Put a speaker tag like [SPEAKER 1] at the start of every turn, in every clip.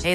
[SPEAKER 1] Hey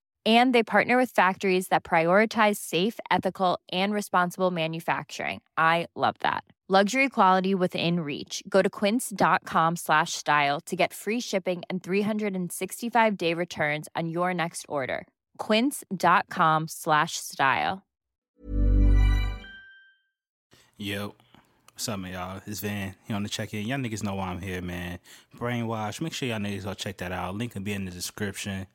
[SPEAKER 2] And they partner with factories that prioritize safe, ethical, and responsible manufacturing. I love that. Luxury quality within reach. Go to quince.com slash style to get free shipping and 365 day returns on your next order. Quince.com slash style.
[SPEAKER 3] Yo, what's up, man, y'all? It's Van here on the check in. Y'all niggas know why I'm here, man. Brainwash. Make sure y'all niggas go check that out. Link will be in the description.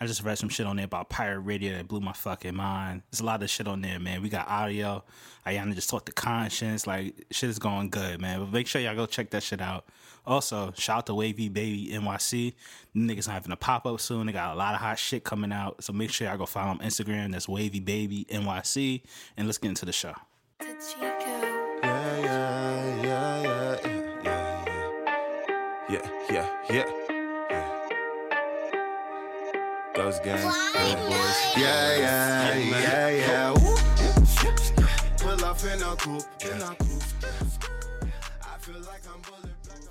[SPEAKER 3] I just read some shit on there about pirate radio that blew my fucking mind. There's a lot of shit on there, man. We got audio. I y'all just talk to conscience. Like shit is going good, man. But make sure y'all go check that shit out. Also, shout out to Wavy Baby NYC. Them niggas having a pop up soon. They got a lot of hot shit coming out. So make sure y'all go follow them on Instagram. That's Wavy Baby NYC. And let's get into the show.
[SPEAKER 4] Yeah, yeah, yeah, yeah, yeah, yeah, yeah, yeah, yeah, yeah. Ghost gang, good boys. Yeah, yeah, yeah, yeah. Woo. Pull off in a coupe, in a coupe. I feel like I'm bulletproof.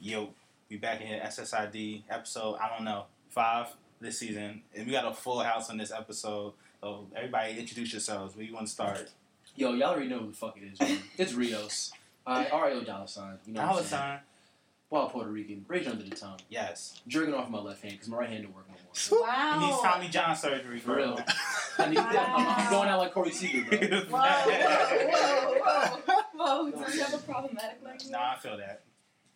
[SPEAKER 3] Yo, we back in SSID episode, I don't know, five this season. And we got a full house on this episode. So everybody introduce yourselves. Where you want to start?
[SPEAKER 5] Yo, y'all already know who the fuck it is. Man. It's Rios. Uh, R.O. dollar sign. You know what I'm saying?
[SPEAKER 3] Valentine.
[SPEAKER 5] Wild Puerto Rican. Rage under the tongue.
[SPEAKER 3] Yes.
[SPEAKER 5] Drinking off my left hand because my right hand don't work no more.
[SPEAKER 6] Wow.
[SPEAKER 3] He needs Tommy John surgery,
[SPEAKER 5] For
[SPEAKER 3] bro.
[SPEAKER 5] real. I need that. I'm going out like Corey Seager, bro.
[SPEAKER 6] Whoa, whoa, whoa, whoa, whoa. Do you have a problematic language?
[SPEAKER 3] Nah, I feel that.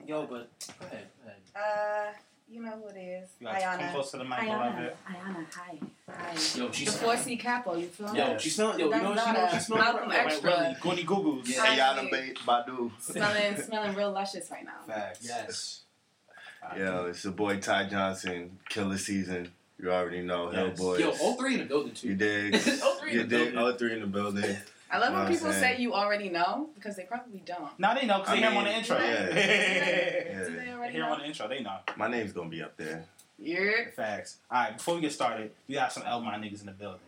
[SPEAKER 5] Yo, but go ahead. Go ahead.
[SPEAKER 6] Uh, you know who it is.
[SPEAKER 3] You got to come
[SPEAKER 6] Ayana.
[SPEAKER 3] close to the mic a little bit.
[SPEAKER 6] Ayana, hi. Hi.
[SPEAKER 5] Yo, she's
[SPEAKER 6] The 4C Capo, you feel me?
[SPEAKER 5] Yo, she smell. Yo, you know what she know? She
[SPEAKER 6] That's
[SPEAKER 5] smell.
[SPEAKER 6] not
[SPEAKER 5] like
[SPEAKER 6] a-
[SPEAKER 5] right-
[SPEAKER 6] Extra.
[SPEAKER 3] Like, really, Goody Googles.
[SPEAKER 5] Yeah.
[SPEAKER 6] Hi.
[SPEAKER 7] Ayana Ba- Badu.
[SPEAKER 6] Smelling, smelling real luscious right now.
[SPEAKER 3] Facts.
[SPEAKER 5] Yes.
[SPEAKER 7] Yo, it's your boy Ty Johnson, killer season. You already know,
[SPEAKER 3] Yes. oh,
[SPEAKER 7] Hellboys.
[SPEAKER 5] Yo, all three in the building
[SPEAKER 7] you
[SPEAKER 5] too.
[SPEAKER 7] dig?
[SPEAKER 5] All three in
[SPEAKER 7] you dig?
[SPEAKER 5] the building.
[SPEAKER 7] All three in the building.
[SPEAKER 6] I love when
[SPEAKER 7] Know what
[SPEAKER 6] people
[SPEAKER 7] I'm
[SPEAKER 6] say
[SPEAKER 7] saying?
[SPEAKER 6] you already know because they probably don't.
[SPEAKER 3] Now they know because
[SPEAKER 7] I
[SPEAKER 3] they hear him on the
[SPEAKER 7] mean,
[SPEAKER 3] intro.
[SPEAKER 7] yeah.
[SPEAKER 3] They
[SPEAKER 6] Do they
[SPEAKER 7] Yeah.
[SPEAKER 6] already
[SPEAKER 3] hear him on
[SPEAKER 6] know?
[SPEAKER 3] the intro. They know.
[SPEAKER 7] My name's gonna be up there.
[SPEAKER 6] You're.
[SPEAKER 3] Facts. All right, before we get started, we got some Elmont niggas in the building.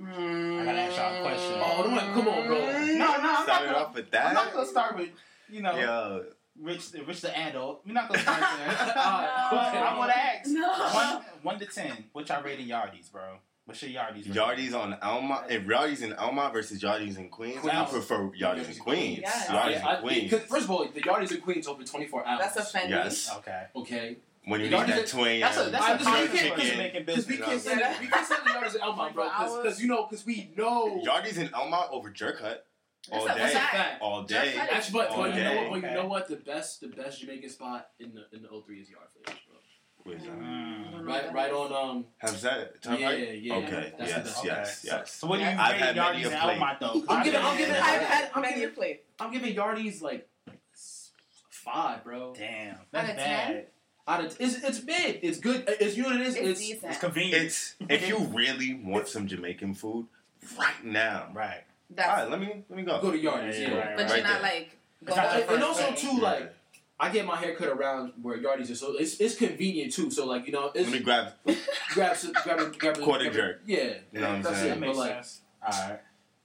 [SPEAKER 6] Mm.
[SPEAKER 3] I gotta ask y'all a question.
[SPEAKER 5] Oh, don't wanna- come on, bro.
[SPEAKER 3] No, no, I'm not
[SPEAKER 7] Started
[SPEAKER 3] gonna-
[SPEAKER 7] off with
[SPEAKER 3] I'm not
[SPEAKER 7] that.
[SPEAKER 3] going to start with, you know,
[SPEAKER 7] Yo,
[SPEAKER 3] Rich, Rich the adult. We're not going to start there. Uh,
[SPEAKER 5] Alright,
[SPEAKER 3] But
[SPEAKER 5] okay.
[SPEAKER 3] I want to ask.
[SPEAKER 6] No.
[SPEAKER 3] One, one to ten. What y'all rating Yardies, bro? What's your Yardies? rating?
[SPEAKER 7] Yardies on Elma. If Yardies in Elma versus Yardies in Queens, I
[SPEAKER 3] Queens.
[SPEAKER 7] prefer Yardies in Queens.
[SPEAKER 6] Yes.
[SPEAKER 7] Yardies
[SPEAKER 5] Yeah,
[SPEAKER 7] in
[SPEAKER 5] I-
[SPEAKER 7] Queens.
[SPEAKER 5] because First of all, the Yardies in Queens open 24 hours.
[SPEAKER 6] That's offending.
[SPEAKER 7] Yes.
[SPEAKER 3] Okay.
[SPEAKER 5] Okay.
[SPEAKER 7] When you
[SPEAKER 5] Yardies
[SPEAKER 7] need that
[SPEAKER 5] in-
[SPEAKER 7] twin.
[SPEAKER 3] That's a that's
[SPEAKER 5] I'm
[SPEAKER 3] a
[SPEAKER 5] just-
[SPEAKER 3] concept
[SPEAKER 5] we can't-
[SPEAKER 3] for Jamaican
[SPEAKER 5] Because we
[SPEAKER 3] business.
[SPEAKER 5] can't say that. We can't say the Yardies in Elmont, bro. Because you know, because we know.
[SPEAKER 7] Yardies in Elma over Jerk Hut all
[SPEAKER 6] That's a
[SPEAKER 7] day.
[SPEAKER 6] fact.
[SPEAKER 7] All day.
[SPEAKER 6] Hut
[SPEAKER 5] Actually, but,
[SPEAKER 7] All
[SPEAKER 5] but you know
[SPEAKER 7] day.
[SPEAKER 5] what? But you
[SPEAKER 3] Okay.
[SPEAKER 5] know what? The best, the best Jamaican spot in the in the O3 is Yard Flavors, bro.
[SPEAKER 7] Where's that?
[SPEAKER 6] I
[SPEAKER 3] Mm.
[SPEAKER 6] don't know
[SPEAKER 5] Right,
[SPEAKER 6] what
[SPEAKER 5] right
[SPEAKER 6] that is.
[SPEAKER 5] on. Um,
[SPEAKER 7] uh, Have that? Tom
[SPEAKER 5] yeah,
[SPEAKER 7] Brady?
[SPEAKER 5] yeah.
[SPEAKER 7] Okay.
[SPEAKER 5] That's the
[SPEAKER 7] yes.
[SPEAKER 5] best.
[SPEAKER 7] Yes. Yes.
[SPEAKER 3] So what do you
[SPEAKER 7] I've
[SPEAKER 3] rate
[SPEAKER 7] had many
[SPEAKER 3] Yardies and
[SPEAKER 7] a plate.
[SPEAKER 3] Elmont though? 'Cause
[SPEAKER 5] I'm
[SPEAKER 3] I
[SPEAKER 5] giving-
[SPEAKER 3] don't
[SPEAKER 5] I'm giving-
[SPEAKER 3] know.
[SPEAKER 6] I've had I'm many a plate.
[SPEAKER 5] I'm giving Yardies like s- five, bro.
[SPEAKER 3] Damn,
[SPEAKER 6] Out
[SPEAKER 3] that's
[SPEAKER 6] of
[SPEAKER 3] bad.
[SPEAKER 5] Out of it's it's mid. It's good. It's you know what it is.
[SPEAKER 6] It's
[SPEAKER 5] It's,
[SPEAKER 6] decent.
[SPEAKER 3] It's convenient.
[SPEAKER 7] It's if you really want some Jamaican food right now.
[SPEAKER 3] right.
[SPEAKER 7] All
[SPEAKER 6] That's
[SPEAKER 7] right, let me let me go.
[SPEAKER 5] go to Yardies.
[SPEAKER 3] Yeah,
[SPEAKER 5] Yeah.
[SPEAKER 3] yeah, right,
[SPEAKER 6] But
[SPEAKER 7] right
[SPEAKER 6] you're not
[SPEAKER 7] there.
[SPEAKER 6] like.
[SPEAKER 3] It's not
[SPEAKER 6] going
[SPEAKER 3] the
[SPEAKER 5] And
[SPEAKER 3] first
[SPEAKER 5] also
[SPEAKER 3] thing.
[SPEAKER 5] too, like I get my hair cut around where Yardies is, so it's it's convenient too. So like you know,
[SPEAKER 7] Let me
[SPEAKER 5] it's
[SPEAKER 7] grab. You
[SPEAKER 5] grab some, grab a, grab a,
[SPEAKER 7] Quarter
[SPEAKER 5] grab a-
[SPEAKER 7] jerk.
[SPEAKER 5] Yeah.
[SPEAKER 7] know what I'm
[SPEAKER 5] That's
[SPEAKER 3] That
[SPEAKER 5] it.
[SPEAKER 7] saying?
[SPEAKER 3] makes
[SPEAKER 5] but like-
[SPEAKER 3] sense. All right.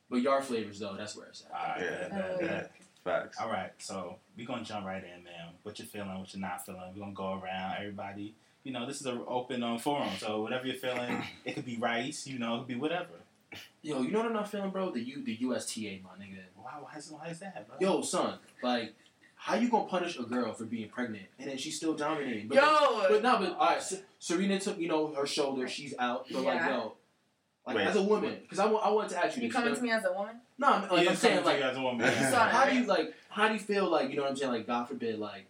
[SPEAKER 5] But Yard Flavors though, that's where it's at.
[SPEAKER 3] All right.
[SPEAKER 7] Yeah.
[SPEAKER 6] Oh,
[SPEAKER 7] yeah.
[SPEAKER 6] yeah.
[SPEAKER 7] Facts.
[SPEAKER 3] All right, so we're gonna jump right in, man. What you're feeling, what you're not feeling. We're gonna go around everybody. You know, this is an open um, forum, so whatever you're feeling, it could be rice, you know, it could be whatever.
[SPEAKER 5] Yo, you know what I'm not feeling, bro? The U the USTA, my nigga.
[SPEAKER 3] Why, why, is, why is that, bro?
[SPEAKER 5] Yo, son, like, how you gonna punish a girl for being pregnant and then she's still dominating? But
[SPEAKER 6] Yo!
[SPEAKER 5] but no, but all right, Se- Serena took you know her shoulder, she's out, but like
[SPEAKER 6] Yeah.
[SPEAKER 5] yo, Like
[SPEAKER 7] Wait.
[SPEAKER 5] as a woman, because I, wa- I wanted to ask you.
[SPEAKER 6] You
[SPEAKER 5] this,
[SPEAKER 6] coming
[SPEAKER 5] you know?
[SPEAKER 6] to me as a woman?
[SPEAKER 5] No, I'm, like, I'm saying like,
[SPEAKER 6] So
[SPEAKER 5] how do you like? How do you feel like? You know what I'm saying? Like, God forbid, like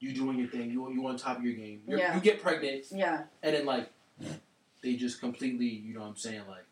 [SPEAKER 5] you doing your thing, you you on top of your game, You're,
[SPEAKER 6] Yeah.
[SPEAKER 5] you get pregnant,
[SPEAKER 6] Yeah.
[SPEAKER 5] and then like they just completely, you know what I'm saying? Like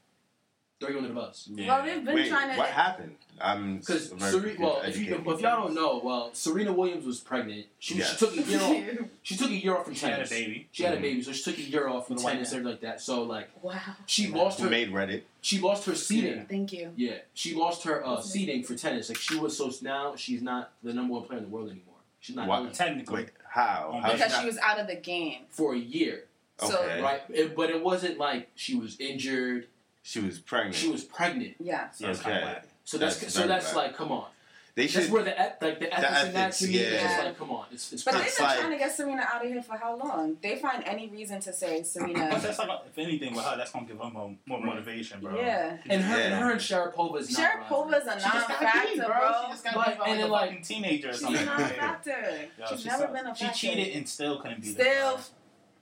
[SPEAKER 5] throw you under the bus.
[SPEAKER 6] Well, they've been
[SPEAKER 7] Wait,
[SPEAKER 6] trying to.
[SPEAKER 7] what happened? I'm
[SPEAKER 5] Because
[SPEAKER 7] very
[SPEAKER 5] Serena,
[SPEAKER 7] confused.
[SPEAKER 5] well, if, you,
[SPEAKER 7] Educate
[SPEAKER 5] if
[SPEAKER 7] me,
[SPEAKER 5] y'all don't
[SPEAKER 7] please.
[SPEAKER 5] know, well, Serena Williams was pregnant. She, she
[SPEAKER 7] Yes.
[SPEAKER 5] took a year off. She took a year off from
[SPEAKER 3] She had a
[SPEAKER 5] tennis.
[SPEAKER 3] baby.
[SPEAKER 5] She had a
[SPEAKER 7] Mhm.
[SPEAKER 5] baby, so she took a year off from
[SPEAKER 3] The white
[SPEAKER 5] tennis
[SPEAKER 3] man.
[SPEAKER 5] and everything like that. So like
[SPEAKER 6] wow.
[SPEAKER 5] she lost
[SPEAKER 7] Who
[SPEAKER 5] her
[SPEAKER 7] made Reddit?
[SPEAKER 5] she lost her seating.
[SPEAKER 6] Thank you.
[SPEAKER 5] Yeah, she lost her uh,
[SPEAKER 6] Mhm.
[SPEAKER 5] seating for tennis. Like she was so now she's not the number one player in the world anymore. She's not
[SPEAKER 7] Why?
[SPEAKER 5] doing it.
[SPEAKER 3] Technically.
[SPEAKER 7] Wait, how?
[SPEAKER 3] Oh,
[SPEAKER 7] How
[SPEAKER 6] Because
[SPEAKER 7] not-
[SPEAKER 6] she was out of the game.
[SPEAKER 5] for a year,
[SPEAKER 6] So
[SPEAKER 7] Okay.
[SPEAKER 5] right? It, but it wasn't like she was injured.
[SPEAKER 7] She was pregnant.
[SPEAKER 5] She was pregnant.
[SPEAKER 6] yeah.
[SPEAKER 3] Yeah, it's
[SPEAKER 7] Okay.
[SPEAKER 3] kinda whack.
[SPEAKER 5] So that's,
[SPEAKER 7] That's
[SPEAKER 5] so
[SPEAKER 7] very
[SPEAKER 5] that's
[SPEAKER 7] bad.
[SPEAKER 5] like come on.
[SPEAKER 7] They
[SPEAKER 5] That's
[SPEAKER 7] should.
[SPEAKER 5] where the eth- like the ethics, in that
[SPEAKER 7] ethics,
[SPEAKER 5] to me is just
[SPEAKER 6] yeah.
[SPEAKER 5] like come on. It's it's
[SPEAKER 6] But they've been
[SPEAKER 7] It's like-
[SPEAKER 6] trying to get Serena out of here for how long? They find any reason to say
[SPEAKER 3] But
[SPEAKER 6] Serena.
[SPEAKER 3] that's like, if anything, with her, that's gonna give her more, more motivation, bro.
[SPEAKER 6] yeah.
[SPEAKER 5] and her and
[SPEAKER 7] Yeah.
[SPEAKER 5] her and Sharapova is not.
[SPEAKER 6] Sharapova's a
[SPEAKER 3] She just got
[SPEAKER 6] non-factor,
[SPEAKER 3] beat,
[SPEAKER 6] bro.
[SPEAKER 3] bro. She just got beat
[SPEAKER 5] But-
[SPEAKER 3] by
[SPEAKER 5] and
[SPEAKER 3] like,
[SPEAKER 5] then,
[SPEAKER 3] a
[SPEAKER 5] like,
[SPEAKER 3] fucking teenager or
[SPEAKER 6] She's
[SPEAKER 3] something.
[SPEAKER 6] not a factor.
[SPEAKER 3] Yo,
[SPEAKER 6] She's
[SPEAKER 3] she
[SPEAKER 6] never
[SPEAKER 3] sucks.
[SPEAKER 6] been a
[SPEAKER 3] She
[SPEAKER 6] factor.
[SPEAKER 3] cheated and still couldn't be
[SPEAKER 6] Still,
[SPEAKER 3] there.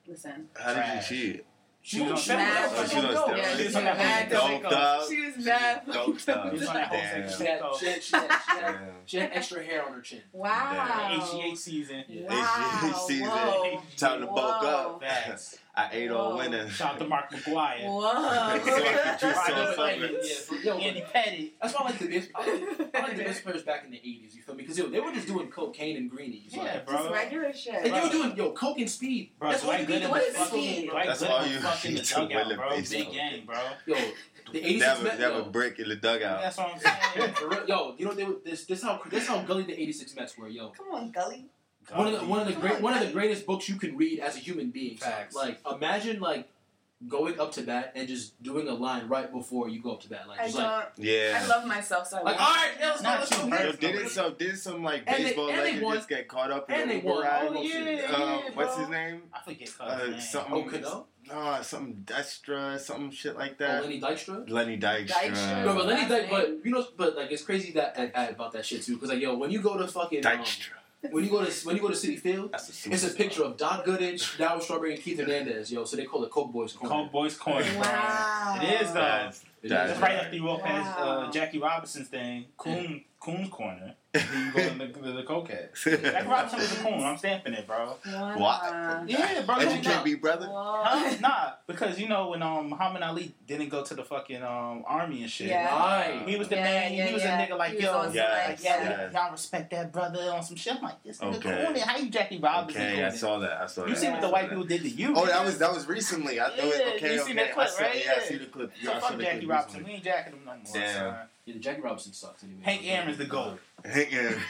[SPEAKER 6] listen.
[SPEAKER 7] how did
[SPEAKER 3] Trash.
[SPEAKER 7] she cheat?
[SPEAKER 3] She was on
[SPEAKER 5] She was
[SPEAKER 3] steroids.
[SPEAKER 7] Oh, she
[SPEAKER 6] fucking
[SPEAKER 7] was
[SPEAKER 6] dope.
[SPEAKER 7] on
[SPEAKER 6] Yeah,
[SPEAKER 7] steroids.
[SPEAKER 6] she was
[SPEAKER 3] She was
[SPEAKER 6] mad.
[SPEAKER 3] on
[SPEAKER 7] Doped up.
[SPEAKER 6] She was mad.
[SPEAKER 7] Doped up.
[SPEAKER 3] She was on that whole
[SPEAKER 7] Damn.
[SPEAKER 3] sex
[SPEAKER 5] She had, she, had, she, had, she, had,
[SPEAKER 7] Damn.
[SPEAKER 5] she had extra hair on her chin.
[SPEAKER 6] Wow.
[SPEAKER 3] HGH season.
[SPEAKER 5] Yeah.
[SPEAKER 6] Wow.
[SPEAKER 7] She's in.
[SPEAKER 6] Whoa.
[SPEAKER 7] Time to bulk
[SPEAKER 6] Whoa.
[SPEAKER 7] up.
[SPEAKER 3] Facts.
[SPEAKER 7] I ate all
[SPEAKER 6] Whoa.
[SPEAKER 7] winter.
[SPEAKER 3] Shout out to Mark McGuire.
[SPEAKER 7] So I could juice
[SPEAKER 6] Whoa.
[SPEAKER 7] on
[SPEAKER 3] Right,
[SPEAKER 7] something.
[SPEAKER 3] right.
[SPEAKER 5] uh, Yeah, for- yo,
[SPEAKER 3] Andy Pettit.
[SPEAKER 5] That's why I like the best. I like, I like the best players back in the eighties. You feel me? Because yo, they were just doing cocaine and greenies.
[SPEAKER 3] Yeah,
[SPEAKER 5] like,
[SPEAKER 3] bro.
[SPEAKER 6] Just regular shit.
[SPEAKER 5] and
[SPEAKER 3] Bro.
[SPEAKER 5] you were doing yo coke and speed.
[SPEAKER 3] Bro,
[SPEAKER 5] That's
[SPEAKER 3] Dwight
[SPEAKER 5] what you
[SPEAKER 3] Gooden
[SPEAKER 5] did.
[SPEAKER 6] What
[SPEAKER 3] was
[SPEAKER 6] is
[SPEAKER 3] fucking,
[SPEAKER 6] speed?
[SPEAKER 3] Dwight
[SPEAKER 7] That's
[SPEAKER 3] Gooden
[SPEAKER 7] all
[SPEAKER 3] was
[SPEAKER 7] you
[SPEAKER 3] fucking the
[SPEAKER 7] need to win
[SPEAKER 3] dugout,
[SPEAKER 7] the
[SPEAKER 3] bro. Big
[SPEAKER 7] baseball.
[SPEAKER 3] game, bro.
[SPEAKER 5] Yo, the eighties.
[SPEAKER 7] Never,
[SPEAKER 5] met,
[SPEAKER 7] never
[SPEAKER 5] yo,
[SPEAKER 7] break in the dugout.
[SPEAKER 3] That's what I'm saying.
[SPEAKER 5] for real- yo, you know they were, this. This how this how gully the eighty six Mets were. Yo,
[SPEAKER 6] Come on, Gully.
[SPEAKER 5] one of the one of the
[SPEAKER 6] Come
[SPEAKER 5] great
[SPEAKER 6] on,
[SPEAKER 5] one of the
[SPEAKER 6] Gully.
[SPEAKER 5] greatest books you can read as a human being. son.
[SPEAKER 3] Facts.
[SPEAKER 5] Like imagine like going up to bat and just doing a line right before you go up to bat. Like
[SPEAKER 6] I
[SPEAKER 5] just like
[SPEAKER 6] don't. I
[SPEAKER 7] Yeah.
[SPEAKER 6] love myself so I
[SPEAKER 5] like
[SPEAKER 6] won't.
[SPEAKER 5] all right, yeah, let's go,
[SPEAKER 3] Not
[SPEAKER 5] let's
[SPEAKER 3] you,
[SPEAKER 5] go.
[SPEAKER 3] bro.
[SPEAKER 7] Yo, didn't some didn't some like
[SPEAKER 5] And they-
[SPEAKER 7] baseball
[SPEAKER 5] and they
[SPEAKER 7] legend
[SPEAKER 5] won.
[SPEAKER 7] just get caught up in
[SPEAKER 5] And
[SPEAKER 7] the
[SPEAKER 5] they won.
[SPEAKER 7] override?
[SPEAKER 5] Oh, yeah, yeah,
[SPEAKER 3] Uh,
[SPEAKER 7] um,
[SPEAKER 5] yeah,
[SPEAKER 7] what's
[SPEAKER 5] bro.
[SPEAKER 7] his name?
[SPEAKER 3] I forget her
[SPEAKER 7] Uh,
[SPEAKER 3] name.
[SPEAKER 7] something.
[SPEAKER 5] Oh, Cano?
[SPEAKER 7] Nah, something Destra, something shit like
[SPEAKER 5] Oh,
[SPEAKER 7] that.
[SPEAKER 5] Lenny Dykstra.
[SPEAKER 7] Lenny Dykstra.
[SPEAKER 6] Dykstra.
[SPEAKER 5] No, but Lenny
[SPEAKER 6] Last
[SPEAKER 5] Dykstra.
[SPEAKER 6] name.
[SPEAKER 5] But you know, but like it's crazy that like, I- about that shit too. Because like yo, when you go to fucking um,
[SPEAKER 7] Dykstra.
[SPEAKER 5] when you go to when you go to City Field,
[SPEAKER 7] That's
[SPEAKER 5] it's a picture of Don Goodage, Darryl Strawberry, and Keith Hernandez. Yo, so they call it Coke Boys Corner.
[SPEAKER 3] Cold Boys Corner. bro.
[SPEAKER 6] Wow.
[SPEAKER 3] It is though.
[SPEAKER 7] That's,
[SPEAKER 5] It
[SPEAKER 7] that's
[SPEAKER 3] That's right after you walk past
[SPEAKER 6] Wow.
[SPEAKER 3] uh, Jackie Robinson's thing, Coon Coon's corner. Then you go in the, the, the cokehead. Jackie Robinson was a coon. I'm stamping it, bro.
[SPEAKER 6] Wow.
[SPEAKER 7] Why?
[SPEAKER 3] Uh, Yeah, bro. come
[SPEAKER 7] Educate
[SPEAKER 3] on.
[SPEAKER 7] me, brother.
[SPEAKER 3] Huh?
[SPEAKER 6] Whoa.
[SPEAKER 3] Nah, because you know when um Muhammad Ali didn't go to the fucking um army and shit.
[SPEAKER 6] Yeah.
[SPEAKER 5] Right.
[SPEAKER 3] He was the
[SPEAKER 6] Yeah,
[SPEAKER 3] man.
[SPEAKER 6] yeah,
[SPEAKER 3] he was
[SPEAKER 6] yeah.
[SPEAKER 3] a nigga like
[SPEAKER 6] He was
[SPEAKER 3] yo.
[SPEAKER 6] on some,
[SPEAKER 3] yeah,
[SPEAKER 6] like,
[SPEAKER 3] yeah,
[SPEAKER 7] yeah.
[SPEAKER 3] Y'all respect that brother on some shit. I'm like this nigga
[SPEAKER 7] Okay.
[SPEAKER 3] corny. How you Jackie Robinson?
[SPEAKER 7] Okay, I
[SPEAKER 3] doing it?
[SPEAKER 7] saw that. I saw that.
[SPEAKER 3] You seen what the
[SPEAKER 7] I saw
[SPEAKER 3] white
[SPEAKER 7] that.
[SPEAKER 3] people did to you?
[SPEAKER 7] Oh,
[SPEAKER 3] nigga?
[SPEAKER 7] that was that was recently. I thought
[SPEAKER 3] Yeah,
[SPEAKER 7] it. Okay,
[SPEAKER 3] you
[SPEAKER 7] okay.
[SPEAKER 3] seen that clip,
[SPEAKER 7] I saw,
[SPEAKER 3] right?
[SPEAKER 7] Yeah, I
[SPEAKER 3] Yeah.
[SPEAKER 7] see the clip.
[SPEAKER 3] So
[SPEAKER 7] Yeah, I saw
[SPEAKER 3] fuck
[SPEAKER 7] the
[SPEAKER 3] Jackie
[SPEAKER 7] clip
[SPEAKER 3] Robinson.
[SPEAKER 7] recently.
[SPEAKER 3] We ain't jacking him no more.
[SPEAKER 7] Damn.
[SPEAKER 3] son.
[SPEAKER 5] Yeah, the Jackie Robinson sucks. Anyway.
[SPEAKER 3] Hank Aaron's the goat.
[SPEAKER 7] Hank Aaron.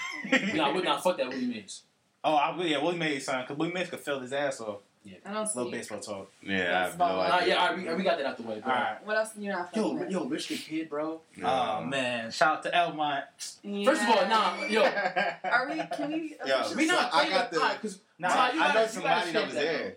[SPEAKER 5] Nah, I would not fuck that Willie Mays.
[SPEAKER 3] Oh, I, yeah, Willie Mays, son, because Willie Mays could fill his ass off.
[SPEAKER 6] I don't
[SPEAKER 3] Little
[SPEAKER 6] see. it.
[SPEAKER 3] baseball talk.
[SPEAKER 7] Yeah, I have no
[SPEAKER 6] Baseball.
[SPEAKER 5] Nah,
[SPEAKER 7] idea.
[SPEAKER 5] yeah, all right, we, we got that out the way. Bro.
[SPEAKER 3] All right.
[SPEAKER 6] What else do you not
[SPEAKER 5] Yo,
[SPEAKER 6] fucking with?
[SPEAKER 5] yo, Rich the Kid, bro.
[SPEAKER 7] Yeah.
[SPEAKER 3] Oh man, shout out to Elmont.
[SPEAKER 5] First of all,
[SPEAKER 6] Yeah.
[SPEAKER 5] nah, yo,
[SPEAKER 6] Are we? Can we?
[SPEAKER 7] Yeah.
[SPEAKER 6] officially-
[SPEAKER 5] we
[SPEAKER 7] So,
[SPEAKER 5] not.
[SPEAKER 7] I
[SPEAKER 5] playing
[SPEAKER 7] got
[SPEAKER 5] the-
[SPEAKER 7] the-
[SPEAKER 5] all right, 'cause-
[SPEAKER 3] Nah,
[SPEAKER 5] Nah, you
[SPEAKER 7] I
[SPEAKER 5] gotta-
[SPEAKER 7] know
[SPEAKER 5] you
[SPEAKER 7] somebody
[SPEAKER 5] gotta
[SPEAKER 7] that Oh, was
[SPEAKER 5] shake that
[SPEAKER 7] there,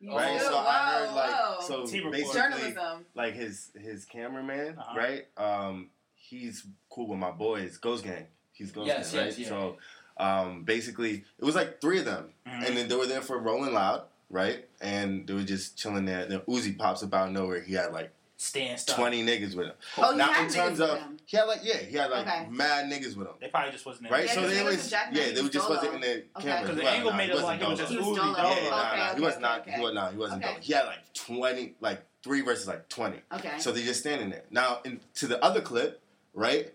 [SPEAKER 6] You
[SPEAKER 7] right?
[SPEAKER 6] do?
[SPEAKER 7] So I heard
[SPEAKER 6] Whoa,
[SPEAKER 7] like
[SPEAKER 6] whoa.
[SPEAKER 7] so
[SPEAKER 3] T-Report.
[SPEAKER 7] basically oh,
[SPEAKER 6] journalism.
[SPEAKER 7] like his his cameraman,
[SPEAKER 3] Uh-huh.
[SPEAKER 7] right? Um, he's cool with my boys, Ghost Gang. He's Ghost
[SPEAKER 5] Yes,
[SPEAKER 7] Gang, right?
[SPEAKER 5] yes, yeah.
[SPEAKER 7] So, um, basically, it was like three of them,
[SPEAKER 3] Mhm.
[SPEAKER 7] and then they were there for Rolling Loud, right? And they were just chilling there. Then Uzi pops up out of nowhere. He had like
[SPEAKER 3] Stand stuff.
[SPEAKER 7] twenty niggas with him.
[SPEAKER 6] Oh, you
[SPEAKER 7] Not
[SPEAKER 6] had
[SPEAKER 7] in terms
[SPEAKER 6] niggas
[SPEAKER 7] of
[SPEAKER 6] with him.
[SPEAKER 7] he had like yeah, he had like
[SPEAKER 6] Okay.
[SPEAKER 7] mad niggas with him.
[SPEAKER 3] They probably just wasn't in
[SPEAKER 7] Right,
[SPEAKER 3] it.
[SPEAKER 6] Yeah,
[SPEAKER 7] so
[SPEAKER 6] 'cause
[SPEAKER 7] they
[SPEAKER 6] it was
[SPEAKER 7] was
[SPEAKER 6] a Jack
[SPEAKER 7] yeah, they
[SPEAKER 6] Knife
[SPEAKER 7] was just wasn't
[SPEAKER 6] solo.
[SPEAKER 7] in the
[SPEAKER 6] Okay.
[SPEAKER 7] camera.
[SPEAKER 3] Because
[SPEAKER 7] He
[SPEAKER 3] the
[SPEAKER 7] wasn't-
[SPEAKER 3] angle
[SPEAKER 7] nah,
[SPEAKER 3] made
[SPEAKER 7] he
[SPEAKER 3] it
[SPEAKER 7] wasn't
[SPEAKER 3] like it was
[SPEAKER 7] dolo.
[SPEAKER 3] just
[SPEAKER 6] He was
[SPEAKER 3] Uzi
[SPEAKER 6] dolo.
[SPEAKER 3] Dolo.
[SPEAKER 7] Yeah, nah,
[SPEAKER 6] Okay,
[SPEAKER 7] nah,
[SPEAKER 6] okay,
[SPEAKER 7] he was
[SPEAKER 6] okay,
[SPEAKER 7] not.
[SPEAKER 6] okay.
[SPEAKER 7] He was not. He wasn't.
[SPEAKER 6] Okay.
[SPEAKER 7] dolo. He had like twenty, like three versus like twenty.
[SPEAKER 6] Okay.
[SPEAKER 7] So they just standing there. Now, in, to the other clip, right?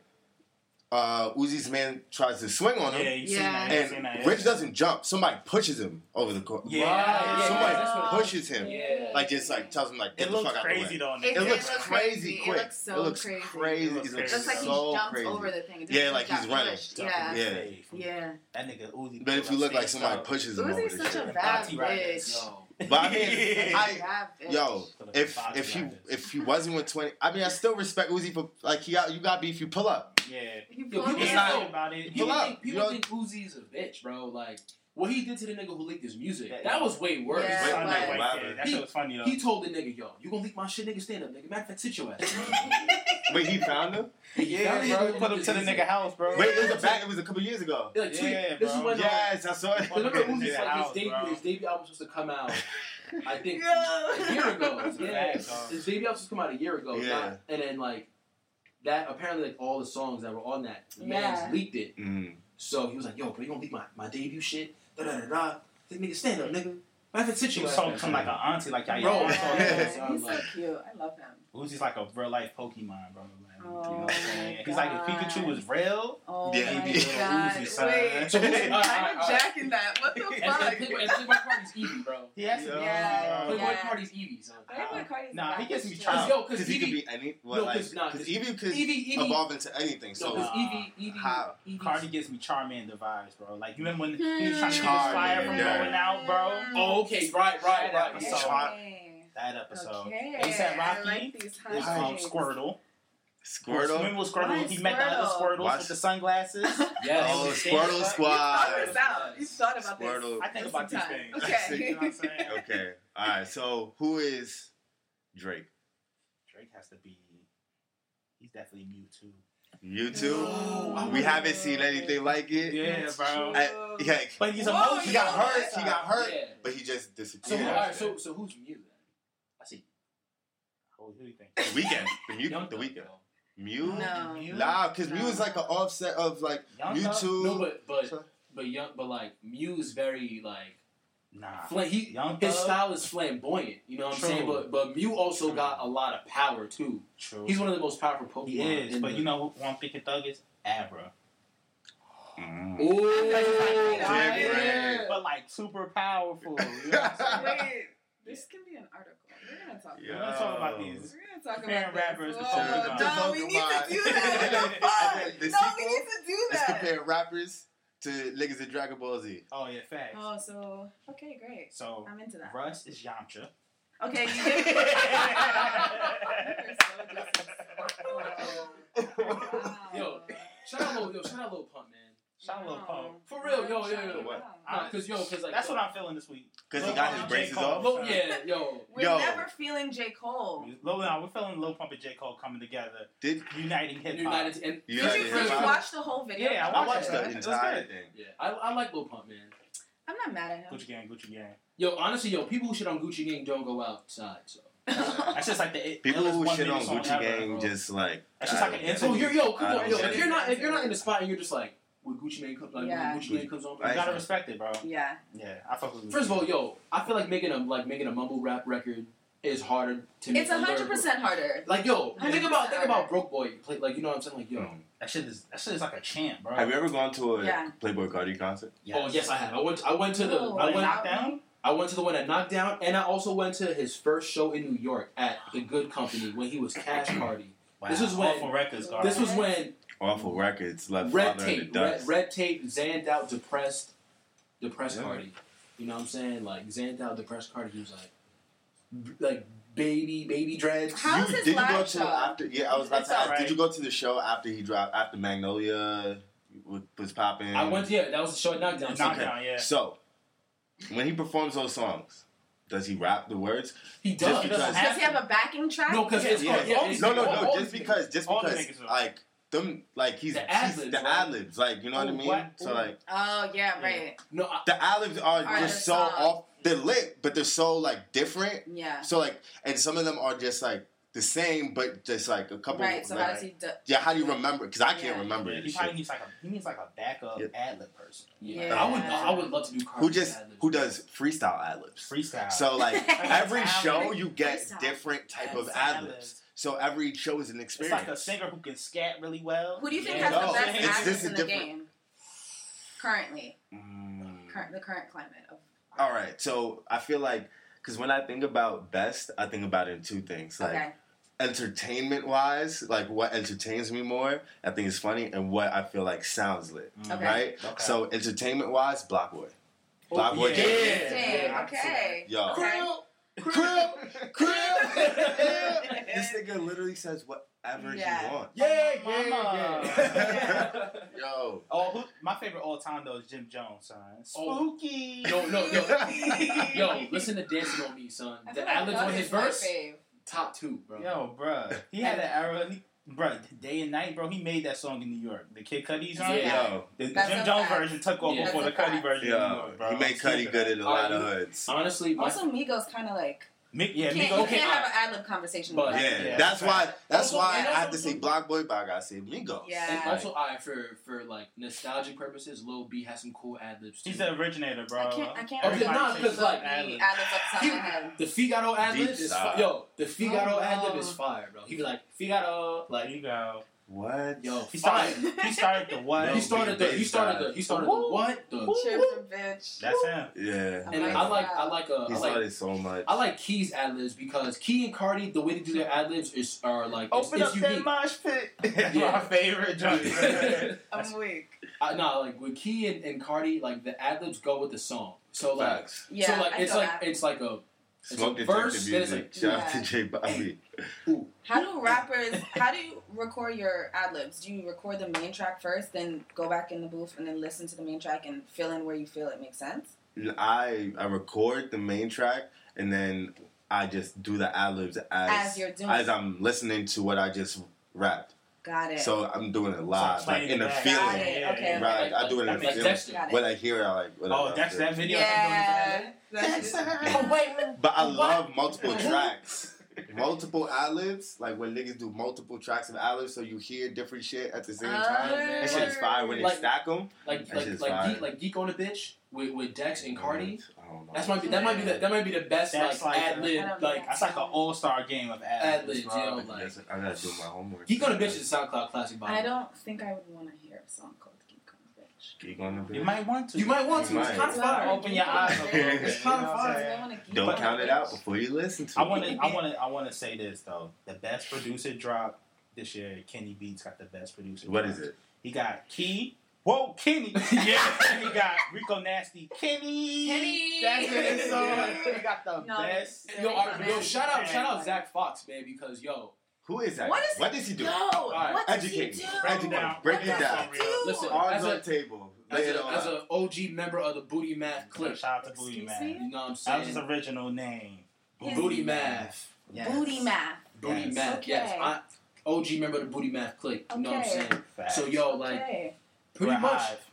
[SPEAKER 7] Uh, Uzi's man tries to swing on him,
[SPEAKER 3] Yeah, you seen
[SPEAKER 6] Yeah.
[SPEAKER 3] that. you seen
[SPEAKER 7] and
[SPEAKER 3] that.
[SPEAKER 7] Rich doesn't jump. Somebody pushes him over the court.
[SPEAKER 3] Yeah,
[SPEAKER 5] Right,
[SPEAKER 3] yeah,
[SPEAKER 7] Somebody
[SPEAKER 5] that's what-
[SPEAKER 7] pushes him,
[SPEAKER 5] Yeah.
[SPEAKER 7] like just like tells him like get
[SPEAKER 3] It
[SPEAKER 7] the fuck
[SPEAKER 3] looks
[SPEAKER 7] out the
[SPEAKER 3] crazy
[SPEAKER 7] way.
[SPEAKER 3] though. on the
[SPEAKER 6] It
[SPEAKER 7] It
[SPEAKER 3] camera.
[SPEAKER 6] did
[SPEAKER 7] looks
[SPEAKER 6] look
[SPEAKER 7] crazy
[SPEAKER 6] crazy. It
[SPEAKER 7] quick.
[SPEAKER 6] looks so crazy.
[SPEAKER 7] crazy.
[SPEAKER 3] It looks
[SPEAKER 7] It looks
[SPEAKER 6] Just like he
[SPEAKER 7] so
[SPEAKER 6] jumped
[SPEAKER 7] crazy.
[SPEAKER 6] over the thing. It
[SPEAKER 7] Yeah,
[SPEAKER 6] just
[SPEAKER 7] like
[SPEAKER 6] got
[SPEAKER 7] he's running.
[SPEAKER 6] pushed. Yeah.
[SPEAKER 7] Yeah.
[SPEAKER 6] Yeah.
[SPEAKER 3] That nigga Uzi.
[SPEAKER 7] But if you look like
[SPEAKER 3] stand
[SPEAKER 7] somebody
[SPEAKER 3] up.
[SPEAKER 7] pushes him over
[SPEAKER 6] Uzi's
[SPEAKER 7] the
[SPEAKER 6] such a
[SPEAKER 7] shit.
[SPEAKER 6] bad
[SPEAKER 3] Bounty riders.
[SPEAKER 6] bitch.
[SPEAKER 5] Yo,
[SPEAKER 7] But I mean, I,
[SPEAKER 6] Bad bitch.
[SPEAKER 7] Yo,
[SPEAKER 3] Like
[SPEAKER 7] if
[SPEAKER 3] five
[SPEAKER 7] if he
[SPEAKER 3] drivers.
[SPEAKER 7] if he wasn't with twenty, I mean, I still respect Uzi for like he got you got beef, you pull up.
[SPEAKER 3] Yeah.
[SPEAKER 6] You
[SPEAKER 5] Yo,
[SPEAKER 6] pull
[SPEAKER 5] he was
[SPEAKER 3] It's
[SPEAKER 6] me
[SPEAKER 5] not-
[SPEAKER 6] out.
[SPEAKER 3] not about it.
[SPEAKER 5] people
[SPEAKER 7] Pull up,
[SPEAKER 5] think,
[SPEAKER 7] you
[SPEAKER 5] people
[SPEAKER 7] know?
[SPEAKER 5] think Uzi's a bitch, bro. Like what he did to the nigga who leaked his music,
[SPEAKER 3] Yeah.
[SPEAKER 5] that was way worse.
[SPEAKER 6] Yeah,
[SPEAKER 3] It's
[SPEAKER 7] Wait,
[SPEAKER 3] on that
[SPEAKER 6] but-
[SPEAKER 3] white
[SPEAKER 7] Robert.
[SPEAKER 3] kid. That shit was funny though.
[SPEAKER 5] He told the nigga, yo, you gonna leak my shit, nigga, stand up, nigga. Matter of fact, sit your ass.
[SPEAKER 7] Wait, he found him.
[SPEAKER 5] Yeah, bro.
[SPEAKER 3] Put him to the nigga house, bro.
[SPEAKER 7] Wait, it was a back. It was a couple years ago.
[SPEAKER 5] Like, tweet-
[SPEAKER 3] Yeah,
[SPEAKER 5] this
[SPEAKER 3] bro.
[SPEAKER 5] is when uh,
[SPEAKER 7] Yes, I saw it.
[SPEAKER 5] Remember,
[SPEAKER 3] Yeah,
[SPEAKER 5] Uzi's
[SPEAKER 3] yeah,
[SPEAKER 5] like
[SPEAKER 3] house,
[SPEAKER 5] his debut,
[SPEAKER 3] bro.
[SPEAKER 5] his debut album was supposed to come out, I think
[SPEAKER 6] Yo.
[SPEAKER 5] a year ago.
[SPEAKER 3] That's a
[SPEAKER 5] Yeah,
[SPEAKER 3] fact, dog.
[SPEAKER 5] his baby album just come out a year ago.
[SPEAKER 7] Yeah.
[SPEAKER 5] not- and then like that, apparently like all the songs that were on that,
[SPEAKER 6] Yeah.
[SPEAKER 5] Mans leaked it.
[SPEAKER 7] Mm.
[SPEAKER 5] So he was like, "Yo, bro, you gonna leak my, my debut shit?" Da da da da. This nigga stand up, nigga. I haven't sent
[SPEAKER 3] She
[SPEAKER 5] you
[SPEAKER 3] was
[SPEAKER 5] last
[SPEAKER 3] talking
[SPEAKER 5] night.
[SPEAKER 3] to him like an auntie, like y'all.
[SPEAKER 5] Bro,
[SPEAKER 3] y'all talking.
[SPEAKER 6] Yeah,
[SPEAKER 5] so I'm
[SPEAKER 6] he's so
[SPEAKER 5] like-
[SPEAKER 6] cute. I love him.
[SPEAKER 3] Uzi's like a real life Pokemon, bro. Like, you know
[SPEAKER 6] Oh
[SPEAKER 3] what I'm saying?
[SPEAKER 6] my
[SPEAKER 3] He's like if
[SPEAKER 6] God.
[SPEAKER 3] Pikachu was real,
[SPEAKER 6] Oh
[SPEAKER 7] Yeah,
[SPEAKER 6] my
[SPEAKER 7] he did.
[SPEAKER 6] god.
[SPEAKER 3] Uzi, son.
[SPEAKER 6] Wait.
[SPEAKER 3] So who's- all right, all right,
[SPEAKER 6] I'm
[SPEAKER 3] all right.
[SPEAKER 6] jacking that. What the
[SPEAKER 3] And
[SPEAKER 5] And, and,
[SPEAKER 6] fuck?
[SPEAKER 5] Playboy- and Playboy Cardi's Evie, bro.
[SPEAKER 3] he has to be. uh,
[SPEAKER 6] Yeah,
[SPEAKER 3] bro.
[SPEAKER 5] Playboy
[SPEAKER 6] yeah.
[SPEAKER 5] Cardi's Evie, son.
[SPEAKER 6] Playboy Cardi's
[SPEAKER 3] Nah,
[SPEAKER 6] back
[SPEAKER 3] he gets me
[SPEAKER 6] with
[SPEAKER 3] tried.
[SPEAKER 5] Cause,
[SPEAKER 6] you.
[SPEAKER 5] yo, cause
[SPEAKER 7] Because he could
[SPEAKER 5] Evie,
[SPEAKER 7] be any. What,
[SPEAKER 5] No,
[SPEAKER 7] like,
[SPEAKER 5] 'cause not-
[SPEAKER 7] because Evie could
[SPEAKER 5] Evie, Evie,
[SPEAKER 7] evolve into anything.
[SPEAKER 5] no,
[SPEAKER 7] So
[SPEAKER 5] cause
[SPEAKER 3] uh,
[SPEAKER 5] Evie, Evie,
[SPEAKER 7] how?
[SPEAKER 5] Evie's-
[SPEAKER 3] Cardi gives me Charmander vibes, bro. Like you remember when he was trying to get his
[SPEAKER 7] Charmander.
[SPEAKER 3] fire from going out, bro?
[SPEAKER 6] Mm.
[SPEAKER 5] Oh, okay, right, right, right.
[SPEAKER 3] That
[SPEAKER 5] yeah.
[SPEAKER 3] episode.
[SPEAKER 6] Okay.
[SPEAKER 3] That episode.
[SPEAKER 6] Okay.
[SPEAKER 3] They said
[SPEAKER 6] I
[SPEAKER 3] Rocky
[SPEAKER 6] like these
[SPEAKER 3] was
[SPEAKER 7] Why?
[SPEAKER 3] um,
[SPEAKER 6] hijinks.
[SPEAKER 3] Squirtle.
[SPEAKER 7] Squirtle.
[SPEAKER 3] Remember when Squirtle?
[SPEAKER 6] Why
[SPEAKER 3] He met the other
[SPEAKER 6] Squirtle?
[SPEAKER 3] Squirtles
[SPEAKER 7] Watch-
[SPEAKER 3] with the sunglasses.
[SPEAKER 5] Yes.
[SPEAKER 7] Oh, Squirtle
[SPEAKER 6] thought
[SPEAKER 7] Squad.
[SPEAKER 6] this out. You thought about this.
[SPEAKER 7] Squirtle.
[SPEAKER 3] I think
[SPEAKER 6] This
[SPEAKER 3] about these
[SPEAKER 6] time.
[SPEAKER 3] things.
[SPEAKER 6] Okay.
[SPEAKER 3] you know what I'm saying?
[SPEAKER 7] Okay. All right. So who is Drake?
[SPEAKER 3] Drake has to be. He's definitely Mewtwo.
[SPEAKER 7] You too.
[SPEAKER 3] Oh, I
[SPEAKER 7] we
[SPEAKER 3] wouldn't-
[SPEAKER 7] haven't seen anything like it.
[SPEAKER 3] Yeah, bro.
[SPEAKER 7] I- yeah,
[SPEAKER 3] But he's a
[SPEAKER 6] Whoa,
[SPEAKER 3] Mewtwo.
[SPEAKER 7] he got hurt. He got hurt.
[SPEAKER 5] Yeah.
[SPEAKER 7] But he just
[SPEAKER 5] So,
[SPEAKER 7] disappeared.
[SPEAKER 5] who, all
[SPEAKER 3] Yeah.
[SPEAKER 5] right, so, so who's Mew then? I see.
[SPEAKER 3] Oh, who do you think?
[SPEAKER 7] the weekend. The, mu-
[SPEAKER 5] Young
[SPEAKER 7] the
[SPEAKER 5] Thug,
[SPEAKER 7] weekend.
[SPEAKER 5] though.
[SPEAKER 7] Mew.
[SPEAKER 6] No.
[SPEAKER 3] Mew?
[SPEAKER 7] Nah, because Mew
[SPEAKER 6] No.
[SPEAKER 7] is like an offset of like
[SPEAKER 3] Young
[SPEAKER 7] Mewtwo.
[SPEAKER 5] No, but but
[SPEAKER 7] So-
[SPEAKER 5] but young, but like Mew is very like
[SPEAKER 3] Nah.
[SPEAKER 5] flam- he,
[SPEAKER 3] Young
[SPEAKER 5] his
[SPEAKER 3] Thug?
[SPEAKER 5] style is flamboyant. You know what I'm
[SPEAKER 3] True.
[SPEAKER 5] saying? But but Mew also
[SPEAKER 3] True.
[SPEAKER 5] got a lot of power too.
[SPEAKER 3] True.
[SPEAKER 5] He's one of the most powerful Pokemon.
[SPEAKER 3] He is,
[SPEAKER 5] in
[SPEAKER 3] but
[SPEAKER 5] the-
[SPEAKER 3] you know who I'm thinking Thug is? Abra.
[SPEAKER 7] Mm.
[SPEAKER 5] Ooh,
[SPEAKER 6] Yeah,
[SPEAKER 5] yeah.
[SPEAKER 3] But like super powerful. You know what I'm saying?
[SPEAKER 6] Wait, this can be an article. We're gonna talk.
[SPEAKER 7] Yeah.
[SPEAKER 3] We're not talking about these.
[SPEAKER 6] We're gonna talk
[SPEAKER 3] Comparing
[SPEAKER 6] about
[SPEAKER 3] rappers to
[SPEAKER 6] This.
[SPEAKER 3] Pokemon.
[SPEAKER 6] Oh, no, we need to do that. What
[SPEAKER 7] And
[SPEAKER 6] the
[SPEAKER 7] then the
[SPEAKER 6] fuck? No, we
[SPEAKER 7] sequel
[SPEAKER 6] need to do
[SPEAKER 7] Let's
[SPEAKER 6] that.
[SPEAKER 7] compare rappers to niggas in Dragon Ball Z.
[SPEAKER 3] Oh yeah, facts.
[SPEAKER 6] Oh, so okay, great.
[SPEAKER 3] So
[SPEAKER 6] I'm into that.
[SPEAKER 3] Russ is Yamcha.
[SPEAKER 6] Okay, you get it. You're so disrespectful. Wow.
[SPEAKER 5] Yo. Shout out, Lil- yo, shout out, Lil Pump, man.
[SPEAKER 3] Shout out Lil Pump.
[SPEAKER 5] For real, yo, yo,
[SPEAKER 6] Shout
[SPEAKER 5] yo.
[SPEAKER 6] out.
[SPEAKER 7] What?
[SPEAKER 5] Nah, cause yo, cause like
[SPEAKER 3] That's
[SPEAKER 5] yo,
[SPEAKER 3] what I'm feeling this week.
[SPEAKER 7] Because he
[SPEAKER 3] Lil
[SPEAKER 7] got
[SPEAKER 3] Pump
[SPEAKER 7] his
[SPEAKER 3] and
[SPEAKER 7] braces
[SPEAKER 3] J. Cole.
[SPEAKER 7] off.
[SPEAKER 5] Lil- yeah, yo.
[SPEAKER 6] We're
[SPEAKER 7] Yo.
[SPEAKER 6] never feeling J. Cole.
[SPEAKER 3] Lil, nah, we're feeling Lil Pump and J. Cole coming together,
[SPEAKER 7] Did
[SPEAKER 3] uniting hip hop.
[SPEAKER 5] United and
[SPEAKER 7] You
[SPEAKER 6] Did
[SPEAKER 7] got
[SPEAKER 6] you,
[SPEAKER 7] it.
[SPEAKER 6] did you
[SPEAKER 7] Hip-hop.
[SPEAKER 6] watch the whole video?
[SPEAKER 3] Yeah,
[SPEAKER 7] I watched
[SPEAKER 3] that.
[SPEAKER 7] the
[SPEAKER 3] It was
[SPEAKER 7] entire
[SPEAKER 3] good.
[SPEAKER 7] thing.
[SPEAKER 5] yeah, I, I like Lil Pump, man.
[SPEAKER 6] I'm not mad at him.
[SPEAKER 3] Gucci Gang, Gucci Gang.
[SPEAKER 5] Yo, honestly, yo, people who shit on Gucci Gang don't go outside. So,
[SPEAKER 3] That's just like the
[SPEAKER 7] People
[SPEAKER 3] illest
[SPEAKER 7] who
[SPEAKER 3] one
[SPEAKER 7] shit on
[SPEAKER 3] minute song
[SPEAKER 7] Gucci
[SPEAKER 3] ever,
[SPEAKER 7] Gang
[SPEAKER 3] bro.
[SPEAKER 7] just like.
[SPEAKER 3] That's just
[SPEAKER 7] I
[SPEAKER 3] like an
[SPEAKER 7] don't
[SPEAKER 3] insult.
[SPEAKER 5] so
[SPEAKER 7] get it.
[SPEAKER 5] you're yo, come
[SPEAKER 7] I
[SPEAKER 5] on,
[SPEAKER 7] don't
[SPEAKER 5] yo.
[SPEAKER 7] get
[SPEAKER 5] If
[SPEAKER 7] it.
[SPEAKER 5] you're not if you're not in the spot and you're just like when Gucci Gang comes, like when
[SPEAKER 6] Yeah.
[SPEAKER 5] Gucci Gang comes on.
[SPEAKER 3] You
[SPEAKER 7] Right.
[SPEAKER 3] gotta respect it, bro.
[SPEAKER 6] Yeah.
[SPEAKER 3] Yeah, I fuck with. Gucci
[SPEAKER 5] First of all,
[SPEAKER 3] Gang.
[SPEAKER 5] yo, I feel like making a like making a mumble rap record is harder to make.
[SPEAKER 6] It's
[SPEAKER 5] a
[SPEAKER 6] hundred
[SPEAKER 5] lyrical-
[SPEAKER 6] percent harder.
[SPEAKER 5] Like yo, think
[SPEAKER 6] 100%
[SPEAKER 5] about think about
[SPEAKER 6] harder.
[SPEAKER 5] Broke Boy, like, like you know what I'm saying, like yo.
[SPEAKER 7] Mm.
[SPEAKER 3] that shit is that shit is like a chant, bro.
[SPEAKER 7] Have you ever gone to a
[SPEAKER 6] Yeah.
[SPEAKER 7] Playboy Cardi concert?
[SPEAKER 5] Oh yes, I have. I went I went to the
[SPEAKER 6] Oh,
[SPEAKER 5] I
[SPEAKER 3] I
[SPEAKER 5] went
[SPEAKER 3] knocked down.
[SPEAKER 5] I went to the one at Knockdown, and I also went to his first show in New York at the Good Company when he was Cash Party. This is when-
[SPEAKER 3] awful records. Guard.
[SPEAKER 5] This was when
[SPEAKER 7] Awful records left
[SPEAKER 5] red
[SPEAKER 7] father in
[SPEAKER 5] tape,
[SPEAKER 7] the
[SPEAKER 5] red,
[SPEAKER 7] dust.
[SPEAKER 5] red tape, Zanned out, depressed, depressed
[SPEAKER 7] Yeah.
[SPEAKER 5] Cardi. You know what I'm saying? Like Zanned out, depressed Cardi. He was like, b- like baby, baby dreads.
[SPEAKER 6] How is
[SPEAKER 7] you,
[SPEAKER 6] his
[SPEAKER 7] did you go
[SPEAKER 6] live
[SPEAKER 7] to
[SPEAKER 6] show?
[SPEAKER 7] after? Yeah, I was about
[SPEAKER 3] It's
[SPEAKER 7] to ask.
[SPEAKER 3] alright.
[SPEAKER 7] Did you go to the show after he dropped? After Magnolia w- was popping.
[SPEAKER 5] I went. Yeah, that was the show at Knockdown.
[SPEAKER 3] knockdown,
[SPEAKER 5] So
[SPEAKER 3] yeah.
[SPEAKER 7] So when he performs those songs, does he rap the words?
[SPEAKER 5] He
[SPEAKER 7] Just
[SPEAKER 5] does.
[SPEAKER 7] because-
[SPEAKER 6] Does he have a backing track?
[SPEAKER 5] No, 'cause it's-
[SPEAKER 7] Yeah.
[SPEAKER 5] yeah, it's-
[SPEAKER 7] no, no,
[SPEAKER 5] all-
[SPEAKER 7] no.
[SPEAKER 5] all
[SPEAKER 7] Just
[SPEAKER 5] these
[SPEAKER 7] because, just
[SPEAKER 3] all the
[SPEAKER 7] because,
[SPEAKER 3] niggas are-
[SPEAKER 7] like them, like he's
[SPEAKER 5] The
[SPEAKER 7] he's-
[SPEAKER 5] ad-libs,
[SPEAKER 7] the
[SPEAKER 5] right?
[SPEAKER 7] ad libs, like you know what I
[SPEAKER 3] Ooh,
[SPEAKER 7] mean.
[SPEAKER 3] what?
[SPEAKER 7] So
[SPEAKER 3] Ooh.
[SPEAKER 7] like
[SPEAKER 6] Oh yeah, right.
[SPEAKER 5] no, I,
[SPEAKER 7] the ad libs are
[SPEAKER 6] Are
[SPEAKER 7] just
[SPEAKER 6] the
[SPEAKER 7] so
[SPEAKER 6] songs.
[SPEAKER 7] off. They're lit, but they're so like different.
[SPEAKER 6] Yeah.
[SPEAKER 7] So like, and some of them are just like the same, but just like a couple.
[SPEAKER 6] Right. So
[SPEAKER 7] like-
[SPEAKER 6] how does he? Do-
[SPEAKER 7] yeah, how do you remember? Because I can't
[SPEAKER 6] Yeah.
[SPEAKER 7] remember
[SPEAKER 3] Yeah,
[SPEAKER 7] this
[SPEAKER 3] he
[SPEAKER 7] shit.
[SPEAKER 3] probably needs like a he needs like a backup
[SPEAKER 7] Yeah.
[SPEAKER 3] ad lib person.
[SPEAKER 5] yeah.
[SPEAKER 6] Yeah.
[SPEAKER 5] I would. I would love to do. Cardi
[SPEAKER 7] Who just
[SPEAKER 5] ad-libs.
[SPEAKER 7] who does freestyle ad libs?
[SPEAKER 3] Freestyle.
[SPEAKER 7] So like every
[SPEAKER 3] Freestyle.
[SPEAKER 7] show you get
[SPEAKER 6] Freestyle.
[SPEAKER 7] different type of
[SPEAKER 3] Freestyle
[SPEAKER 7] ad
[SPEAKER 3] ad-libs.
[SPEAKER 7] libs. So every show is an
[SPEAKER 3] it's like
[SPEAKER 7] experience.
[SPEAKER 3] a singer who can scat really well.
[SPEAKER 6] who do you think
[SPEAKER 5] Yeah,
[SPEAKER 6] has
[SPEAKER 7] no,
[SPEAKER 6] the best
[SPEAKER 7] it's-
[SPEAKER 6] actress
[SPEAKER 7] this is
[SPEAKER 6] in the
[SPEAKER 7] different.
[SPEAKER 6] game currently?
[SPEAKER 7] Mm.
[SPEAKER 6] Current the current climate of.
[SPEAKER 7] All right, so I feel like because when I think about best, I think about it in two things, like
[SPEAKER 6] Okay.
[SPEAKER 7] entertainment wise, like what entertains me more, I think is funny, and what I feel like sounds lit,
[SPEAKER 6] Mm-hmm. Okay.
[SPEAKER 7] right?
[SPEAKER 3] Okay.
[SPEAKER 7] So entertainment wise, Block Boy,
[SPEAKER 5] Oh,
[SPEAKER 7] Block Boy,
[SPEAKER 3] yeah.
[SPEAKER 7] Jackson.
[SPEAKER 6] Dang,
[SPEAKER 3] I can see
[SPEAKER 6] okay.
[SPEAKER 7] yo,
[SPEAKER 6] Okay.
[SPEAKER 7] Crip, Crip, yeah. This nigga literally says whatever
[SPEAKER 6] Yeah.
[SPEAKER 7] he wants.
[SPEAKER 3] Yeah,
[SPEAKER 5] yeah,
[SPEAKER 7] yeah. Yo,
[SPEAKER 3] Oh, who, my favorite all time though is Jim Jones, son.
[SPEAKER 5] Oh.
[SPEAKER 3] Spooky.
[SPEAKER 5] No, no, yo, yo! Listen to "Dancing on Me,son.
[SPEAKER 6] I feel
[SPEAKER 5] The
[SPEAKER 6] like
[SPEAKER 5] ad libs
[SPEAKER 6] Doug
[SPEAKER 5] on his
[SPEAKER 6] is my
[SPEAKER 5] verse,
[SPEAKER 6] fave.
[SPEAKER 5] top two, bro.
[SPEAKER 3] Yo, bruh. He had an era. He, Bro, day and night, bro. He made that song in New York. The Kid Cudi's on.
[SPEAKER 6] Yeah.
[SPEAKER 7] Yo,
[SPEAKER 3] The
[SPEAKER 6] That's
[SPEAKER 3] Jim
[SPEAKER 6] a
[SPEAKER 3] Jones
[SPEAKER 6] fact.
[SPEAKER 3] version took off
[SPEAKER 5] Yeah.
[SPEAKER 3] before the
[SPEAKER 6] That's a
[SPEAKER 3] Cudi
[SPEAKER 6] fact.
[SPEAKER 3] version. in New
[SPEAKER 7] yo,
[SPEAKER 3] York, bro.
[SPEAKER 7] he made Cuddy good in a lot of hoods.
[SPEAKER 5] Honestly, my,
[SPEAKER 6] Also, Migos kind of like
[SPEAKER 3] Mi- yeah,
[SPEAKER 6] you can't,
[SPEAKER 3] Migos.
[SPEAKER 6] you can't have an ad lib conversation.
[SPEAKER 5] But-
[SPEAKER 6] with
[SPEAKER 7] Yeah,
[SPEAKER 6] us.
[SPEAKER 3] Yeah,
[SPEAKER 7] that's why. That's
[SPEAKER 5] Also,
[SPEAKER 7] why
[SPEAKER 5] and
[SPEAKER 7] I
[SPEAKER 5] also-
[SPEAKER 7] have to say Block Boy, but I gotta say Migos.
[SPEAKER 6] Yeah.
[SPEAKER 5] and also, I for for like nostalgic purposes, Lil B has some cool ad libs too.
[SPEAKER 3] He's the originator, bro.
[SPEAKER 6] I can't. I can't.
[SPEAKER 5] Okay,
[SPEAKER 6] remember
[SPEAKER 5] nah,
[SPEAKER 6] the
[SPEAKER 5] 'cause, like,
[SPEAKER 6] ad libs
[SPEAKER 3] ad-lib.
[SPEAKER 6] off the top of my head.
[SPEAKER 5] the Figaro ad lib
[SPEAKER 7] Deep
[SPEAKER 5] is
[SPEAKER 7] side.
[SPEAKER 5] fi- yo. The Figaro
[SPEAKER 6] Oh,
[SPEAKER 5] ad lib
[SPEAKER 6] no.
[SPEAKER 5] is fire, bro. He be like Figaro,
[SPEAKER 3] There
[SPEAKER 5] like
[SPEAKER 3] you go.
[SPEAKER 7] What?
[SPEAKER 5] yo,
[SPEAKER 3] He
[SPEAKER 5] fire.
[SPEAKER 3] started. he started the what?
[SPEAKER 7] No,
[SPEAKER 5] He started the he started the he started the
[SPEAKER 3] Woo.
[SPEAKER 5] what the
[SPEAKER 6] Tripped bitch.
[SPEAKER 3] That's him.
[SPEAKER 7] Yeah.
[SPEAKER 5] and I like I like uh
[SPEAKER 7] He
[SPEAKER 5] I like
[SPEAKER 7] started so much.
[SPEAKER 5] I like Key's ad libs because Key and Cardi the way they do their ad libs is are like it's,
[SPEAKER 3] Open
[SPEAKER 5] it's
[SPEAKER 3] up
[SPEAKER 5] unique.
[SPEAKER 3] that mosh pit.
[SPEAKER 5] Yeah.
[SPEAKER 3] My favorite joint.
[SPEAKER 6] I'm weak.
[SPEAKER 5] I, no, Uh, like with Key and, and Cardi, like the ad libs go with the song. So like
[SPEAKER 7] Facts.
[SPEAKER 6] Yeah.
[SPEAKER 5] so like
[SPEAKER 6] I
[SPEAKER 5] it's
[SPEAKER 6] feel
[SPEAKER 5] like
[SPEAKER 6] that.
[SPEAKER 5] it's like a it's
[SPEAKER 7] Smoke
[SPEAKER 5] a
[SPEAKER 7] detector
[SPEAKER 5] verse. Then it's
[SPEAKER 7] music.
[SPEAKER 5] like
[SPEAKER 7] Shout out to
[SPEAKER 6] Yeah.
[SPEAKER 7] J Bobby.
[SPEAKER 6] How do rappers? How do you record your ad libs? Do you record the main track first, then go back in the booth and then listen to the main track and fill in where you feel it makes sense?
[SPEAKER 7] I I record the main track and then I just do the ad libs as
[SPEAKER 6] As you're doing
[SPEAKER 7] as
[SPEAKER 6] it.
[SPEAKER 7] I'm listening to what I just rapped.
[SPEAKER 6] Got it.
[SPEAKER 7] So I'm doing it live, like in the
[SPEAKER 3] Got
[SPEAKER 6] Got
[SPEAKER 7] feeling.
[SPEAKER 6] it. Okay.
[SPEAKER 7] Right, I do it in
[SPEAKER 3] That
[SPEAKER 7] the
[SPEAKER 3] makes
[SPEAKER 7] feeling.
[SPEAKER 5] sense.
[SPEAKER 6] Got it.
[SPEAKER 7] When I hear it, I like. Whatever
[SPEAKER 3] Oh, that's that video.
[SPEAKER 6] yeah. That's
[SPEAKER 5] oh wait,
[SPEAKER 7] But I
[SPEAKER 5] What?
[SPEAKER 7] love multiple tracks. multiple ad libs, like when niggas do multiple tracks of ad libs, so you hear different shit at the same
[SPEAKER 6] Oh,
[SPEAKER 7] time. That shit is fire when they
[SPEAKER 5] Like-
[SPEAKER 7] stack them.
[SPEAKER 5] like
[SPEAKER 7] That
[SPEAKER 5] like
[SPEAKER 7] shit's
[SPEAKER 5] like
[SPEAKER 7] fire.
[SPEAKER 5] geek, like geek on the bitch with with Dex and Cardi.
[SPEAKER 7] I don't know.
[SPEAKER 5] That's might be that might be the that might be the best
[SPEAKER 3] That's
[SPEAKER 5] like
[SPEAKER 3] like-
[SPEAKER 5] ad lib
[SPEAKER 6] I don't
[SPEAKER 5] like
[SPEAKER 6] know.
[SPEAKER 3] That's like an all star game of ad
[SPEAKER 5] Ad-libs,
[SPEAKER 3] libs.
[SPEAKER 5] yeah.
[SPEAKER 7] I
[SPEAKER 5] like-
[SPEAKER 7] guess I gotta do my homework.
[SPEAKER 5] geek on the bitch is a SoundCloud classic. By
[SPEAKER 6] I
[SPEAKER 5] the way.
[SPEAKER 6] don't think I would want to hear a song called "Geek on the Bitch."
[SPEAKER 7] Geek on the
[SPEAKER 3] You
[SPEAKER 7] bitch.
[SPEAKER 3] might want to.
[SPEAKER 5] You might want to. It's
[SPEAKER 7] Right.
[SPEAKER 5] kind of fire.
[SPEAKER 3] Open your eyes. A little bit,
[SPEAKER 7] It's
[SPEAKER 3] you know what
[SPEAKER 5] kinda
[SPEAKER 3] I'm
[SPEAKER 5] fun.
[SPEAKER 3] saying?
[SPEAKER 6] I want to geek
[SPEAKER 7] Don't
[SPEAKER 6] on
[SPEAKER 7] count
[SPEAKER 6] the
[SPEAKER 7] it out
[SPEAKER 6] bitch.
[SPEAKER 7] before you listen to
[SPEAKER 3] I
[SPEAKER 7] it.
[SPEAKER 3] want to. I want to. I want to say this though. The best producer drop this year. Kenny Beats got the best producer.
[SPEAKER 7] What
[SPEAKER 3] drop.
[SPEAKER 7] is it?
[SPEAKER 3] He got Key. Whoa, Kenny. yeah. And he got Rico Nasty. Kenny.
[SPEAKER 6] Kenny.
[SPEAKER 3] That's it. So he got the
[SPEAKER 6] No,
[SPEAKER 3] best.
[SPEAKER 6] it's-
[SPEAKER 5] Yo, I- yo, shout out,
[SPEAKER 3] Yeah.
[SPEAKER 5] shout out Zach Fox, man, because yo,
[SPEAKER 7] Who is that?
[SPEAKER 6] What is
[SPEAKER 7] what does he do?
[SPEAKER 6] Yo,
[SPEAKER 5] right,
[SPEAKER 6] what does
[SPEAKER 7] educate
[SPEAKER 6] he
[SPEAKER 7] me.
[SPEAKER 6] do?
[SPEAKER 7] Break it down. Break it
[SPEAKER 6] What does
[SPEAKER 7] down.
[SPEAKER 6] he do?
[SPEAKER 5] Listen,
[SPEAKER 7] Arms
[SPEAKER 5] As a-
[SPEAKER 7] on table. uh,
[SPEAKER 5] as
[SPEAKER 7] Lay it
[SPEAKER 5] a,
[SPEAKER 7] on.
[SPEAKER 5] as a OG member of the Booty Math clip,
[SPEAKER 3] Shout out to Booty
[SPEAKER 6] Excuse
[SPEAKER 3] Man.
[SPEAKER 6] me?
[SPEAKER 5] you know what I'm
[SPEAKER 3] That was
[SPEAKER 5] saying?
[SPEAKER 3] his original name.
[SPEAKER 6] His-
[SPEAKER 5] Booty Math,
[SPEAKER 3] Yes.
[SPEAKER 6] Booty math.
[SPEAKER 5] Booty
[SPEAKER 3] Yes.
[SPEAKER 5] Math, yes,
[SPEAKER 6] Okay.
[SPEAKER 5] I, OG member of the Booty Math clip. You know what I'm
[SPEAKER 6] Okay.
[SPEAKER 5] saying?
[SPEAKER 3] Facts.
[SPEAKER 5] So yo, like
[SPEAKER 6] Okay.
[SPEAKER 5] pretty
[SPEAKER 3] We're
[SPEAKER 5] much,
[SPEAKER 3] hive.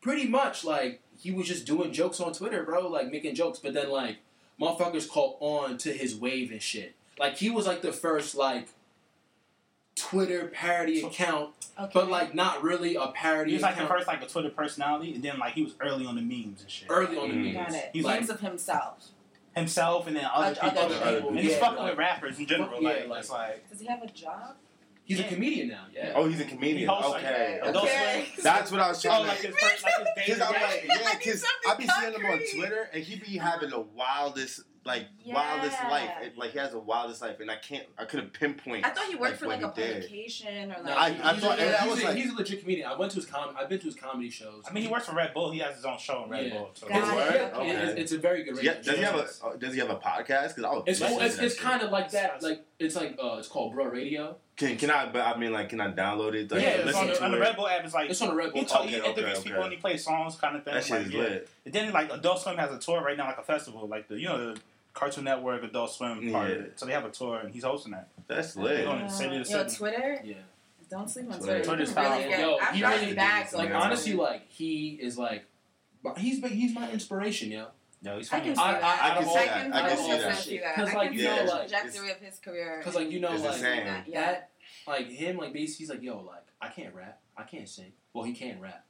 [SPEAKER 5] pretty much like he was just doing jokes on Twitter, bro, like making jokes, but then like motherfuckers caught on to his wave and shit. Like he was like the first like Twitter parody account,
[SPEAKER 6] Okay.
[SPEAKER 5] but like not really a parody
[SPEAKER 3] He was like the
[SPEAKER 5] account
[SPEAKER 3] first like a Twitter personality, and then like he was early on the memes and shit.
[SPEAKER 5] early on
[SPEAKER 7] Mm.
[SPEAKER 5] the
[SPEAKER 6] Got
[SPEAKER 5] news.
[SPEAKER 6] it.
[SPEAKER 3] He's
[SPEAKER 6] He's
[SPEAKER 5] like-
[SPEAKER 6] of himself.
[SPEAKER 3] Himself and then other
[SPEAKER 6] Other
[SPEAKER 3] people.
[SPEAKER 7] people,
[SPEAKER 3] And he's
[SPEAKER 7] yeah.
[SPEAKER 3] fucking with rappers in general.
[SPEAKER 5] Yeah,
[SPEAKER 3] like,
[SPEAKER 5] like-
[SPEAKER 3] it's like
[SPEAKER 6] Does he have a job?
[SPEAKER 5] He's a comedian now, yeah.
[SPEAKER 7] oh, he's a
[SPEAKER 3] he
[SPEAKER 7] comedian.
[SPEAKER 3] hosts like
[SPEAKER 7] Okay.
[SPEAKER 6] Oh,
[SPEAKER 3] Adult
[SPEAKER 7] okay.
[SPEAKER 6] Okay.
[SPEAKER 3] Swim.
[SPEAKER 7] That's what I was
[SPEAKER 3] Oh,
[SPEAKER 7] trying
[SPEAKER 3] like
[SPEAKER 7] to.
[SPEAKER 3] his first, like his
[SPEAKER 7] Cause
[SPEAKER 3] day-to-day.
[SPEAKER 7] I'm like, yeah,
[SPEAKER 6] I need
[SPEAKER 7] cause
[SPEAKER 6] something
[SPEAKER 7] I be seeing him on
[SPEAKER 6] concrete.
[SPEAKER 7] Twitter, and he be having the wildest, like
[SPEAKER 6] Yeah.
[SPEAKER 7] wildest life. It- Like he has the wildest life, and I can't, I couldn't pinpoint.
[SPEAKER 6] I thought he worked for
[SPEAKER 7] what
[SPEAKER 6] like a
[SPEAKER 7] he did.
[SPEAKER 6] publication or
[SPEAKER 5] Nah,
[SPEAKER 6] like.
[SPEAKER 7] I-
[SPEAKER 5] he's,
[SPEAKER 7] I thought-
[SPEAKER 5] a,
[SPEAKER 7] and I
[SPEAKER 5] he's
[SPEAKER 7] was
[SPEAKER 5] a-
[SPEAKER 7] like-
[SPEAKER 5] he's a legit comedian. I went to his com- I've been to his comedy shows.
[SPEAKER 3] I mean, he works for Red Bull. He has his own show on Red
[SPEAKER 5] Yeah.
[SPEAKER 3] Bull. So
[SPEAKER 6] Got
[SPEAKER 3] it's
[SPEAKER 6] it.
[SPEAKER 3] like-
[SPEAKER 5] It- it's, it's a very good.
[SPEAKER 7] Yeah,
[SPEAKER 5] radio
[SPEAKER 7] does he
[SPEAKER 5] show.
[SPEAKER 7] have a uh, Does he have a podcast? Because I would.
[SPEAKER 5] It's
[SPEAKER 7] listen
[SPEAKER 5] cool.
[SPEAKER 7] to
[SPEAKER 5] It's,
[SPEAKER 7] that
[SPEAKER 5] it's
[SPEAKER 7] shit.
[SPEAKER 5] kind of like that. Like it's like uh, it's called Bro Radio.
[SPEAKER 7] Can can I? But I mean, like, can I download it? Like,
[SPEAKER 3] yeah, it's
[SPEAKER 7] listen
[SPEAKER 3] on, the,
[SPEAKER 7] to
[SPEAKER 3] on the
[SPEAKER 7] it.
[SPEAKER 3] Red Bull app. It's like
[SPEAKER 5] It's on a Red
[SPEAKER 3] he,
[SPEAKER 5] Bull.
[SPEAKER 3] told, he
[SPEAKER 7] Okay,
[SPEAKER 3] interviews
[SPEAKER 7] okay,
[SPEAKER 3] people
[SPEAKER 7] okay.
[SPEAKER 3] and he plays songs, kind
[SPEAKER 5] Oh
[SPEAKER 3] of thing.
[SPEAKER 7] That shit
[SPEAKER 3] like,
[SPEAKER 7] is
[SPEAKER 3] yeah.
[SPEAKER 7] lit.
[SPEAKER 3] And then like Adult Swim has a tour right now, like a festival, like the you know the Cartoon Network Adult Swim part. of
[SPEAKER 7] Yeah.
[SPEAKER 3] it. So they have a tour, and he's hosting that.
[SPEAKER 7] That's
[SPEAKER 3] They're
[SPEAKER 7] lit.
[SPEAKER 3] gonna send you
[SPEAKER 6] uh, yo,
[SPEAKER 3] the second-
[SPEAKER 6] Twitter.
[SPEAKER 5] Yeah.
[SPEAKER 6] Don't sleep on
[SPEAKER 7] Twitter.
[SPEAKER 6] Twitter.
[SPEAKER 3] Twitter's
[SPEAKER 6] You can really
[SPEAKER 3] powerful.
[SPEAKER 6] get-
[SPEAKER 5] Yo,
[SPEAKER 6] I'm
[SPEAKER 5] he
[SPEAKER 6] dropping
[SPEAKER 5] really-
[SPEAKER 6] bags. on
[SPEAKER 5] Like
[SPEAKER 7] Yeah.
[SPEAKER 6] Twitter.
[SPEAKER 5] honestly, like he is like, but he's but he's my inspiration, yo.
[SPEAKER 3] No, he's
[SPEAKER 6] I
[SPEAKER 3] funny.
[SPEAKER 6] can
[SPEAKER 5] I I,
[SPEAKER 7] I can
[SPEAKER 5] all
[SPEAKER 7] see
[SPEAKER 5] that,
[SPEAKER 7] that. I can
[SPEAKER 5] all
[SPEAKER 7] see
[SPEAKER 5] that
[SPEAKER 7] that.
[SPEAKER 5] shit.
[SPEAKER 6] I
[SPEAKER 5] Cause
[SPEAKER 6] can
[SPEAKER 5] like you
[SPEAKER 6] see
[SPEAKER 5] know
[SPEAKER 7] that.
[SPEAKER 6] the
[SPEAKER 5] like
[SPEAKER 6] trajectory of his career.
[SPEAKER 5] cause like you know
[SPEAKER 7] It's the
[SPEAKER 5] like
[SPEAKER 7] same.
[SPEAKER 6] Not yet.
[SPEAKER 5] that like him like basically he's like yo like I can't rap I can't sing well he can rap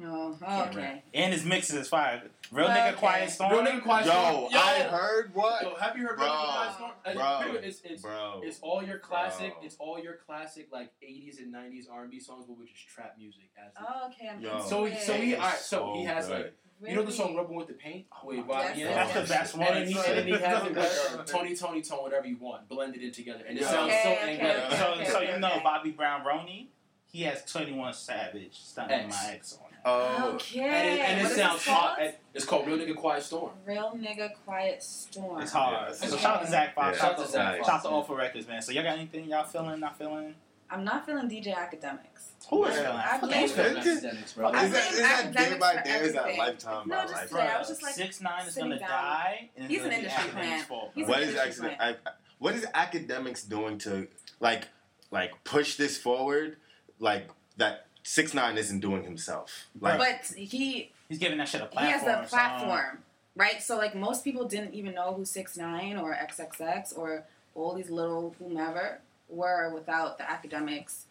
[SPEAKER 6] Oh,
[SPEAKER 5] Can't
[SPEAKER 6] okay.
[SPEAKER 3] and his mixes is fire. Real nigga,
[SPEAKER 6] Okay.
[SPEAKER 3] quiet storm.
[SPEAKER 5] real nigga quiet
[SPEAKER 7] Yo,
[SPEAKER 5] storm
[SPEAKER 7] I heard
[SPEAKER 5] yo
[SPEAKER 7] what,
[SPEAKER 5] have you heard
[SPEAKER 7] Bro.
[SPEAKER 5] real nigga quiet storm Uh,
[SPEAKER 7] Bro.
[SPEAKER 5] pretty much it's it's
[SPEAKER 7] bro.
[SPEAKER 5] it's all your classic
[SPEAKER 7] Bro.
[SPEAKER 5] it's all your classic like 80s and 90s R&B songs but with just trap music as the-
[SPEAKER 6] Oh, okay. I'm
[SPEAKER 7] Yo.
[SPEAKER 5] so he so he
[SPEAKER 7] It's
[SPEAKER 5] all right so he
[SPEAKER 7] so
[SPEAKER 5] has
[SPEAKER 7] good. Oh
[SPEAKER 5] like you know the song
[SPEAKER 6] Really?
[SPEAKER 5] "Rubbing with the Paint" with
[SPEAKER 3] my
[SPEAKER 5] Rob
[SPEAKER 6] Oh, God.
[SPEAKER 5] Ian?
[SPEAKER 3] That's the best one.
[SPEAKER 5] And then he,
[SPEAKER 7] Right.
[SPEAKER 5] and then he has it with uh, Tony, Tony, Tone, whatever you want, blended in together, and it
[SPEAKER 7] Yeah.
[SPEAKER 5] sounds so
[SPEAKER 6] Okay,
[SPEAKER 5] angelic.
[SPEAKER 7] okay.
[SPEAKER 3] So, so you
[SPEAKER 6] okay,
[SPEAKER 3] know
[SPEAKER 6] okay.
[SPEAKER 3] Bobby Brown Roney, he has Twenty One Savage stunning
[SPEAKER 5] X.
[SPEAKER 3] my ex on. it.
[SPEAKER 7] Oh,
[SPEAKER 6] Okay.
[SPEAKER 5] And it, and it
[SPEAKER 6] What is
[SPEAKER 5] sounds
[SPEAKER 6] called?
[SPEAKER 5] hot. And It's called "Real Nigga Quiet Storm."
[SPEAKER 6] Real nigga, quiet storm.
[SPEAKER 3] It's hard.
[SPEAKER 7] Yes.
[SPEAKER 3] So shout out to Zach Fox.
[SPEAKER 7] Yeah.
[SPEAKER 3] Shout out to
[SPEAKER 5] Shout out to Zach
[SPEAKER 3] Shout out
[SPEAKER 5] Fox,
[SPEAKER 3] to
[SPEAKER 5] man.
[SPEAKER 3] All for Records, man. So y'all got anything y'all feeling? Not feeling?
[SPEAKER 6] I'm not feeling DJ academics.
[SPEAKER 3] Who is
[SPEAKER 7] Yeah.
[SPEAKER 3] feeling?
[SPEAKER 6] I
[SPEAKER 3] Fuck
[SPEAKER 6] blame-
[SPEAKER 5] Those
[SPEAKER 3] that shit.
[SPEAKER 5] film academics, bro.
[SPEAKER 3] Okay.
[SPEAKER 7] is that, is that
[SPEAKER 6] Academics
[SPEAKER 7] day by day?
[SPEAKER 6] for
[SPEAKER 7] or Is that
[SPEAKER 6] everything.
[SPEAKER 7] lifetime
[SPEAKER 6] No,
[SPEAKER 7] by
[SPEAKER 6] just
[SPEAKER 7] lifetime?
[SPEAKER 6] today, I was just like
[SPEAKER 3] six nine is
[SPEAKER 6] sitting
[SPEAKER 3] gonna
[SPEAKER 6] down.
[SPEAKER 3] die. And it's
[SPEAKER 6] He's
[SPEAKER 3] gonna
[SPEAKER 6] an
[SPEAKER 3] be
[SPEAKER 6] industry
[SPEAKER 3] Academics'
[SPEAKER 6] plant.
[SPEAKER 3] fault,
[SPEAKER 6] He's
[SPEAKER 3] bro.
[SPEAKER 7] what
[SPEAKER 6] an
[SPEAKER 7] is
[SPEAKER 6] industry
[SPEAKER 7] accident? I, what is academics doing to like like push this forward, like that six nine isn't doing himself. Like
[SPEAKER 6] But he
[SPEAKER 3] He's giving that shit a
[SPEAKER 6] he
[SPEAKER 3] platform.
[SPEAKER 6] has a
[SPEAKER 3] so-
[SPEAKER 6] platform, right? So like most people didn't even know who six nine or XXX or all these little whomever were without the academics,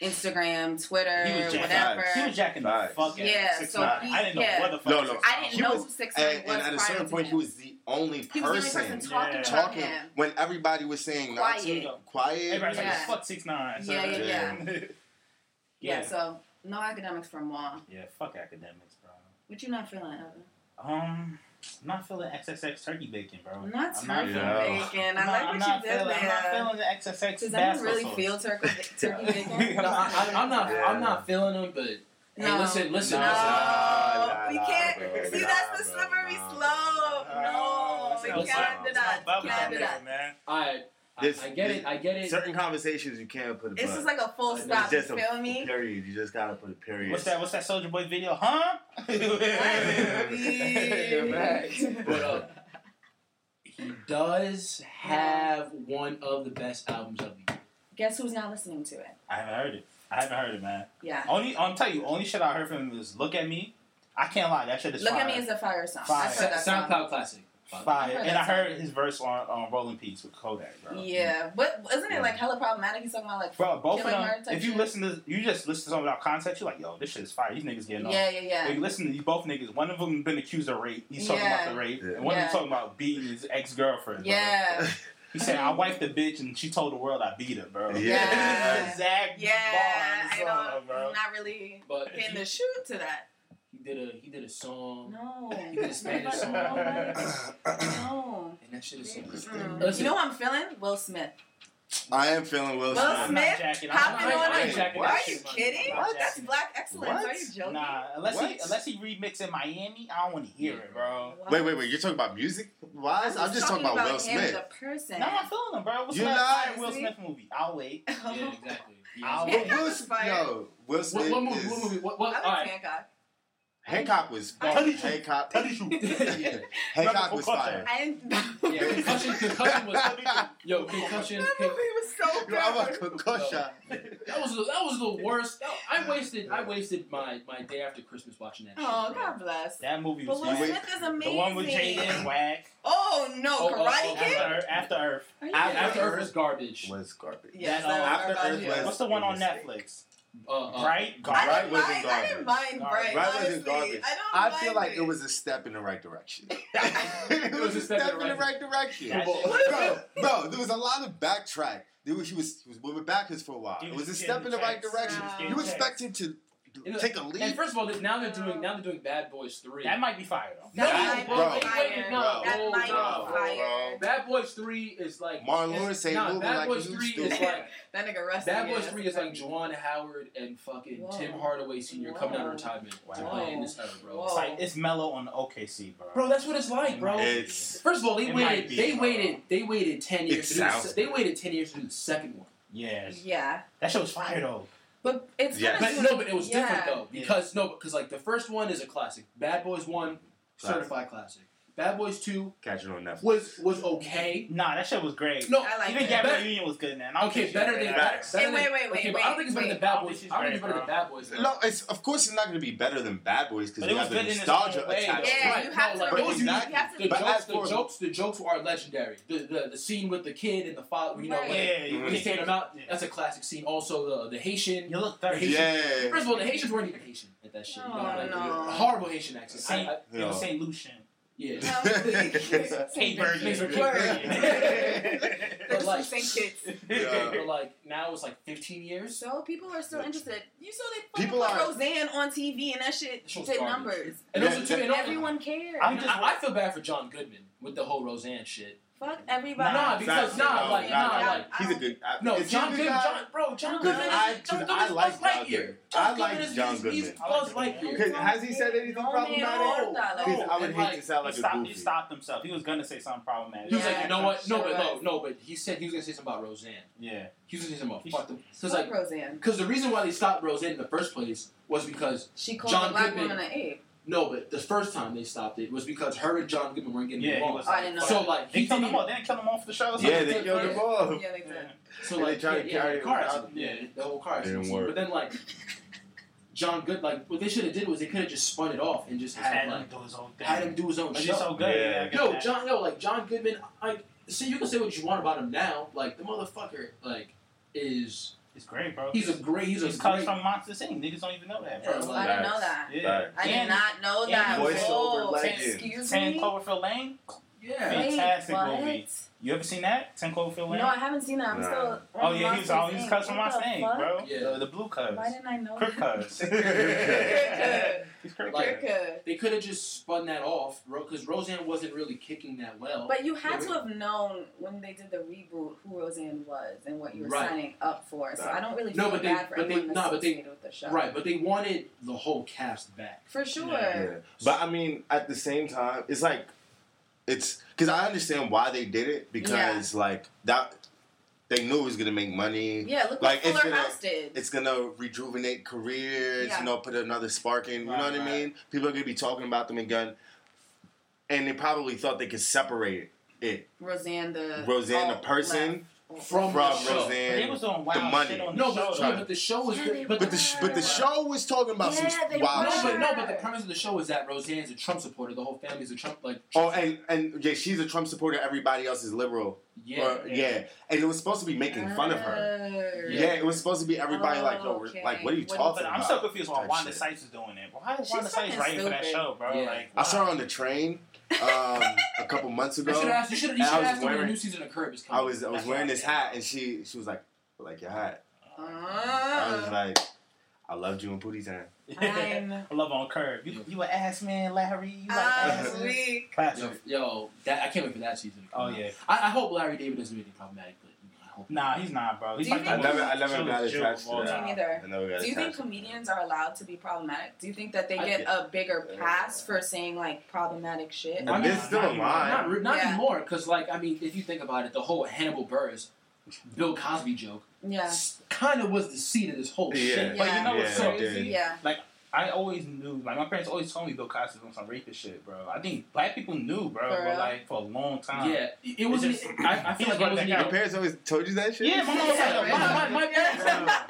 [SPEAKER 6] Instagram, Twitter,
[SPEAKER 3] He was jacked.
[SPEAKER 6] uh, whatever.
[SPEAKER 3] He was jacking the
[SPEAKER 7] Facts.
[SPEAKER 3] fuck out.
[SPEAKER 6] Yeah,
[SPEAKER 3] Six
[SPEAKER 6] so
[SPEAKER 3] nine.
[SPEAKER 6] he-
[SPEAKER 3] I didn't know
[SPEAKER 6] yeah.
[SPEAKER 3] what the fuck.
[SPEAKER 7] No, no.
[SPEAKER 6] I didn't
[SPEAKER 7] he
[SPEAKER 6] know
[SPEAKER 7] was,
[SPEAKER 6] who six nine
[SPEAKER 7] and, and
[SPEAKER 6] was
[SPEAKER 7] at a
[SPEAKER 6] prior
[SPEAKER 7] certain
[SPEAKER 6] to
[SPEAKER 7] point,
[SPEAKER 6] him.
[SPEAKER 7] he was the only
[SPEAKER 6] He was the only person
[SPEAKER 7] person
[SPEAKER 6] talking
[SPEAKER 3] Yeah.
[SPEAKER 6] about
[SPEAKER 7] talking
[SPEAKER 6] him.
[SPEAKER 7] when everybody was saying not to,
[SPEAKER 6] Quiet.
[SPEAKER 7] quiet.
[SPEAKER 3] Everybody's
[SPEAKER 6] Yeah.
[SPEAKER 3] like, fuck six nine. So-
[SPEAKER 6] Yeah, yeah,
[SPEAKER 7] yeah.
[SPEAKER 3] yeah.
[SPEAKER 6] Yeah. so no academics for moi.
[SPEAKER 3] Yeah, fuck academics, bro.
[SPEAKER 6] What you not feeling, Evan?
[SPEAKER 3] Um, I'm not feeling XXX turkey bacon, bro.
[SPEAKER 6] I'm not
[SPEAKER 3] I'm
[SPEAKER 6] turkey
[SPEAKER 7] feeling it.
[SPEAKER 6] bacon. I
[SPEAKER 3] I'm not-
[SPEAKER 6] like what
[SPEAKER 3] I'm
[SPEAKER 6] you
[SPEAKER 3] not
[SPEAKER 6] did
[SPEAKER 3] feeling, I'm not
[SPEAKER 6] there.
[SPEAKER 3] feeling the XXX
[SPEAKER 6] Does anyone
[SPEAKER 3] basil
[SPEAKER 6] really
[SPEAKER 3] sauce.
[SPEAKER 6] feel turkey, turkey bacon?
[SPEAKER 5] No, I, I'm not.
[SPEAKER 7] Yeah.
[SPEAKER 5] I'm not feeling them. But
[SPEAKER 6] No.
[SPEAKER 5] hey, listen, listen,
[SPEAKER 6] No.
[SPEAKER 7] Nah,
[SPEAKER 6] we
[SPEAKER 7] nah,
[SPEAKER 6] can't.
[SPEAKER 7] bro,
[SPEAKER 6] See,
[SPEAKER 7] nah,
[SPEAKER 6] that's the
[SPEAKER 7] bro,
[SPEAKER 6] slippery
[SPEAKER 7] nah.
[SPEAKER 6] slope.
[SPEAKER 3] Oh,
[SPEAKER 6] No,
[SPEAKER 3] it's
[SPEAKER 6] we
[SPEAKER 3] not
[SPEAKER 7] slippery.
[SPEAKER 6] can't do
[SPEAKER 3] It's not
[SPEAKER 6] that.
[SPEAKER 3] bubble
[SPEAKER 6] We can't do
[SPEAKER 3] gum,
[SPEAKER 6] that.
[SPEAKER 3] man.
[SPEAKER 5] I, I,
[SPEAKER 7] This-
[SPEAKER 5] I get it. I get it.
[SPEAKER 7] Certain conversations you can't put a
[SPEAKER 6] This
[SPEAKER 7] button.
[SPEAKER 6] is like a full
[SPEAKER 5] It's
[SPEAKER 6] stop. You
[SPEAKER 7] just a
[SPEAKER 6] feel me?
[SPEAKER 7] period. You just gotta put a period.
[SPEAKER 3] What's that? What's that Soldier Boy video? Huh? Facts.
[SPEAKER 5] But uh, he does have one of the best albums of the year.
[SPEAKER 6] Guess who's not listening to it?
[SPEAKER 3] I haven't heard it. I haven't heard it, man.
[SPEAKER 6] Yeah.
[SPEAKER 3] Only, I'm telling you, only shit I heard from him is "Look at Me." I can't lie, that shit is
[SPEAKER 6] Look
[SPEAKER 3] fire.
[SPEAKER 6] at me is a fire song.
[SPEAKER 3] Fire.
[SPEAKER 6] I've heard that
[SPEAKER 5] Sa-
[SPEAKER 6] song.
[SPEAKER 5] SoundCloud classic.
[SPEAKER 3] fire.
[SPEAKER 6] I've heard
[SPEAKER 3] And I
[SPEAKER 6] that
[SPEAKER 3] heard his verse on um, "Rolling Peace" with Kodak, bro.
[SPEAKER 6] Yeah, but isn't
[SPEAKER 7] Yeah.
[SPEAKER 6] it like hella problematic? He's talking about like
[SPEAKER 3] Bro, both
[SPEAKER 6] Killing Her
[SPEAKER 3] of them.
[SPEAKER 6] type
[SPEAKER 3] If you
[SPEAKER 6] shit?
[SPEAKER 3] listen to, you just listen to something without context, you're like, "Yo, this shit is fire." These niggas getting on.
[SPEAKER 6] yeah, yeah, yeah.
[SPEAKER 3] But you listen to these both niggas. One of them been accused of rape. He's talking
[SPEAKER 6] Yeah.
[SPEAKER 3] about the rape.
[SPEAKER 7] Yeah.
[SPEAKER 3] And one of
[SPEAKER 6] Yeah.
[SPEAKER 3] them talking about beating his ex girlfriend.
[SPEAKER 6] Yeah,
[SPEAKER 3] He said, "I wiped the bitch and she told the world I beat her, bro."
[SPEAKER 7] Yeah.
[SPEAKER 6] Yeah.
[SPEAKER 3] exact
[SPEAKER 6] yeah. I
[SPEAKER 3] bar
[SPEAKER 6] don't.
[SPEAKER 3] bro.
[SPEAKER 6] I'm not really
[SPEAKER 5] But
[SPEAKER 6] hitting
[SPEAKER 5] he,
[SPEAKER 6] the shoot to that.
[SPEAKER 5] he did a he did a song,
[SPEAKER 6] No.
[SPEAKER 5] He did a Spanish song,
[SPEAKER 6] Mm-hmm. No.
[SPEAKER 5] and that shit is so.
[SPEAKER 6] Mm-mm.
[SPEAKER 5] Listen.
[SPEAKER 6] You know what I'm feeling? Will Smith.
[SPEAKER 7] I am feeling Will
[SPEAKER 6] Will
[SPEAKER 3] Nah, I'm
[SPEAKER 7] Smith.
[SPEAKER 3] not
[SPEAKER 6] Smith
[SPEAKER 3] jacking- I'm
[SPEAKER 6] popping
[SPEAKER 5] not-
[SPEAKER 6] on
[SPEAKER 5] I ain't
[SPEAKER 6] a-
[SPEAKER 5] jacking
[SPEAKER 6] What
[SPEAKER 5] that
[SPEAKER 6] are you
[SPEAKER 5] shit, man.
[SPEAKER 6] kidding?
[SPEAKER 3] Not
[SPEAKER 6] That's
[SPEAKER 3] jacking.
[SPEAKER 6] black excellence. Are you
[SPEAKER 7] What?
[SPEAKER 6] joking?
[SPEAKER 3] Nah, unless he
[SPEAKER 7] What?
[SPEAKER 3] unless he remix in Miami, I don't want to hear it, bro.
[SPEAKER 6] What?
[SPEAKER 7] Wait, wait, wait. You're talking about music wise? I'm just talking about Will
[SPEAKER 6] him,
[SPEAKER 7] Smith.
[SPEAKER 6] the person.
[SPEAKER 3] Now I'm not feeling him, bro. What's
[SPEAKER 7] You
[SPEAKER 3] the last
[SPEAKER 7] not-
[SPEAKER 3] fire Will
[SPEAKER 6] See?
[SPEAKER 3] Smith movie? I'll wait.
[SPEAKER 5] Yeah, exactly.
[SPEAKER 3] I'll-
[SPEAKER 5] Yeah,
[SPEAKER 7] But
[SPEAKER 5] exactly.
[SPEAKER 6] Yeah.
[SPEAKER 7] Will Smith,
[SPEAKER 6] Fire.
[SPEAKER 7] yo, Will
[SPEAKER 5] What,
[SPEAKER 7] Smith
[SPEAKER 5] what movie?
[SPEAKER 7] is,
[SPEAKER 5] What movie? What? what
[SPEAKER 6] I like
[SPEAKER 5] all right.
[SPEAKER 6] Hancock.
[SPEAKER 7] Hancock was
[SPEAKER 3] Tell the
[SPEAKER 7] fire.
[SPEAKER 3] truth.
[SPEAKER 7] Hancock,
[SPEAKER 3] Tell the truth.
[SPEAKER 5] yeah,
[SPEAKER 7] Hancock was
[SPEAKER 3] Cut that.
[SPEAKER 7] fire.
[SPEAKER 6] I didn't.
[SPEAKER 5] yeah. Concussion, concussion was yo, concussion.
[SPEAKER 6] That movie
[SPEAKER 5] con-
[SPEAKER 6] was so
[SPEAKER 7] Yo, I'm a
[SPEAKER 6] good.
[SPEAKER 7] concussion.
[SPEAKER 5] That was the- that was the worst. That- I wasted I wasted my my day after Christmas watching that.
[SPEAKER 6] Oh,
[SPEAKER 5] shit, bro.
[SPEAKER 6] God bless.
[SPEAKER 3] That movie was
[SPEAKER 6] But Will
[SPEAKER 7] You
[SPEAKER 3] whack.
[SPEAKER 6] Smith is amazing.
[SPEAKER 3] The one with Jaden Whack.
[SPEAKER 6] Oh no,
[SPEAKER 5] Oh, oh,
[SPEAKER 6] Karate
[SPEAKER 5] oh,
[SPEAKER 3] After
[SPEAKER 6] Kid.
[SPEAKER 3] Earth. After Earth.
[SPEAKER 6] Are you
[SPEAKER 5] After,
[SPEAKER 7] After
[SPEAKER 5] after Earth
[SPEAKER 7] Earth.
[SPEAKER 5] is garbage.
[SPEAKER 7] Was garbage.
[SPEAKER 6] Yes,
[SPEAKER 3] That, um,
[SPEAKER 6] I remember
[SPEAKER 7] After
[SPEAKER 6] about
[SPEAKER 7] Earth
[SPEAKER 6] you.
[SPEAKER 7] was-
[SPEAKER 3] What's the one on
[SPEAKER 7] Mistake.
[SPEAKER 3] Netflix?
[SPEAKER 5] Uh, uh,
[SPEAKER 3] Bright.
[SPEAKER 6] I
[SPEAKER 3] Garbage.
[SPEAKER 7] Bright
[SPEAKER 6] didn't
[SPEAKER 7] wasn't
[SPEAKER 6] mind. I didn't
[SPEAKER 3] Garbage.
[SPEAKER 6] mind Bright.
[SPEAKER 7] Bright wasn't
[SPEAKER 6] honestly.
[SPEAKER 7] garbage.
[SPEAKER 6] I don't.
[SPEAKER 7] I feel
[SPEAKER 6] mind
[SPEAKER 7] like it was a step in the right direction. it was a step in the right direction.
[SPEAKER 3] That shit-
[SPEAKER 7] Bro, bro, there was a lot of backtrack. There was, he was he was moving backwards for a while.
[SPEAKER 3] He
[SPEAKER 7] It was a
[SPEAKER 3] was
[SPEAKER 7] step in
[SPEAKER 3] getting
[SPEAKER 7] the right
[SPEAKER 3] checks.
[SPEAKER 7] direction.
[SPEAKER 6] Nah.
[SPEAKER 7] You expect him to
[SPEAKER 5] You
[SPEAKER 7] do-
[SPEAKER 5] know,
[SPEAKER 7] take a
[SPEAKER 5] and
[SPEAKER 7] lead,
[SPEAKER 5] first of all, now they're doing now they're doing Bad Boys Three.
[SPEAKER 3] That might be fire though.
[SPEAKER 5] No,
[SPEAKER 6] That
[SPEAKER 5] bro,
[SPEAKER 6] might
[SPEAKER 5] wait,
[SPEAKER 6] be
[SPEAKER 5] wait,
[SPEAKER 6] fire.
[SPEAKER 5] no,
[SPEAKER 6] That
[SPEAKER 5] no,
[SPEAKER 6] might be
[SPEAKER 5] no.
[SPEAKER 6] fire.
[SPEAKER 5] Bad Boys Three is like
[SPEAKER 7] Martin
[SPEAKER 5] is-
[SPEAKER 7] Lawrence ain't
[SPEAKER 5] nah,
[SPEAKER 7] moving
[SPEAKER 5] Bad
[SPEAKER 7] like
[SPEAKER 5] Boys
[SPEAKER 7] he
[SPEAKER 5] Three
[SPEAKER 7] used to.
[SPEAKER 5] is like
[SPEAKER 6] That nigga rusty.
[SPEAKER 5] Bad Boys
[SPEAKER 6] yeah.
[SPEAKER 5] Three is like Juwan Howard and fucking
[SPEAKER 6] Whoa.
[SPEAKER 5] Tim Hardaway Senior coming out of retirement to
[SPEAKER 3] Wow.
[SPEAKER 5] play in this era, bro.
[SPEAKER 3] It's
[SPEAKER 6] Whoa.
[SPEAKER 3] like it's mellow on the OKC, bro.
[SPEAKER 5] Bro, that's what it's like, bro.
[SPEAKER 7] It's-
[SPEAKER 5] First of all, they
[SPEAKER 3] It
[SPEAKER 5] waited.
[SPEAKER 3] might be,
[SPEAKER 5] they
[SPEAKER 3] bro.
[SPEAKER 5] waited. They waited ten
[SPEAKER 7] It
[SPEAKER 5] years. To do the,
[SPEAKER 7] sounds
[SPEAKER 5] se- they waited ten years to do the second one.
[SPEAKER 3] yeah,
[SPEAKER 6] Yeah,
[SPEAKER 3] that shit was fire though.
[SPEAKER 6] but it's
[SPEAKER 7] Yeah.
[SPEAKER 6] kinda
[SPEAKER 5] But
[SPEAKER 6] too-
[SPEAKER 5] no, but it was
[SPEAKER 6] yeah.
[SPEAKER 5] different though because no, because like the first one is a classic. Bad Boys One,
[SPEAKER 7] Classic.
[SPEAKER 5] certified classic. Bad Boys Two
[SPEAKER 7] Catch it on Netflix.
[SPEAKER 5] was was okay.
[SPEAKER 3] Nah, that shit was great.
[SPEAKER 5] No,
[SPEAKER 6] I like
[SPEAKER 3] even
[SPEAKER 6] it.
[SPEAKER 3] Gabrielle
[SPEAKER 5] Better-
[SPEAKER 3] Union was good, man. I don't
[SPEAKER 5] okay,
[SPEAKER 3] think she was
[SPEAKER 5] better than
[SPEAKER 3] bad.
[SPEAKER 5] better. better
[SPEAKER 6] Hey,
[SPEAKER 5] than,
[SPEAKER 6] wait, wait, wait,
[SPEAKER 5] okay, but I don't think it's better
[SPEAKER 6] wait,
[SPEAKER 5] than Bad
[SPEAKER 3] wait.
[SPEAKER 5] Boys. I don't think it's better than Bad Boys. though.
[SPEAKER 7] No, it's of course it's not going to be better than Bad Boys because
[SPEAKER 3] But
[SPEAKER 7] you
[SPEAKER 3] it
[SPEAKER 7] have
[SPEAKER 3] was
[SPEAKER 7] the
[SPEAKER 3] good in its own
[SPEAKER 7] nostalgia
[SPEAKER 3] way,
[SPEAKER 7] attached.
[SPEAKER 3] though.
[SPEAKER 7] to it.
[SPEAKER 6] Yeah,
[SPEAKER 5] Right,
[SPEAKER 6] you
[SPEAKER 5] no,
[SPEAKER 6] have to.
[SPEAKER 5] like,
[SPEAKER 6] you
[SPEAKER 5] those
[SPEAKER 7] exactly-
[SPEAKER 6] have to.
[SPEAKER 5] The
[SPEAKER 7] But
[SPEAKER 5] jokes,
[SPEAKER 7] as for-
[SPEAKER 5] the jokes, the jokes are legendary. The the, the scene with the kid and the father, you know,
[SPEAKER 6] Right.
[SPEAKER 3] Yeah,
[SPEAKER 5] like,
[SPEAKER 3] yeah, yeah.
[SPEAKER 5] when they take him out.
[SPEAKER 3] Yeah.
[SPEAKER 5] That's a classic scene. Also, the the Haitian.
[SPEAKER 3] You look thirsty.
[SPEAKER 7] Yeah.
[SPEAKER 5] First of all, the Haitians weren't even Haitian at that shit. you know,
[SPEAKER 6] Oh,
[SPEAKER 5] like,
[SPEAKER 6] no.
[SPEAKER 5] Horrible Haitian accent. I-
[SPEAKER 3] Saint,
[SPEAKER 5] I-
[SPEAKER 3] it was Saint Lucian.
[SPEAKER 5] yeah.
[SPEAKER 6] No,
[SPEAKER 3] Hainberg.
[SPEAKER 5] Hainberg.
[SPEAKER 6] They're
[SPEAKER 5] But, like-
[SPEAKER 6] just the same kids.
[SPEAKER 7] Yeah.
[SPEAKER 5] But like now it's like 15 years.
[SPEAKER 6] So people are still interested. You saw they fucking
[SPEAKER 7] People
[SPEAKER 6] put
[SPEAKER 7] are-
[SPEAKER 6] Roseanne on TV and that shit
[SPEAKER 5] That shit was
[SPEAKER 6] did
[SPEAKER 5] garbage.
[SPEAKER 6] numbers.
[SPEAKER 5] And
[SPEAKER 7] Yeah,
[SPEAKER 5] also too,
[SPEAKER 7] that-
[SPEAKER 5] and also-
[SPEAKER 6] Everyone cares.
[SPEAKER 3] I'm
[SPEAKER 5] I'm
[SPEAKER 3] just-
[SPEAKER 5] just, I, I feel bad for John Goodman with the whole Roseanne shit.
[SPEAKER 6] Fuck everybody.
[SPEAKER 5] Nah, because-
[SPEAKER 7] Nah,
[SPEAKER 5] nah,
[SPEAKER 7] no,
[SPEAKER 5] like,
[SPEAKER 7] nah,
[SPEAKER 5] nah,
[SPEAKER 7] nah.
[SPEAKER 5] like-
[SPEAKER 7] he's a good. I,
[SPEAKER 5] No,
[SPEAKER 7] is he a
[SPEAKER 5] John
[SPEAKER 7] good
[SPEAKER 5] Goodman,
[SPEAKER 7] guy?
[SPEAKER 5] John, bro, John Goodman. Is,
[SPEAKER 7] I-
[SPEAKER 5] John
[SPEAKER 7] dude,
[SPEAKER 5] Goodman
[SPEAKER 7] I
[SPEAKER 5] is
[SPEAKER 7] like
[SPEAKER 5] Buzz
[SPEAKER 7] John
[SPEAKER 5] Lightyear.
[SPEAKER 7] Goodman. I
[SPEAKER 5] John
[SPEAKER 7] like
[SPEAKER 5] Goodman is,
[SPEAKER 7] John
[SPEAKER 5] he's, he's
[SPEAKER 7] Goodman.
[SPEAKER 5] Buzz
[SPEAKER 3] I like John
[SPEAKER 5] Lightyear.
[SPEAKER 7] Cause has he said anything
[SPEAKER 6] No,
[SPEAKER 7] problematic?
[SPEAKER 6] man, no, no.
[SPEAKER 7] Because I would
[SPEAKER 5] And,
[SPEAKER 7] hate
[SPEAKER 5] like,
[SPEAKER 7] to sound
[SPEAKER 3] He
[SPEAKER 7] like a
[SPEAKER 3] stopped.
[SPEAKER 7] goofy.
[SPEAKER 3] He stopped himself. He was gonna say something problematic.
[SPEAKER 5] He was
[SPEAKER 6] Yeah.
[SPEAKER 5] like, you know what? No,
[SPEAKER 6] Sure
[SPEAKER 5] but no,
[SPEAKER 6] was.
[SPEAKER 5] no, but he said he was gonna say something about Roseanne.
[SPEAKER 3] yeah.
[SPEAKER 5] He was gonna say something
[SPEAKER 3] He
[SPEAKER 5] about fuck
[SPEAKER 3] should-
[SPEAKER 5] them. Because like,
[SPEAKER 6] Roseanne.
[SPEAKER 5] because the reason why they stopped Roseanne in the first place was because
[SPEAKER 6] She called
[SPEAKER 5] John
[SPEAKER 6] a black
[SPEAKER 5] Goodman-
[SPEAKER 6] woman an ape.
[SPEAKER 5] No, but the first time they stopped it was because her and John Goodman weren't getting
[SPEAKER 3] Yeah, he
[SPEAKER 5] along.
[SPEAKER 3] was.
[SPEAKER 6] I didn't know.
[SPEAKER 5] so like
[SPEAKER 3] They
[SPEAKER 5] he
[SPEAKER 3] killed
[SPEAKER 5] didn't.
[SPEAKER 3] him off. They didn't kill him off for the show. or
[SPEAKER 7] Yeah,
[SPEAKER 3] something?
[SPEAKER 7] they killed him off.
[SPEAKER 6] Yeah, they did.
[SPEAKER 5] So
[SPEAKER 7] And they
[SPEAKER 5] like
[SPEAKER 7] tried
[SPEAKER 5] yeah,
[SPEAKER 7] to
[SPEAKER 5] yeah,
[SPEAKER 7] carry
[SPEAKER 5] the
[SPEAKER 7] it
[SPEAKER 5] car
[SPEAKER 7] without
[SPEAKER 5] accident. him.
[SPEAKER 3] Yeah.
[SPEAKER 5] the whole car
[SPEAKER 7] Didn't
[SPEAKER 5] accident.
[SPEAKER 7] work.
[SPEAKER 5] But then like John Good, like what they should have did was they could have just spun it off and just
[SPEAKER 3] Just had
[SPEAKER 5] had
[SPEAKER 3] him
[SPEAKER 5] like
[SPEAKER 3] do his own thing.
[SPEAKER 5] had him do his own
[SPEAKER 3] But
[SPEAKER 5] show.
[SPEAKER 3] she's so good.
[SPEAKER 7] Yeah.
[SPEAKER 3] Yeah. I get
[SPEAKER 5] Yo,
[SPEAKER 3] that.
[SPEAKER 5] John, yo, like John Goodman, like, see, you can say what you want about him now. Like, the motherfucker, like, is
[SPEAKER 3] He's great, bro.
[SPEAKER 5] he's a great, he's a
[SPEAKER 3] He's cut
[SPEAKER 5] great.
[SPEAKER 3] from Monster Inc. Niggas don't even know that, bro.
[SPEAKER 5] Yeah,
[SPEAKER 6] I didn't know that.
[SPEAKER 3] Yeah.
[SPEAKER 6] I did
[SPEAKER 3] And
[SPEAKER 6] not know
[SPEAKER 3] and
[SPEAKER 6] that.
[SPEAKER 3] voiceover
[SPEAKER 6] Whoa,
[SPEAKER 7] legend.
[SPEAKER 6] excuse
[SPEAKER 3] Ten
[SPEAKER 6] me.
[SPEAKER 3] Cloverfield Lane.
[SPEAKER 5] yeah,
[SPEAKER 6] Wait,
[SPEAKER 3] Fantastic
[SPEAKER 6] what?
[SPEAKER 3] movie. You ever seen that? Ten Cloverfield Lane.
[SPEAKER 6] No, I haven't seen that. I'm
[SPEAKER 7] Nah.
[SPEAKER 6] still.
[SPEAKER 3] oh
[SPEAKER 6] on
[SPEAKER 3] yeah, he was
[SPEAKER 6] Monsters,
[SPEAKER 3] all he's
[SPEAKER 6] Inc.
[SPEAKER 3] cut from
[SPEAKER 6] What
[SPEAKER 3] Monster
[SPEAKER 6] the
[SPEAKER 3] Inc.
[SPEAKER 6] fuck?
[SPEAKER 3] Bro.
[SPEAKER 5] Yeah.
[SPEAKER 3] The, the blue cuz.
[SPEAKER 6] Why didn't I know?
[SPEAKER 3] Crip cuz.
[SPEAKER 6] Crip
[SPEAKER 3] He's crip
[SPEAKER 5] Like-
[SPEAKER 3] cuz.
[SPEAKER 6] Kirka.
[SPEAKER 5] they could have just spun that off, bro, because Roseanne wasn't really kicking that well.
[SPEAKER 6] But you had to have known when they did the reboot who Roseanne was and what you were
[SPEAKER 5] Right.
[SPEAKER 6] signing up for. So I don't really feel
[SPEAKER 5] No, but they-
[SPEAKER 6] bad for
[SPEAKER 5] but they- nah,
[SPEAKER 6] anyone that's
[SPEAKER 5] but they-
[SPEAKER 6] associated with the show.
[SPEAKER 5] right, but they wanted the whole cast back.
[SPEAKER 6] For sure.
[SPEAKER 7] Yeah. But I mean, at the same time, it's like it's because I understand why they did it because like that they knew it was gonna make money.
[SPEAKER 6] Yeah, look
[SPEAKER 7] Like,
[SPEAKER 6] what
[SPEAKER 7] it's
[SPEAKER 6] Fuller
[SPEAKER 7] gonna-
[SPEAKER 6] House did.
[SPEAKER 7] It's gonna rejuvenate careers,
[SPEAKER 6] Yeah.
[SPEAKER 7] you know, put another spark in. You know
[SPEAKER 3] Right,
[SPEAKER 7] what I
[SPEAKER 3] right.
[SPEAKER 7] mean? People are gonna be talking about them again, and they probably thought they could separate it
[SPEAKER 6] Roseanne the
[SPEAKER 7] Roseanne the
[SPEAKER 6] oh,
[SPEAKER 7] person
[SPEAKER 6] left.
[SPEAKER 5] From
[SPEAKER 7] from
[SPEAKER 5] the show.
[SPEAKER 3] But they
[SPEAKER 7] Roseanne.
[SPEAKER 3] was doing wild
[SPEAKER 7] money.
[SPEAKER 3] shit on the
[SPEAKER 5] No,
[SPEAKER 3] show.
[SPEAKER 5] but,
[SPEAKER 7] Right.
[SPEAKER 5] no, but the show was
[SPEAKER 6] Yeah,
[SPEAKER 5] good.
[SPEAKER 6] they
[SPEAKER 5] but
[SPEAKER 7] But the sh- but the show was talking about
[SPEAKER 6] Yeah, they
[SPEAKER 7] some wild
[SPEAKER 6] were.
[SPEAKER 5] No,
[SPEAKER 7] shit.
[SPEAKER 5] but no, but the premise of the show is that Roseanne's a Trump supporter. The whole family's a Trump, like.
[SPEAKER 7] Oh, and and yeah, she's a Trump supporter. Everybody else is liberal.
[SPEAKER 5] yeah.
[SPEAKER 7] Or- yeah. and it was supposed to be making fun of her. Yeah, it was supposed to be everybody like, yo, we're-
[SPEAKER 6] Oh, Okay.
[SPEAKER 7] like, what are you
[SPEAKER 6] What-
[SPEAKER 7] talking
[SPEAKER 3] But
[SPEAKER 7] about?
[SPEAKER 3] I'm so confused why
[SPEAKER 7] That
[SPEAKER 3] Wanda
[SPEAKER 7] shit.
[SPEAKER 3] Sykes is doing it. Why is
[SPEAKER 6] She's
[SPEAKER 3] Wanda Sykes
[SPEAKER 6] fucking
[SPEAKER 3] writing for that
[SPEAKER 6] stupid.
[SPEAKER 3] show, bro?
[SPEAKER 5] Yeah.
[SPEAKER 3] Like,
[SPEAKER 7] I saw her
[SPEAKER 3] why?
[SPEAKER 7] on the train
[SPEAKER 6] Uh,
[SPEAKER 7] um, a couple months
[SPEAKER 5] You should
[SPEAKER 7] ago.
[SPEAKER 5] ask. You should. You
[SPEAKER 7] And I
[SPEAKER 5] should
[SPEAKER 7] was
[SPEAKER 5] ask them when the
[SPEAKER 7] wearing-
[SPEAKER 5] new season of Curb is
[SPEAKER 7] I
[SPEAKER 5] coming.
[SPEAKER 7] was I was
[SPEAKER 5] That's
[SPEAKER 7] wearing
[SPEAKER 5] what I
[SPEAKER 7] this
[SPEAKER 5] said.
[SPEAKER 7] hat, and she she was like, I like your hat. I was
[SPEAKER 6] Ah.
[SPEAKER 7] like, I loved you in Booty Time.
[SPEAKER 6] I'm
[SPEAKER 3] I love on curve. You, you an ass man, Larry. You like
[SPEAKER 6] Uh, I'm
[SPEAKER 3] ass.
[SPEAKER 6] weak.
[SPEAKER 5] Yo,
[SPEAKER 3] Classic.
[SPEAKER 5] yo, that I can't wait for that season. To come
[SPEAKER 3] Oh
[SPEAKER 5] out.
[SPEAKER 3] yeah.
[SPEAKER 5] I, I hope Larry David doesn't do anything problematic, but you know, I hope.
[SPEAKER 3] Nah, he's not, bro. He's
[SPEAKER 6] Do you
[SPEAKER 3] like
[SPEAKER 6] think-
[SPEAKER 3] the
[SPEAKER 6] I never-
[SPEAKER 3] most
[SPEAKER 7] I never
[SPEAKER 3] chillest
[SPEAKER 7] got
[SPEAKER 3] Jew
[SPEAKER 7] attached
[SPEAKER 3] of all
[SPEAKER 7] to
[SPEAKER 6] Me
[SPEAKER 7] that.
[SPEAKER 3] time.
[SPEAKER 6] neither.
[SPEAKER 7] I know we got
[SPEAKER 6] Do you think
[SPEAKER 7] attached.
[SPEAKER 6] comedians are allowed to be problematic? Do you think that they
[SPEAKER 5] I-
[SPEAKER 6] get a bigger
[SPEAKER 7] Yeah.
[SPEAKER 6] pass for saying like problematic shit?
[SPEAKER 7] And this still
[SPEAKER 3] Not
[SPEAKER 7] a line.
[SPEAKER 5] Not, re- not
[SPEAKER 6] Yeah.
[SPEAKER 5] anymore, because like I mean, if you think about it, the whole Hannibal Burris, Bill Cosby joke,
[SPEAKER 6] Yeah.
[SPEAKER 5] kind of was the seed of this whole
[SPEAKER 7] Yeah,
[SPEAKER 5] Oh, shit.
[SPEAKER 3] But you know
[SPEAKER 7] yeah,
[SPEAKER 3] what's
[SPEAKER 7] yeah,
[SPEAKER 3] crazy?
[SPEAKER 7] dude.
[SPEAKER 6] Yeah.
[SPEAKER 3] I always knew, like my parents always told me Bill Cosby's on some rapist shit, bro. I think black people knew, bro,
[SPEAKER 6] For
[SPEAKER 3] but
[SPEAKER 6] real?
[SPEAKER 3] like for a long
[SPEAKER 7] Uh-huh.
[SPEAKER 3] time.
[SPEAKER 5] yeah, it was.
[SPEAKER 3] just-
[SPEAKER 5] I, I feel
[SPEAKER 3] He's running
[SPEAKER 5] like it wasn't
[SPEAKER 3] that
[SPEAKER 5] even.
[SPEAKER 7] Your parents always told you that shit.
[SPEAKER 3] Yeah, my mom was like,
[SPEAKER 6] Yeah,
[SPEAKER 3] yo,
[SPEAKER 6] right.
[SPEAKER 3] my, my, my,
[SPEAKER 6] Yeah.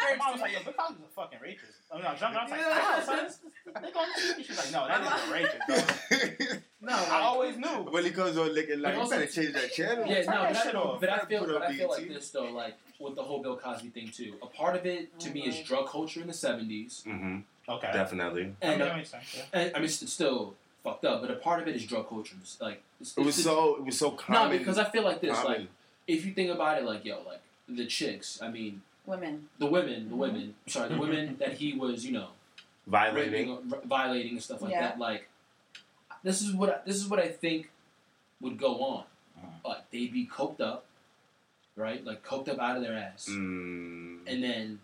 [SPEAKER 3] my mom was like, yo, Bill Cosby's a fucking rapist. I mean, I was drunk, I was like, no, son, this- this nigga on the TV. She's like, no, that is a rapist, bro.
[SPEAKER 5] No,
[SPEAKER 3] I
[SPEAKER 5] like,
[SPEAKER 3] always knew.
[SPEAKER 7] when he comes on looking like,
[SPEAKER 5] But
[SPEAKER 7] you
[SPEAKER 5] also-
[SPEAKER 7] better change that channel.
[SPEAKER 5] yeah,
[SPEAKER 3] Turn
[SPEAKER 5] no,
[SPEAKER 3] that shit
[SPEAKER 5] but I,
[SPEAKER 3] off.
[SPEAKER 5] but I
[SPEAKER 7] Put
[SPEAKER 5] feel,
[SPEAKER 7] on
[SPEAKER 5] but I feel like
[SPEAKER 7] BET.
[SPEAKER 5] this though, like with the whole Bill Cosby thing too. A part of it to
[SPEAKER 6] Oh
[SPEAKER 5] me
[SPEAKER 6] my.
[SPEAKER 5] is drug culture in the '70s,
[SPEAKER 7] Mm-hmm.
[SPEAKER 3] Okay.
[SPEAKER 7] Definitely.
[SPEAKER 3] I mean,
[SPEAKER 5] and
[SPEAKER 3] that makes sense. Yeah.
[SPEAKER 5] And, I mean, it's still fucked up, but a part of it is drug culture. It's like it's,
[SPEAKER 7] It was
[SPEAKER 5] it's-
[SPEAKER 7] so it was so
[SPEAKER 5] no,
[SPEAKER 7] common.
[SPEAKER 5] because I feel like this.
[SPEAKER 7] common.
[SPEAKER 5] Like if you think about it, like yo, like the chicks. I mean,
[SPEAKER 6] Women.
[SPEAKER 5] the women, the
[SPEAKER 6] Mhm.
[SPEAKER 5] women. Sorry, the women that he was, you know,
[SPEAKER 7] violating.
[SPEAKER 5] raping, r- violating and stuff like
[SPEAKER 6] Yeah.
[SPEAKER 5] that. Like this is what I, this is what I think would go on.
[SPEAKER 3] Mhm.
[SPEAKER 5] Like they'd be coked up, right? Like coked up out of their ass,
[SPEAKER 7] Mm.
[SPEAKER 5] and then.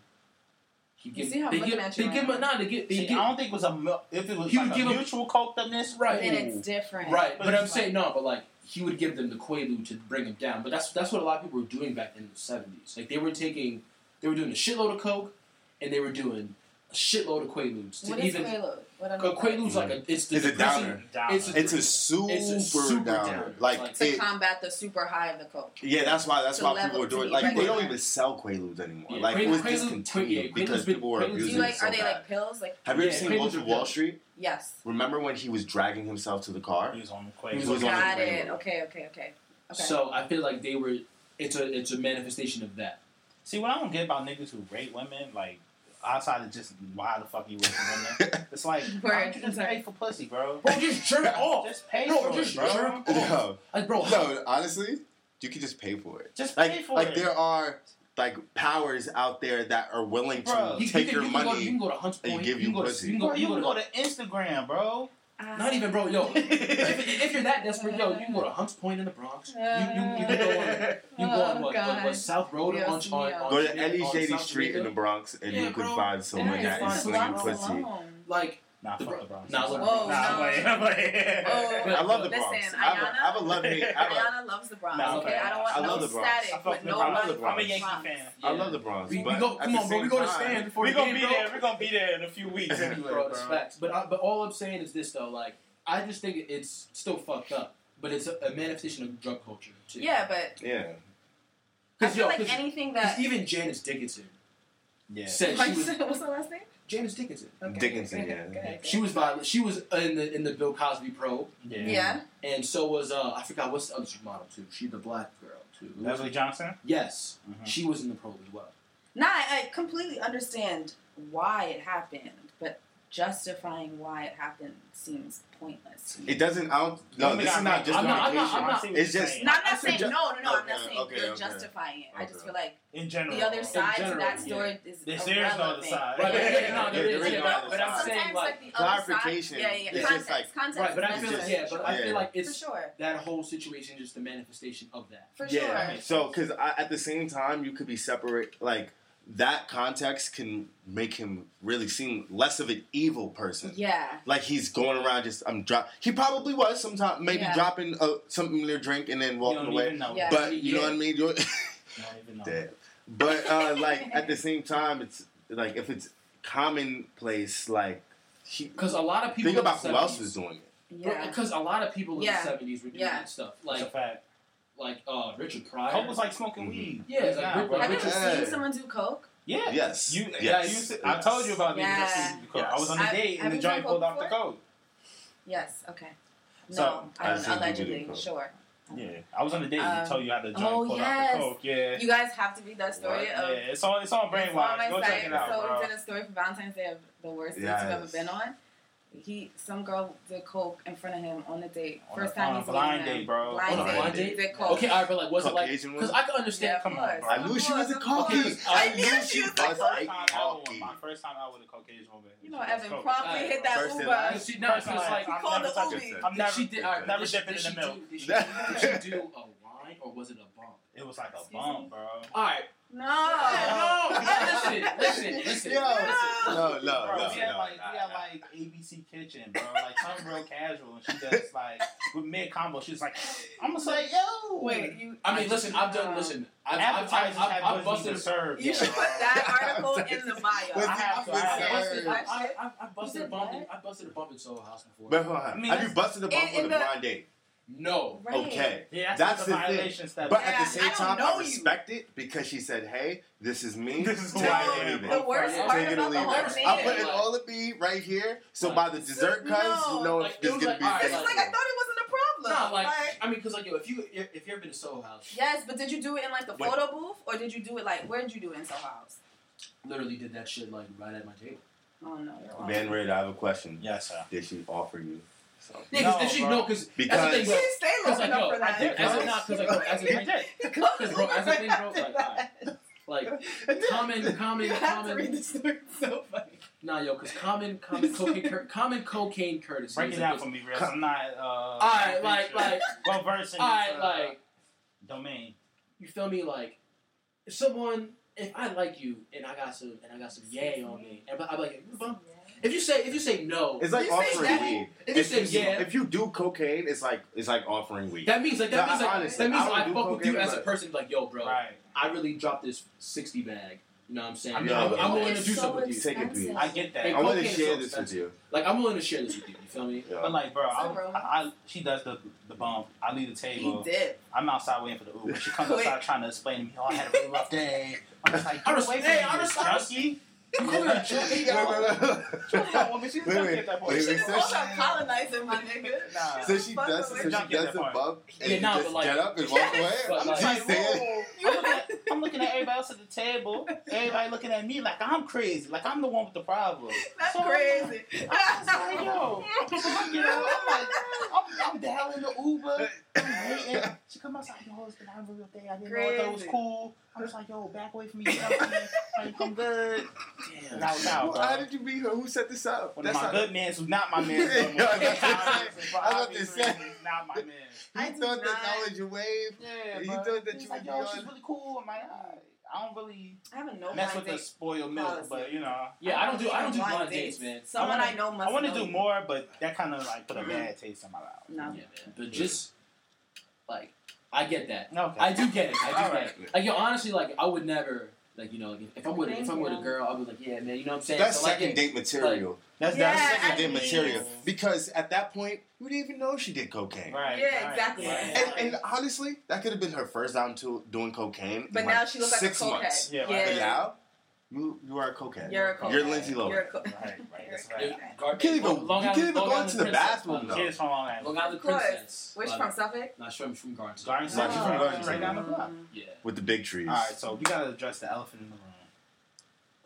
[SPEAKER 5] He give,
[SPEAKER 6] see how I'm
[SPEAKER 5] they
[SPEAKER 6] looking
[SPEAKER 5] give,
[SPEAKER 6] at
[SPEAKER 5] they
[SPEAKER 6] you right
[SPEAKER 5] give him,
[SPEAKER 6] now?
[SPEAKER 5] nah, they give, they
[SPEAKER 3] See,
[SPEAKER 5] give,
[SPEAKER 3] I don't think it was a mil- if it was
[SPEAKER 5] He
[SPEAKER 3] like
[SPEAKER 5] would
[SPEAKER 3] a
[SPEAKER 5] give him-
[SPEAKER 3] mutual coked upness,
[SPEAKER 5] Right.
[SPEAKER 6] Then it's different.
[SPEAKER 5] Right,
[SPEAKER 3] But
[SPEAKER 5] but,
[SPEAKER 3] it's
[SPEAKER 5] I'm
[SPEAKER 3] like-
[SPEAKER 5] saying no. But like he would give them the Quaalude to bring them down. But that's that's what a lot of people were doing back in the '70s. Like they were taking, they were doing a shitload of coke, and they were doing a shitload of Quaaludes to
[SPEAKER 6] What is
[SPEAKER 5] even.
[SPEAKER 6] Quaalude? What
[SPEAKER 5] a
[SPEAKER 6] are
[SPEAKER 5] Quaalude's like a it's the
[SPEAKER 7] It's a
[SPEAKER 5] depressing-
[SPEAKER 7] downer.
[SPEAKER 5] It's
[SPEAKER 7] Mm-hmm. It's a super,
[SPEAKER 5] It's a super
[SPEAKER 7] down.
[SPEAKER 5] downer.
[SPEAKER 7] Like,
[SPEAKER 5] Like-
[SPEAKER 6] to
[SPEAKER 7] it,
[SPEAKER 6] combat the super high of the coke.
[SPEAKER 7] yeah, that's why that's
[SPEAKER 6] to
[SPEAKER 7] why
[SPEAKER 6] level-
[SPEAKER 7] people were
[SPEAKER 6] to
[SPEAKER 7] doing
[SPEAKER 6] be
[SPEAKER 7] like they
[SPEAKER 6] regular.
[SPEAKER 7] don't even sell Quaaludes anymore.
[SPEAKER 5] Yeah,
[SPEAKER 7] like it was
[SPEAKER 5] Quaalude- Quaalude-
[SPEAKER 7] discontinued
[SPEAKER 5] Quaalude-
[SPEAKER 7] because
[SPEAKER 5] Quaalude's been-
[SPEAKER 7] people were
[SPEAKER 5] Quaalude's-
[SPEAKER 6] Do
[SPEAKER 7] abusing
[SPEAKER 6] you
[SPEAKER 7] it
[SPEAKER 6] like?
[SPEAKER 7] so
[SPEAKER 6] Are they
[SPEAKER 7] bad.
[SPEAKER 6] like pills? Like
[SPEAKER 7] Have you
[SPEAKER 5] Yeah,
[SPEAKER 7] ever seen
[SPEAKER 5] Quaaludes
[SPEAKER 7] Wolf
[SPEAKER 5] are
[SPEAKER 7] of Wall
[SPEAKER 5] good.
[SPEAKER 7] Street?
[SPEAKER 6] yes.
[SPEAKER 7] Remember when he was dragging himself to the car?
[SPEAKER 3] He was on the
[SPEAKER 7] He
[SPEAKER 3] Quaaludes.
[SPEAKER 7] was on the
[SPEAKER 6] Got
[SPEAKER 7] Quaalude.
[SPEAKER 6] it. Okay. Okay. Okay. Okay.
[SPEAKER 5] So I feel like they were. It's a it's a manifestation of that.
[SPEAKER 3] See, what I don't get about niggas who rape women, like, outside of just why the fuck you raping women, it's like, why
[SPEAKER 6] Word.
[SPEAKER 3] don't you just pay for pussy, bro?
[SPEAKER 5] Bro, just jerk off.
[SPEAKER 3] Just pay
[SPEAKER 5] No,
[SPEAKER 3] for
[SPEAKER 5] just
[SPEAKER 3] it, bro.
[SPEAKER 5] jerk off.
[SPEAKER 7] No,
[SPEAKER 5] Like, bro,
[SPEAKER 7] no, honestly, you could just pay for it.
[SPEAKER 3] Just pay
[SPEAKER 7] Like,
[SPEAKER 3] for
[SPEAKER 7] like
[SPEAKER 3] it.
[SPEAKER 7] there are like powers out there that are willing to
[SPEAKER 3] Bro,
[SPEAKER 5] you, you
[SPEAKER 7] take
[SPEAKER 5] can,
[SPEAKER 7] your
[SPEAKER 5] you Can go, you
[SPEAKER 7] money.
[SPEAKER 5] can go to Hunts
[SPEAKER 7] and
[SPEAKER 5] Point.
[SPEAKER 7] give
[SPEAKER 5] you
[SPEAKER 7] you
[SPEAKER 5] can go
[SPEAKER 7] pussy.
[SPEAKER 5] To, you can go,
[SPEAKER 3] Bro, you can go
[SPEAKER 5] to.
[SPEAKER 3] to Instagram, bro.
[SPEAKER 6] Ah,
[SPEAKER 5] Not even, bro, yo. if, if you're that desperate, yo, you can go to Hunts Point in the Bronx. You, you, you can go on You go on
[SPEAKER 6] Oh,
[SPEAKER 5] what,
[SPEAKER 6] God.
[SPEAKER 5] what, what South Road
[SPEAKER 6] Yes,
[SPEAKER 5] on, on,
[SPEAKER 6] yeah.
[SPEAKER 5] on
[SPEAKER 7] Go
[SPEAKER 5] Jamaica-
[SPEAKER 7] to any
[SPEAKER 5] on
[SPEAKER 7] shady
[SPEAKER 5] South
[SPEAKER 7] street in the
[SPEAKER 5] Jamaica?
[SPEAKER 7] Bronx and
[SPEAKER 5] Yeah,
[SPEAKER 7] you could
[SPEAKER 5] bro.
[SPEAKER 7] find someone
[SPEAKER 5] Yeah,
[SPEAKER 7] that
[SPEAKER 5] it's
[SPEAKER 7] is slinging
[SPEAKER 5] not
[SPEAKER 7] pussy.
[SPEAKER 6] Alone.
[SPEAKER 5] like
[SPEAKER 3] Nah,
[SPEAKER 5] The
[SPEAKER 3] fuck
[SPEAKER 5] bro-
[SPEAKER 3] the Bronx.
[SPEAKER 5] nah,
[SPEAKER 3] I'm
[SPEAKER 5] look-
[SPEAKER 3] sorry.
[SPEAKER 6] Whoa,
[SPEAKER 3] nah, I'm
[SPEAKER 6] no.
[SPEAKER 3] playing. I'm playing.
[SPEAKER 6] Oh,
[SPEAKER 7] I love the
[SPEAKER 6] Listen,
[SPEAKER 7] Bronx.
[SPEAKER 6] Ayana-
[SPEAKER 7] I have a- I have a love hate. I have a-
[SPEAKER 6] Rihanna loves the Bronx.
[SPEAKER 3] Nah,
[SPEAKER 6] okay,
[SPEAKER 3] okay.
[SPEAKER 6] I don't want
[SPEAKER 3] I
[SPEAKER 6] no
[SPEAKER 7] love the Bronx.
[SPEAKER 6] static
[SPEAKER 3] I fuck
[SPEAKER 6] with
[SPEAKER 3] the
[SPEAKER 6] no
[SPEAKER 3] Bronx.
[SPEAKER 6] love
[SPEAKER 3] I'm a
[SPEAKER 6] Bronx.
[SPEAKER 3] Yankee fan.
[SPEAKER 7] I love the Bronx.
[SPEAKER 5] We, we
[SPEAKER 7] but
[SPEAKER 5] go,
[SPEAKER 7] at
[SPEAKER 5] come
[SPEAKER 7] the
[SPEAKER 5] on, bro. We
[SPEAKER 7] same
[SPEAKER 5] go to
[SPEAKER 7] time-
[SPEAKER 5] stand before
[SPEAKER 3] We
[SPEAKER 5] the
[SPEAKER 3] gonna
[SPEAKER 5] game,
[SPEAKER 3] be
[SPEAKER 5] bro.
[SPEAKER 3] there. We gonna be there in a few weeks anyway,
[SPEAKER 5] bro, that's
[SPEAKER 3] bro.
[SPEAKER 5] facts. But I, but all I'm saying is this though, like I just think it's still fucked up, but it's a, a manifestation of drug culture too.
[SPEAKER 6] Yeah, but
[SPEAKER 7] Yeah.
[SPEAKER 6] I
[SPEAKER 5] 'Cause,
[SPEAKER 6] feel
[SPEAKER 5] yo,
[SPEAKER 6] like
[SPEAKER 5] 'cause-
[SPEAKER 6] anything
[SPEAKER 5] 'cause
[SPEAKER 6] that.
[SPEAKER 5] even Janice Dickinson
[SPEAKER 3] Yeah.
[SPEAKER 5] said she was
[SPEAKER 6] What's the last name?
[SPEAKER 5] Janice Dickinson.
[SPEAKER 6] Okay.
[SPEAKER 7] Dickinson, yeah.
[SPEAKER 6] Okay.
[SPEAKER 5] She was violent. She was in the in the Bill Cosby probe,
[SPEAKER 6] Yeah.
[SPEAKER 5] and so was uh I forgot what's the other model too. She the black girl too.
[SPEAKER 3] Leslie Johnson.
[SPEAKER 5] Yes,
[SPEAKER 6] Mm-hmm.
[SPEAKER 3] Mhm.
[SPEAKER 5] she was in the probe as well.
[SPEAKER 6] Nah, I I completely understand why it happened, but justifying why it happened seems pointless. to me.
[SPEAKER 7] It doesn't. I don't. No,
[SPEAKER 5] Oh
[SPEAKER 3] Let me
[SPEAKER 7] this is
[SPEAKER 3] not-
[SPEAKER 7] not just
[SPEAKER 5] I'm not- I'm not- I'm not-
[SPEAKER 7] It's just-
[SPEAKER 6] No, I'm not saying
[SPEAKER 7] ju-
[SPEAKER 6] no, no, no. I'm not
[SPEAKER 7] okay,
[SPEAKER 6] saying
[SPEAKER 7] okay,
[SPEAKER 6] you're
[SPEAKER 7] okay.
[SPEAKER 6] justifying it. I just
[SPEAKER 7] Okay.
[SPEAKER 6] feel like
[SPEAKER 3] in general.
[SPEAKER 6] the other side
[SPEAKER 5] general,
[SPEAKER 6] to that
[SPEAKER 5] yeah.
[SPEAKER 6] story is
[SPEAKER 3] There's, there's
[SPEAKER 6] irrelevant.
[SPEAKER 3] no other side.
[SPEAKER 5] Right,
[SPEAKER 7] yeah, yeah, no,
[SPEAKER 3] Yeah,
[SPEAKER 7] there
[SPEAKER 3] yeah,
[SPEAKER 7] is,
[SPEAKER 3] yeah,
[SPEAKER 7] yeah,
[SPEAKER 3] yeah.
[SPEAKER 7] but
[SPEAKER 5] but I'm
[SPEAKER 6] Sometimes,
[SPEAKER 5] saying, like-
[SPEAKER 6] the other side-
[SPEAKER 7] Clarification
[SPEAKER 6] yeah, yeah,
[SPEAKER 7] is
[SPEAKER 6] yeah.
[SPEAKER 7] just
[SPEAKER 6] Context,
[SPEAKER 7] like-
[SPEAKER 6] context
[SPEAKER 5] Right, but I
[SPEAKER 6] is
[SPEAKER 5] feel like
[SPEAKER 7] just-
[SPEAKER 6] necessary.
[SPEAKER 5] yeah, but I
[SPEAKER 7] yeah.
[SPEAKER 5] feel like
[SPEAKER 6] for
[SPEAKER 5] it's
[SPEAKER 6] sure,
[SPEAKER 5] that whole situation just the manifestation of that.
[SPEAKER 6] for
[SPEAKER 7] yeah.
[SPEAKER 6] sure.
[SPEAKER 7] So, because at the same time, you could be separate. Like that context can make him really seem less of an evil person.
[SPEAKER 6] Yeah,
[SPEAKER 7] Like he's going around just I'm drop. He probably was sometimes maybe
[SPEAKER 6] Yeah.
[SPEAKER 7] dropping uh, something in their drink and then
[SPEAKER 3] You
[SPEAKER 7] walking
[SPEAKER 3] don't
[SPEAKER 7] away.
[SPEAKER 3] even know.
[SPEAKER 6] Yeah.
[SPEAKER 7] But you know what I mean. You're-
[SPEAKER 3] You don't even know.
[SPEAKER 7] Damn. But uh, like at the same time, it's like if it's commonplace, like he,
[SPEAKER 5] Because a lot of people
[SPEAKER 7] think
[SPEAKER 5] in the
[SPEAKER 7] about who else
[SPEAKER 5] 70s
[SPEAKER 7] was doing it.
[SPEAKER 6] yeah.
[SPEAKER 5] Because a lot of people in
[SPEAKER 6] Yeah.
[SPEAKER 5] the seventies were doing
[SPEAKER 6] Yeah.
[SPEAKER 5] that stuff,
[SPEAKER 3] That's a
[SPEAKER 5] like
[SPEAKER 3] fact.
[SPEAKER 5] like uh, Richard Pryor.
[SPEAKER 3] Coke was like smoking
[SPEAKER 7] Mhm.
[SPEAKER 3] weed.
[SPEAKER 5] Yeah, it's like
[SPEAKER 3] Nah,
[SPEAKER 5] Rick-
[SPEAKER 3] bro.
[SPEAKER 6] Have you
[SPEAKER 7] Richard-
[SPEAKER 6] ever seen someone do coke?
[SPEAKER 3] Yeah.
[SPEAKER 7] Yes.
[SPEAKER 3] You,
[SPEAKER 7] Yes.
[SPEAKER 3] Yeah, you said, I
[SPEAKER 7] Yes.
[SPEAKER 3] told you about being
[SPEAKER 6] Yeah.
[SPEAKER 3] yeah. because I was on a
[SPEAKER 6] Yes.
[SPEAKER 3] date
[SPEAKER 6] Have
[SPEAKER 3] and the joint
[SPEAKER 6] you drank
[SPEAKER 3] pulled
[SPEAKER 6] Coke
[SPEAKER 3] off the
[SPEAKER 6] before?
[SPEAKER 3] coke.
[SPEAKER 6] Yes. Okay. No,
[SPEAKER 3] So,
[SPEAKER 6] I
[SPEAKER 7] I've
[SPEAKER 6] don't
[SPEAKER 7] seen people do
[SPEAKER 6] allegedly.
[SPEAKER 7] coke.
[SPEAKER 6] Sure.
[SPEAKER 3] Yeah, I was on a date and
[SPEAKER 6] Um,
[SPEAKER 3] they told you how the joint
[SPEAKER 6] oh,
[SPEAKER 3] pulled
[SPEAKER 6] yes.
[SPEAKER 3] off the coke. Yeah.
[SPEAKER 6] You guys have to read that story
[SPEAKER 7] What?
[SPEAKER 3] yeah,
[SPEAKER 6] of
[SPEAKER 3] it's on it's on
[SPEAKER 6] It's on my
[SPEAKER 3] brainwash. Go check
[SPEAKER 6] site.
[SPEAKER 3] it out,
[SPEAKER 6] so
[SPEAKER 3] bro.
[SPEAKER 6] we did a story for Valentine's Day of the worst dates you've ever
[SPEAKER 7] Yes.
[SPEAKER 6] been on. He, some girl did coke in front of him on a date.
[SPEAKER 3] On
[SPEAKER 6] First
[SPEAKER 3] a-
[SPEAKER 6] time
[SPEAKER 3] on a
[SPEAKER 6] he's
[SPEAKER 3] blind
[SPEAKER 6] meeting her.
[SPEAKER 3] date, bro.
[SPEAKER 6] Blind
[SPEAKER 5] On a
[SPEAKER 6] date.
[SPEAKER 5] blind
[SPEAKER 6] He
[SPEAKER 5] date?
[SPEAKER 6] did coke.
[SPEAKER 5] Okay, all right, but like, was it like?
[SPEAKER 7] Caucasian
[SPEAKER 5] Because
[SPEAKER 7] one?
[SPEAKER 5] I can
[SPEAKER 6] Yeah,
[SPEAKER 5] understand.
[SPEAKER 6] of
[SPEAKER 3] come on,
[SPEAKER 6] course.
[SPEAKER 3] bro. I
[SPEAKER 6] Of
[SPEAKER 7] knew she was
[SPEAKER 6] course,
[SPEAKER 7] a
[SPEAKER 6] of course.
[SPEAKER 7] Caucasian.
[SPEAKER 6] I
[SPEAKER 7] I
[SPEAKER 6] knew
[SPEAKER 7] knew
[SPEAKER 6] she
[SPEAKER 7] she
[SPEAKER 6] was a
[SPEAKER 7] was
[SPEAKER 6] Caucasian.
[SPEAKER 7] a-
[SPEAKER 3] Time I would- my first time out with a Caucasian woman.
[SPEAKER 6] You know,
[SPEAKER 3] she was
[SPEAKER 6] Evan
[SPEAKER 3] coke.
[SPEAKER 6] promptly
[SPEAKER 5] Alright,
[SPEAKER 6] hit that
[SPEAKER 7] first
[SPEAKER 6] Uber.
[SPEAKER 7] and last.
[SPEAKER 5] She, no, it's
[SPEAKER 3] First
[SPEAKER 5] like.
[SPEAKER 3] time.
[SPEAKER 6] He
[SPEAKER 3] I've
[SPEAKER 6] called
[SPEAKER 3] never
[SPEAKER 6] the
[SPEAKER 3] touched
[SPEAKER 6] Uber.
[SPEAKER 7] it.
[SPEAKER 3] I'm
[SPEAKER 5] Did
[SPEAKER 3] never,
[SPEAKER 5] she did,
[SPEAKER 7] all right,
[SPEAKER 3] never
[SPEAKER 5] did,
[SPEAKER 3] dipping
[SPEAKER 5] did
[SPEAKER 3] in the
[SPEAKER 5] she
[SPEAKER 3] milk.
[SPEAKER 5] Do, did, she, did she do a wine or was it a bomb?
[SPEAKER 3] It was like a
[SPEAKER 6] Excuse me? Oh.
[SPEAKER 3] bump, bro.
[SPEAKER 5] All right.
[SPEAKER 6] No.
[SPEAKER 5] No, listen, listen, listen.
[SPEAKER 7] Yo,
[SPEAKER 6] No.
[SPEAKER 7] no, no, no,
[SPEAKER 3] bro, we had
[SPEAKER 7] no,
[SPEAKER 3] like
[SPEAKER 7] no,
[SPEAKER 3] we had
[SPEAKER 7] no.
[SPEAKER 3] like ABC Kitchen, bro. Like something real casual, and she does like with mid combo. She's like, I'm gonna say, yo,
[SPEAKER 6] Wait, you.
[SPEAKER 5] I mean, listen. I've done.
[SPEAKER 6] Um,
[SPEAKER 5] Listen, I've, I've,
[SPEAKER 3] appetizers
[SPEAKER 5] I've, I've,
[SPEAKER 3] have
[SPEAKER 5] I've
[SPEAKER 3] busted
[SPEAKER 5] busted.
[SPEAKER 3] to serve.
[SPEAKER 6] You
[SPEAKER 3] yeah,
[SPEAKER 6] should
[SPEAKER 3] bro.
[SPEAKER 6] put that article in the
[SPEAKER 3] I
[SPEAKER 6] bio.
[SPEAKER 3] have to. I have to.
[SPEAKER 5] I've
[SPEAKER 6] Serve.
[SPEAKER 5] busted, I've, I've, I've, I've busted a
[SPEAKER 6] said
[SPEAKER 5] bump. In,
[SPEAKER 6] what?
[SPEAKER 5] I've busted a bump in Soul House before.
[SPEAKER 7] But hold on.
[SPEAKER 3] I mean,
[SPEAKER 7] have you
[SPEAKER 3] that's-
[SPEAKER 7] busted the bump
[SPEAKER 6] in-
[SPEAKER 7] on
[SPEAKER 6] in
[SPEAKER 7] a
[SPEAKER 6] the-
[SPEAKER 7] blind date?
[SPEAKER 5] No.
[SPEAKER 6] Right.
[SPEAKER 7] Okay.
[SPEAKER 3] Yeah,
[SPEAKER 7] That's
[SPEAKER 3] the,
[SPEAKER 7] the thing.
[SPEAKER 3] violation step.
[SPEAKER 7] But
[SPEAKER 6] Yeah,
[SPEAKER 7] at the
[SPEAKER 6] I
[SPEAKER 7] same
[SPEAKER 6] don't
[SPEAKER 7] time,
[SPEAKER 6] know
[SPEAKER 7] I
[SPEAKER 6] you.
[SPEAKER 7] respect it because she said, "Hey, this is me.
[SPEAKER 3] This is who
[SPEAKER 7] Take
[SPEAKER 3] I
[SPEAKER 7] it or
[SPEAKER 3] am.
[SPEAKER 7] leave it.
[SPEAKER 6] The worst
[SPEAKER 5] Take
[SPEAKER 6] part
[SPEAKER 7] Take it or
[SPEAKER 6] about the
[SPEAKER 7] leave
[SPEAKER 6] whole
[SPEAKER 5] worst
[SPEAKER 7] it.
[SPEAKER 6] thing.
[SPEAKER 7] I'm
[SPEAKER 5] put
[SPEAKER 7] putting all the meat right here. So by the dessert
[SPEAKER 6] No.
[SPEAKER 7] cuts, you know
[SPEAKER 5] Like,
[SPEAKER 7] if
[SPEAKER 5] it
[SPEAKER 7] this
[SPEAKER 5] was
[SPEAKER 7] is gonna
[SPEAKER 5] like,
[SPEAKER 7] be.
[SPEAKER 5] alright,
[SPEAKER 6] It's
[SPEAKER 7] faithful.
[SPEAKER 6] like I thought it wasn't a problem.
[SPEAKER 5] No, like, I mean, cause like yo, if you if you ever been to Soul House,
[SPEAKER 6] Yes, but did you do it in like the
[SPEAKER 7] Wait.
[SPEAKER 6] photo booth, or did you do it like where did you do it in Soho House?
[SPEAKER 5] literally did that shit like right at my table.
[SPEAKER 6] Oh no, you're wrong.
[SPEAKER 7] Van Red, I have a question.
[SPEAKER 3] Yes, sir.
[SPEAKER 7] Did she offer you? So.
[SPEAKER 5] Yeah,
[SPEAKER 3] No,
[SPEAKER 5] cause if she
[SPEAKER 3] bro.
[SPEAKER 5] no, cause
[SPEAKER 7] Because-
[SPEAKER 5] that's the
[SPEAKER 6] She
[SPEAKER 5] thing,
[SPEAKER 6] didn't stay
[SPEAKER 5] Cause,
[SPEAKER 6] long
[SPEAKER 5] like,
[SPEAKER 6] enough
[SPEAKER 5] yo,
[SPEAKER 6] for that.
[SPEAKER 3] I did-
[SPEAKER 5] bro. As a not, cause like, yo, as a
[SPEAKER 3] I did.
[SPEAKER 5] Cause, bro, as a thing, bro, like, alright. like common, common,
[SPEAKER 6] you have to read
[SPEAKER 5] common.
[SPEAKER 6] the story. It's so funny.
[SPEAKER 5] Nah, yo, cause common, common cocaine, cur- common cocaine courtesy.
[SPEAKER 3] Break
[SPEAKER 5] is
[SPEAKER 3] it
[SPEAKER 5] a
[SPEAKER 3] down
[SPEAKER 5] good-
[SPEAKER 3] for me, Riz. I'm not. Uh, all
[SPEAKER 5] Alright, like, like,
[SPEAKER 3] Well versed in
[SPEAKER 5] alright,
[SPEAKER 3] this, uh,
[SPEAKER 5] like.
[SPEAKER 3] domain.
[SPEAKER 5] you feel me? Like, if someone, if I like you and I got some and I got some yay on me, and I'm like, you bump- if you say if you say no,
[SPEAKER 7] It's like
[SPEAKER 6] You say
[SPEAKER 7] offering
[SPEAKER 6] that?
[SPEAKER 7] weed.
[SPEAKER 5] If you say yeah.
[SPEAKER 7] if you do cocaine, it's like it's like offering weed.
[SPEAKER 5] that means like that
[SPEAKER 7] Nah,
[SPEAKER 5] means like
[SPEAKER 7] honestly,
[SPEAKER 5] that means
[SPEAKER 7] I don't
[SPEAKER 5] I,
[SPEAKER 7] do
[SPEAKER 5] fuck with you
[SPEAKER 7] cocaine,
[SPEAKER 5] as a
[SPEAKER 7] but-
[SPEAKER 5] person. Like, yo, bro,
[SPEAKER 3] Right.
[SPEAKER 5] I really dropped this sixty bag. You know what I'm saying?
[SPEAKER 3] I mean,
[SPEAKER 5] I'm,
[SPEAKER 7] no,
[SPEAKER 5] I'm
[SPEAKER 7] no.
[SPEAKER 5] willing
[SPEAKER 7] It's
[SPEAKER 5] to do
[SPEAKER 7] so
[SPEAKER 5] something with you.
[SPEAKER 7] expensive. Take it, please.
[SPEAKER 3] I get that.
[SPEAKER 5] Hey,
[SPEAKER 7] I want to
[SPEAKER 5] cocaine
[SPEAKER 7] share
[SPEAKER 5] is so
[SPEAKER 7] this with
[SPEAKER 5] expensive.
[SPEAKER 7] you.
[SPEAKER 5] Like, I'm willing to share this with you. You feel me?
[SPEAKER 7] Yeah.
[SPEAKER 3] But like, bro, I,
[SPEAKER 6] So, bro.
[SPEAKER 3] I, I, she does the the bump. I leave the
[SPEAKER 6] He
[SPEAKER 3] table.
[SPEAKER 6] did.
[SPEAKER 3] I'm outside waiting for the Uber. She comes
[SPEAKER 6] Quick.
[SPEAKER 3] outside trying to explain to me, "Oh, I had a really rough day." I'm just like,
[SPEAKER 5] I
[SPEAKER 3] "Get
[SPEAKER 5] res-
[SPEAKER 3] away
[SPEAKER 5] hey,
[SPEAKER 3] from
[SPEAKER 5] I
[SPEAKER 3] me, you
[SPEAKER 5] res- I res-
[SPEAKER 3] junkie."
[SPEAKER 5] You call her a junkie?
[SPEAKER 7] No, no, no.
[SPEAKER 3] Junkie woman, she's a
[SPEAKER 7] Wait,
[SPEAKER 3] junkie
[SPEAKER 7] wait,
[SPEAKER 3] at that
[SPEAKER 7] wait,
[SPEAKER 3] point.
[SPEAKER 6] She
[SPEAKER 7] wait,
[SPEAKER 6] was
[SPEAKER 7] so
[SPEAKER 6] also
[SPEAKER 7] she-
[SPEAKER 6] colonizing my nigga.
[SPEAKER 3] Nah.
[SPEAKER 7] So she does, so she
[SPEAKER 3] Don't get
[SPEAKER 7] does
[SPEAKER 3] that
[SPEAKER 7] a
[SPEAKER 3] part.
[SPEAKER 7] bump and
[SPEAKER 5] Yeah,
[SPEAKER 7] you
[SPEAKER 5] nah,
[SPEAKER 7] just
[SPEAKER 5] but like-
[SPEAKER 7] get up and walk away.
[SPEAKER 5] But
[SPEAKER 7] I'm
[SPEAKER 5] like-
[SPEAKER 7] just saying.
[SPEAKER 3] I'm looking, at, I'm looking at everybody else at the table. Everybody looking at me like I'm crazy, like I'm the one with the problem.
[SPEAKER 6] That's
[SPEAKER 3] So I'm
[SPEAKER 6] crazy.
[SPEAKER 3] I'm just like, yo, you know, I'm like, I'm, I'm dialing the Uber. I'm waiting. She come outside, yo, it's been a real day. I didn't know if that was
[SPEAKER 6] Crazy.
[SPEAKER 3] cool. I'm just like, yo, back away from me. you know what I'm saying? Like, I'm good.
[SPEAKER 5] Damn.
[SPEAKER 3] Now, now,
[SPEAKER 7] Well, how
[SPEAKER 3] bro.
[SPEAKER 7] did you meet her? Who set this up?
[SPEAKER 3] One of
[SPEAKER 7] That's
[SPEAKER 3] my
[SPEAKER 7] not-
[SPEAKER 3] good men who's not my man.
[SPEAKER 7] Yeah,
[SPEAKER 3] anymore.
[SPEAKER 7] I was about to
[SPEAKER 3] For
[SPEAKER 7] I was about to
[SPEAKER 3] obvious
[SPEAKER 7] say.
[SPEAKER 3] reasons, Not my man.
[SPEAKER 6] I
[SPEAKER 7] He
[SPEAKER 6] do
[SPEAKER 7] thought that
[SPEAKER 6] not-
[SPEAKER 7] knowledge wave.
[SPEAKER 3] Yeah,
[SPEAKER 7] He
[SPEAKER 3] bro.
[SPEAKER 7] thought that
[SPEAKER 3] He's
[SPEAKER 7] you
[SPEAKER 3] like,
[SPEAKER 7] would
[SPEAKER 3] yo,
[SPEAKER 7] be
[SPEAKER 3] she's
[SPEAKER 7] on-
[SPEAKER 3] really cool. I'm like, "All right, I don't really
[SPEAKER 6] I haven't no
[SPEAKER 3] mess
[SPEAKER 6] blind
[SPEAKER 3] with the
[SPEAKER 6] date.
[SPEAKER 3] spoiled milk,
[SPEAKER 6] policy.
[SPEAKER 3] but you know,
[SPEAKER 5] Yeah, I don't do I don't do
[SPEAKER 6] Blind
[SPEAKER 5] blind
[SPEAKER 6] dates.
[SPEAKER 5] dates, man.
[SPEAKER 6] Someone
[SPEAKER 3] I
[SPEAKER 6] I,
[SPEAKER 3] wanna-
[SPEAKER 6] know must.
[SPEAKER 3] I want to
[SPEAKER 6] know
[SPEAKER 3] do
[SPEAKER 6] you.
[SPEAKER 3] more, but that kind of like put a bad taste in my mouth.
[SPEAKER 5] Yeah,
[SPEAKER 6] No.
[SPEAKER 5] man. But just like I get that.
[SPEAKER 3] Okay.
[SPEAKER 5] I do get it. I do
[SPEAKER 3] All
[SPEAKER 5] get
[SPEAKER 3] right.
[SPEAKER 5] it. Like yo, honestly, like I would never like you know like, if I'm with if I'm with a
[SPEAKER 6] Thank you.
[SPEAKER 5] girl, I'd be like, yeah, man, you know what I'm saying.
[SPEAKER 7] That's
[SPEAKER 5] So, like,
[SPEAKER 7] second
[SPEAKER 5] yeah,
[SPEAKER 7] date material.
[SPEAKER 3] That's
[SPEAKER 6] Yeah,
[SPEAKER 7] That's
[SPEAKER 3] that's
[SPEAKER 7] second
[SPEAKER 6] I
[SPEAKER 7] date
[SPEAKER 6] mean-
[SPEAKER 7] material. Because at that point, you didn't even know she did cocaine.
[SPEAKER 3] right.
[SPEAKER 6] Yeah,
[SPEAKER 3] right,
[SPEAKER 6] exactly.
[SPEAKER 3] right.
[SPEAKER 7] And, and honestly, that could have been her first time to doing cocaine.
[SPEAKER 6] But
[SPEAKER 7] in
[SPEAKER 6] now
[SPEAKER 7] like
[SPEAKER 6] she looks like a
[SPEAKER 7] six
[SPEAKER 6] cokehead.
[SPEAKER 7] months.
[SPEAKER 3] Yeah,
[SPEAKER 6] yeah.
[SPEAKER 3] right.
[SPEAKER 7] And now, you you are a cokehead.
[SPEAKER 6] You're a cokehead.
[SPEAKER 7] You're Lindsay Lohan.
[SPEAKER 6] You're a co-
[SPEAKER 3] Right, right, that's
[SPEAKER 6] You're a
[SPEAKER 3] right.
[SPEAKER 5] dude,
[SPEAKER 6] cokehead.
[SPEAKER 5] Gar-
[SPEAKER 7] You can't even-
[SPEAKER 5] Long- Long
[SPEAKER 7] you can't
[SPEAKER 5] Island-
[SPEAKER 7] even
[SPEAKER 5] Long
[SPEAKER 7] go
[SPEAKER 5] Island
[SPEAKER 7] into the
[SPEAKER 5] Princess,
[SPEAKER 7] bathroom,
[SPEAKER 5] by the
[SPEAKER 7] though.
[SPEAKER 5] way.
[SPEAKER 3] Kids from Long Island.
[SPEAKER 5] Long Island
[SPEAKER 6] Of course.
[SPEAKER 5] Princess.
[SPEAKER 6] Which
[SPEAKER 5] by the
[SPEAKER 6] from
[SPEAKER 5] way.
[SPEAKER 6] Suffolk?
[SPEAKER 5] Nah, she's from from Garden City.
[SPEAKER 3] Garden
[SPEAKER 7] Nah,
[SPEAKER 3] City,
[SPEAKER 7] she's
[SPEAKER 3] from
[SPEAKER 7] from Garden
[SPEAKER 3] right
[SPEAKER 7] City.
[SPEAKER 3] down the block.
[SPEAKER 5] Yeah.
[SPEAKER 7] With the big trees.
[SPEAKER 3] All right, so we gotta address the elephant in the room.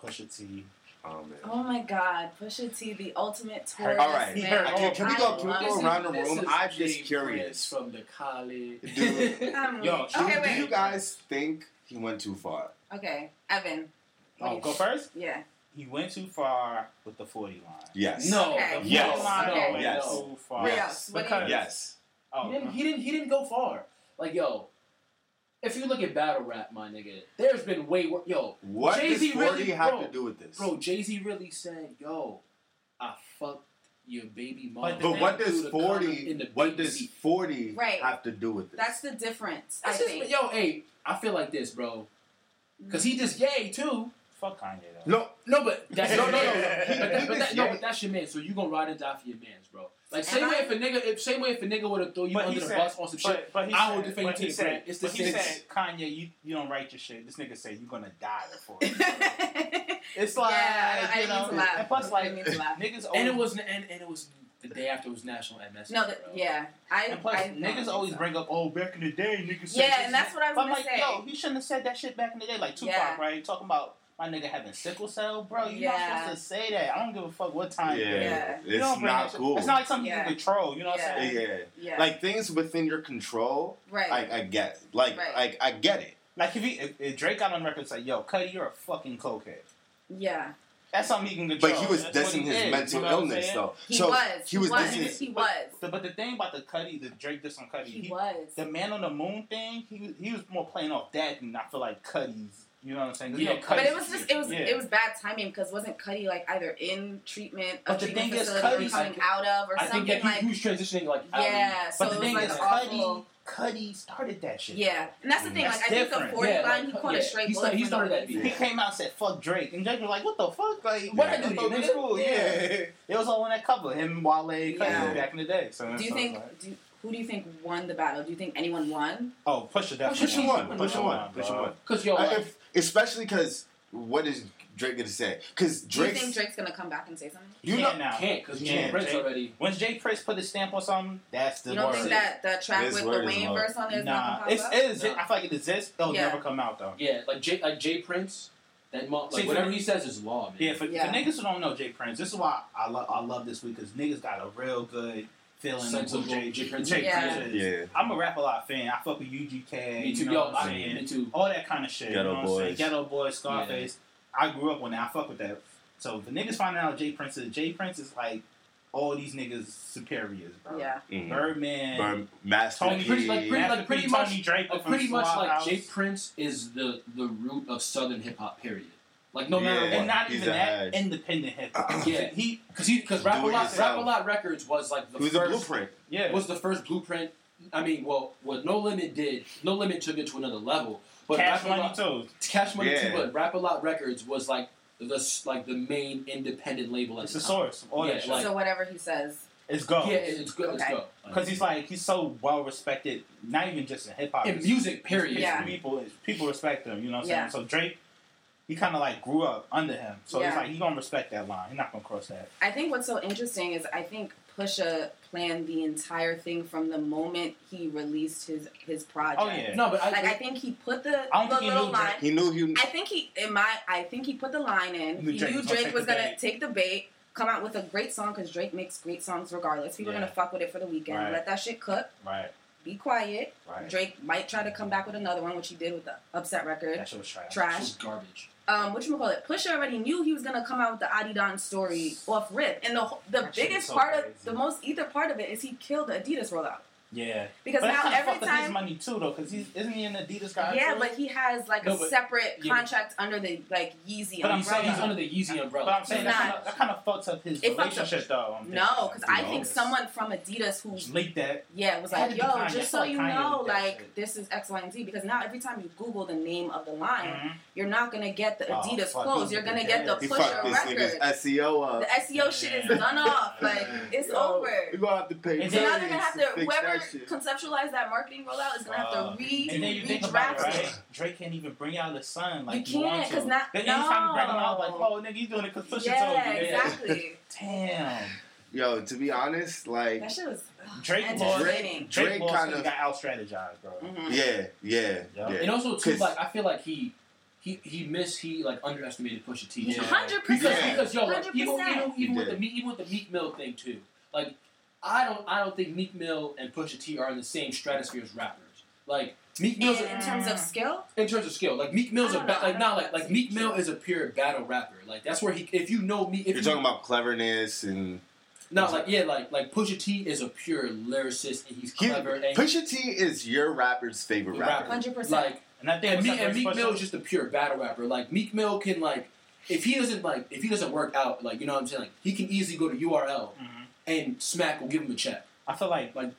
[SPEAKER 3] Push it to you.
[SPEAKER 7] Oh, man.
[SPEAKER 6] Oh my God, Pusha T, the ultimate
[SPEAKER 3] Her-
[SPEAKER 6] tourist.
[SPEAKER 7] All right.
[SPEAKER 6] man.
[SPEAKER 3] Her-
[SPEAKER 7] I Can, can we go, can we
[SPEAKER 6] This
[SPEAKER 7] go
[SPEAKER 6] is-
[SPEAKER 7] around the
[SPEAKER 5] This
[SPEAKER 7] room?
[SPEAKER 5] is
[SPEAKER 7] I'm
[SPEAKER 5] Jay
[SPEAKER 7] just curious.
[SPEAKER 5] Prince from the college.
[SPEAKER 7] Dude.
[SPEAKER 6] Um,
[SPEAKER 3] Yo,
[SPEAKER 7] Do,
[SPEAKER 6] okay,
[SPEAKER 7] do
[SPEAKER 6] wait.
[SPEAKER 7] you guys think he went too far?
[SPEAKER 6] Okay, Evan. What do
[SPEAKER 3] Oh,
[SPEAKER 6] you
[SPEAKER 3] go
[SPEAKER 6] think?
[SPEAKER 3] first.
[SPEAKER 6] Yeah.
[SPEAKER 3] He went too far with the forty line.
[SPEAKER 7] Yes.
[SPEAKER 5] no,
[SPEAKER 6] Okay.
[SPEAKER 5] no,
[SPEAKER 7] Yes.
[SPEAKER 5] no,
[SPEAKER 6] Okay.
[SPEAKER 5] no.
[SPEAKER 7] Yes.
[SPEAKER 3] Too far.
[SPEAKER 6] What else? What do you-
[SPEAKER 3] Because-
[SPEAKER 7] Yes.
[SPEAKER 3] Oh,
[SPEAKER 5] He didn't, he didn't. He didn't go far. Like yo, if you look at battle rap, my nigga, there's been way worse. Yo,
[SPEAKER 7] What
[SPEAKER 5] Jay-Z
[SPEAKER 7] does 40
[SPEAKER 5] really-
[SPEAKER 7] have
[SPEAKER 5] bro,
[SPEAKER 7] to do with this?
[SPEAKER 5] bro, Jay Z really said, "Yo, I fucked your baby mom."
[SPEAKER 3] But
[SPEAKER 7] but what
[SPEAKER 5] through
[SPEAKER 7] does
[SPEAKER 5] the condom
[SPEAKER 7] 40
[SPEAKER 5] in the
[SPEAKER 7] what
[SPEAKER 5] baby
[SPEAKER 7] does
[SPEAKER 5] seat.
[SPEAKER 7] 40
[SPEAKER 6] Right.
[SPEAKER 7] have to do with this?
[SPEAKER 6] That's the difference.
[SPEAKER 5] That's
[SPEAKER 6] I
[SPEAKER 5] just-
[SPEAKER 6] think.
[SPEAKER 5] yo, hey, I feel like this, bro, because he just yay too.
[SPEAKER 3] fuck Kanye though.
[SPEAKER 7] no,
[SPEAKER 5] No, but that's
[SPEAKER 7] No, no, no.
[SPEAKER 5] But, that, but, that,
[SPEAKER 7] He-
[SPEAKER 5] no, but that's your man. So you gonna ride and die for your man's, bro. Like same
[SPEAKER 6] And
[SPEAKER 5] way
[SPEAKER 6] I-
[SPEAKER 5] if a nigga, if same way if a nigga would have throw you
[SPEAKER 3] But he
[SPEAKER 5] under the
[SPEAKER 3] said-
[SPEAKER 5] bus on some shit.
[SPEAKER 3] But, but he
[SPEAKER 5] I
[SPEAKER 3] said,
[SPEAKER 5] will defend
[SPEAKER 3] but he
[SPEAKER 5] you to the
[SPEAKER 3] said,
[SPEAKER 5] ground. It's the
[SPEAKER 3] but he
[SPEAKER 5] same-
[SPEAKER 3] said, Kanye, you, you don't write your shit. This nigga said you're gonna die before. it's like
[SPEAKER 6] yeah, I
[SPEAKER 3] you know,
[SPEAKER 6] need to laugh.
[SPEAKER 3] and plus like
[SPEAKER 6] I need to laugh.
[SPEAKER 3] niggas.
[SPEAKER 5] And it
[SPEAKER 3] always-
[SPEAKER 5] was and, and it was the day after it was National MS.
[SPEAKER 6] No,
[SPEAKER 5] Day,
[SPEAKER 6] the,
[SPEAKER 5] bro.
[SPEAKER 6] yeah. I,
[SPEAKER 3] And plus,
[SPEAKER 6] I,
[SPEAKER 3] niggas always bring up, oh, back in the day, niggas. said
[SPEAKER 6] Yeah,
[SPEAKER 3] this
[SPEAKER 6] and that's what I was
[SPEAKER 3] But I'm
[SPEAKER 6] gonna
[SPEAKER 3] like,
[SPEAKER 6] say.
[SPEAKER 3] yo, he shouldn't have said that shit back in the day. Like Tupac,
[SPEAKER 6] Yeah.
[SPEAKER 3] right? Talking about my nigga having sickle cell, bro. You're
[SPEAKER 6] Yeah.
[SPEAKER 3] not supposed to say that. I don't give a fuck what
[SPEAKER 7] yeah,
[SPEAKER 3] time. it is.
[SPEAKER 6] Yeah.
[SPEAKER 3] You don't
[SPEAKER 7] it's
[SPEAKER 3] bring that
[SPEAKER 7] not
[SPEAKER 3] shit-
[SPEAKER 7] cool.
[SPEAKER 3] It's not like something
[SPEAKER 6] Yeah.
[SPEAKER 3] you can control. You know what I'm
[SPEAKER 6] Yeah.
[SPEAKER 3] saying?
[SPEAKER 7] yeah.
[SPEAKER 6] Yeah.
[SPEAKER 7] Like things within your control,
[SPEAKER 6] right.
[SPEAKER 7] I, I get. Like,
[SPEAKER 6] Right.
[SPEAKER 7] like I get it.
[SPEAKER 3] Like if, he, if, if Drake got on record, and say, yo, Cuddy, you're a fucking cokehead.
[SPEAKER 6] yeah.
[SPEAKER 3] That's something he can control.
[SPEAKER 7] But he was
[SPEAKER 3] That's what
[SPEAKER 7] dissing
[SPEAKER 3] he
[SPEAKER 7] his
[SPEAKER 3] is,
[SPEAKER 7] mental
[SPEAKER 3] you know what I'm
[SPEAKER 7] illness,
[SPEAKER 3] saying?
[SPEAKER 7] though.
[SPEAKER 6] He
[SPEAKER 7] so
[SPEAKER 6] was.
[SPEAKER 7] He was.
[SPEAKER 3] was.
[SPEAKER 7] dissing-
[SPEAKER 6] He was.
[SPEAKER 3] The- but the thing about the Cuddy, the Drake diss on Cuddy,
[SPEAKER 6] He
[SPEAKER 3] he,
[SPEAKER 6] was.
[SPEAKER 3] the man on the moon thing, he was- he was more playing off that than I feel like Cuddy's. You know what I'm saying? 'Cause, you
[SPEAKER 5] Yeah,
[SPEAKER 3] know,
[SPEAKER 6] But
[SPEAKER 3] Cudi-
[SPEAKER 6] it was just it was
[SPEAKER 3] yeah.
[SPEAKER 6] it was bad timing because wasn't Cuddy like either in treatment, a
[SPEAKER 3] But the
[SPEAKER 6] treatment
[SPEAKER 3] thing is,
[SPEAKER 6] facility, or
[SPEAKER 3] Cudi's
[SPEAKER 6] coming
[SPEAKER 5] like-
[SPEAKER 6] out of, or
[SPEAKER 5] I think
[SPEAKER 6] something
[SPEAKER 5] that he,
[SPEAKER 6] like
[SPEAKER 5] he was transitioning like out of-
[SPEAKER 6] yeah. So
[SPEAKER 3] But
[SPEAKER 6] it
[SPEAKER 3] the
[SPEAKER 6] was
[SPEAKER 3] thing
[SPEAKER 6] like
[SPEAKER 3] is,
[SPEAKER 6] awful.
[SPEAKER 3] Cuddy, Cuddy started that shit.
[SPEAKER 6] Yeah, and that's the thing.
[SPEAKER 3] That's
[SPEAKER 6] like I think
[SPEAKER 3] different.
[SPEAKER 6] the forty
[SPEAKER 5] Yeah, like,
[SPEAKER 6] line, he caught
[SPEAKER 5] yeah.
[SPEAKER 6] a straight
[SPEAKER 5] He
[SPEAKER 6] bullet.
[SPEAKER 5] started- he
[SPEAKER 6] for no
[SPEAKER 5] started that
[SPEAKER 6] reason.
[SPEAKER 3] He came out and said, "Fuck Drake," and Drake was like, "What the fuck? Like, what
[SPEAKER 5] Yeah.
[SPEAKER 3] I do
[SPEAKER 5] Yeah.
[SPEAKER 3] to you,
[SPEAKER 5] Yeah.
[SPEAKER 3] nigga?" Cool, Yeah.
[SPEAKER 5] Yeah.
[SPEAKER 3] it was all in that cover. Him, Wale, Cuddy
[SPEAKER 6] Yeah.
[SPEAKER 3] back in the day. So
[SPEAKER 6] Do you
[SPEAKER 3] so
[SPEAKER 6] think?
[SPEAKER 3] it's like-
[SPEAKER 6] Do, who do you think won the battle? Do you think anyone won?
[SPEAKER 3] oh, Pusha definitely.
[SPEAKER 7] Push him
[SPEAKER 5] Pusha
[SPEAKER 7] one. Push him one. Push him
[SPEAKER 3] bro.
[SPEAKER 7] one.
[SPEAKER 5] Cause yo,
[SPEAKER 7] Uh,
[SPEAKER 5] like,
[SPEAKER 7] if, especially because what is Drake gonna say? Because
[SPEAKER 6] Do you think
[SPEAKER 7] Drake's
[SPEAKER 6] Drake's gonna come back and say something?
[SPEAKER 3] You
[SPEAKER 7] You
[SPEAKER 3] can't
[SPEAKER 7] know-
[SPEAKER 3] now.
[SPEAKER 5] can't because
[SPEAKER 3] Yeah,
[SPEAKER 5] Jay Prince
[SPEAKER 3] Jay-
[SPEAKER 5] already.
[SPEAKER 3] Once Jay Prince put a stamp on something, that's the
[SPEAKER 6] you don't
[SPEAKER 3] word.
[SPEAKER 6] think that the track
[SPEAKER 7] This
[SPEAKER 6] with
[SPEAKER 7] word
[SPEAKER 6] the
[SPEAKER 7] is
[SPEAKER 6] Wayne
[SPEAKER 7] low.
[SPEAKER 6] verse on there is
[SPEAKER 3] nah,
[SPEAKER 6] not gonna
[SPEAKER 3] it's,
[SPEAKER 6] pop up?
[SPEAKER 3] it is.
[SPEAKER 5] Nah.
[SPEAKER 3] I feel like it exists. It'll
[SPEAKER 6] Yeah.
[SPEAKER 3] never come out though.
[SPEAKER 5] Yeah, like Jay, like Jay Prince, that month,
[SPEAKER 3] See,
[SPEAKER 5] like
[SPEAKER 3] for
[SPEAKER 5] whatever
[SPEAKER 3] me-
[SPEAKER 5] he says is law, man.
[SPEAKER 3] Yeah, for,
[SPEAKER 6] Yeah.
[SPEAKER 3] for niggas who don't know Jay Prince, this is why I love I love this week because niggas got a real good feeling
[SPEAKER 5] Sense
[SPEAKER 3] of
[SPEAKER 5] of
[SPEAKER 3] who Jay,
[SPEAKER 5] Jay
[SPEAKER 3] Jay
[SPEAKER 5] Prince
[SPEAKER 3] Prince.
[SPEAKER 5] is.
[SPEAKER 6] Yeah.
[SPEAKER 3] is.
[SPEAKER 7] yeah,
[SPEAKER 3] I'm a rap a lot fan. I fuck with UGK.
[SPEAKER 5] me too,
[SPEAKER 3] you know
[SPEAKER 5] yo,
[SPEAKER 3] what I'm
[SPEAKER 5] I,
[SPEAKER 3] saying?
[SPEAKER 5] me too.
[SPEAKER 3] All that kind of shit.
[SPEAKER 7] Ghetto
[SPEAKER 3] you know What I'm saying?
[SPEAKER 7] Boys.
[SPEAKER 3] Ghetto Boys, Scarface. I grew up on that. I fuck with that. So if the niggas finding out Jay Prince is Jay Prince is like all these niggas superiors, bro.
[SPEAKER 6] Yeah.
[SPEAKER 7] Mhm.
[SPEAKER 3] Birdman.
[SPEAKER 7] Burn Master
[SPEAKER 3] Tony-
[SPEAKER 7] P.
[SPEAKER 5] Pretty- Mm-hmm. like, pretty-
[SPEAKER 3] Master
[SPEAKER 5] like,
[SPEAKER 3] P,
[SPEAKER 5] much-
[SPEAKER 3] Tony Drake
[SPEAKER 5] Like,
[SPEAKER 3] from
[SPEAKER 5] pretty much
[SPEAKER 3] Swap
[SPEAKER 5] like
[SPEAKER 3] House.
[SPEAKER 5] Jay Prince is the the root of Southern hip hop. Period. Like no matter
[SPEAKER 7] Yeah.
[SPEAKER 3] and
[SPEAKER 5] what,
[SPEAKER 3] not
[SPEAKER 7] He's
[SPEAKER 3] even
[SPEAKER 7] a
[SPEAKER 3] that
[SPEAKER 7] hag.
[SPEAKER 3] independent hip hop.
[SPEAKER 5] Yeah.
[SPEAKER 3] he
[SPEAKER 5] because he because rap a
[SPEAKER 7] Do it
[SPEAKER 5] lot, rap a
[SPEAKER 7] yourself.
[SPEAKER 5] lot records was like the
[SPEAKER 7] Who's the
[SPEAKER 5] first
[SPEAKER 7] blueprint?
[SPEAKER 3] yeah.
[SPEAKER 5] was the first blueprint. I mean, well, what No Limit did, No Limit took it to another level. But
[SPEAKER 3] Cash
[SPEAKER 5] Rap A
[SPEAKER 3] Money
[SPEAKER 5] Lot-
[SPEAKER 3] too.
[SPEAKER 5] Cash Money
[SPEAKER 7] Yeah.
[SPEAKER 5] too, but Rap a Lot Records was like the s- like the main independent label at
[SPEAKER 3] It's
[SPEAKER 5] the
[SPEAKER 3] the
[SPEAKER 5] time.
[SPEAKER 3] source of all
[SPEAKER 5] Yeah,
[SPEAKER 3] that shit.
[SPEAKER 5] like-
[SPEAKER 6] so whatever he says.
[SPEAKER 3] it's go.
[SPEAKER 5] Yeah, it- it's good. It's
[SPEAKER 6] Okay.
[SPEAKER 5] good.
[SPEAKER 3] Because he's like he's so well respected, not even just in hip hop.
[SPEAKER 5] in music, period.
[SPEAKER 6] Yeah.
[SPEAKER 3] People people respect him. You know what I'm
[SPEAKER 6] Yeah.
[SPEAKER 3] saying? So Drake, he kind of like grew up under him. So it's
[SPEAKER 6] Yeah.
[SPEAKER 3] like he gonna respect that line. He's not gonna cross that.
[SPEAKER 6] I think what's so interesting is I think Pusha planned the entire thing from the moment he released his his project.
[SPEAKER 3] Oh yeah.
[SPEAKER 5] No, but I,
[SPEAKER 6] Like I think he put the,
[SPEAKER 3] I don't
[SPEAKER 6] the
[SPEAKER 3] think he
[SPEAKER 6] little
[SPEAKER 3] knew
[SPEAKER 6] line.
[SPEAKER 3] Drake.
[SPEAKER 7] He knew he.
[SPEAKER 6] I think he in my I think he put the line in.
[SPEAKER 3] Knew
[SPEAKER 6] He
[SPEAKER 3] Drake
[SPEAKER 6] knew
[SPEAKER 3] was gonna
[SPEAKER 6] Drake
[SPEAKER 3] take
[SPEAKER 6] was
[SPEAKER 3] the
[SPEAKER 6] gonna
[SPEAKER 3] bait.
[SPEAKER 6] take the bait, come out with a great song because Drake makes great songs regardless. People are
[SPEAKER 3] Yeah.
[SPEAKER 6] gonna fuck with it for the weekend.
[SPEAKER 3] Right.
[SPEAKER 6] Let that shit cook.
[SPEAKER 3] Right.
[SPEAKER 6] Be quiet.
[SPEAKER 3] Right.
[SPEAKER 6] Drake might try to come back with another one, which he did with the upset record.
[SPEAKER 3] That shit was trash.
[SPEAKER 5] it's
[SPEAKER 6] Trash.
[SPEAKER 5] just garbage.
[SPEAKER 6] Um, which call it? Pusha already knew he was gonna come out with the Adidas story off rip, and the the
[SPEAKER 3] That shit
[SPEAKER 6] biggest
[SPEAKER 3] is so
[SPEAKER 6] part of
[SPEAKER 3] crazy.
[SPEAKER 6] the most either part of it is he killed the Adidas rollout.
[SPEAKER 3] Yeah.
[SPEAKER 6] Because
[SPEAKER 3] but that's
[SPEAKER 6] now
[SPEAKER 3] kinda
[SPEAKER 6] every
[SPEAKER 3] fucked up his
[SPEAKER 6] time,
[SPEAKER 3] money too, though, because he's isn't he an Adidas guy?
[SPEAKER 6] yeah,
[SPEAKER 3] too?
[SPEAKER 6] but he has like
[SPEAKER 3] No,
[SPEAKER 6] a
[SPEAKER 3] but-
[SPEAKER 6] separate
[SPEAKER 3] yeah.
[SPEAKER 6] contract under the like Yeezy
[SPEAKER 3] But I'm
[SPEAKER 5] He's, saying he's
[SPEAKER 3] Umbrella.
[SPEAKER 5] under the Yeezy umbrella.
[SPEAKER 3] But I'm saying
[SPEAKER 6] He's
[SPEAKER 3] that
[SPEAKER 6] not.
[SPEAKER 3] kinda, that kind of fucks up his
[SPEAKER 6] It fucks up-
[SPEAKER 3] relationship, though. I'm
[SPEAKER 6] No,
[SPEAKER 3] thinking.
[SPEAKER 6] because I
[SPEAKER 7] No.
[SPEAKER 6] think someone from Adidas who
[SPEAKER 3] leaked that.
[SPEAKER 6] yeah was
[SPEAKER 3] It had
[SPEAKER 6] like,
[SPEAKER 3] to be
[SPEAKER 6] yo,
[SPEAKER 3] Kanye.
[SPEAKER 6] just so
[SPEAKER 3] Like
[SPEAKER 6] you
[SPEAKER 3] Kanye
[SPEAKER 6] know,
[SPEAKER 3] did that
[SPEAKER 6] like
[SPEAKER 3] shit.
[SPEAKER 6] this is X, Y, and Z. Because now every time you Google the name of the line,
[SPEAKER 3] Mhm.
[SPEAKER 6] you're not gonna get the
[SPEAKER 3] Oh,
[SPEAKER 6] Adidas
[SPEAKER 3] fuck,
[SPEAKER 6] clothes.
[SPEAKER 3] he-
[SPEAKER 6] You're gonna
[SPEAKER 3] yeah.
[SPEAKER 6] get the
[SPEAKER 7] He
[SPEAKER 3] Push
[SPEAKER 6] pusher
[SPEAKER 7] fucked this nigga's
[SPEAKER 6] record.
[SPEAKER 7] SEO
[SPEAKER 6] The
[SPEAKER 7] up.
[SPEAKER 6] SEO shit is done off. Like it's
[SPEAKER 7] Yo,
[SPEAKER 6] over.
[SPEAKER 7] We gonna have to pay.
[SPEAKER 3] And
[SPEAKER 6] So now they're gonna
[SPEAKER 7] millions
[SPEAKER 6] have to
[SPEAKER 7] fix
[SPEAKER 6] whoever
[SPEAKER 7] that shit.
[SPEAKER 6] conceptualized that marketing rollout is gonna have
[SPEAKER 3] Uh,
[SPEAKER 6] to re
[SPEAKER 3] And then you think about it,
[SPEAKER 6] redraft it.
[SPEAKER 3] right? Drake can't even bring out his son like
[SPEAKER 6] You
[SPEAKER 3] he want
[SPEAKER 6] can't,
[SPEAKER 3] to.
[SPEAKER 6] 'cause not-
[SPEAKER 3] Then anytime you bring him out, like,
[SPEAKER 6] no.
[SPEAKER 3] oh, nigga, you doing it because Pusha
[SPEAKER 6] Yeah,
[SPEAKER 3] told you. Yeah.
[SPEAKER 6] exactly.
[SPEAKER 3] Damn.
[SPEAKER 7] Yo, to be honest, like
[SPEAKER 6] That shit was
[SPEAKER 3] Drake
[SPEAKER 6] and
[SPEAKER 3] lost.
[SPEAKER 6] Drake-
[SPEAKER 3] Drake,
[SPEAKER 7] Drake
[SPEAKER 3] lost
[SPEAKER 7] kind
[SPEAKER 3] kinda...
[SPEAKER 7] of-
[SPEAKER 3] got out strategized, bro.
[SPEAKER 6] mhm.
[SPEAKER 7] yeah, yeah,
[SPEAKER 3] Yeah.
[SPEAKER 7] yeah.
[SPEAKER 5] And also too,
[SPEAKER 7] 'Cause-
[SPEAKER 5] like I feel like he he he missed he like underestimated Pusha T.
[SPEAKER 3] Yeah.
[SPEAKER 5] too.
[SPEAKER 6] Hundred
[SPEAKER 5] Because
[SPEAKER 7] Yeah.
[SPEAKER 6] percent.
[SPEAKER 5] because yo, like, even even,
[SPEAKER 6] 100%.
[SPEAKER 5] even
[SPEAKER 7] He
[SPEAKER 5] with the
[SPEAKER 7] did.
[SPEAKER 5] meat even with the Meek Mill thing too, like I don't I don't think Meek Mill and Pusha T are in the same stratosphere as rappers. Like Meek Mill's
[SPEAKER 6] And
[SPEAKER 5] a,
[SPEAKER 6] in terms of skill,
[SPEAKER 5] in terms of skill, like Meek Mill's
[SPEAKER 6] I
[SPEAKER 5] a
[SPEAKER 6] don't
[SPEAKER 5] ba-
[SPEAKER 6] know, I
[SPEAKER 5] like
[SPEAKER 6] don't
[SPEAKER 5] not
[SPEAKER 6] know.
[SPEAKER 5] like like Meek Mill is a pure battle rapper. Like that's where he if you know me if
[SPEAKER 7] You're
[SPEAKER 5] you-
[SPEAKER 7] talking about cleverness and
[SPEAKER 5] no like yeah like like Pusha T is a pure lyricist and he's
[SPEAKER 7] He-
[SPEAKER 5] clever and
[SPEAKER 7] Pusha T is your rapper's favorite
[SPEAKER 5] Rapper.
[SPEAKER 7] rapper.
[SPEAKER 6] hundred percent.
[SPEAKER 5] like
[SPEAKER 3] And I think
[SPEAKER 5] and,
[SPEAKER 3] what's
[SPEAKER 5] Meek
[SPEAKER 3] that
[SPEAKER 5] and
[SPEAKER 3] first
[SPEAKER 5] Meek
[SPEAKER 3] question?
[SPEAKER 5] Mill is just a pure battle rapper. Like Meek Mill can like if he doesn't like if he doesn't work out like you know what I'm saying like he can easily go to URL
[SPEAKER 3] Mhm.
[SPEAKER 5] and Smack will give him a check.
[SPEAKER 3] I feel like like
[SPEAKER 5] Like-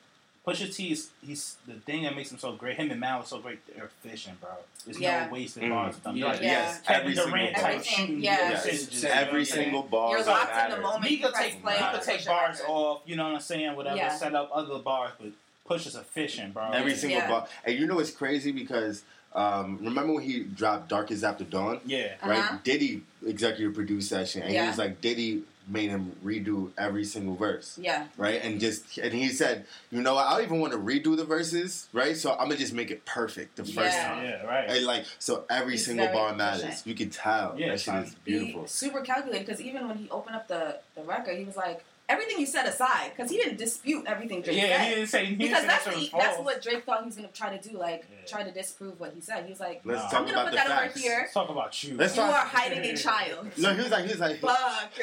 [SPEAKER 3] Pusha T is he's the thing that makes him so great. Him and Mal are so great. They're efficient, bro. There's
[SPEAKER 6] Yeah.
[SPEAKER 3] no wasted
[SPEAKER 7] Mhm.
[SPEAKER 3] bars with them.
[SPEAKER 5] Yeah.
[SPEAKER 3] Like,
[SPEAKER 6] Yeah.
[SPEAKER 7] Yes,
[SPEAKER 3] Kevin
[SPEAKER 7] every
[SPEAKER 3] Durant
[SPEAKER 7] single
[SPEAKER 3] type
[SPEAKER 7] bar.
[SPEAKER 6] Everything,
[SPEAKER 3] shooting.
[SPEAKER 6] yeah.
[SPEAKER 3] Yes.
[SPEAKER 5] Yes.
[SPEAKER 3] Just
[SPEAKER 5] Every
[SPEAKER 7] Every
[SPEAKER 3] yeah.
[SPEAKER 7] single bar.
[SPEAKER 6] You're locked in the
[SPEAKER 7] matters.
[SPEAKER 6] moment.
[SPEAKER 3] He
[SPEAKER 6] Oh, you
[SPEAKER 3] could
[SPEAKER 6] press
[SPEAKER 3] take,
[SPEAKER 6] play,
[SPEAKER 3] he
[SPEAKER 6] you
[SPEAKER 3] could
[SPEAKER 6] push
[SPEAKER 3] take
[SPEAKER 6] it
[SPEAKER 3] bars
[SPEAKER 6] record.
[SPEAKER 3] off, you know what I'm saying? Whatever,
[SPEAKER 6] Yeah.
[SPEAKER 3] set up other bars, but push is efficient, bro.
[SPEAKER 7] Every single
[SPEAKER 6] Yeah.
[SPEAKER 7] bar. And you know it's crazy because um, remember when he dropped Darkest After Dawn?
[SPEAKER 3] yeah.
[SPEAKER 6] Uh-huh.
[SPEAKER 7] Right? Diddy executive produced that shit, and he
[SPEAKER 6] Yeah.
[SPEAKER 7] was like, Diddy made him redo every single verse.
[SPEAKER 6] Yeah,
[SPEAKER 7] Right? And just and he said, you know what, I don't even want to redo the verses, right? So I'm gonna just make it perfect the first
[SPEAKER 6] Yeah.
[SPEAKER 7] time.
[SPEAKER 3] Yeah, right.
[SPEAKER 7] And like so every
[SPEAKER 6] He's
[SPEAKER 7] single
[SPEAKER 6] very
[SPEAKER 7] bar
[SPEAKER 6] efficient.
[SPEAKER 7] matters. You can tell.
[SPEAKER 3] Yeah,
[SPEAKER 7] that shit is
[SPEAKER 3] son.
[SPEAKER 7] beautiful.
[SPEAKER 6] He super calculated because even when he opened up the the record, he was like everything you said aside because he didn't dispute everything Drake
[SPEAKER 3] yeah,
[SPEAKER 6] said.
[SPEAKER 3] he didn't say he didn't
[SPEAKER 6] because
[SPEAKER 3] say
[SPEAKER 6] that's
[SPEAKER 3] shit was
[SPEAKER 6] the, that's
[SPEAKER 3] false.
[SPEAKER 6] what Drake thought he was gonna try to do, like
[SPEAKER 3] Yeah.
[SPEAKER 6] try to disprove what he said. He was like,
[SPEAKER 7] Let's
[SPEAKER 3] Nah.
[SPEAKER 7] talk
[SPEAKER 6] I'm gonna
[SPEAKER 7] about
[SPEAKER 6] put
[SPEAKER 7] the
[SPEAKER 6] that
[SPEAKER 7] facts.
[SPEAKER 6] over here.
[SPEAKER 3] talk about you.
[SPEAKER 7] Let's
[SPEAKER 6] You
[SPEAKER 7] talk-
[SPEAKER 6] are hiding a child.
[SPEAKER 7] No, he was like he was like
[SPEAKER 6] Fuck.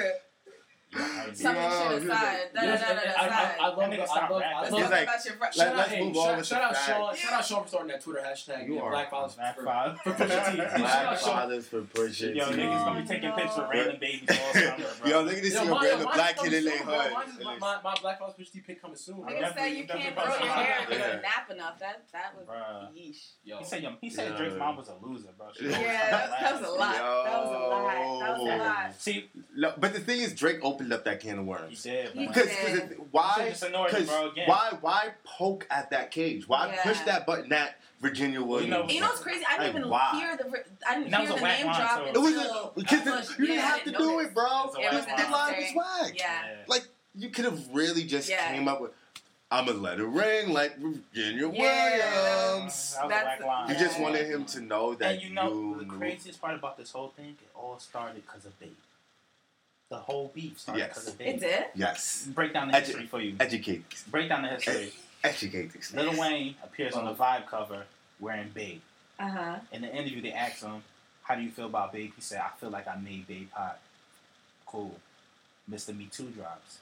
[SPEAKER 3] Yeah,
[SPEAKER 6] Some
[SPEAKER 7] Yeah,
[SPEAKER 6] shit
[SPEAKER 7] he was like-
[SPEAKER 6] aside. Da, da,
[SPEAKER 5] Yes,
[SPEAKER 6] da, da,
[SPEAKER 5] and- and
[SPEAKER 6] da,
[SPEAKER 5] I, I, I
[SPEAKER 6] aside.
[SPEAKER 5] love, I
[SPEAKER 3] That nigga
[SPEAKER 5] love,
[SPEAKER 3] stopped
[SPEAKER 5] I love,
[SPEAKER 3] rapping.
[SPEAKER 5] I
[SPEAKER 7] He's
[SPEAKER 5] love
[SPEAKER 6] Talk
[SPEAKER 7] like,
[SPEAKER 6] about your fr-
[SPEAKER 7] let-
[SPEAKER 5] shout
[SPEAKER 7] let's
[SPEAKER 5] out, hey,
[SPEAKER 7] move on
[SPEAKER 5] shout,
[SPEAKER 7] with
[SPEAKER 5] shout
[SPEAKER 7] the
[SPEAKER 5] out Sean,
[SPEAKER 7] facts.
[SPEAKER 5] shout out Sean for starting that Twitter hashtag
[SPEAKER 7] You
[SPEAKER 5] yeah,
[SPEAKER 7] are
[SPEAKER 5] Black Lives
[SPEAKER 3] Black
[SPEAKER 5] for-
[SPEAKER 3] five.
[SPEAKER 5] for Pusha T. Shout
[SPEAKER 7] Black
[SPEAKER 5] out Sean.
[SPEAKER 7] fathers for pushing.
[SPEAKER 3] Yo,
[SPEAKER 7] T.
[SPEAKER 3] niggas gonna be taking
[SPEAKER 6] no.
[SPEAKER 3] pictures of random babies all summer, bro.
[SPEAKER 7] Yo, look at this
[SPEAKER 5] Yo,
[SPEAKER 7] yo,
[SPEAKER 5] mine-
[SPEAKER 7] random
[SPEAKER 5] mine
[SPEAKER 7] black
[SPEAKER 5] coming
[SPEAKER 7] kid in their
[SPEAKER 5] soon, bro.
[SPEAKER 7] hood.
[SPEAKER 5] Mine is- My, my, my Black Lives Pusha T pic coming soon.
[SPEAKER 3] I
[SPEAKER 6] Nigga said
[SPEAKER 3] definitely-
[SPEAKER 6] you can't
[SPEAKER 3] definitely
[SPEAKER 6] grow your hair
[SPEAKER 3] punch
[SPEAKER 6] if you
[SPEAKER 7] him.
[SPEAKER 6] don't nap enough. That that was
[SPEAKER 3] Bruh.
[SPEAKER 6] yeesh.
[SPEAKER 5] Yo,
[SPEAKER 3] he said, yo, he said
[SPEAKER 7] Yeah.
[SPEAKER 3] Drake's mom was a loser, bro. She
[SPEAKER 7] Yeah,
[SPEAKER 3] was
[SPEAKER 6] Yeah, that was, that was a lot. That was a lot. That was a lot.
[SPEAKER 3] See,
[SPEAKER 7] No, but the thing is, Drake opened up that can of
[SPEAKER 3] he
[SPEAKER 7] worms.
[SPEAKER 3] did,
[SPEAKER 6] He
[SPEAKER 3] man.
[SPEAKER 7] Because
[SPEAKER 6] did.
[SPEAKER 7] why?
[SPEAKER 3] It's annoying,
[SPEAKER 7] Because
[SPEAKER 3] bro, again.
[SPEAKER 7] why? Why poke at that cage? Why
[SPEAKER 6] Yeah.
[SPEAKER 7] push that button at Virginia Williams?
[SPEAKER 3] know-
[SPEAKER 6] You know what's crazy? I
[SPEAKER 7] Like,
[SPEAKER 6] didn't even
[SPEAKER 7] why?
[SPEAKER 6] hear the I didn't
[SPEAKER 3] And that was
[SPEAKER 6] hear
[SPEAKER 3] a
[SPEAKER 6] the
[SPEAKER 3] whack
[SPEAKER 6] name
[SPEAKER 3] line,
[SPEAKER 6] drop
[SPEAKER 3] too.
[SPEAKER 7] it
[SPEAKER 6] until
[SPEAKER 7] was a, because
[SPEAKER 6] I was-
[SPEAKER 7] you didn't
[SPEAKER 6] yeah, I
[SPEAKER 7] have to
[SPEAKER 6] didn't
[SPEAKER 7] do
[SPEAKER 6] notice.
[SPEAKER 7] it, bro.
[SPEAKER 3] It's a
[SPEAKER 6] It
[SPEAKER 7] Like
[SPEAKER 6] wasn't
[SPEAKER 7] the line was
[SPEAKER 6] necessary.
[SPEAKER 7] whack.
[SPEAKER 6] Yeah.
[SPEAKER 7] Like you could have really just
[SPEAKER 6] Yeah.
[SPEAKER 7] came up with, "I'm gonna let it ring," like Virginia
[SPEAKER 6] Yeah.
[SPEAKER 7] Williams.
[SPEAKER 3] That was a
[SPEAKER 6] That's-
[SPEAKER 3] whack line.
[SPEAKER 7] You just
[SPEAKER 6] Yeah.
[SPEAKER 7] wanted him to know that
[SPEAKER 3] and you know the
[SPEAKER 7] knew.
[SPEAKER 3] craziest part about this whole thing, it all started because of Babe. The whole beef started
[SPEAKER 7] Yes.
[SPEAKER 3] because of Babe.
[SPEAKER 6] It did.
[SPEAKER 7] Yes,
[SPEAKER 3] Break down the
[SPEAKER 7] Edu-
[SPEAKER 3] history for you.
[SPEAKER 7] educate,
[SPEAKER 3] Break down the history.
[SPEAKER 7] educate this.
[SPEAKER 3] Lil Wayne appears on the Vibe cover wearing Babe.
[SPEAKER 6] Uh huh.
[SPEAKER 3] In the interview, they asked him, "How do you feel about Babe?" He said, "I feel like I made Babe hot." Cool. Mr. Me Too drops.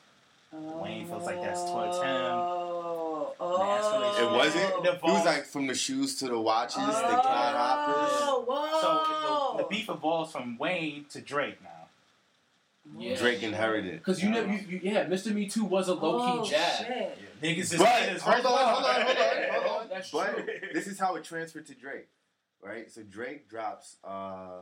[SPEAKER 3] Wayne feels like that's towards him.
[SPEAKER 6] Oh,
[SPEAKER 3] escalation.
[SPEAKER 6] oh.
[SPEAKER 7] It wasn't.
[SPEAKER 3] Oh.
[SPEAKER 7] It was like from the shoes to the watches, the
[SPEAKER 3] Oh.
[SPEAKER 7] cat hoppers.
[SPEAKER 6] Oh, whoa. Oh.
[SPEAKER 3] So the, the beef evolves from Wayne to Drake now.
[SPEAKER 5] Yeah.
[SPEAKER 7] Drake inherited.
[SPEAKER 5] because you know, you, you, yeah, Mr. Me Too was a low
[SPEAKER 6] oh,
[SPEAKER 5] key jab.
[SPEAKER 6] Shit.
[SPEAKER 3] Niggas is
[SPEAKER 7] But hold on, hold on, hold
[SPEAKER 5] Yeah,
[SPEAKER 7] on, hold on.
[SPEAKER 5] that's
[SPEAKER 7] But
[SPEAKER 3] true.
[SPEAKER 7] this is how it transferred to Drake, right? So Drake drops uh,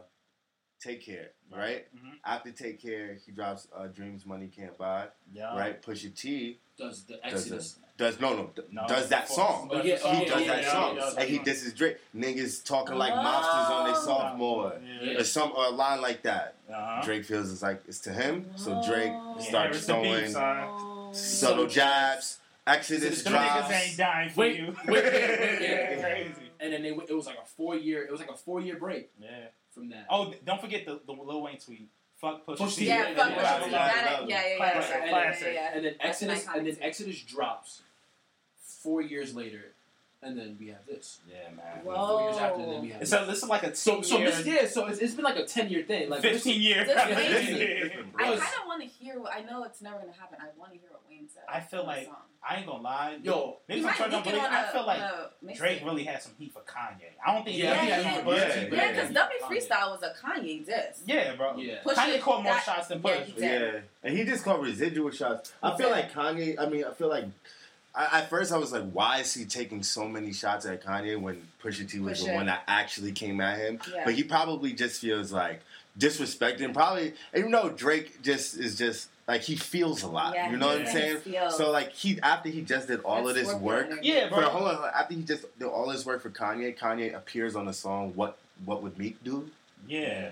[SPEAKER 7] "Take Care," right?
[SPEAKER 3] Mhm.
[SPEAKER 7] After "Take Care," he drops uh, "Dreams Money Can't Buy,"
[SPEAKER 3] Yeah.
[SPEAKER 7] right? Pusha T
[SPEAKER 5] Does the
[SPEAKER 7] does
[SPEAKER 5] Exodus.
[SPEAKER 7] it. Does no no, d-
[SPEAKER 3] No,
[SPEAKER 7] does that
[SPEAKER 3] before-
[SPEAKER 7] song?
[SPEAKER 5] Oh, yeah,
[SPEAKER 7] He
[SPEAKER 5] yeah,
[SPEAKER 7] does that
[SPEAKER 5] yeah,
[SPEAKER 7] song,
[SPEAKER 5] yeah, yeah.
[SPEAKER 7] and he disses Drake. Niggas talking like monsters on their
[SPEAKER 6] Oh.
[SPEAKER 7] sophomore,
[SPEAKER 3] Yeah.
[SPEAKER 7] or some or a line like that.
[SPEAKER 3] Uh-huh.
[SPEAKER 7] Drake feels it's like it's to him, so Drake
[SPEAKER 6] Whoa.
[SPEAKER 3] Oh. Yeah,
[SPEAKER 7] starts
[SPEAKER 3] it's the beef,
[SPEAKER 7] throwing
[SPEAKER 3] son.
[SPEAKER 7] subtle jabs. Exodus
[SPEAKER 3] Them
[SPEAKER 7] drops.
[SPEAKER 3] niggas ain't dying for
[SPEAKER 5] Wait,
[SPEAKER 3] you.
[SPEAKER 5] wait, wait, wait,
[SPEAKER 7] wait.
[SPEAKER 3] Crazy.
[SPEAKER 5] And then they, it was like a four year, it was like a four year break
[SPEAKER 3] Yeah.
[SPEAKER 5] from that.
[SPEAKER 3] Oh, th- don't forget the, the Lil Wayne tweet. Fuck Pusha
[SPEAKER 5] Pusha
[SPEAKER 3] T.
[SPEAKER 5] T,
[SPEAKER 6] Yeah,
[SPEAKER 5] yeah, yeah,
[SPEAKER 6] fuck with
[SPEAKER 5] yeah, yeah,
[SPEAKER 6] you. That-
[SPEAKER 3] yeah,
[SPEAKER 6] Yeah, yeah, yeah,
[SPEAKER 3] Classic,
[SPEAKER 6] yeah, yeah,
[SPEAKER 3] classic.
[SPEAKER 6] yeah, yeah.
[SPEAKER 5] and then
[SPEAKER 6] That's
[SPEAKER 5] Exodus,
[SPEAKER 6] my
[SPEAKER 5] and then
[SPEAKER 6] context.
[SPEAKER 5] Exodus drops four years later. and then we have this.
[SPEAKER 3] Yeah, man.
[SPEAKER 5] Four years after, then we
[SPEAKER 6] Whoa.
[SPEAKER 5] have
[SPEAKER 3] It's
[SPEAKER 5] this.
[SPEAKER 3] a, this is like a 10
[SPEAKER 5] So, so
[SPEAKER 3] year,
[SPEAKER 5] this, yeah, so it's, it's been like a ten year thing. Like this-
[SPEAKER 3] 15 year.
[SPEAKER 6] This is
[SPEAKER 7] crazy.
[SPEAKER 6] I kind
[SPEAKER 5] Bros.
[SPEAKER 6] of want to hear. what I know it's never gonna happen. I want to hear what Wayne said.
[SPEAKER 3] I feel
[SPEAKER 6] on the
[SPEAKER 3] like-
[SPEAKER 6] song.
[SPEAKER 3] I ain't gonna lie.
[SPEAKER 5] Yo,
[SPEAKER 6] He
[SPEAKER 3] Niggas are
[SPEAKER 6] might
[SPEAKER 3] trying to
[SPEAKER 6] leak it
[SPEAKER 3] believe.
[SPEAKER 6] on
[SPEAKER 3] I
[SPEAKER 6] a-
[SPEAKER 3] feel like
[SPEAKER 6] on a mixtape.
[SPEAKER 3] Drake really had some heat for Kanye. I don't think.
[SPEAKER 5] Yeah,
[SPEAKER 3] I think
[SPEAKER 6] yeah,
[SPEAKER 3] he
[SPEAKER 6] yeah,
[SPEAKER 3] had more
[SPEAKER 7] yeah,
[SPEAKER 3] heat,
[SPEAKER 7] yeah,
[SPEAKER 6] Yeah,
[SPEAKER 3] but-
[SPEAKER 6] because Dummy Freestyle was a Kanye diss.
[SPEAKER 3] Yeah, bro.
[SPEAKER 5] Yeah.
[SPEAKER 6] Push
[SPEAKER 3] Kanye
[SPEAKER 6] it,
[SPEAKER 3] caught more
[SPEAKER 6] that-
[SPEAKER 3] shots than
[SPEAKER 6] yeah,
[SPEAKER 3] Push.
[SPEAKER 6] he did.
[SPEAKER 7] Yeah, and he just called residual shots. I feel like Kanye. I mean, I feel like I, at first I was like, why is he taking so many shots at Kanye when Pusha T was the
[SPEAKER 6] Pusha.
[SPEAKER 7] one that actually came at him?
[SPEAKER 6] Yeah.
[SPEAKER 7] But he probably just feels like disrespected. And probably, and you know, Drake just is just like he feels a lot.
[SPEAKER 6] Yeah,
[SPEAKER 7] you know what
[SPEAKER 6] he
[SPEAKER 7] I'm saying?
[SPEAKER 6] feels.
[SPEAKER 7] So like he after he just did all of this
[SPEAKER 6] That's Scorpio
[SPEAKER 7] work.
[SPEAKER 6] energy.
[SPEAKER 3] Yeah,
[SPEAKER 7] For,
[SPEAKER 3] bro.
[SPEAKER 7] hold on, hold on. after he just did all his work for Kanye, Kanye appears on the song "What What Would Meek Do."
[SPEAKER 3] yeah.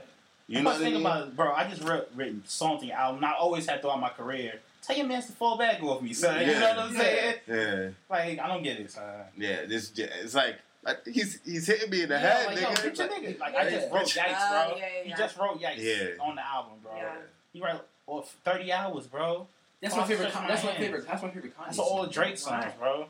[SPEAKER 7] You
[SPEAKER 3] I
[SPEAKER 7] know
[SPEAKER 3] must
[SPEAKER 7] what I
[SPEAKER 3] think
[SPEAKER 7] mean?
[SPEAKER 3] about it, bro. I just wrote, written song to your album. I always had throughout my career. Tell your mans to fall back off me, son. You
[SPEAKER 7] Yeah.
[SPEAKER 3] know what I'm saying?
[SPEAKER 7] yeah.
[SPEAKER 3] Like I don't get it, son.
[SPEAKER 7] Yeah, this it's like, like he's he's hitting me in the
[SPEAKER 3] Yeah,
[SPEAKER 7] head,
[SPEAKER 3] like, yo,
[SPEAKER 7] nigga.
[SPEAKER 3] get your
[SPEAKER 7] Like,
[SPEAKER 3] nigga. Like I just
[SPEAKER 7] Yeah.
[SPEAKER 3] wrote yikes,
[SPEAKER 6] Oh,
[SPEAKER 3] bro.
[SPEAKER 6] yeah, yeah,
[SPEAKER 3] He
[SPEAKER 6] yeah.
[SPEAKER 3] just wrote yikes
[SPEAKER 7] Yeah.
[SPEAKER 3] on the album, bro.
[SPEAKER 6] Yeah.
[SPEAKER 3] He wrote off 30 hours, bro.
[SPEAKER 5] That's my
[SPEAKER 3] Fuck
[SPEAKER 5] favorite. Con- that's my
[SPEAKER 3] my
[SPEAKER 5] favorite. That's my favorite. Kanye
[SPEAKER 3] That's
[SPEAKER 5] song.
[SPEAKER 3] all Drake songs, bro.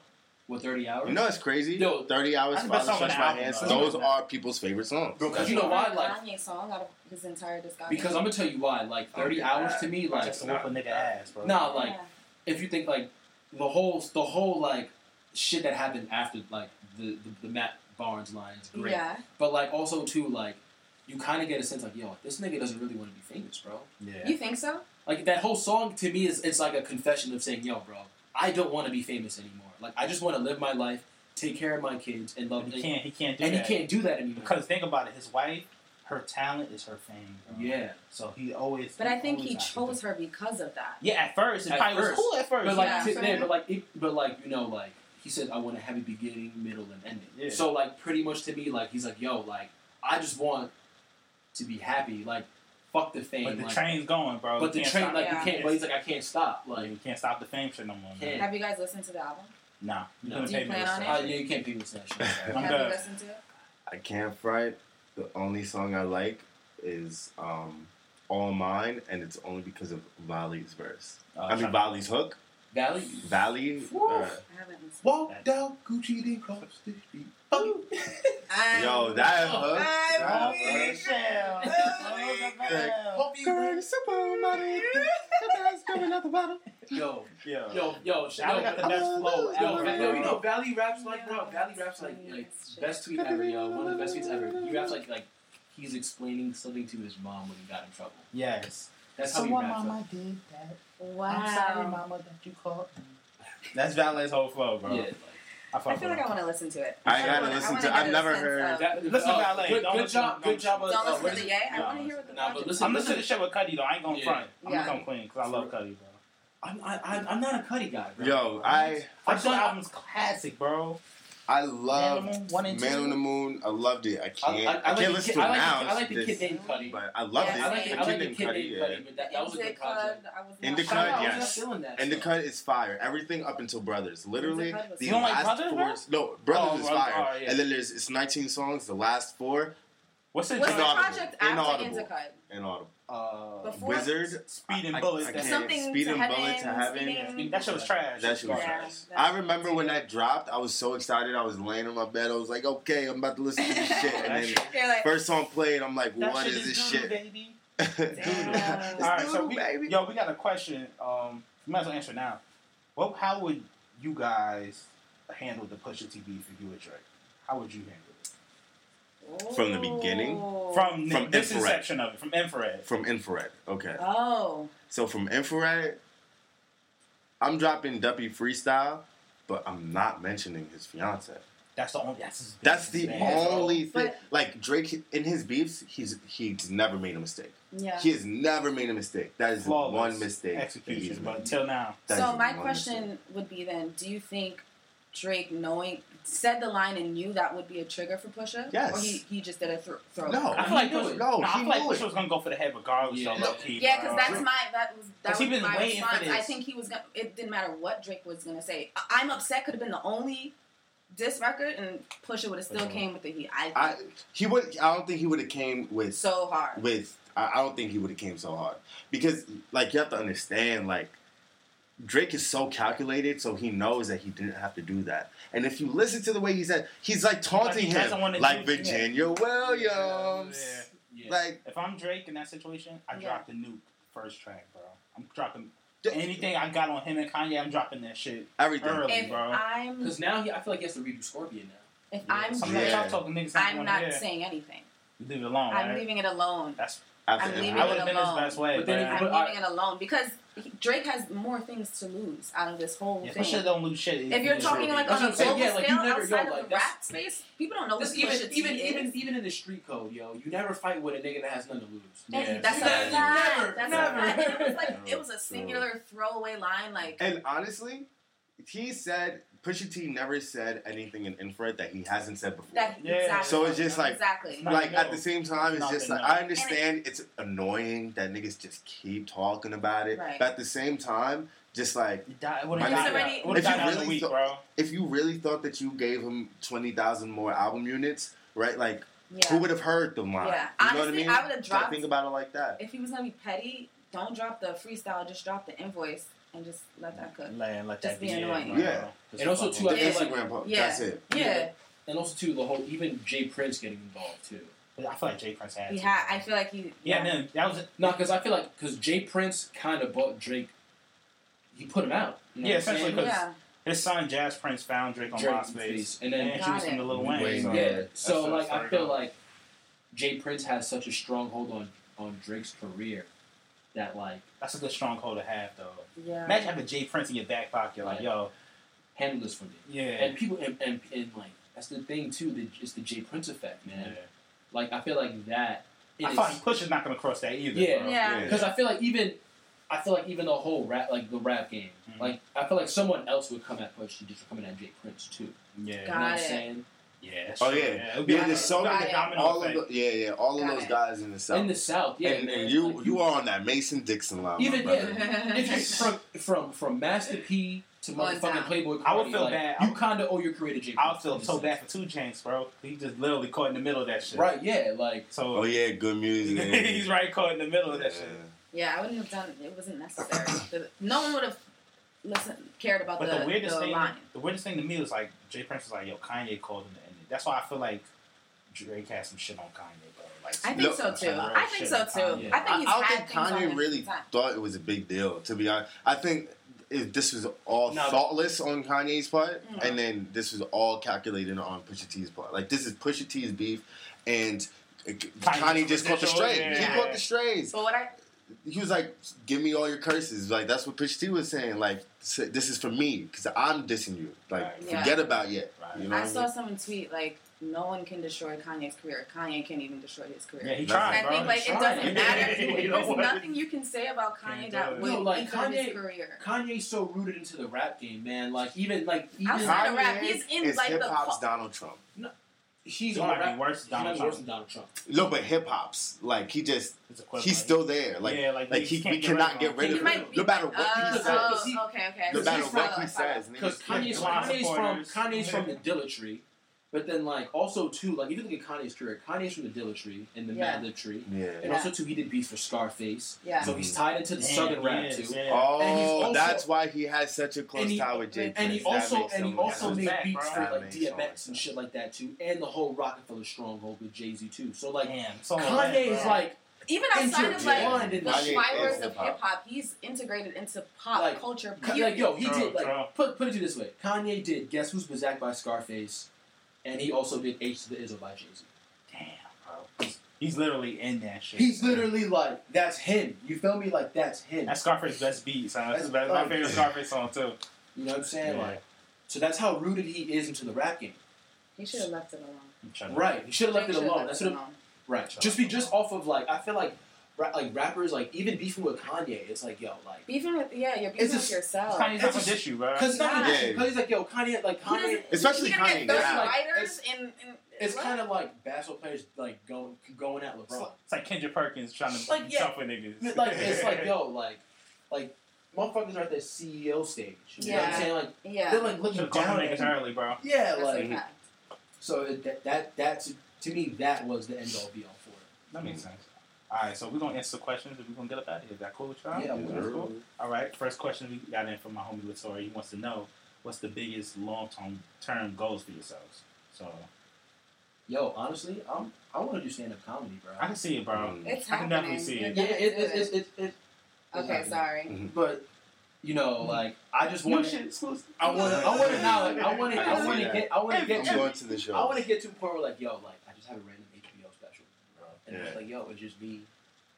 [SPEAKER 5] With thirty hours.
[SPEAKER 7] you know it's crazy.
[SPEAKER 5] Yo,
[SPEAKER 7] Thirty hours,
[SPEAKER 3] that's the best
[SPEAKER 7] father
[SPEAKER 3] song on
[SPEAKER 7] stretch
[SPEAKER 3] the
[SPEAKER 7] my
[SPEAKER 3] album,
[SPEAKER 7] hands.
[SPEAKER 3] though.
[SPEAKER 7] Those are people's favorite songs.
[SPEAKER 5] Bro, 'cause
[SPEAKER 7] That's
[SPEAKER 5] you know
[SPEAKER 7] why.
[SPEAKER 5] why,
[SPEAKER 6] Favorite
[SPEAKER 5] like-
[SPEAKER 6] Kanye song out of his entire discography.
[SPEAKER 5] Because I'm gonna tell you why. Like thirty hours to me, like
[SPEAKER 3] just to whoop a nigga ass, bro.
[SPEAKER 5] nah,
[SPEAKER 6] Yeah.
[SPEAKER 5] like if you think like the whole the whole like shit that happened after like the the, the Matt Barnes line is great.
[SPEAKER 6] yeah,
[SPEAKER 5] But like also too like you kind of get a sense like yo this nigga doesn't really want to be famous, bro.
[SPEAKER 3] Yeah.
[SPEAKER 6] you think so?
[SPEAKER 5] Like that whole song to me is it's like a confession of saying yo, bro, I don't want to be famous anymore. Like I just want to live my life, take care of my kids, and love.
[SPEAKER 3] But he can't. He can't do
[SPEAKER 5] and
[SPEAKER 3] that.
[SPEAKER 5] he can't do that anymore.
[SPEAKER 3] Because think about it, his wife, her talent is her fame. Bro.
[SPEAKER 5] yeah.
[SPEAKER 3] So he always.
[SPEAKER 6] But I think he
[SPEAKER 3] always-
[SPEAKER 6] chose her because of that.
[SPEAKER 3] Yeah, at first it
[SPEAKER 5] At
[SPEAKER 3] probably
[SPEAKER 5] first.
[SPEAKER 3] was cool at first.
[SPEAKER 5] But like,
[SPEAKER 6] Yeah.
[SPEAKER 5] t- yeah, but like, it, but like, you know, like he said, I want a happy beginning, middle, and ending.
[SPEAKER 3] Yeah.
[SPEAKER 5] So like, pretty much to me, like he's like, yo, like I just want to be happy. Like, fuck the fame.
[SPEAKER 3] but the
[SPEAKER 5] like,
[SPEAKER 3] train's going, bro.
[SPEAKER 5] but the
[SPEAKER 3] You can't
[SPEAKER 5] train,
[SPEAKER 3] stop
[SPEAKER 5] like
[SPEAKER 3] it.
[SPEAKER 5] you
[SPEAKER 6] Yeah.
[SPEAKER 5] can't. But he's like, I can't stop. Like,
[SPEAKER 3] you can't stop the fame shit no more. Man.
[SPEAKER 5] Can't.
[SPEAKER 6] Have you guys listened to the album?
[SPEAKER 3] Nah, you
[SPEAKER 5] No.
[SPEAKER 3] couldn't
[SPEAKER 6] Do you
[SPEAKER 3] pay me
[SPEAKER 6] plan
[SPEAKER 3] this
[SPEAKER 6] on it?
[SPEAKER 5] uh,
[SPEAKER 3] shit.
[SPEAKER 5] yeah, you can't pay me for that shit.
[SPEAKER 3] I'm
[SPEAKER 6] Have
[SPEAKER 3] good.
[SPEAKER 6] you listened to it?
[SPEAKER 7] I can't fight. The only song I like is um, "All Mine," and it's only because of Valley's verse.
[SPEAKER 3] Uh,
[SPEAKER 7] I mean,
[SPEAKER 3] try-
[SPEAKER 7] Valley's hook.
[SPEAKER 5] Valley.
[SPEAKER 7] Valley. uh,
[SPEAKER 6] I haven't listened.
[SPEAKER 5] Walk down Gucci then cross the street. Fuck you.
[SPEAKER 6] Um, I-
[SPEAKER 7] yo, that hook.
[SPEAKER 6] I
[SPEAKER 7] that
[SPEAKER 6] wish-
[SPEAKER 7] hook.
[SPEAKER 3] Michelle.
[SPEAKER 7] Like,
[SPEAKER 5] Fuck you,
[SPEAKER 7] Girl, you're supermodel. That's coming out the bottom.
[SPEAKER 5] Yo,
[SPEAKER 3] Yeah.
[SPEAKER 5] yo, yo, sh- yo,
[SPEAKER 3] Valley got the
[SPEAKER 5] yo,
[SPEAKER 3] best flow
[SPEAKER 5] yo,
[SPEAKER 3] ever.
[SPEAKER 5] yo, you
[SPEAKER 3] bro.
[SPEAKER 5] know, Valley raps like, bro, Valley raps like, like Best tweet ever, yo. One of the best tweets ever. He raps like like he's explaining something to his mom when he got in trouble.
[SPEAKER 3] Yes.
[SPEAKER 5] That's how he
[SPEAKER 3] Someone,
[SPEAKER 5] raps.
[SPEAKER 3] mama did that.
[SPEAKER 6] Wow.
[SPEAKER 3] mama, that you caught me. That's Valet's whole flow,
[SPEAKER 5] up.
[SPEAKER 3] bro.
[SPEAKER 5] Yeah.
[SPEAKER 3] I, fuck
[SPEAKER 6] I feel
[SPEAKER 3] with
[SPEAKER 6] like
[SPEAKER 3] him.
[SPEAKER 6] I want to listen to it.
[SPEAKER 7] I
[SPEAKER 6] kinda
[SPEAKER 7] gotta
[SPEAKER 6] wanna-
[SPEAKER 7] listen
[SPEAKER 6] wanna
[SPEAKER 7] to-
[SPEAKER 6] get
[SPEAKER 7] I've
[SPEAKER 6] a
[SPEAKER 7] never
[SPEAKER 6] sense
[SPEAKER 7] heard-
[SPEAKER 6] of-
[SPEAKER 5] That-
[SPEAKER 3] Listen
[SPEAKER 5] uh,
[SPEAKER 3] to Valet.
[SPEAKER 5] Good,
[SPEAKER 3] Don't
[SPEAKER 5] good
[SPEAKER 3] listen-
[SPEAKER 5] job.
[SPEAKER 3] don't
[SPEAKER 5] Good job.
[SPEAKER 6] Don't
[SPEAKER 5] uh,
[SPEAKER 6] listen to
[SPEAKER 5] where's-
[SPEAKER 6] the yay. I
[SPEAKER 3] Nah,
[SPEAKER 6] want to hear what the
[SPEAKER 5] nah, but
[SPEAKER 6] logic-
[SPEAKER 5] listen-
[SPEAKER 3] I'm listening to shit with Cuddy though. I ain't gonna
[SPEAKER 5] Yeah.
[SPEAKER 3] front. I'm
[SPEAKER 6] Yeah.
[SPEAKER 3] not gonna clean because I love Cuddy, bro.
[SPEAKER 5] I'm I, I, I'm not a Cuddy guy, bro.
[SPEAKER 7] Yo, I
[SPEAKER 3] First
[SPEAKER 5] I've done-
[SPEAKER 3] album's classic, bro.
[SPEAKER 7] I
[SPEAKER 3] Man on the Moon,
[SPEAKER 7] loved
[SPEAKER 3] one and
[SPEAKER 7] Man
[SPEAKER 3] two.
[SPEAKER 7] on the Moon. I loved it. I
[SPEAKER 5] I,
[SPEAKER 7] can't.
[SPEAKER 5] I,
[SPEAKER 7] I,
[SPEAKER 5] I, like
[SPEAKER 7] can't
[SPEAKER 5] the
[SPEAKER 7] listen
[SPEAKER 5] kid,
[SPEAKER 7] to it
[SPEAKER 5] I like
[SPEAKER 7] now.
[SPEAKER 5] the, I like the
[SPEAKER 7] It's-
[SPEAKER 5] kid named Cuddy.
[SPEAKER 7] but I loved
[SPEAKER 6] Yeah,
[SPEAKER 5] I
[SPEAKER 7] it. The
[SPEAKER 5] like the, I like
[SPEAKER 7] kid
[SPEAKER 5] the
[SPEAKER 7] named
[SPEAKER 5] kid
[SPEAKER 7] Cuddy.
[SPEAKER 5] named
[SPEAKER 7] Yeah.
[SPEAKER 5] Cuddy, but that, that was a
[SPEAKER 6] Into
[SPEAKER 5] good
[SPEAKER 6] Club,
[SPEAKER 5] project.
[SPEAKER 6] I was
[SPEAKER 7] In
[SPEAKER 6] not
[SPEAKER 7] the
[SPEAKER 6] sure.
[SPEAKER 7] Club,
[SPEAKER 5] I was not
[SPEAKER 7] yes.
[SPEAKER 5] feeling that.
[SPEAKER 7] And the
[SPEAKER 5] so.
[SPEAKER 7] cut is fire. Everything up until Brothers. Literally,
[SPEAKER 6] Brothers.
[SPEAKER 7] the
[SPEAKER 3] You don't like
[SPEAKER 7] last
[SPEAKER 3] Brothers,
[SPEAKER 7] four.
[SPEAKER 3] bro?
[SPEAKER 7] No, Brothers
[SPEAKER 3] Oh,
[SPEAKER 7] is
[SPEAKER 3] Brothers,
[SPEAKER 7] fire.
[SPEAKER 3] oh, yeah.
[SPEAKER 7] And then there's it's 19 songs. The last four
[SPEAKER 3] What's his
[SPEAKER 6] What's the
[SPEAKER 3] joint?
[SPEAKER 7] Inaudible.
[SPEAKER 6] project after
[SPEAKER 7] Inaudible.
[SPEAKER 6] Indica?
[SPEAKER 7] inaudible.
[SPEAKER 3] Uh,
[SPEAKER 6] Before
[SPEAKER 7] Wizard.
[SPEAKER 3] Speed and
[SPEAKER 7] I-
[SPEAKER 3] Bullets.
[SPEAKER 7] I
[SPEAKER 3] that-
[SPEAKER 7] can't.
[SPEAKER 6] something
[SPEAKER 7] Speed
[SPEAKER 6] to
[SPEAKER 7] and
[SPEAKER 6] heaven,
[SPEAKER 7] Bullet to Heaven.
[SPEAKER 6] speeding-
[SPEAKER 3] That shit was trash.
[SPEAKER 7] That shit was
[SPEAKER 6] Yeah,
[SPEAKER 7] trash.
[SPEAKER 6] that's-
[SPEAKER 7] I remember when that dropped. I was so excited. I was laying in my bed. I was like, okay, I'm about to listen to this shit.
[SPEAKER 3] That
[SPEAKER 7] And then
[SPEAKER 3] shit-
[SPEAKER 6] You're like,
[SPEAKER 7] first song played. I'm like,
[SPEAKER 3] That
[SPEAKER 7] what
[SPEAKER 3] shit
[SPEAKER 7] is this
[SPEAKER 3] doo-doo,
[SPEAKER 7] shit?
[SPEAKER 3] baby.
[SPEAKER 7] It's
[SPEAKER 3] All right, so
[SPEAKER 7] doo-doo,
[SPEAKER 3] we,
[SPEAKER 7] baby.
[SPEAKER 3] yo, we got a question. Um, you might as well answer now. Well, how would you guys handle the Pusha T beef if you were Drake? How would you handle it?
[SPEAKER 7] From the beginning?
[SPEAKER 6] Ooh.
[SPEAKER 3] From,
[SPEAKER 7] From
[SPEAKER 3] this
[SPEAKER 7] infrared.
[SPEAKER 3] section of it, from infrared.
[SPEAKER 7] From infrared. Okay.
[SPEAKER 6] Oh,
[SPEAKER 7] So from infrared, I'm dropping Duppy freestyle, but I'm not mentioning his fiance.
[SPEAKER 3] That's the only. That's, his
[SPEAKER 7] That's the
[SPEAKER 3] business, man.
[SPEAKER 7] only thing.
[SPEAKER 6] But-
[SPEAKER 7] Like Drake in his beefs, he's he's never made a mistake.
[SPEAKER 6] yeah.
[SPEAKER 7] He has never made a mistake. That is
[SPEAKER 3] Flawless
[SPEAKER 7] one mistake. that he's
[SPEAKER 3] execution,
[SPEAKER 7] made.
[SPEAKER 3] but till now,
[SPEAKER 7] That
[SPEAKER 6] So
[SPEAKER 7] is
[SPEAKER 6] my
[SPEAKER 7] one
[SPEAKER 6] question
[SPEAKER 7] mistake.
[SPEAKER 6] would be then: Do you think Drake knowing said the line and knew that would be a trigger for Pusha?
[SPEAKER 7] Yes.
[SPEAKER 6] Or he, he just did a thro- throw.
[SPEAKER 7] No,
[SPEAKER 3] I feel like
[SPEAKER 5] he knew
[SPEAKER 3] Pusha,
[SPEAKER 5] it.
[SPEAKER 7] No,
[SPEAKER 3] nah, I
[SPEAKER 7] Oh, he
[SPEAKER 3] feel like
[SPEAKER 7] knew it.
[SPEAKER 3] Pusha was gonna go for the head regardless.
[SPEAKER 5] Yeah.
[SPEAKER 3] So low key,
[SPEAKER 6] Yeah, because
[SPEAKER 3] bro.
[SPEAKER 6] that's my that was that
[SPEAKER 3] 'Cause he
[SPEAKER 6] was
[SPEAKER 3] been
[SPEAKER 6] my
[SPEAKER 3] waiting for
[SPEAKER 6] response. I
[SPEAKER 3] this.
[SPEAKER 6] think he was gonna. It didn't matter what Drake was gonna say. I, I'm upset could have been the only diss record, and Pusha would have still
[SPEAKER 7] Mhm.
[SPEAKER 6] came with the heat. I,
[SPEAKER 7] I he would. I don't think he would have came with
[SPEAKER 6] so hard.
[SPEAKER 7] with I, I don't think he would have came so hard because like you have to understand like Drake is so calculated, so he knows that he didn't have to do that. And if you listen to the way he's at, he's like taunting
[SPEAKER 3] he doesn't wanna
[SPEAKER 7] him, like
[SPEAKER 3] do- yeah.
[SPEAKER 7] Virginia Williams.
[SPEAKER 3] Yeah.
[SPEAKER 5] Yeah.
[SPEAKER 7] Like
[SPEAKER 3] If I'm Drake in that situation, I
[SPEAKER 6] Yeah.
[SPEAKER 3] drop the nuke first track, bro. I'm dropping
[SPEAKER 7] th-
[SPEAKER 3] anything I got on him and Kanye. I'm dropping that shit
[SPEAKER 7] everything.
[SPEAKER 3] early,
[SPEAKER 6] If
[SPEAKER 3] bro.
[SPEAKER 6] I'm
[SPEAKER 5] Because now he, I feel like he has to redo Scorpion now.
[SPEAKER 6] if
[SPEAKER 5] Yeah,
[SPEAKER 6] I'm
[SPEAKER 3] I'm
[SPEAKER 7] Yeah.
[SPEAKER 3] not
[SPEAKER 6] Drake,
[SPEAKER 3] y'all talking niggas. not
[SPEAKER 6] I'm
[SPEAKER 3] going
[SPEAKER 6] not
[SPEAKER 3] there.
[SPEAKER 6] saying anything.
[SPEAKER 3] Leave it alone.
[SPEAKER 6] I'm
[SPEAKER 3] right?
[SPEAKER 6] leaving it alone.
[SPEAKER 3] That's
[SPEAKER 7] After
[SPEAKER 6] I'm
[SPEAKER 7] every-
[SPEAKER 6] leaving
[SPEAKER 3] I would
[SPEAKER 6] it
[SPEAKER 3] have been his
[SPEAKER 6] alone.
[SPEAKER 3] best way,
[SPEAKER 5] But
[SPEAKER 3] but,
[SPEAKER 5] then
[SPEAKER 6] I'm
[SPEAKER 5] But I-
[SPEAKER 6] leaving it alone because he- Drake has more things to lose out of this whole
[SPEAKER 3] yeah, Pusha
[SPEAKER 6] thing.
[SPEAKER 3] don't lose shit.
[SPEAKER 6] If you're
[SPEAKER 3] Yeah.
[SPEAKER 6] talking like
[SPEAKER 5] That's
[SPEAKER 6] on
[SPEAKER 5] what
[SPEAKER 6] a
[SPEAKER 5] I'm saying.
[SPEAKER 6] global
[SPEAKER 5] Yeah, like, you
[SPEAKER 6] scale
[SPEAKER 5] never- yo,
[SPEAKER 6] outside
[SPEAKER 5] like,
[SPEAKER 6] of the
[SPEAKER 5] that's-
[SPEAKER 6] rap space, people don't know who
[SPEAKER 5] Just even
[SPEAKER 6] Pusha T
[SPEAKER 5] even
[SPEAKER 6] is.
[SPEAKER 5] even even in the street code, yo, you never fight with a nigga that has nothing to lose.
[SPEAKER 6] That's,
[SPEAKER 3] Yeah.
[SPEAKER 6] that's a
[SPEAKER 5] Never,
[SPEAKER 6] fact.
[SPEAKER 5] never,
[SPEAKER 6] That's
[SPEAKER 5] never.
[SPEAKER 6] a fact. And It was like it was a
[SPEAKER 7] True. Oh.
[SPEAKER 6] singular throwaway line. Like
[SPEAKER 7] And honestly, he said Pusha T never said anything in infrared that he hasn't said before.
[SPEAKER 6] that.
[SPEAKER 3] Yeah.
[SPEAKER 6] Exactly.
[SPEAKER 7] So it's just like-
[SPEAKER 6] exactly.
[SPEAKER 3] Not
[SPEAKER 7] like
[SPEAKER 3] no.
[SPEAKER 7] at the same time, it's
[SPEAKER 3] Not
[SPEAKER 7] just
[SPEAKER 3] the
[SPEAKER 7] like
[SPEAKER 3] no.
[SPEAKER 7] I understand it's annoying that niggas just keep talking about it,
[SPEAKER 6] Right.
[SPEAKER 7] but at the same time, just like
[SPEAKER 3] You die- would've
[SPEAKER 7] My
[SPEAKER 3] died
[SPEAKER 6] nigga,
[SPEAKER 3] out-
[SPEAKER 6] if
[SPEAKER 3] would've
[SPEAKER 7] you
[SPEAKER 3] died out in a
[SPEAKER 7] really
[SPEAKER 3] week,
[SPEAKER 7] thought-
[SPEAKER 3] bro.
[SPEAKER 7] if you really thought that you gave him twenty thousand more album units, right? Like
[SPEAKER 6] Yeah.
[SPEAKER 7] who would have heard them line?
[SPEAKER 6] Yeah.
[SPEAKER 7] You know what I
[SPEAKER 6] Honestly,
[SPEAKER 7] mean?
[SPEAKER 6] I would've
[SPEAKER 7] Like,
[SPEAKER 6] dropped-
[SPEAKER 7] think about it like that.
[SPEAKER 6] if he was gonna be petty, don't drop the freestyle. Just drop the invoice and just let that cook.
[SPEAKER 3] Let, let
[SPEAKER 6] Just
[SPEAKER 3] that be
[SPEAKER 6] be
[SPEAKER 3] it,
[SPEAKER 6] annoying.
[SPEAKER 3] bro.
[SPEAKER 7] Yeah.
[SPEAKER 3] Just
[SPEAKER 5] And also,
[SPEAKER 3] fuck
[SPEAKER 5] too,
[SPEAKER 7] Like
[SPEAKER 5] I
[SPEAKER 3] with it.
[SPEAKER 5] feel like
[SPEAKER 7] Instagram post.
[SPEAKER 6] Yeah.
[SPEAKER 7] That's it.
[SPEAKER 6] Yeah,
[SPEAKER 5] And also too, the whole even Jay Prince getting involved too.
[SPEAKER 3] I feel like Jay Prince had.
[SPEAKER 6] he
[SPEAKER 3] to.
[SPEAKER 6] had. I feel like he.
[SPEAKER 3] Yeah, no, that was
[SPEAKER 5] No, because I feel like because Jay Prince kind of bought Drake, he put him out. You know
[SPEAKER 3] Yeah,
[SPEAKER 5] what I'm
[SPEAKER 3] essentially,
[SPEAKER 5] saying?
[SPEAKER 3] 'cause
[SPEAKER 6] Yeah.
[SPEAKER 3] his son Jazz Prince found Drake on
[SPEAKER 5] Drake,
[SPEAKER 3] MySpace,
[SPEAKER 5] and then-
[SPEAKER 3] she was
[SPEAKER 6] Got
[SPEAKER 3] from the
[SPEAKER 6] it.
[SPEAKER 3] Lil Wayne.
[SPEAKER 7] Wayne,
[SPEAKER 3] so-
[SPEAKER 5] yeah.
[SPEAKER 7] That's
[SPEAKER 5] So
[SPEAKER 3] what
[SPEAKER 5] like,
[SPEAKER 3] I'm
[SPEAKER 5] I feel
[SPEAKER 3] saying.
[SPEAKER 5] like Jay Prince has such a strong hold on on Drake's career that like
[SPEAKER 3] That's a good stronghold to have, though.
[SPEAKER 6] Yeah.
[SPEAKER 3] Imagine having Jay Prince in your back pocket, like,
[SPEAKER 5] Right.
[SPEAKER 3] yo,
[SPEAKER 5] handles from me.
[SPEAKER 3] yeah,
[SPEAKER 5] And people and, and, and like that's the thing too. The, it's the Jay Prince effect, man. Like I feel like that. in
[SPEAKER 3] I feel
[SPEAKER 5] its-
[SPEAKER 3] like Push is not gonna cross that either.
[SPEAKER 5] Yeah.
[SPEAKER 3] bro.
[SPEAKER 6] Yeah.
[SPEAKER 7] Yeah.
[SPEAKER 5] Because I feel like even, I feel like even the whole rap, like the rap game,
[SPEAKER 3] Mhm.
[SPEAKER 5] like I feel like someone else would come at Push and just coming at Jake Prince too.
[SPEAKER 3] yeah,
[SPEAKER 5] You know what
[SPEAKER 6] Got
[SPEAKER 5] I'm
[SPEAKER 6] it.
[SPEAKER 5] saying?
[SPEAKER 3] yeah. that's
[SPEAKER 7] Oh,
[SPEAKER 3] true.
[SPEAKER 7] yeah.
[SPEAKER 3] it would be
[SPEAKER 7] Yeah,
[SPEAKER 3] like
[SPEAKER 7] there's
[SPEAKER 3] a-
[SPEAKER 7] so
[SPEAKER 3] it'd be
[SPEAKER 6] many-
[SPEAKER 3] a domino
[SPEAKER 7] All of
[SPEAKER 3] effect.
[SPEAKER 7] the, yeah, yeah, all of
[SPEAKER 6] Got
[SPEAKER 7] those
[SPEAKER 6] it.
[SPEAKER 7] guys in the south.
[SPEAKER 5] In the South, yeah.
[SPEAKER 7] and,
[SPEAKER 5] man.
[SPEAKER 7] and you
[SPEAKER 5] Like,
[SPEAKER 7] you are on that Mason Dixon line, my
[SPEAKER 5] Even
[SPEAKER 7] brother.
[SPEAKER 5] yeah, it's just from from from Master P to
[SPEAKER 6] On
[SPEAKER 5] motherfucking
[SPEAKER 6] down.
[SPEAKER 5] Playboy.
[SPEAKER 3] I would
[SPEAKER 5] Carti,
[SPEAKER 3] feel
[SPEAKER 5] like,
[SPEAKER 3] bad.
[SPEAKER 5] You kind of owe your career to Jake.
[SPEAKER 3] I would
[SPEAKER 5] Prince,
[SPEAKER 3] feel
[SPEAKER 5] in a
[SPEAKER 3] so
[SPEAKER 5] sense.
[SPEAKER 3] bad for Two Chains, bro. He just literally caught in the middle of that shit.
[SPEAKER 5] Right? Yeah. Like
[SPEAKER 3] So
[SPEAKER 7] Oh yeah, good music.
[SPEAKER 3] he's right caught in the middle of that shit.
[SPEAKER 6] Yeah, I wouldn't have done. It wasn't necessary. The- no one would have listened, cared about
[SPEAKER 3] But the, weirdest thing,
[SPEAKER 6] line.
[SPEAKER 3] the weirdest thing to me was like Jay Prince was like, "Yo, Kanye called him to end it." That's why I feel like Drake had some shit on Kanye, bro. Like,
[SPEAKER 6] I think
[SPEAKER 7] No,
[SPEAKER 6] so too.
[SPEAKER 3] I'm not
[SPEAKER 6] I think
[SPEAKER 3] shitting
[SPEAKER 6] so
[SPEAKER 3] on
[SPEAKER 6] too.
[SPEAKER 3] Kanye.
[SPEAKER 6] I think
[SPEAKER 7] I,
[SPEAKER 6] he's
[SPEAKER 7] I don't
[SPEAKER 6] had
[SPEAKER 7] think
[SPEAKER 6] things on him
[SPEAKER 7] Kanye really
[SPEAKER 6] since then.
[SPEAKER 7] thought it was a big deal. To be honest, I think it, this was all
[SPEAKER 5] No, but-
[SPEAKER 7] thoughtless on Kanye's part,
[SPEAKER 6] Mm.
[SPEAKER 7] and then this was all calculated on Pusha T's part. Like this is Pusha T's beef, and uh, Kanye just caught the
[SPEAKER 3] just
[SPEAKER 7] strays.
[SPEAKER 3] yeah.
[SPEAKER 7] He caught the strays.
[SPEAKER 6] But what I
[SPEAKER 7] He was like, "Give me all your curses." Like that's what Pusha T was saying. Like s- this is for me because I'm dissing you. Like
[SPEAKER 3] Right.
[SPEAKER 6] Yeah.
[SPEAKER 7] forget about it.
[SPEAKER 3] Right.
[SPEAKER 7] You know
[SPEAKER 6] I
[SPEAKER 7] what I
[SPEAKER 6] saw
[SPEAKER 7] mean?
[SPEAKER 6] someone tweet like, "No one can destroy Kanye's career. Kanye can't even destroy his career."
[SPEAKER 3] Yeah, he
[SPEAKER 7] And
[SPEAKER 3] tried,
[SPEAKER 6] I
[SPEAKER 3] bro.
[SPEAKER 6] think like it
[SPEAKER 5] Trying.
[SPEAKER 6] doesn't matter.
[SPEAKER 3] You know
[SPEAKER 6] There's
[SPEAKER 3] what?
[SPEAKER 6] nothing you can say about
[SPEAKER 3] Can't do
[SPEAKER 6] Kanye that
[SPEAKER 3] it.
[SPEAKER 6] would
[SPEAKER 5] No, like,
[SPEAKER 6] include his
[SPEAKER 5] Kanye-
[SPEAKER 6] career.
[SPEAKER 5] Kanye's so rooted into the rap game, man. Like even like even
[SPEAKER 6] Outside of rap,
[SPEAKER 7] Kanye
[SPEAKER 6] he's in,
[SPEAKER 7] is
[SPEAKER 6] like, the
[SPEAKER 7] hip hop's
[SPEAKER 6] pop-
[SPEAKER 7] Donald Trump.
[SPEAKER 5] he's
[SPEAKER 3] He
[SPEAKER 5] on
[SPEAKER 3] might be
[SPEAKER 5] rap.
[SPEAKER 3] worse than
[SPEAKER 5] he's not
[SPEAKER 3] Donald
[SPEAKER 5] worse than Donald Trump.
[SPEAKER 7] No, but hip hop's like he just
[SPEAKER 3] It's equivalent.
[SPEAKER 7] he's still there. Like
[SPEAKER 3] yeah, like,
[SPEAKER 7] like
[SPEAKER 3] you
[SPEAKER 7] he,
[SPEAKER 3] can't
[SPEAKER 7] we cannot
[SPEAKER 3] rid
[SPEAKER 7] get
[SPEAKER 3] of
[SPEAKER 7] rid
[SPEAKER 6] He
[SPEAKER 7] of
[SPEAKER 5] him.
[SPEAKER 7] him.
[SPEAKER 6] might be
[SPEAKER 7] No matter
[SPEAKER 6] like,
[SPEAKER 7] what he
[SPEAKER 6] oh,
[SPEAKER 7] says,
[SPEAKER 6] okay, okay.
[SPEAKER 7] no
[SPEAKER 5] he's
[SPEAKER 7] matter
[SPEAKER 5] from-
[SPEAKER 7] what he says,
[SPEAKER 5] Because
[SPEAKER 7] niggas
[SPEAKER 5] Kanye's,
[SPEAKER 3] blind
[SPEAKER 5] Kanye's from
[SPEAKER 3] supporters.
[SPEAKER 5] Kanye's from the Dilla tree, but then like also too like if you look at Kanye's career, Kanye's from the Dilla tree and the
[SPEAKER 6] Yeah.
[SPEAKER 5] Mad Lib tree,
[SPEAKER 7] Yeah.
[SPEAKER 5] and also too he did beats for Scarface,
[SPEAKER 6] Yeah.
[SPEAKER 5] so he's tied into the
[SPEAKER 3] Mm. Damn,
[SPEAKER 5] Southern rap
[SPEAKER 3] yes,
[SPEAKER 5] too,
[SPEAKER 3] yeah.
[SPEAKER 5] And he's
[SPEAKER 7] Oh,
[SPEAKER 5] also-
[SPEAKER 7] that's why he has such a close
[SPEAKER 5] And he-
[SPEAKER 7] tie with Jay
[SPEAKER 5] and he
[SPEAKER 7] Prince. That
[SPEAKER 5] also
[SPEAKER 7] makes
[SPEAKER 5] Oh, and he
[SPEAKER 7] so much
[SPEAKER 5] also
[SPEAKER 3] That's
[SPEAKER 7] sense.
[SPEAKER 5] made
[SPEAKER 3] back,
[SPEAKER 5] beats
[SPEAKER 3] bro.
[SPEAKER 5] for
[SPEAKER 7] That
[SPEAKER 5] like
[SPEAKER 7] makes so much
[SPEAKER 5] DMX and
[SPEAKER 7] sense.
[SPEAKER 5] shit like that too, and the whole Rockefeller Stronghold with Jay Z too. So like
[SPEAKER 3] Damn, so bad,
[SPEAKER 5] Kanye is
[SPEAKER 3] bro.
[SPEAKER 5] like
[SPEAKER 6] Even
[SPEAKER 5] Into
[SPEAKER 6] outside of like
[SPEAKER 5] Blonde
[SPEAKER 6] the
[SPEAKER 5] and
[SPEAKER 7] Kanye
[SPEAKER 6] fibers
[SPEAKER 7] is
[SPEAKER 6] of hip
[SPEAKER 7] hip-hop.
[SPEAKER 6] hop, he's integrated into pop
[SPEAKER 5] Like,
[SPEAKER 6] culture.
[SPEAKER 5] Ka-
[SPEAKER 6] period.
[SPEAKER 5] like yo he
[SPEAKER 3] True,
[SPEAKER 5] did like
[SPEAKER 3] true.
[SPEAKER 5] put put it to you this way, Kanye did Guess Who's Bazaar by Scarface, and he also did H to the Izzo by Jay Z.
[SPEAKER 3] damn, bro. He's literally in that shit.
[SPEAKER 5] He's literally like that's him. You feel me? Like that's him.
[SPEAKER 3] That's Scarface's best beat, son. That's,
[SPEAKER 5] That's
[SPEAKER 3] that's my
[SPEAKER 5] fun.
[SPEAKER 3] favorite Scarface song too.
[SPEAKER 5] You know what I'm saying?
[SPEAKER 3] Yeah.
[SPEAKER 5] Like, so that's how rooted he is into the rap game.
[SPEAKER 6] He should have left it alone.
[SPEAKER 5] Right. He should have left it
[SPEAKER 6] Drake should've
[SPEAKER 5] alone. That's what.
[SPEAKER 6] alone.
[SPEAKER 5] Right. Just be just off of like I feel like ra- like rappers like even beefing with Kanye, it's like yo like
[SPEAKER 6] Beefing with yeah, you're beefing
[SPEAKER 5] just-
[SPEAKER 6] with yourself.
[SPEAKER 3] Kanye's not
[SPEAKER 5] It's
[SPEAKER 3] gonna
[SPEAKER 5] just-
[SPEAKER 3] diss you, bro.
[SPEAKER 5] because
[SPEAKER 6] Yeah.
[SPEAKER 5] he's like yo Kanye like
[SPEAKER 6] He doesn't-
[SPEAKER 5] Kanye.
[SPEAKER 7] Especially
[SPEAKER 6] he didn't
[SPEAKER 7] Kanye
[SPEAKER 6] Get those
[SPEAKER 7] now.
[SPEAKER 6] writers in, in
[SPEAKER 5] It's
[SPEAKER 6] look,
[SPEAKER 5] kind of like basketball players like going going at
[SPEAKER 3] It's like,
[SPEAKER 5] LeBron.
[SPEAKER 3] it's like Kendrick Perkins trying to
[SPEAKER 5] Like, yeah.
[SPEAKER 3] jump with niggas.
[SPEAKER 5] Like it's like yo like like motherfuckers are at the CEO stage. You know what
[SPEAKER 6] Yeah.
[SPEAKER 5] I'm saying? Like
[SPEAKER 6] yeah.
[SPEAKER 5] they're like
[SPEAKER 3] Should've
[SPEAKER 5] looking
[SPEAKER 3] called
[SPEAKER 5] down
[SPEAKER 3] them niggas
[SPEAKER 5] at
[SPEAKER 3] early, bro.
[SPEAKER 5] yeah
[SPEAKER 6] That's
[SPEAKER 5] like
[SPEAKER 6] a fact.
[SPEAKER 5] so it, that that that's to me that was the end all be all for it.
[SPEAKER 3] That makes sense. All right, so we're gonna answer questions and we're gonna get up out of here. Is that cool with y'all?
[SPEAKER 5] Yeah,
[SPEAKER 3] That's
[SPEAKER 7] sure.
[SPEAKER 3] cool. All right, first question we got in from my homie Latori. He wants to know what's the biggest long term term goals for yourselves. So
[SPEAKER 5] Yo, honestly, I'm, I want to do stand up comedy, bro.
[SPEAKER 3] I can see it, bro.
[SPEAKER 7] Mm.
[SPEAKER 6] It's
[SPEAKER 3] I can
[SPEAKER 6] happening.
[SPEAKER 3] definitely see
[SPEAKER 6] You're
[SPEAKER 3] it.
[SPEAKER 5] yeah,
[SPEAKER 6] gonna
[SPEAKER 5] it,
[SPEAKER 6] do
[SPEAKER 5] it, it, it, it,
[SPEAKER 6] Okay,
[SPEAKER 5] it's
[SPEAKER 6] sorry.
[SPEAKER 5] but you know, like I just want. to.
[SPEAKER 3] exclusive.
[SPEAKER 5] I want. I want to knowledge. I want to.
[SPEAKER 7] I
[SPEAKER 5] I want
[SPEAKER 7] see
[SPEAKER 5] to
[SPEAKER 7] that.
[SPEAKER 5] get. I want to get
[SPEAKER 7] I'm
[SPEAKER 5] to.
[SPEAKER 7] going to the show.
[SPEAKER 5] I want to get to a point where like, yo, like I just had a random HBO special, bro, and it's
[SPEAKER 7] Yeah.
[SPEAKER 5] like, yo, it's just me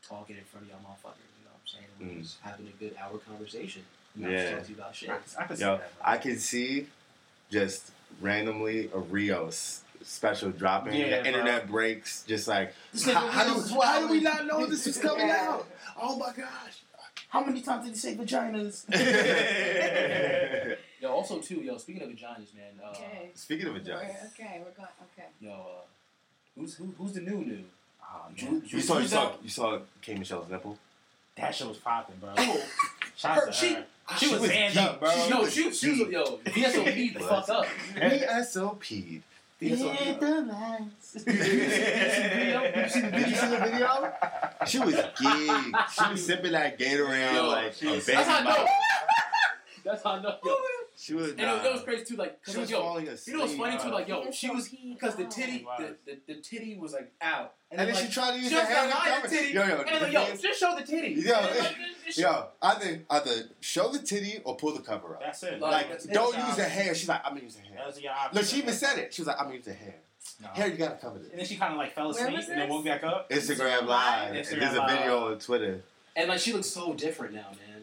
[SPEAKER 5] talking in front of y'all motherfuckers. You know what I'm saying? We're
[SPEAKER 7] Mm.
[SPEAKER 5] just having a good hour conversation. You know, just
[SPEAKER 7] Yeah.
[SPEAKER 5] talking to you about shit.
[SPEAKER 3] I can, I can see
[SPEAKER 7] Yo,
[SPEAKER 3] that. bro.
[SPEAKER 7] I can see just randomly a Rios special dropping.
[SPEAKER 3] Yeah,
[SPEAKER 7] the internet
[SPEAKER 3] bro.
[SPEAKER 7] breaks. Just like
[SPEAKER 5] This
[SPEAKER 7] how,
[SPEAKER 5] nigga
[SPEAKER 7] how
[SPEAKER 5] Rios is
[SPEAKER 7] do, how do we
[SPEAKER 5] wildin'.
[SPEAKER 7] not know this was coming
[SPEAKER 6] Yeah.
[SPEAKER 7] out? Oh my gosh!
[SPEAKER 3] How many times did you say vaginas?
[SPEAKER 5] Yo, also too, yo, speaking of vaginas, man. Uh,
[SPEAKER 6] Okay.
[SPEAKER 7] Speaking of a
[SPEAKER 6] We're,
[SPEAKER 7] job,
[SPEAKER 6] okay, we're going. Okay.
[SPEAKER 5] Yo, uh, who's who, who's the new new?
[SPEAKER 3] oh,
[SPEAKER 5] Ju-
[SPEAKER 3] man.
[SPEAKER 7] you
[SPEAKER 5] Ju-
[SPEAKER 7] saw you
[SPEAKER 5] Juice
[SPEAKER 7] saw
[SPEAKER 5] out?
[SPEAKER 7] you saw K Michelle's nipple.
[SPEAKER 3] That shit was popping, bro.
[SPEAKER 5] Oh,
[SPEAKER 3] Shout out
[SPEAKER 5] her-
[SPEAKER 3] to
[SPEAKER 5] she-
[SPEAKER 3] her. She, was
[SPEAKER 7] was
[SPEAKER 3] hands
[SPEAKER 7] deep.
[SPEAKER 3] up, bro.
[SPEAKER 7] She-
[SPEAKER 5] no, she she was yo. VSOP the fuck up.
[SPEAKER 7] DSOP. DSOP.
[SPEAKER 5] You see the video?
[SPEAKER 7] Did you see the video? She was geek. She was sipping that Gatorade
[SPEAKER 5] Yo,
[SPEAKER 7] like
[SPEAKER 3] she
[SPEAKER 7] a
[SPEAKER 3] was-
[SPEAKER 7] baby.
[SPEAKER 5] That's how I know.
[SPEAKER 7] mama.
[SPEAKER 5] That's how I know. Yo.
[SPEAKER 7] She was.
[SPEAKER 5] And it was, that was
[SPEAKER 7] nah.
[SPEAKER 5] crazy too. Like, cause
[SPEAKER 7] She was
[SPEAKER 5] yo,
[SPEAKER 7] falling asleep.
[SPEAKER 5] you know what's funny
[SPEAKER 3] bro.
[SPEAKER 5] too? Like, yo, she was
[SPEAKER 6] VSOP,
[SPEAKER 5] because the
[SPEAKER 6] oh.
[SPEAKER 5] titty, the, the, the titty was like out,
[SPEAKER 7] And then she
[SPEAKER 5] like,
[SPEAKER 7] tried to use
[SPEAKER 5] she
[SPEAKER 7] her
[SPEAKER 5] was
[SPEAKER 7] hand
[SPEAKER 5] like,
[SPEAKER 7] to
[SPEAKER 5] hide
[SPEAKER 7] cover.
[SPEAKER 5] the titty.
[SPEAKER 7] Yo, yo,
[SPEAKER 5] and I was like, yo, just show the titty.
[SPEAKER 7] Yo,
[SPEAKER 5] And, like, just-
[SPEAKER 7] Yo, either either show the titty or pull the cover up.
[SPEAKER 3] That's it.
[SPEAKER 7] Like,
[SPEAKER 5] That's-
[SPEAKER 7] don't
[SPEAKER 5] that's-
[SPEAKER 7] use a hair. She's like, I'm gonna use a hair.
[SPEAKER 3] Those are your options.
[SPEAKER 7] Look, she even said it. She was like, I'm gonna use a hair.
[SPEAKER 3] No.
[SPEAKER 7] Hair, you gotta cover
[SPEAKER 3] And then
[SPEAKER 7] this.
[SPEAKER 3] she kind of like fell
[SPEAKER 6] Where
[SPEAKER 3] asleep
[SPEAKER 6] was
[SPEAKER 3] and then
[SPEAKER 6] this?
[SPEAKER 3] woke back up.
[SPEAKER 7] Instagram live.
[SPEAKER 3] Instagram
[SPEAKER 7] and there's a
[SPEAKER 3] Live.
[SPEAKER 7] video on Twitter.
[SPEAKER 5] and like, she looks so different now, man.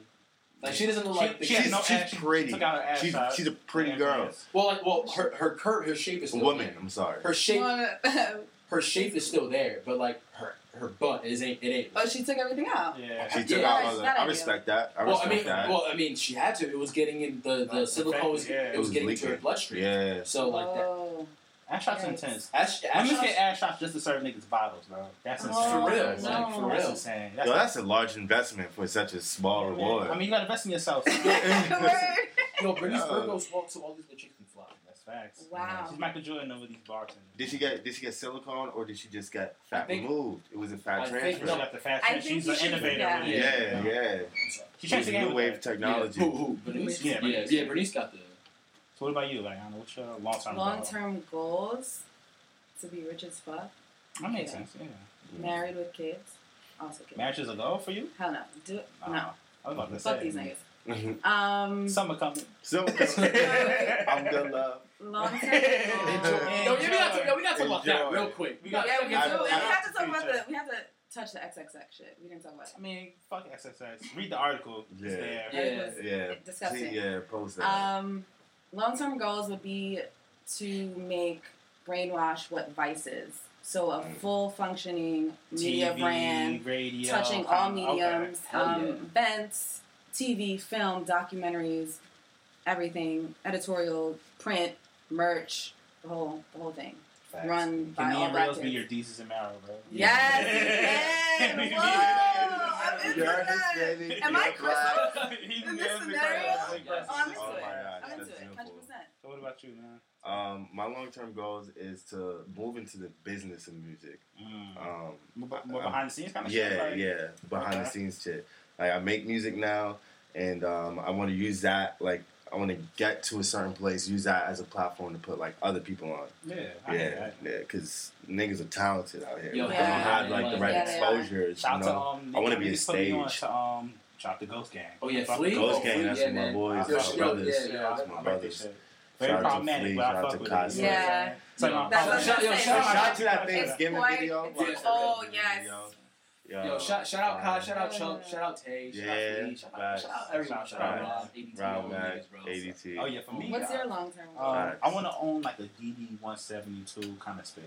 [SPEAKER 5] Like, she doesn't look like the
[SPEAKER 3] She
[SPEAKER 7] She's,
[SPEAKER 3] had no ass.
[SPEAKER 7] she's
[SPEAKER 3] She
[SPEAKER 7] pretty.
[SPEAKER 3] took out her ass
[SPEAKER 7] She's,
[SPEAKER 3] shot.
[SPEAKER 7] she's a pretty girl.
[SPEAKER 5] well, like, well, her her curve, her shape is still
[SPEAKER 7] Woman,
[SPEAKER 5] there.
[SPEAKER 7] I'm sorry.
[SPEAKER 5] Her shape,
[SPEAKER 6] Wanna-
[SPEAKER 5] her shape is still there, but like her her butt is ain't it ain't.
[SPEAKER 6] oh, she took everything out.
[SPEAKER 3] Yeah.
[SPEAKER 7] She took
[SPEAKER 5] Yeah,
[SPEAKER 7] out
[SPEAKER 6] it's
[SPEAKER 7] all the.
[SPEAKER 6] not
[SPEAKER 7] I
[SPEAKER 6] ideal.
[SPEAKER 7] respect that. I
[SPEAKER 5] well, I
[SPEAKER 7] respect
[SPEAKER 5] mean,
[SPEAKER 7] that.
[SPEAKER 5] well, I mean, she had to. It was getting in the the
[SPEAKER 3] Uh,
[SPEAKER 5] silicone was
[SPEAKER 3] yeah,
[SPEAKER 5] it was
[SPEAKER 7] it
[SPEAKER 5] getting
[SPEAKER 7] was
[SPEAKER 5] to her
[SPEAKER 7] leaking.
[SPEAKER 5] bloodstream.
[SPEAKER 7] yeah.
[SPEAKER 5] So like that.
[SPEAKER 6] Oh.
[SPEAKER 3] Ass shots
[SPEAKER 6] Yikes.
[SPEAKER 3] intense.
[SPEAKER 5] Ash, ash,
[SPEAKER 3] Women get ass shots just to serve niggas bottles, bro. That's
[SPEAKER 6] Oh,
[SPEAKER 3] insane.
[SPEAKER 5] for real,
[SPEAKER 3] That's
[SPEAKER 5] no.
[SPEAKER 3] like, for
[SPEAKER 5] That's
[SPEAKER 3] real.
[SPEAKER 7] Yo, that's a large investment for such a small reward.
[SPEAKER 3] I mean, you gotta invest in yourself.
[SPEAKER 6] Word.
[SPEAKER 5] Yo, Britney
[SPEAKER 7] Yeah.
[SPEAKER 5] Virgos walk so all these the chicks can fly.
[SPEAKER 3] That's facts.
[SPEAKER 6] Wow.
[SPEAKER 3] She's Michael Jordan over these bartenders.
[SPEAKER 7] did she get did she get silicone or did she just get fat
[SPEAKER 5] think-
[SPEAKER 7] removed? It was a fat
[SPEAKER 5] I think-
[SPEAKER 3] She
[SPEAKER 7] transfer.
[SPEAKER 5] no,
[SPEAKER 3] got the fast
[SPEAKER 6] I
[SPEAKER 3] track.
[SPEAKER 6] think
[SPEAKER 3] She's
[SPEAKER 6] you
[SPEAKER 3] an
[SPEAKER 6] should do
[SPEAKER 3] innovator.
[SPEAKER 6] that.
[SPEAKER 3] with it.
[SPEAKER 7] yeah, yeah.
[SPEAKER 5] I'm sorry.
[SPEAKER 3] She
[SPEAKER 7] It
[SPEAKER 3] changed
[SPEAKER 7] was
[SPEAKER 3] the game.
[SPEAKER 7] new
[SPEAKER 3] with
[SPEAKER 7] wave
[SPEAKER 3] that.
[SPEAKER 7] technology.
[SPEAKER 5] Yeah, who, who? Bernice?
[SPEAKER 3] Yeah,
[SPEAKER 5] Yeah, yeah,
[SPEAKER 3] Bernice.
[SPEAKER 5] yeah, Bernice got the.
[SPEAKER 3] So what about you, like, What's your long-term goal?
[SPEAKER 6] Long term goals to be rich as fuck,
[SPEAKER 3] That makes sense. Yeah.
[SPEAKER 6] married with kids, also kids.
[SPEAKER 3] Marriage is a goal for you?
[SPEAKER 6] Hell no, do it.
[SPEAKER 3] Nah.
[SPEAKER 6] No,
[SPEAKER 3] I was about to
[SPEAKER 6] fuck
[SPEAKER 3] say.
[SPEAKER 6] these niggas. Um,
[SPEAKER 3] Summer coming.
[SPEAKER 7] so I'm gonna love.
[SPEAKER 6] long
[SPEAKER 3] Enjoy.
[SPEAKER 6] term goals.
[SPEAKER 5] Yo, we not, yo, we not talking about that
[SPEAKER 7] Enjoy.
[SPEAKER 5] real quick.
[SPEAKER 3] We
[SPEAKER 6] Yeah,
[SPEAKER 3] got.
[SPEAKER 6] we do.
[SPEAKER 7] I-
[SPEAKER 6] And we
[SPEAKER 7] I-
[SPEAKER 6] have to talk about the. We have to touch the XXX shit. We didn't talk about it.
[SPEAKER 3] I mean, fuck SSS. Read the article. It's
[SPEAKER 7] Yeah.
[SPEAKER 3] there.
[SPEAKER 5] Yeah.
[SPEAKER 6] It was
[SPEAKER 7] Yeah.
[SPEAKER 6] disgusting.
[SPEAKER 7] See, yeah, post that.
[SPEAKER 3] uh,
[SPEAKER 6] Um, long term goals would be to make brainwash what Vice is. So a
[SPEAKER 3] Mm.
[SPEAKER 6] full functioning media
[SPEAKER 3] TV,
[SPEAKER 6] brand
[SPEAKER 3] radio,
[SPEAKER 6] touching all
[SPEAKER 3] kind of-
[SPEAKER 6] mediums,
[SPEAKER 5] Hell
[SPEAKER 6] um,
[SPEAKER 5] yeah.
[SPEAKER 6] events, TV, film, documentaries, everything, editorial, print, merch, the whole the whole thing.
[SPEAKER 3] Facts.
[SPEAKER 6] Run
[SPEAKER 3] Can
[SPEAKER 6] by
[SPEAKER 3] me
[SPEAKER 6] all
[SPEAKER 3] and
[SPEAKER 6] black
[SPEAKER 3] Rails be
[SPEAKER 6] kids.
[SPEAKER 3] your Deezus and Mara, bro?
[SPEAKER 6] Yes.
[SPEAKER 3] Yeah.
[SPEAKER 6] Hey,
[SPEAKER 3] Yeah.
[SPEAKER 6] whoa, I'm into
[SPEAKER 7] You're
[SPEAKER 6] that.
[SPEAKER 7] Hispanic,
[SPEAKER 6] oh Am I
[SPEAKER 7] you're black.
[SPEAKER 6] Christmas?
[SPEAKER 3] He
[SPEAKER 6] In this
[SPEAKER 3] nails it, bro.
[SPEAKER 6] scenario?
[SPEAKER 3] Like, bro,
[SPEAKER 5] Yes.
[SPEAKER 6] Oh, I'm into
[SPEAKER 7] Oh my
[SPEAKER 6] it.
[SPEAKER 7] gosh,
[SPEAKER 6] I'm into
[SPEAKER 7] that's
[SPEAKER 6] it, hundred
[SPEAKER 7] beautiful.
[SPEAKER 6] percent.
[SPEAKER 3] So what about you, man?
[SPEAKER 7] Um, my long term goals is to move into the business of music. Um,
[SPEAKER 3] More be- more
[SPEAKER 7] um,
[SPEAKER 3] behind the scenes kind of shit.
[SPEAKER 7] yeah,
[SPEAKER 3] like-
[SPEAKER 7] yeah, behind the
[SPEAKER 3] Okay.
[SPEAKER 7] scenes shit. Like I make music now, and um, I want to use that. Like I want to get to a certain place, use that as a platform to put like other people on.
[SPEAKER 3] Yeah. I hear
[SPEAKER 7] Yeah,
[SPEAKER 3] that.
[SPEAKER 7] yeah, because niggas are talented out here.
[SPEAKER 5] Yo,
[SPEAKER 7] They
[SPEAKER 6] yeah,
[SPEAKER 7] don't have
[SPEAKER 5] yeah,
[SPEAKER 7] like the
[SPEAKER 5] yeah,
[SPEAKER 7] right
[SPEAKER 6] yeah.
[SPEAKER 7] exposure.
[SPEAKER 3] Shout
[SPEAKER 7] you
[SPEAKER 3] to
[SPEAKER 7] know?
[SPEAKER 3] um.
[SPEAKER 7] I wanna be a
[SPEAKER 3] just put me on
[SPEAKER 7] stage.
[SPEAKER 3] To, um, shout to Ghost Gang.
[SPEAKER 5] Oh, yeah,
[SPEAKER 3] Fuck
[SPEAKER 5] Flea?
[SPEAKER 3] Ghost
[SPEAKER 7] Ghost
[SPEAKER 5] Oh,
[SPEAKER 3] Gang.
[SPEAKER 7] Gang, that's
[SPEAKER 5] yeah,
[SPEAKER 7] what my
[SPEAKER 5] man.
[SPEAKER 7] boys,
[SPEAKER 3] Yeah,
[SPEAKER 7] that's
[SPEAKER 3] shout-
[SPEAKER 7] my brothers.
[SPEAKER 5] yeah, yeah,
[SPEAKER 3] I
[SPEAKER 7] my
[SPEAKER 3] like
[SPEAKER 7] brothers.
[SPEAKER 3] this shit. Very
[SPEAKER 7] Shout out to
[SPEAKER 3] problematic,
[SPEAKER 7] Flea,
[SPEAKER 3] but I
[SPEAKER 7] shout out
[SPEAKER 3] fuck
[SPEAKER 7] to
[SPEAKER 3] with
[SPEAKER 7] Casa.
[SPEAKER 3] it. you know what I'm
[SPEAKER 6] Yeah.
[SPEAKER 3] saying? So my-
[SPEAKER 6] That's what
[SPEAKER 3] oh,
[SPEAKER 6] I'm
[SPEAKER 3] shout-
[SPEAKER 5] saying.
[SPEAKER 3] yo,
[SPEAKER 7] So
[SPEAKER 3] shout
[SPEAKER 7] shout out
[SPEAKER 3] out
[SPEAKER 7] to that
[SPEAKER 3] Thanksgiving.
[SPEAKER 7] Thanksgiving
[SPEAKER 6] quite-
[SPEAKER 7] video.
[SPEAKER 6] it's-
[SPEAKER 7] Watch
[SPEAKER 5] yeah.
[SPEAKER 7] that
[SPEAKER 6] oh,
[SPEAKER 7] Thanksgiving
[SPEAKER 6] yes.
[SPEAKER 7] video.
[SPEAKER 5] Yo, shout, shout out Kai, shout out Chuck,
[SPEAKER 6] Yeah.
[SPEAKER 5] shout out Tay, shout
[SPEAKER 7] Yeah,
[SPEAKER 5] out Lee, shout out,
[SPEAKER 7] facts.
[SPEAKER 5] shout out everyone, shout
[SPEAKER 7] Facts.
[SPEAKER 5] out Rob, ADT, all
[SPEAKER 7] Round
[SPEAKER 5] the
[SPEAKER 7] back,
[SPEAKER 5] niggas, bro.
[SPEAKER 7] ADT.
[SPEAKER 3] Oh yeah, for me.
[SPEAKER 6] What's
[SPEAKER 3] I-
[SPEAKER 6] your long term goal?
[SPEAKER 3] Um,
[SPEAKER 7] Facts.
[SPEAKER 3] I want to own like a DD one seventy two kind of space.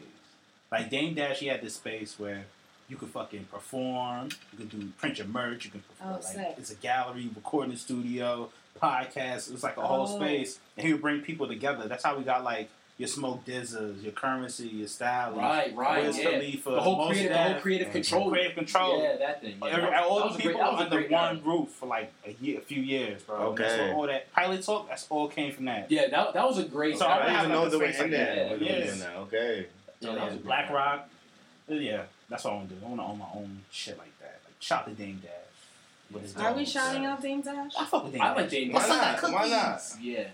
[SPEAKER 3] Like Dame Dash, he had this space where you could fucking perform, you could do print your merch, you can perform.
[SPEAKER 6] Oh,
[SPEAKER 3] like
[SPEAKER 6] sick.
[SPEAKER 3] it's a gallery, recording studio, podcast. It's like a whole
[SPEAKER 6] Oh.
[SPEAKER 3] space, and he would bring people together. That's how we got like your Smoke Dizzas, your Currency, your Style,
[SPEAKER 5] Right, right,
[SPEAKER 3] Wiz
[SPEAKER 5] yeah.
[SPEAKER 3] Khalifa,
[SPEAKER 5] The whole
[SPEAKER 3] Mos
[SPEAKER 5] creative, the whole
[SPEAKER 3] Def,
[SPEAKER 5] creative control.
[SPEAKER 3] Creative Control.
[SPEAKER 5] Yeah, that thing. Yeah.
[SPEAKER 3] Every-
[SPEAKER 5] Oh, That was
[SPEAKER 3] all
[SPEAKER 5] a
[SPEAKER 3] the
[SPEAKER 5] great-
[SPEAKER 3] people
[SPEAKER 5] that was a
[SPEAKER 3] under
[SPEAKER 5] great
[SPEAKER 3] one
[SPEAKER 5] album.
[SPEAKER 3] roof for like a year, a few years, bro. And That's
[SPEAKER 7] Okay.
[SPEAKER 3] what all that pilot talk. That's all came from that.
[SPEAKER 5] Yeah, that, that was a great.
[SPEAKER 3] So
[SPEAKER 7] I don't
[SPEAKER 3] I
[SPEAKER 7] even
[SPEAKER 3] have
[SPEAKER 7] know
[SPEAKER 3] like
[SPEAKER 7] the
[SPEAKER 3] a
[SPEAKER 7] way
[SPEAKER 3] space
[SPEAKER 7] in
[SPEAKER 3] like
[SPEAKER 7] there.
[SPEAKER 5] that.
[SPEAKER 7] What are we
[SPEAKER 3] Yes.
[SPEAKER 7] doing now? Okay.
[SPEAKER 5] yeah, that was a great
[SPEAKER 3] Black
[SPEAKER 5] album.
[SPEAKER 3] Rock. Yeah, That's what I want to do. I want to own my own shit like that. Like shout the Dame Dash. with his
[SPEAKER 6] Are we
[SPEAKER 3] dogs.
[SPEAKER 6] shouting out Dame Dash?
[SPEAKER 3] I fuck with Dame.
[SPEAKER 5] I like
[SPEAKER 3] Dash.
[SPEAKER 5] Dame
[SPEAKER 7] Why
[SPEAKER 5] Dash.
[SPEAKER 7] not? Why not?
[SPEAKER 5] Yeah.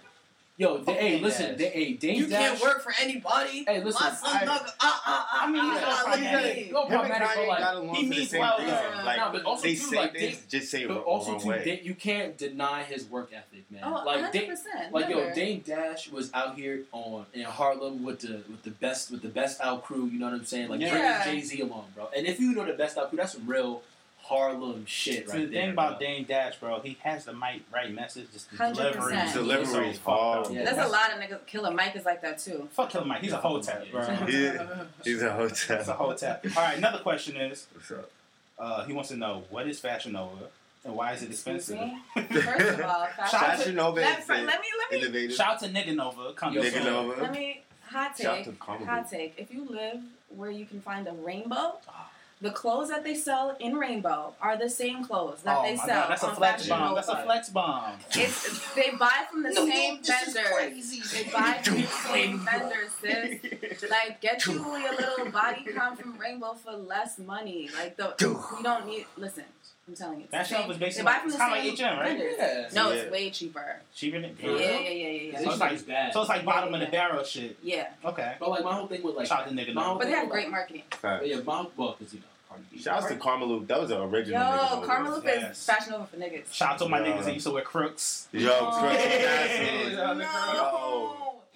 [SPEAKER 5] Yo, da- hey,
[SPEAKER 3] Dame
[SPEAKER 5] listen,
[SPEAKER 3] Dash.
[SPEAKER 5] da- hey, Dame
[SPEAKER 4] You
[SPEAKER 5] Dash.
[SPEAKER 4] can't work for anybody.
[SPEAKER 5] Hey, listen,
[SPEAKER 4] My son,
[SPEAKER 7] I-
[SPEAKER 4] mother, uh, uh, uh,
[SPEAKER 3] I mean,
[SPEAKER 4] uh,
[SPEAKER 3] he's
[SPEAKER 4] uh,
[SPEAKER 3] not
[SPEAKER 4] I like
[SPEAKER 3] problematic.
[SPEAKER 4] that.
[SPEAKER 5] No,
[SPEAKER 7] Him and
[SPEAKER 5] problematic, but
[SPEAKER 7] Kanye
[SPEAKER 5] like,
[SPEAKER 7] got
[SPEAKER 3] he
[SPEAKER 7] along for the
[SPEAKER 3] means
[SPEAKER 7] same
[SPEAKER 3] well,
[SPEAKER 7] reason.
[SPEAKER 3] uh,
[SPEAKER 7] Like,
[SPEAKER 5] no, but also
[SPEAKER 7] they
[SPEAKER 5] too,
[SPEAKER 7] say
[SPEAKER 5] like,
[SPEAKER 7] things,
[SPEAKER 5] they-
[SPEAKER 7] just say it
[SPEAKER 5] But
[SPEAKER 7] wrong,
[SPEAKER 5] also,
[SPEAKER 7] wrong
[SPEAKER 5] too,
[SPEAKER 7] way.
[SPEAKER 5] Da- you can't deny his work ethic, man.
[SPEAKER 6] Oh,
[SPEAKER 5] like,
[SPEAKER 6] 100%.
[SPEAKER 5] da- like yo,
[SPEAKER 6] never.
[SPEAKER 5] Dame Dash was out here on in Harlem with the with the best with the best out crew. You know what I'm saying? Like
[SPEAKER 6] Yeah.
[SPEAKER 5] bringing Jay Z along, bro. And if you know the best out crew, that's some real Harlem shit,
[SPEAKER 3] So
[SPEAKER 5] right
[SPEAKER 3] the
[SPEAKER 5] there.
[SPEAKER 3] thing about
[SPEAKER 5] bro.
[SPEAKER 3] Dame Dash, bro, he has the mic, right message, just the
[SPEAKER 6] 100%.
[SPEAKER 3] delivery. is
[SPEAKER 7] Delivery
[SPEAKER 3] so
[SPEAKER 7] is
[SPEAKER 3] fucked up.
[SPEAKER 7] hard.
[SPEAKER 5] Yeah.
[SPEAKER 6] There's a lot of niggas. Killer Mike is like that too.
[SPEAKER 3] Fuck him, Mike. He's a
[SPEAKER 5] Yeah.
[SPEAKER 3] whole tap, bro.
[SPEAKER 5] Yeah.
[SPEAKER 7] Yeah, he's a
[SPEAKER 3] He's a
[SPEAKER 7] hotel.
[SPEAKER 3] whole tap. All right, another question is,
[SPEAKER 7] What's up?
[SPEAKER 3] uh, he wants to know what is Fashion Nova and why is it expensive?
[SPEAKER 6] Excuse me? First of all,
[SPEAKER 3] Shout
[SPEAKER 6] fashion.
[SPEAKER 7] Fashion Nova
[SPEAKER 6] Let,
[SPEAKER 7] is
[SPEAKER 6] fir- let me let me
[SPEAKER 7] innovative.
[SPEAKER 3] Shout to Nigga Nova, come
[SPEAKER 5] Yo,
[SPEAKER 3] to
[SPEAKER 7] Nigga
[SPEAKER 5] son.
[SPEAKER 3] Nova.
[SPEAKER 6] let
[SPEAKER 7] Nova.
[SPEAKER 6] me hot
[SPEAKER 7] Shout
[SPEAKER 6] take.
[SPEAKER 7] to Karma
[SPEAKER 6] Hot
[SPEAKER 7] Group.
[SPEAKER 6] take. If you live where you can find a rainbow,
[SPEAKER 3] Ah.
[SPEAKER 6] the clothes that they sell in rainbow are the same clothes that
[SPEAKER 3] oh
[SPEAKER 6] they
[SPEAKER 3] my
[SPEAKER 6] sell
[SPEAKER 3] God, that's a
[SPEAKER 6] on
[SPEAKER 3] flex
[SPEAKER 6] Fashion
[SPEAKER 3] bomb. That's a
[SPEAKER 6] Nova.
[SPEAKER 3] flex bomb.
[SPEAKER 6] It's they buy from the same vendor. They buy from the same vendor, sis. Like, get you your little body con from Rainbow for less money. Like, the you don't need. Listen, I'm telling you. it's
[SPEAKER 3] That
[SPEAKER 6] the
[SPEAKER 3] shop
[SPEAKER 6] same-
[SPEAKER 3] was basically
[SPEAKER 6] they buy from the
[SPEAKER 3] kind of
[SPEAKER 6] same
[SPEAKER 3] like H&M, right?
[SPEAKER 6] vendors.
[SPEAKER 5] Yeah.
[SPEAKER 6] No,
[SPEAKER 7] Yeah.
[SPEAKER 6] it's way cheaper.
[SPEAKER 3] She really.
[SPEAKER 5] Yeah.
[SPEAKER 6] Yeah, yeah, yeah, yeah,
[SPEAKER 5] This
[SPEAKER 3] So
[SPEAKER 6] yeah.
[SPEAKER 3] it's
[SPEAKER 5] shit
[SPEAKER 3] like-
[SPEAKER 5] is bad.
[SPEAKER 3] So it's like bottom of the barrel shit.
[SPEAKER 6] Yeah,
[SPEAKER 3] Okay.
[SPEAKER 5] but like my whole thing with like,
[SPEAKER 3] Shout to Nigga
[SPEAKER 5] my whole
[SPEAKER 3] Nova.
[SPEAKER 6] but they
[SPEAKER 5] thing
[SPEAKER 6] have
[SPEAKER 5] with,
[SPEAKER 6] great
[SPEAKER 5] like-
[SPEAKER 6] marketing.
[SPEAKER 5] But yeah, my well, because you know, Cardi B.
[SPEAKER 7] Shouts to Karma Loop. That was an
[SPEAKER 6] Yo,
[SPEAKER 7] original. Nigga Nova.
[SPEAKER 6] Karma Loop is
[SPEAKER 3] Yes.
[SPEAKER 6] fashion over for niggas.
[SPEAKER 3] Shout to my
[SPEAKER 7] Yeah.
[SPEAKER 3] niggas that used to wear crooks.
[SPEAKER 7] Yo,
[SPEAKER 6] Oh.
[SPEAKER 7] Crux, that's
[SPEAKER 3] Yeah.
[SPEAKER 7] it.
[SPEAKER 6] No.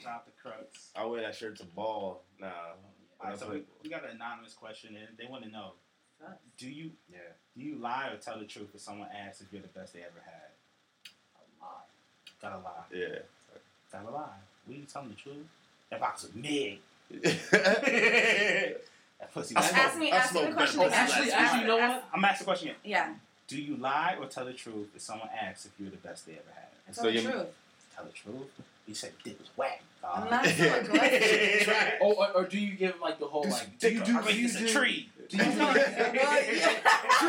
[SPEAKER 3] Shout to crooks.
[SPEAKER 7] I wear that shirt to ball. Nah.
[SPEAKER 3] All right, so we, we got an anonymous question, and they want to know: Do you
[SPEAKER 7] Yeah.
[SPEAKER 3] do you lie or tell the truth if someone asks if you're the best they ever had? I lie. Gotta lie.
[SPEAKER 7] Yeah.
[SPEAKER 3] Gotta lie. What are you telling the truth? That box was big. That pussy.
[SPEAKER 7] I
[SPEAKER 3] was-
[SPEAKER 7] smoked-
[SPEAKER 6] Ask me,
[SPEAKER 7] I
[SPEAKER 6] ask me the
[SPEAKER 7] smoked
[SPEAKER 6] question
[SPEAKER 7] that
[SPEAKER 6] again.
[SPEAKER 7] pussy
[SPEAKER 5] Actually,
[SPEAKER 7] last
[SPEAKER 5] actually, you know
[SPEAKER 6] ask-
[SPEAKER 5] what?
[SPEAKER 3] I'm asking the question. again.
[SPEAKER 6] Yeah,
[SPEAKER 3] Do you lie or tell the truth if someone asks if you're the best they ever had?
[SPEAKER 6] tell
[SPEAKER 7] So
[SPEAKER 6] the
[SPEAKER 7] you-
[SPEAKER 6] truth.
[SPEAKER 3] Tell the truth. You said dick was whack.
[SPEAKER 6] I'm
[SPEAKER 3] dog.
[SPEAKER 6] not so aggressive.
[SPEAKER 3] Trash.
[SPEAKER 5] Oh, or, or do you give like the whole like? Do you
[SPEAKER 7] Dick
[SPEAKER 5] do?
[SPEAKER 3] I
[SPEAKER 7] up.
[SPEAKER 5] Do
[SPEAKER 3] mean,
[SPEAKER 5] you
[SPEAKER 3] it's a
[SPEAKER 5] do?
[SPEAKER 3] tree.
[SPEAKER 5] do you do, like,
[SPEAKER 7] Three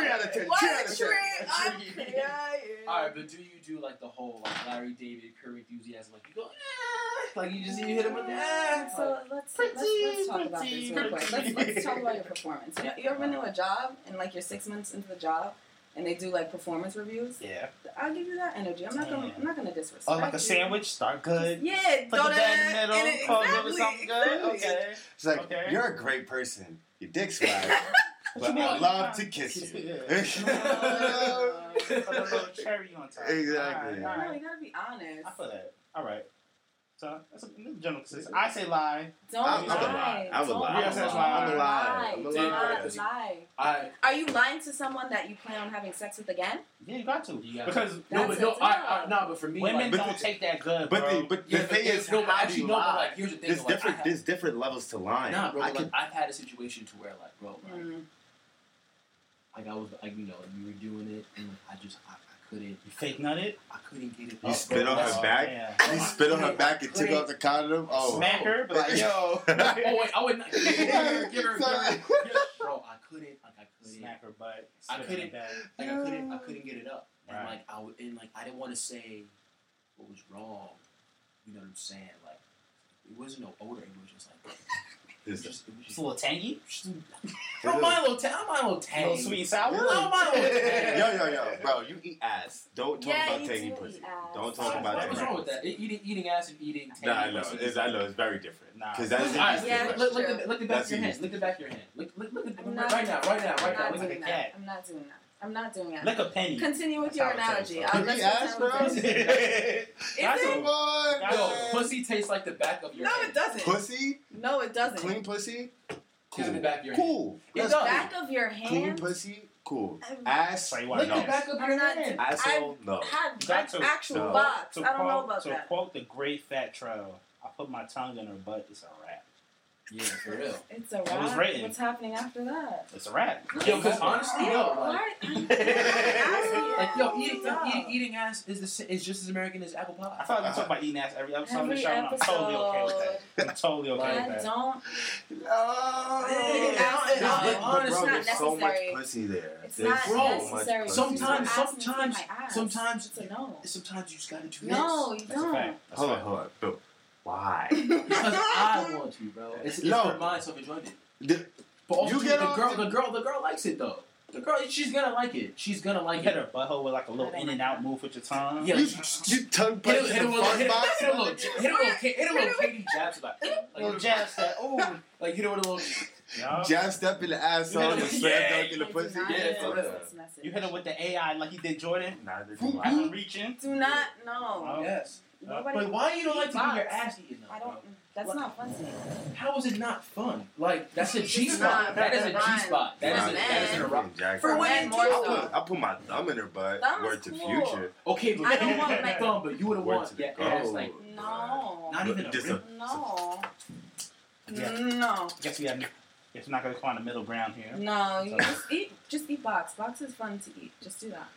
[SPEAKER 7] out of ten.
[SPEAKER 6] What
[SPEAKER 7] Three out
[SPEAKER 6] a
[SPEAKER 7] of
[SPEAKER 6] trick! I'm
[SPEAKER 7] ten.
[SPEAKER 6] crying.
[SPEAKER 5] All right, but do you do like the whole like Larry David, Curry enthusiasm? Like you go, "Ah," like you just you hit him with "Ah." that.
[SPEAKER 6] So let's, let's, let's talk about this
[SPEAKER 3] pretty,
[SPEAKER 6] real quick. Let's,
[SPEAKER 3] pretty.
[SPEAKER 6] let's talk about your performance. You, know, you ever been to a job and like you're six months into the job and they do like performance reviews?
[SPEAKER 3] Yeah.
[SPEAKER 6] I'll give you that energy. I'm not gonna I'm not gonna disrespect.
[SPEAKER 3] Oh, like
[SPEAKER 6] you.
[SPEAKER 3] a sandwich. Start good.
[SPEAKER 6] Yeah,
[SPEAKER 3] Put
[SPEAKER 6] throw
[SPEAKER 3] the bed in
[SPEAKER 6] that
[SPEAKER 3] the middle.
[SPEAKER 6] it,
[SPEAKER 3] close it
[SPEAKER 6] exactly,
[SPEAKER 3] with something good.
[SPEAKER 6] exactly.
[SPEAKER 3] Okay.
[SPEAKER 7] It's like
[SPEAKER 3] Okay.
[SPEAKER 7] you're a great person. Your dick's fine, but
[SPEAKER 3] you
[SPEAKER 7] I
[SPEAKER 3] want?
[SPEAKER 7] love to kiss you.
[SPEAKER 3] Yeah. Put a little cherry on top.
[SPEAKER 7] Exactly.
[SPEAKER 3] All right, all
[SPEAKER 6] No,
[SPEAKER 3] right.
[SPEAKER 6] you gotta be honest.
[SPEAKER 3] I feel that. All right. So that's a that's a general consensus. I say lie.
[SPEAKER 6] Don't
[SPEAKER 7] I'm-
[SPEAKER 3] I'm a
[SPEAKER 6] lie.
[SPEAKER 7] lie. I'm a
[SPEAKER 6] Don't
[SPEAKER 7] lie.
[SPEAKER 3] Yes, that's
[SPEAKER 6] lie.
[SPEAKER 3] why I'm a
[SPEAKER 7] lie. I'm a
[SPEAKER 6] Do
[SPEAKER 7] lie.
[SPEAKER 6] not lie.
[SPEAKER 5] I
[SPEAKER 6] Are you lying to someone that you plan on having sex with again?
[SPEAKER 3] Yeah, you got to.
[SPEAKER 5] You got to.
[SPEAKER 3] because
[SPEAKER 5] no,
[SPEAKER 6] That's
[SPEAKER 5] but no,
[SPEAKER 6] a
[SPEAKER 5] I, I
[SPEAKER 6] tell.
[SPEAKER 5] no, but for me,
[SPEAKER 3] women
[SPEAKER 5] like,
[SPEAKER 7] but
[SPEAKER 3] don't
[SPEAKER 7] the-
[SPEAKER 3] take that good,
[SPEAKER 7] But
[SPEAKER 3] bro.
[SPEAKER 7] the but
[SPEAKER 5] Yeah,
[SPEAKER 7] the
[SPEAKER 5] but
[SPEAKER 7] thing
[SPEAKER 5] there's
[SPEAKER 7] is,
[SPEAKER 5] no-
[SPEAKER 7] how do
[SPEAKER 5] actually,
[SPEAKER 7] you
[SPEAKER 5] no, but,
[SPEAKER 7] lie?
[SPEAKER 5] like, here's the thing,
[SPEAKER 7] There's
[SPEAKER 5] like, I
[SPEAKER 7] different.
[SPEAKER 5] have-
[SPEAKER 7] There's different levels to lying.
[SPEAKER 5] nah, bro.
[SPEAKER 7] I
[SPEAKER 5] like
[SPEAKER 7] can.
[SPEAKER 5] I've had a situation to where like, bro, like,
[SPEAKER 6] Mm.
[SPEAKER 5] like I was like you know you were doing it and like, I just I, I couldn't
[SPEAKER 3] You fake Oh, nutted.
[SPEAKER 5] I couldn't get it.
[SPEAKER 7] You
[SPEAKER 5] up,
[SPEAKER 7] spit
[SPEAKER 5] bro.
[SPEAKER 7] on
[SPEAKER 5] That's-
[SPEAKER 7] her back?
[SPEAKER 3] Yeah.
[SPEAKER 7] He spit on her back and took off the condom. Oh,
[SPEAKER 3] Smack her, but like, yo.
[SPEAKER 5] Oh wait, I would not. Give her, give her, give her, give her, bro. I couldn't. Like I couldn't.
[SPEAKER 3] Smack her butt.
[SPEAKER 5] I
[SPEAKER 3] spit on her
[SPEAKER 5] couldn't-
[SPEAKER 3] back.
[SPEAKER 5] Like I couldn't, I couldn't get it up, and
[SPEAKER 3] Right.
[SPEAKER 5] like I would, and like I didn't want to say what was wrong. You know what I'm saying? Like it wasn't no odor. It was just like it was just, it was
[SPEAKER 3] It's
[SPEAKER 5] just.
[SPEAKER 3] a little tangy.
[SPEAKER 5] Bro, my little tang, I'm my little
[SPEAKER 3] A
[SPEAKER 5] tang.
[SPEAKER 3] little sweet and sour.
[SPEAKER 5] I'm my little tang.
[SPEAKER 7] yo, yo, yo, bro, you eat ass. Don't talk
[SPEAKER 6] Yeah,
[SPEAKER 7] about
[SPEAKER 6] you
[SPEAKER 7] tangy
[SPEAKER 6] do
[SPEAKER 7] pussy.
[SPEAKER 6] eat ass.
[SPEAKER 7] Don't
[SPEAKER 5] So,
[SPEAKER 7] talk about
[SPEAKER 5] What
[SPEAKER 7] tangy.
[SPEAKER 5] was wrong with that? E- Eating, eating ass and eating.
[SPEAKER 7] Nah, I
[SPEAKER 5] tangy
[SPEAKER 7] know.
[SPEAKER 5] pussy.
[SPEAKER 7] It's, I know. It's very different.
[SPEAKER 3] Nah.
[SPEAKER 7] Because that's
[SPEAKER 5] Look, all right,
[SPEAKER 7] just
[SPEAKER 6] Yeah,
[SPEAKER 5] look, look, look, at the- look at the back
[SPEAKER 7] That's
[SPEAKER 5] of your hand.
[SPEAKER 7] easy.
[SPEAKER 5] Look at the back of your hand. Look, look, look at the,
[SPEAKER 6] I'm not-
[SPEAKER 5] right now, right now,
[SPEAKER 6] I'm
[SPEAKER 5] right now.
[SPEAKER 6] not
[SPEAKER 5] Look
[SPEAKER 3] like
[SPEAKER 5] at
[SPEAKER 3] a
[SPEAKER 6] doing
[SPEAKER 3] cat.
[SPEAKER 6] that. I'm not doing that. I'm not doing that.
[SPEAKER 3] Lick a penny.
[SPEAKER 6] Continue with
[SPEAKER 3] That's
[SPEAKER 6] your
[SPEAKER 3] how it tastes,
[SPEAKER 6] analogy.
[SPEAKER 3] bro.
[SPEAKER 6] I'll
[SPEAKER 7] Did
[SPEAKER 6] let
[SPEAKER 7] he
[SPEAKER 6] you
[SPEAKER 7] ask,
[SPEAKER 6] tell
[SPEAKER 7] bro?
[SPEAKER 6] the truth.
[SPEAKER 3] That's
[SPEAKER 6] it?
[SPEAKER 3] a-
[SPEAKER 7] Come on,
[SPEAKER 3] That's
[SPEAKER 5] Yo,
[SPEAKER 7] man.
[SPEAKER 5] pussy tastes like the back of your
[SPEAKER 6] No,
[SPEAKER 5] hand.
[SPEAKER 6] it doesn't.
[SPEAKER 7] Pussy,
[SPEAKER 6] No, it doesn't.
[SPEAKER 7] clean pussy,
[SPEAKER 5] It's in the
[SPEAKER 7] cool,
[SPEAKER 5] back of your hand.
[SPEAKER 7] cool.
[SPEAKER 5] It
[SPEAKER 7] That's
[SPEAKER 5] does.
[SPEAKER 6] Back of your
[SPEAKER 7] Clean
[SPEAKER 6] hand.
[SPEAKER 7] pussy, cool.
[SPEAKER 6] I'm-
[SPEAKER 7] Ass,
[SPEAKER 3] So you
[SPEAKER 5] Look
[SPEAKER 3] want
[SPEAKER 5] at
[SPEAKER 3] to
[SPEAKER 5] the
[SPEAKER 3] know.
[SPEAKER 5] back of your
[SPEAKER 6] I'm not-
[SPEAKER 5] hand.
[SPEAKER 7] asshole, no.
[SPEAKER 6] Have
[SPEAKER 3] Got
[SPEAKER 6] that's
[SPEAKER 3] to.
[SPEAKER 6] actual
[SPEAKER 7] No.
[SPEAKER 6] box.
[SPEAKER 3] To
[SPEAKER 6] I don't
[SPEAKER 3] quote,
[SPEAKER 6] know about
[SPEAKER 3] to
[SPEAKER 6] that.
[SPEAKER 3] quote the great fat trail, I put my tongue in her butt. It's a wrap.
[SPEAKER 5] Yeah, for real.
[SPEAKER 6] It's a
[SPEAKER 3] was
[SPEAKER 6] wrap.
[SPEAKER 3] written.
[SPEAKER 6] What's happening after that?
[SPEAKER 3] It's a wrap.
[SPEAKER 5] Yo, because honestly, yo,
[SPEAKER 3] Uh,
[SPEAKER 5] like,
[SPEAKER 6] Why- Why-
[SPEAKER 5] like, yo, eating,
[SPEAKER 6] Yeah.
[SPEAKER 5] eating, eating ass is the sa- is just as American as apple pie.
[SPEAKER 3] I feel like we talk about eating ass every episode of the
[SPEAKER 6] Every
[SPEAKER 3] show, and I'm totally okay with that. I'm totally okay
[SPEAKER 6] I
[SPEAKER 3] with that.
[SPEAKER 6] don't.
[SPEAKER 7] There's-
[SPEAKER 5] No,
[SPEAKER 7] but- but
[SPEAKER 5] honestly,
[SPEAKER 7] bro, there's
[SPEAKER 6] it's
[SPEAKER 7] so much
[SPEAKER 6] not necessary.
[SPEAKER 7] pussy there.
[SPEAKER 6] It's
[SPEAKER 7] There's
[SPEAKER 6] not
[SPEAKER 7] so
[SPEAKER 5] Bro,
[SPEAKER 7] much
[SPEAKER 6] necessary.
[SPEAKER 7] pussy.
[SPEAKER 5] Sometimes,
[SPEAKER 6] Ask me to
[SPEAKER 5] sometimes,
[SPEAKER 6] see my ass.
[SPEAKER 5] sometimes,
[SPEAKER 6] It's a no.
[SPEAKER 5] sometimes you just gotta do
[SPEAKER 6] No, you
[SPEAKER 3] That's a
[SPEAKER 6] don't.
[SPEAKER 3] fact. That's
[SPEAKER 7] Hold
[SPEAKER 3] a
[SPEAKER 7] on,
[SPEAKER 3] fact.
[SPEAKER 7] hold on. But why?
[SPEAKER 5] this. Because I want to, bro. It's, it's
[SPEAKER 7] No.
[SPEAKER 5] for my self enjoyment.
[SPEAKER 7] The-
[SPEAKER 5] But
[SPEAKER 7] You
[SPEAKER 5] also,
[SPEAKER 7] get
[SPEAKER 5] the
[SPEAKER 7] off
[SPEAKER 5] girl,
[SPEAKER 7] the-
[SPEAKER 5] the girl, the girl likes it though. The girl, she's gonna like it. She's gonna like
[SPEAKER 3] hit
[SPEAKER 5] it.
[SPEAKER 3] her butthole with like a little in and out move with your tongue.
[SPEAKER 5] Yeah.
[SPEAKER 7] You, you tongue
[SPEAKER 5] Hit her,
[SPEAKER 7] punch
[SPEAKER 5] hit her
[SPEAKER 7] the
[SPEAKER 5] with a
[SPEAKER 7] fun
[SPEAKER 5] hit
[SPEAKER 7] box.
[SPEAKER 5] her- hit her little, j- hit her little, Ka- hit her little
[SPEAKER 6] Wait.
[SPEAKER 5] Katie jabs like,
[SPEAKER 3] Little
[SPEAKER 5] like,
[SPEAKER 3] jab step. Oh,
[SPEAKER 5] like hit her with a little.
[SPEAKER 3] yeah.
[SPEAKER 7] Jab step in the asshole and slam
[SPEAKER 5] Yeah.
[SPEAKER 7] dunk in the
[SPEAKER 6] Like,
[SPEAKER 7] pussy.
[SPEAKER 6] do not
[SPEAKER 5] Yeah,
[SPEAKER 6] use
[SPEAKER 5] for real.
[SPEAKER 6] this message.
[SPEAKER 3] You hit her with the AI like you did Jordan. Nah, this
[SPEAKER 7] Mm-hmm.
[SPEAKER 3] is I'm reaching.
[SPEAKER 6] Do not. No.
[SPEAKER 3] Oh.
[SPEAKER 5] Yes.
[SPEAKER 6] Nobody.
[SPEAKER 5] But why you don't like to get your
[SPEAKER 6] Box.
[SPEAKER 5] ass eaten? though,
[SPEAKER 6] I don't.
[SPEAKER 5] bro?
[SPEAKER 6] That's
[SPEAKER 5] What?
[SPEAKER 6] not fun to me.
[SPEAKER 5] How is it not fun? Like that's a
[SPEAKER 6] It's
[SPEAKER 5] G spot.
[SPEAKER 6] not.
[SPEAKER 5] That is a G
[SPEAKER 6] It's not.
[SPEAKER 5] spot. That is a, that is an
[SPEAKER 6] Nah.
[SPEAKER 5] erotic.
[SPEAKER 7] Jack-
[SPEAKER 5] For
[SPEAKER 7] I
[SPEAKER 6] men more so.
[SPEAKER 7] put, I put my thumb in her butt.
[SPEAKER 6] Thumb
[SPEAKER 7] Word
[SPEAKER 6] is
[SPEAKER 7] to
[SPEAKER 6] cool.
[SPEAKER 7] future.
[SPEAKER 5] Okay, but
[SPEAKER 6] I don't want my-
[SPEAKER 5] thumb, but you would have
[SPEAKER 7] Word
[SPEAKER 5] want
[SPEAKER 7] to the
[SPEAKER 5] yeah, ass
[SPEAKER 7] gold.
[SPEAKER 5] like
[SPEAKER 6] No.
[SPEAKER 5] not even a
[SPEAKER 7] Just
[SPEAKER 5] rib.
[SPEAKER 6] No.
[SPEAKER 3] Yeah.
[SPEAKER 6] No.
[SPEAKER 3] Guess we have. It's not gonna find a middle ground here.
[SPEAKER 6] No. You just eat. Just eat box. Box is fun to eat. Just do that.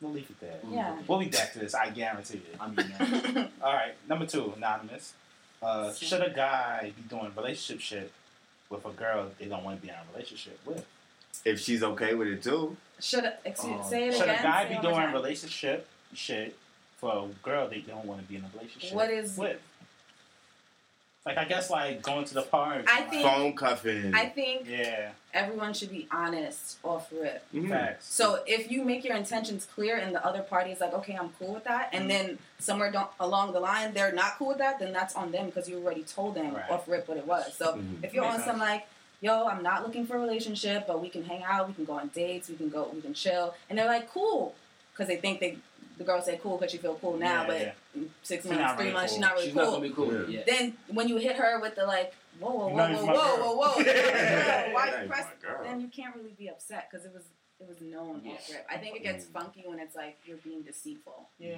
[SPEAKER 3] We'll leave it there.
[SPEAKER 6] Yeah.
[SPEAKER 3] We'll be back to this. I guarantee it. I mean, yeah. all right. Number two, anonymous. Uh, should a guy be doing relationship shit with a girl they don't want to be in a relationship with?
[SPEAKER 7] If she's okay with it too.
[SPEAKER 6] Should I, excuse,
[SPEAKER 5] Oh.
[SPEAKER 6] say it
[SPEAKER 3] Should a
[SPEAKER 6] again.
[SPEAKER 3] guy
[SPEAKER 6] Say
[SPEAKER 3] be
[SPEAKER 6] it one more
[SPEAKER 3] doing
[SPEAKER 6] time.
[SPEAKER 3] relationship shit for a girl they don't want to be in a relationship
[SPEAKER 6] What is-
[SPEAKER 3] with? Like, I guess, like, going to the bar. and-
[SPEAKER 6] I think-
[SPEAKER 7] Phone cuffing.
[SPEAKER 6] I think
[SPEAKER 3] Yeah.
[SPEAKER 6] everyone should be honest off rip.
[SPEAKER 5] Hmm.
[SPEAKER 7] Mhm.
[SPEAKER 3] Facts.
[SPEAKER 6] So if you make your intentions clear and the other party is like, okay, I'm cool with that,
[SPEAKER 3] Mm.
[SPEAKER 6] and then somewhere do along the line they're not cool with that, then that's on them because you already told them
[SPEAKER 3] Right.
[SPEAKER 6] off rip what it was. So
[SPEAKER 7] Mhm.
[SPEAKER 6] if you're
[SPEAKER 3] Makes
[SPEAKER 6] on some
[SPEAKER 3] sense.
[SPEAKER 6] like, yo, I'm not looking for a relationship, but we can hang out, we can go on dates, we can go, we can chill, and they're like, cool, because they think they the girl said cool because she feel cool now,
[SPEAKER 3] Yeah,
[SPEAKER 6] but
[SPEAKER 3] yeah.
[SPEAKER 6] six
[SPEAKER 3] She
[SPEAKER 6] months,
[SPEAKER 3] not
[SPEAKER 6] three
[SPEAKER 3] really
[SPEAKER 6] months,
[SPEAKER 3] cool.
[SPEAKER 6] she's not really
[SPEAKER 5] She's
[SPEAKER 6] cool.
[SPEAKER 5] not gonna be cool.
[SPEAKER 7] Yeah.
[SPEAKER 5] Yeah.
[SPEAKER 6] Then when you hit her with the like, whoa, whoa,
[SPEAKER 3] You
[SPEAKER 6] whoa,
[SPEAKER 3] know he's
[SPEAKER 6] whoa,
[SPEAKER 3] my girl.
[SPEAKER 6] whoa, whoa, whoa,
[SPEAKER 3] Yeah.
[SPEAKER 6] why
[SPEAKER 7] Yeah,
[SPEAKER 6] you
[SPEAKER 7] he's
[SPEAKER 6] press?
[SPEAKER 7] my girl.
[SPEAKER 6] Then you can't really be upset because it was it was known off
[SPEAKER 5] Yeah.
[SPEAKER 6] rip. I think it gets
[SPEAKER 3] Mm.
[SPEAKER 6] funky when it's like you're being deceitful.
[SPEAKER 3] yeah.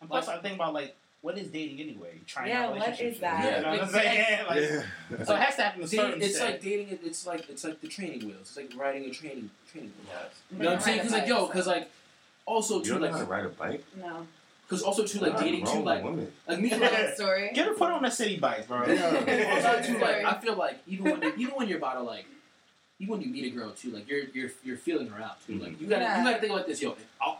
[SPEAKER 3] And plus, I think about, like, what is dating anyway? Trying
[SPEAKER 6] Yeah,
[SPEAKER 3] out
[SPEAKER 6] what
[SPEAKER 3] relationships with-
[SPEAKER 6] is that?
[SPEAKER 3] You know what I'm saying? Like,
[SPEAKER 7] Yeah.
[SPEAKER 3] So it has to happen to
[SPEAKER 5] See,
[SPEAKER 3] certain
[SPEAKER 5] it's
[SPEAKER 3] set.
[SPEAKER 5] like dating. it- It's like it's like the training wheels. It's like riding a training training wheel.
[SPEAKER 3] Yes.
[SPEAKER 5] You know what I'm saying? Because like yo, because like also
[SPEAKER 7] You
[SPEAKER 5] too
[SPEAKER 7] don't know how to
[SPEAKER 5] like
[SPEAKER 7] ride a bike?
[SPEAKER 6] no,
[SPEAKER 5] because also too like
[SPEAKER 7] You're not a
[SPEAKER 5] dating too
[SPEAKER 7] grown
[SPEAKER 5] like
[SPEAKER 7] woman.
[SPEAKER 5] like me like
[SPEAKER 6] that story.
[SPEAKER 3] Get her put on a city bike, bro.
[SPEAKER 7] Yeah.
[SPEAKER 5] Also, too, like, I feel like even when even when you're about to like even when you meet a girl too, like you're you're you're feeling her out too. Like you gotta
[SPEAKER 6] Yeah.
[SPEAKER 5] you gotta think about this, yo. i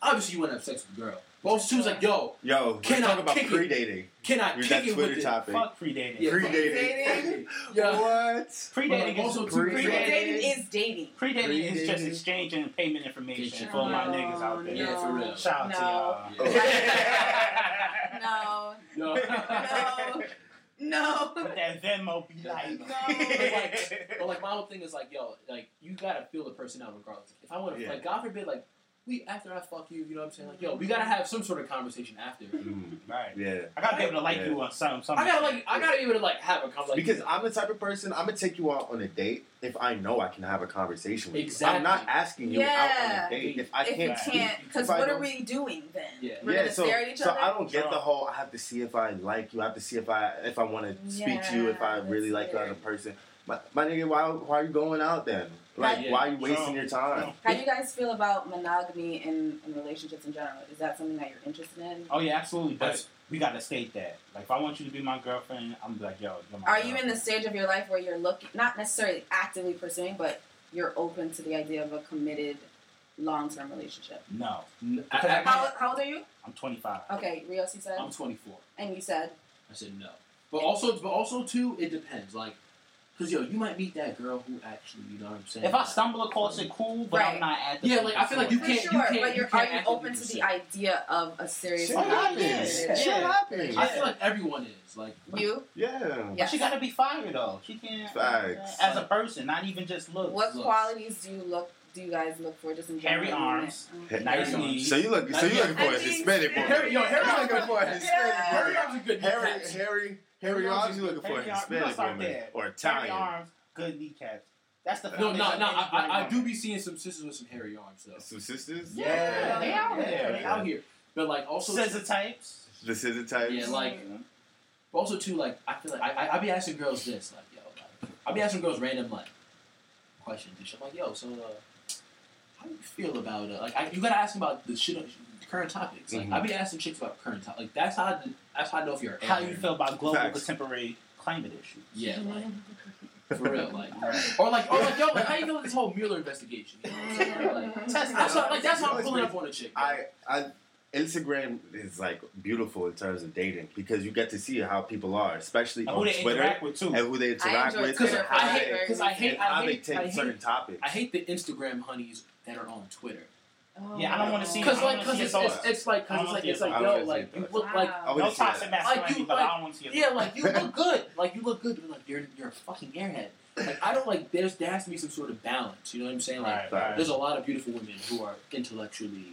[SPEAKER 5] obviously you wanna have sex with a girl. But also too it's like, yo,
[SPEAKER 7] Yo,
[SPEAKER 5] Can
[SPEAKER 7] let's
[SPEAKER 5] I
[SPEAKER 7] talk about
[SPEAKER 5] kick it?
[SPEAKER 7] pre-dating.
[SPEAKER 5] can I
[SPEAKER 7] Use
[SPEAKER 5] kick
[SPEAKER 7] that
[SPEAKER 5] it
[SPEAKER 7] Twitter
[SPEAKER 5] with the-
[SPEAKER 7] topic.
[SPEAKER 3] Fuck pre-dating.
[SPEAKER 5] Yeah.
[SPEAKER 7] Pre-dating.
[SPEAKER 5] Yeah.
[SPEAKER 7] What?
[SPEAKER 3] Pre-dating
[SPEAKER 5] Well,
[SPEAKER 3] is
[SPEAKER 5] also
[SPEAKER 3] pre-
[SPEAKER 5] too-
[SPEAKER 3] pre-dating.
[SPEAKER 6] Dating is dating.
[SPEAKER 3] Pre-dating is just
[SPEAKER 7] Pre-dating.
[SPEAKER 3] exchanging payment information
[SPEAKER 5] Get
[SPEAKER 3] for all my
[SPEAKER 6] your-
[SPEAKER 3] niggas out there.
[SPEAKER 5] Yeah, for real.
[SPEAKER 3] Shout out to y'all.
[SPEAKER 7] No.
[SPEAKER 6] No,
[SPEAKER 5] Yo.
[SPEAKER 6] no, no.
[SPEAKER 3] With that Venmo be like.
[SPEAKER 6] No.
[SPEAKER 5] But like my whole thing is like, yo, like you gotta feel the person out regardless. If I wanna
[SPEAKER 7] Yeah.
[SPEAKER 5] like God forbid like we after I fuck you, you know what I'm saying? Like, yo, we gotta have some sort of conversation after.
[SPEAKER 7] Mm,
[SPEAKER 3] Right.
[SPEAKER 7] Yeah.
[SPEAKER 3] I gotta be able to like
[SPEAKER 7] Yeah.
[SPEAKER 3] you on some. some
[SPEAKER 5] I gotta like I gotta be able to like have a conversation.
[SPEAKER 7] Because I'm the type of person I'm gonna take you out on a date if I know I can have a conversation with you. I'm not
[SPEAKER 5] Exactly.
[SPEAKER 7] asking you out on
[SPEAKER 6] Yeah.
[SPEAKER 7] a date if I
[SPEAKER 6] if
[SPEAKER 7] can't.
[SPEAKER 6] you can't, because
[SPEAKER 7] If I
[SPEAKER 6] what are
[SPEAKER 7] don't-
[SPEAKER 6] we doing then?
[SPEAKER 5] Yeah.
[SPEAKER 6] We're
[SPEAKER 7] yeah,
[SPEAKER 6] gonna
[SPEAKER 7] so,
[SPEAKER 6] stare at each
[SPEAKER 7] so
[SPEAKER 6] other.
[SPEAKER 7] I don't get the
[SPEAKER 3] Drunk.
[SPEAKER 7] whole. I have to see if I like you. I have to see if I if I want to speak to you. If I
[SPEAKER 6] Yeah,
[SPEAKER 7] really like
[SPEAKER 6] that's
[SPEAKER 7] you as a
[SPEAKER 6] weird.
[SPEAKER 7] person. My, my nigga, why why are you going out then? Like,
[SPEAKER 5] Right.
[SPEAKER 7] why are you wasting
[SPEAKER 3] Drunk.
[SPEAKER 7] your time?
[SPEAKER 6] How do you guys feel about monogamy in, in relationships in general? Is that something that you're interested in?
[SPEAKER 3] Oh yeah, absolutely. But
[SPEAKER 5] That's-
[SPEAKER 3] we gotta state that. Like, if I want you to be my girlfriend, I'm like, yo, you're my
[SPEAKER 6] Are you in
[SPEAKER 3] girlfriend.
[SPEAKER 6] the stage of your life where you're looking, not necessarily actively pursuing, but you're open to the idea of a committed long term relationship?
[SPEAKER 3] No,
[SPEAKER 5] N-
[SPEAKER 3] Because
[SPEAKER 5] I- I-
[SPEAKER 6] How, how old are you?
[SPEAKER 3] I'm 25.
[SPEAKER 6] Okay, Rios, you said?
[SPEAKER 7] Um,
[SPEAKER 5] I'm 24.
[SPEAKER 6] And you said?
[SPEAKER 5] I said no. But also, but also too, it depends. Like, cause yo, you might meet that girl who actually, you know what I'm saying.
[SPEAKER 3] If I stumble across it, cool, but I'm
[SPEAKER 6] Right.
[SPEAKER 3] not at the
[SPEAKER 5] Yeah, like, I feel like you
[SPEAKER 6] For
[SPEAKER 5] can't-
[SPEAKER 6] sure,
[SPEAKER 5] can't-
[SPEAKER 6] but
[SPEAKER 5] you
[SPEAKER 6] you're,
[SPEAKER 5] can't
[SPEAKER 6] are you
[SPEAKER 5] actively
[SPEAKER 6] open to
[SPEAKER 5] pursue.
[SPEAKER 6] the idea of a serious
[SPEAKER 7] Shit
[SPEAKER 3] Oh, yeah,
[SPEAKER 7] happens.
[SPEAKER 3] yeah.
[SPEAKER 7] Shit happens.
[SPEAKER 5] I feel like everyone is like.
[SPEAKER 6] You?
[SPEAKER 7] Yeah.
[SPEAKER 3] But
[SPEAKER 6] Yes.
[SPEAKER 3] she gotta be fired though. She can't
[SPEAKER 7] Facts.
[SPEAKER 3] as a person, not even just look.
[SPEAKER 6] What
[SPEAKER 5] Look.
[SPEAKER 6] qualities do you look? Do you guys look for just in general?
[SPEAKER 3] Hairy arms.
[SPEAKER 6] Mm.
[SPEAKER 3] Nice
[SPEAKER 5] Yeah.
[SPEAKER 3] knees.
[SPEAKER 7] So you look. So you
[SPEAKER 5] Yeah.
[SPEAKER 7] looking for
[SPEAKER 6] I
[SPEAKER 7] a
[SPEAKER 6] think-
[SPEAKER 7] Hispanic woman?
[SPEAKER 5] Harry, yo, Harry,
[SPEAKER 7] You looking
[SPEAKER 5] Harry,
[SPEAKER 7] for a Hispanic
[SPEAKER 6] Yeah.
[SPEAKER 7] woman?
[SPEAKER 5] Arms are good.
[SPEAKER 7] Harry,
[SPEAKER 5] kneecaps.
[SPEAKER 7] Harry, Harry Arms. You looking for a
[SPEAKER 3] Hairy arms. We gonna
[SPEAKER 7] Hispanic
[SPEAKER 3] start
[SPEAKER 7] woman
[SPEAKER 3] there.
[SPEAKER 7] or
[SPEAKER 3] Hairy
[SPEAKER 7] Italian?
[SPEAKER 3] arms, good kneecaps. That's the
[SPEAKER 5] No, no,
[SPEAKER 3] foundation
[SPEAKER 5] no.
[SPEAKER 3] of
[SPEAKER 5] I,
[SPEAKER 3] any
[SPEAKER 5] I, I
[SPEAKER 3] great
[SPEAKER 5] do
[SPEAKER 3] woman.
[SPEAKER 5] be seeing some sisters with some hairy arms though.
[SPEAKER 7] Some sisters.
[SPEAKER 3] Yeah, they out
[SPEAKER 5] Yeah,
[SPEAKER 3] there.
[SPEAKER 5] they out here. But like also,
[SPEAKER 3] scissor types.
[SPEAKER 7] The scissor types.
[SPEAKER 5] Yeah, like- but also too, like I feel like I, I I be asking girls this, like yo, like, I be asking girls random like questions and shit. I'm like yo, so uh, how do you feel about uh, like I, you gotta ask them about the shit, current topics. Like
[SPEAKER 7] Mhm.
[SPEAKER 5] I be asking chicks about current topics. Like that's how I, that's Mm-hmm. how I know if you're
[SPEAKER 3] How you feel about global
[SPEAKER 7] Facts.
[SPEAKER 3] contemporary climate issues?
[SPEAKER 5] Yeah, like for real, like or like or like yo, like how you feel with this whole Mueller investigation? You know what I'm saying? Like,
[SPEAKER 3] Test
[SPEAKER 5] that's how, like that's how I'm
[SPEAKER 7] Always
[SPEAKER 5] pulling
[SPEAKER 7] brings-
[SPEAKER 5] up on a chick.
[SPEAKER 7] I I
[SPEAKER 4] Instagram is like beautiful in terms of dating because you get to see how people are, especially
[SPEAKER 3] And
[SPEAKER 4] on
[SPEAKER 3] who they
[SPEAKER 4] Twitter
[SPEAKER 3] interact with, too.
[SPEAKER 4] and who they interact
[SPEAKER 6] enjoy
[SPEAKER 4] with,
[SPEAKER 5] Because
[SPEAKER 6] Twitter
[SPEAKER 4] and
[SPEAKER 6] for
[SPEAKER 5] I
[SPEAKER 4] how
[SPEAKER 5] hate,
[SPEAKER 4] they,
[SPEAKER 5] because I hate,
[SPEAKER 4] and how
[SPEAKER 5] I
[SPEAKER 4] they
[SPEAKER 5] hate,
[SPEAKER 4] take
[SPEAKER 5] I
[SPEAKER 4] certain
[SPEAKER 5] hate,
[SPEAKER 4] topics.
[SPEAKER 5] I hate the Instagram honeys that are on Twitter.
[SPEAKER 3] Yeah, I don't wanna see-
[SPEAKER 5] Because like,
[SPEAKER 3] I
[SPEAKER 5] cause
[SPEAKER 3] wanna
[SPEAKER 5] it's,
[SPEAKER 3] see
[SPEAKER 5] it's,
[SPEAKER 3] thoughts.
[SPEAKER 5] it's like,
[SPEAKER 3] I
[SPEAKER 5] cause it's
[SPEAKER 3] wanna
[SPEAKER 5] like,
[SPEAKER 3] see
[SPEAKER 5] it's
[SPEAKER 3] your
[SPEAKER 5] like,
[SPEAKER 4] thoughts.
[SPEAKER 5] yo,
[SPEAKER 4] I wanna see your
[SPEAKER 5] like you look like,
[SPEAKER 4] I
[SPEAKER 3] No
[SPEAKER 4] wouldn't say
[SPEAKER 3] toxic
[SPEAKER 4] that.
[SPEAKER 3] masculinity,
[SPEAKER 5] you-
[SPEAKER 3] but
[SPEAKER 5] like-
[SPEAKER 3] I don't want to see it.
[SPEAKER 5] yeah, like you look good, like you look good, but like you're, you're a fucking airhead. Like I don't like. There's there has to be some sort of balance. You know what I'm saying? Like
[SPEAKER 3] Right, right.
[SPEAKER 5] there's a lot of beautiful women who are intellectually.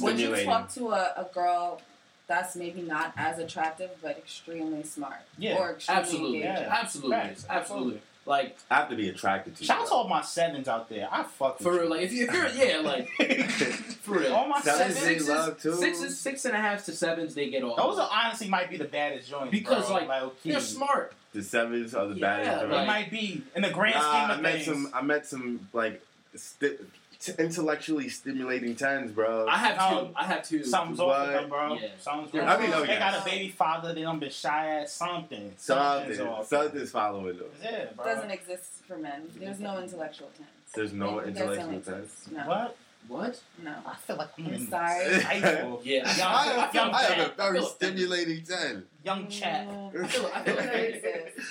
[SPEAKER 6] Would you
[SPEAKER 4] Stimulating.
[SPEAKER 6] talk to a, a girl that's maybe not as attractive but extremely smart?
[SPEAKER 3] Yeah,
[SPEAKER 6] Or extremely
[SPEAKER 5] Absolutely,
[SPEAKER 6] engaging?
[SPEAKER 3] Yeah.
[SPEAKER 5] absolutely,
[SPEAKER 3] Facts.
[SPEAKER 5] absolutely. Like
[SPEAKER 4] I have to be attracted to.
[SPEAKER 3] Shout out to
[SPEAKER 4] you.
[SPEAKER 3] all my sevens out there. I fuck
[SPEAKER 5] for
[SPEAKER 3] with
[SPEAKER 5] real, like if, you, if you're yeah, like for real.
[SPEAKER 3] all my
[SPEAKER 4] That is
[SPEAKER 3] sevens.
[SPEAKER 4] they love too.
[SPEAKER 5] sixes, six and a halves to sevens, they get all.
[SPEAKER 3] Oh. Those are honestly might be the baddest joints
[SPEAKER 5] Because,
[SPEAKER 3] bro.
[SPEAKER 5] like,
[SPEAKER 3] okay.
[SPEAKER 5] they're smart.
[SPEAKER 4] The sevens are the
[SPEAKER 5] Yeah,
[SPEAKER 4] baddest.
[SPEAKER 3] They
[SPEAKER 4] right?
[SPEAKER 5] like-
[SPEAKER 3] might be in the grand
[SPEAKER 4] Nah,
[SPEAKER 3] scheme
[SPEAKER 4] I
[SPEAKER 3] of
[SPEAKER 4] met
[SPEAKER 3] things.
[SPEAKER 4] some. I met some like sti- t- intellectually stimulating tens, bro.
[SPEAKER 5] I have two.
[SPEAKER 3] Um,
[SPEAKER 5] I have two.
[SPEAKER 3] Something's
[SPEAKER 4] What?
[SPEAKER 3] off with them, bro.
[SPEAKER 5] Yeah.
[SPEAKER 3] Something's
[SPEAKER 5] They're-
[SPEAKER 3] wrong.
[SPEAKER 4] I mean, oh,
[SPEAKER 3] they
[SPEAKER 4] yes.
[SPEAKER 3] got a baby father. They don't been shy at something. Something's
[SPEAKER 4] something,
[SPEAKER 3] off.
[SPEAKER 4] something's following them.
[SPEAKER 3] Yeah, bro.
[SPEAKER 6] doesn't exist for men. There's no intellectual tense.
[SPEAKER 4] There's no
[SPEAKER 6] It doesn't
[SPEAKER 4] intellectual
[SPEAKER 6] exist.
[SPEAKER 4] tens.
[SPEAKER 6] No.
[SPEAKER 3] What? Mm.
[SPEAKER 5] What?
[SPEAKER 6] No.
[SPEAKER 3] I feel like I'm
[SPEAKER 6] I'm
[SPEAKER 3] in
[SPEAKER 6] sorry.
[SPEAKER 3] high school.
[SPEAKER 5] Yeah.
[SPEAKER 3] Young,
[SPEAKER 4] I have,
[SPEAKER 3] young,
[SPEAKER 4] I have a
[SPEAKER 3] chap,
[SPEAKER 4] very
[SPEAKER 5] Yo.
[SPEAKER 4] stimulating ten.
[SPEAKER 3] young chap.
[SPEAKER 6] Mm,
[SPEAKER 5] I feel like, I feel
[SPEAKER 6] doesn't
[SPEAKER 5] like
[SPEAKER 6] exist.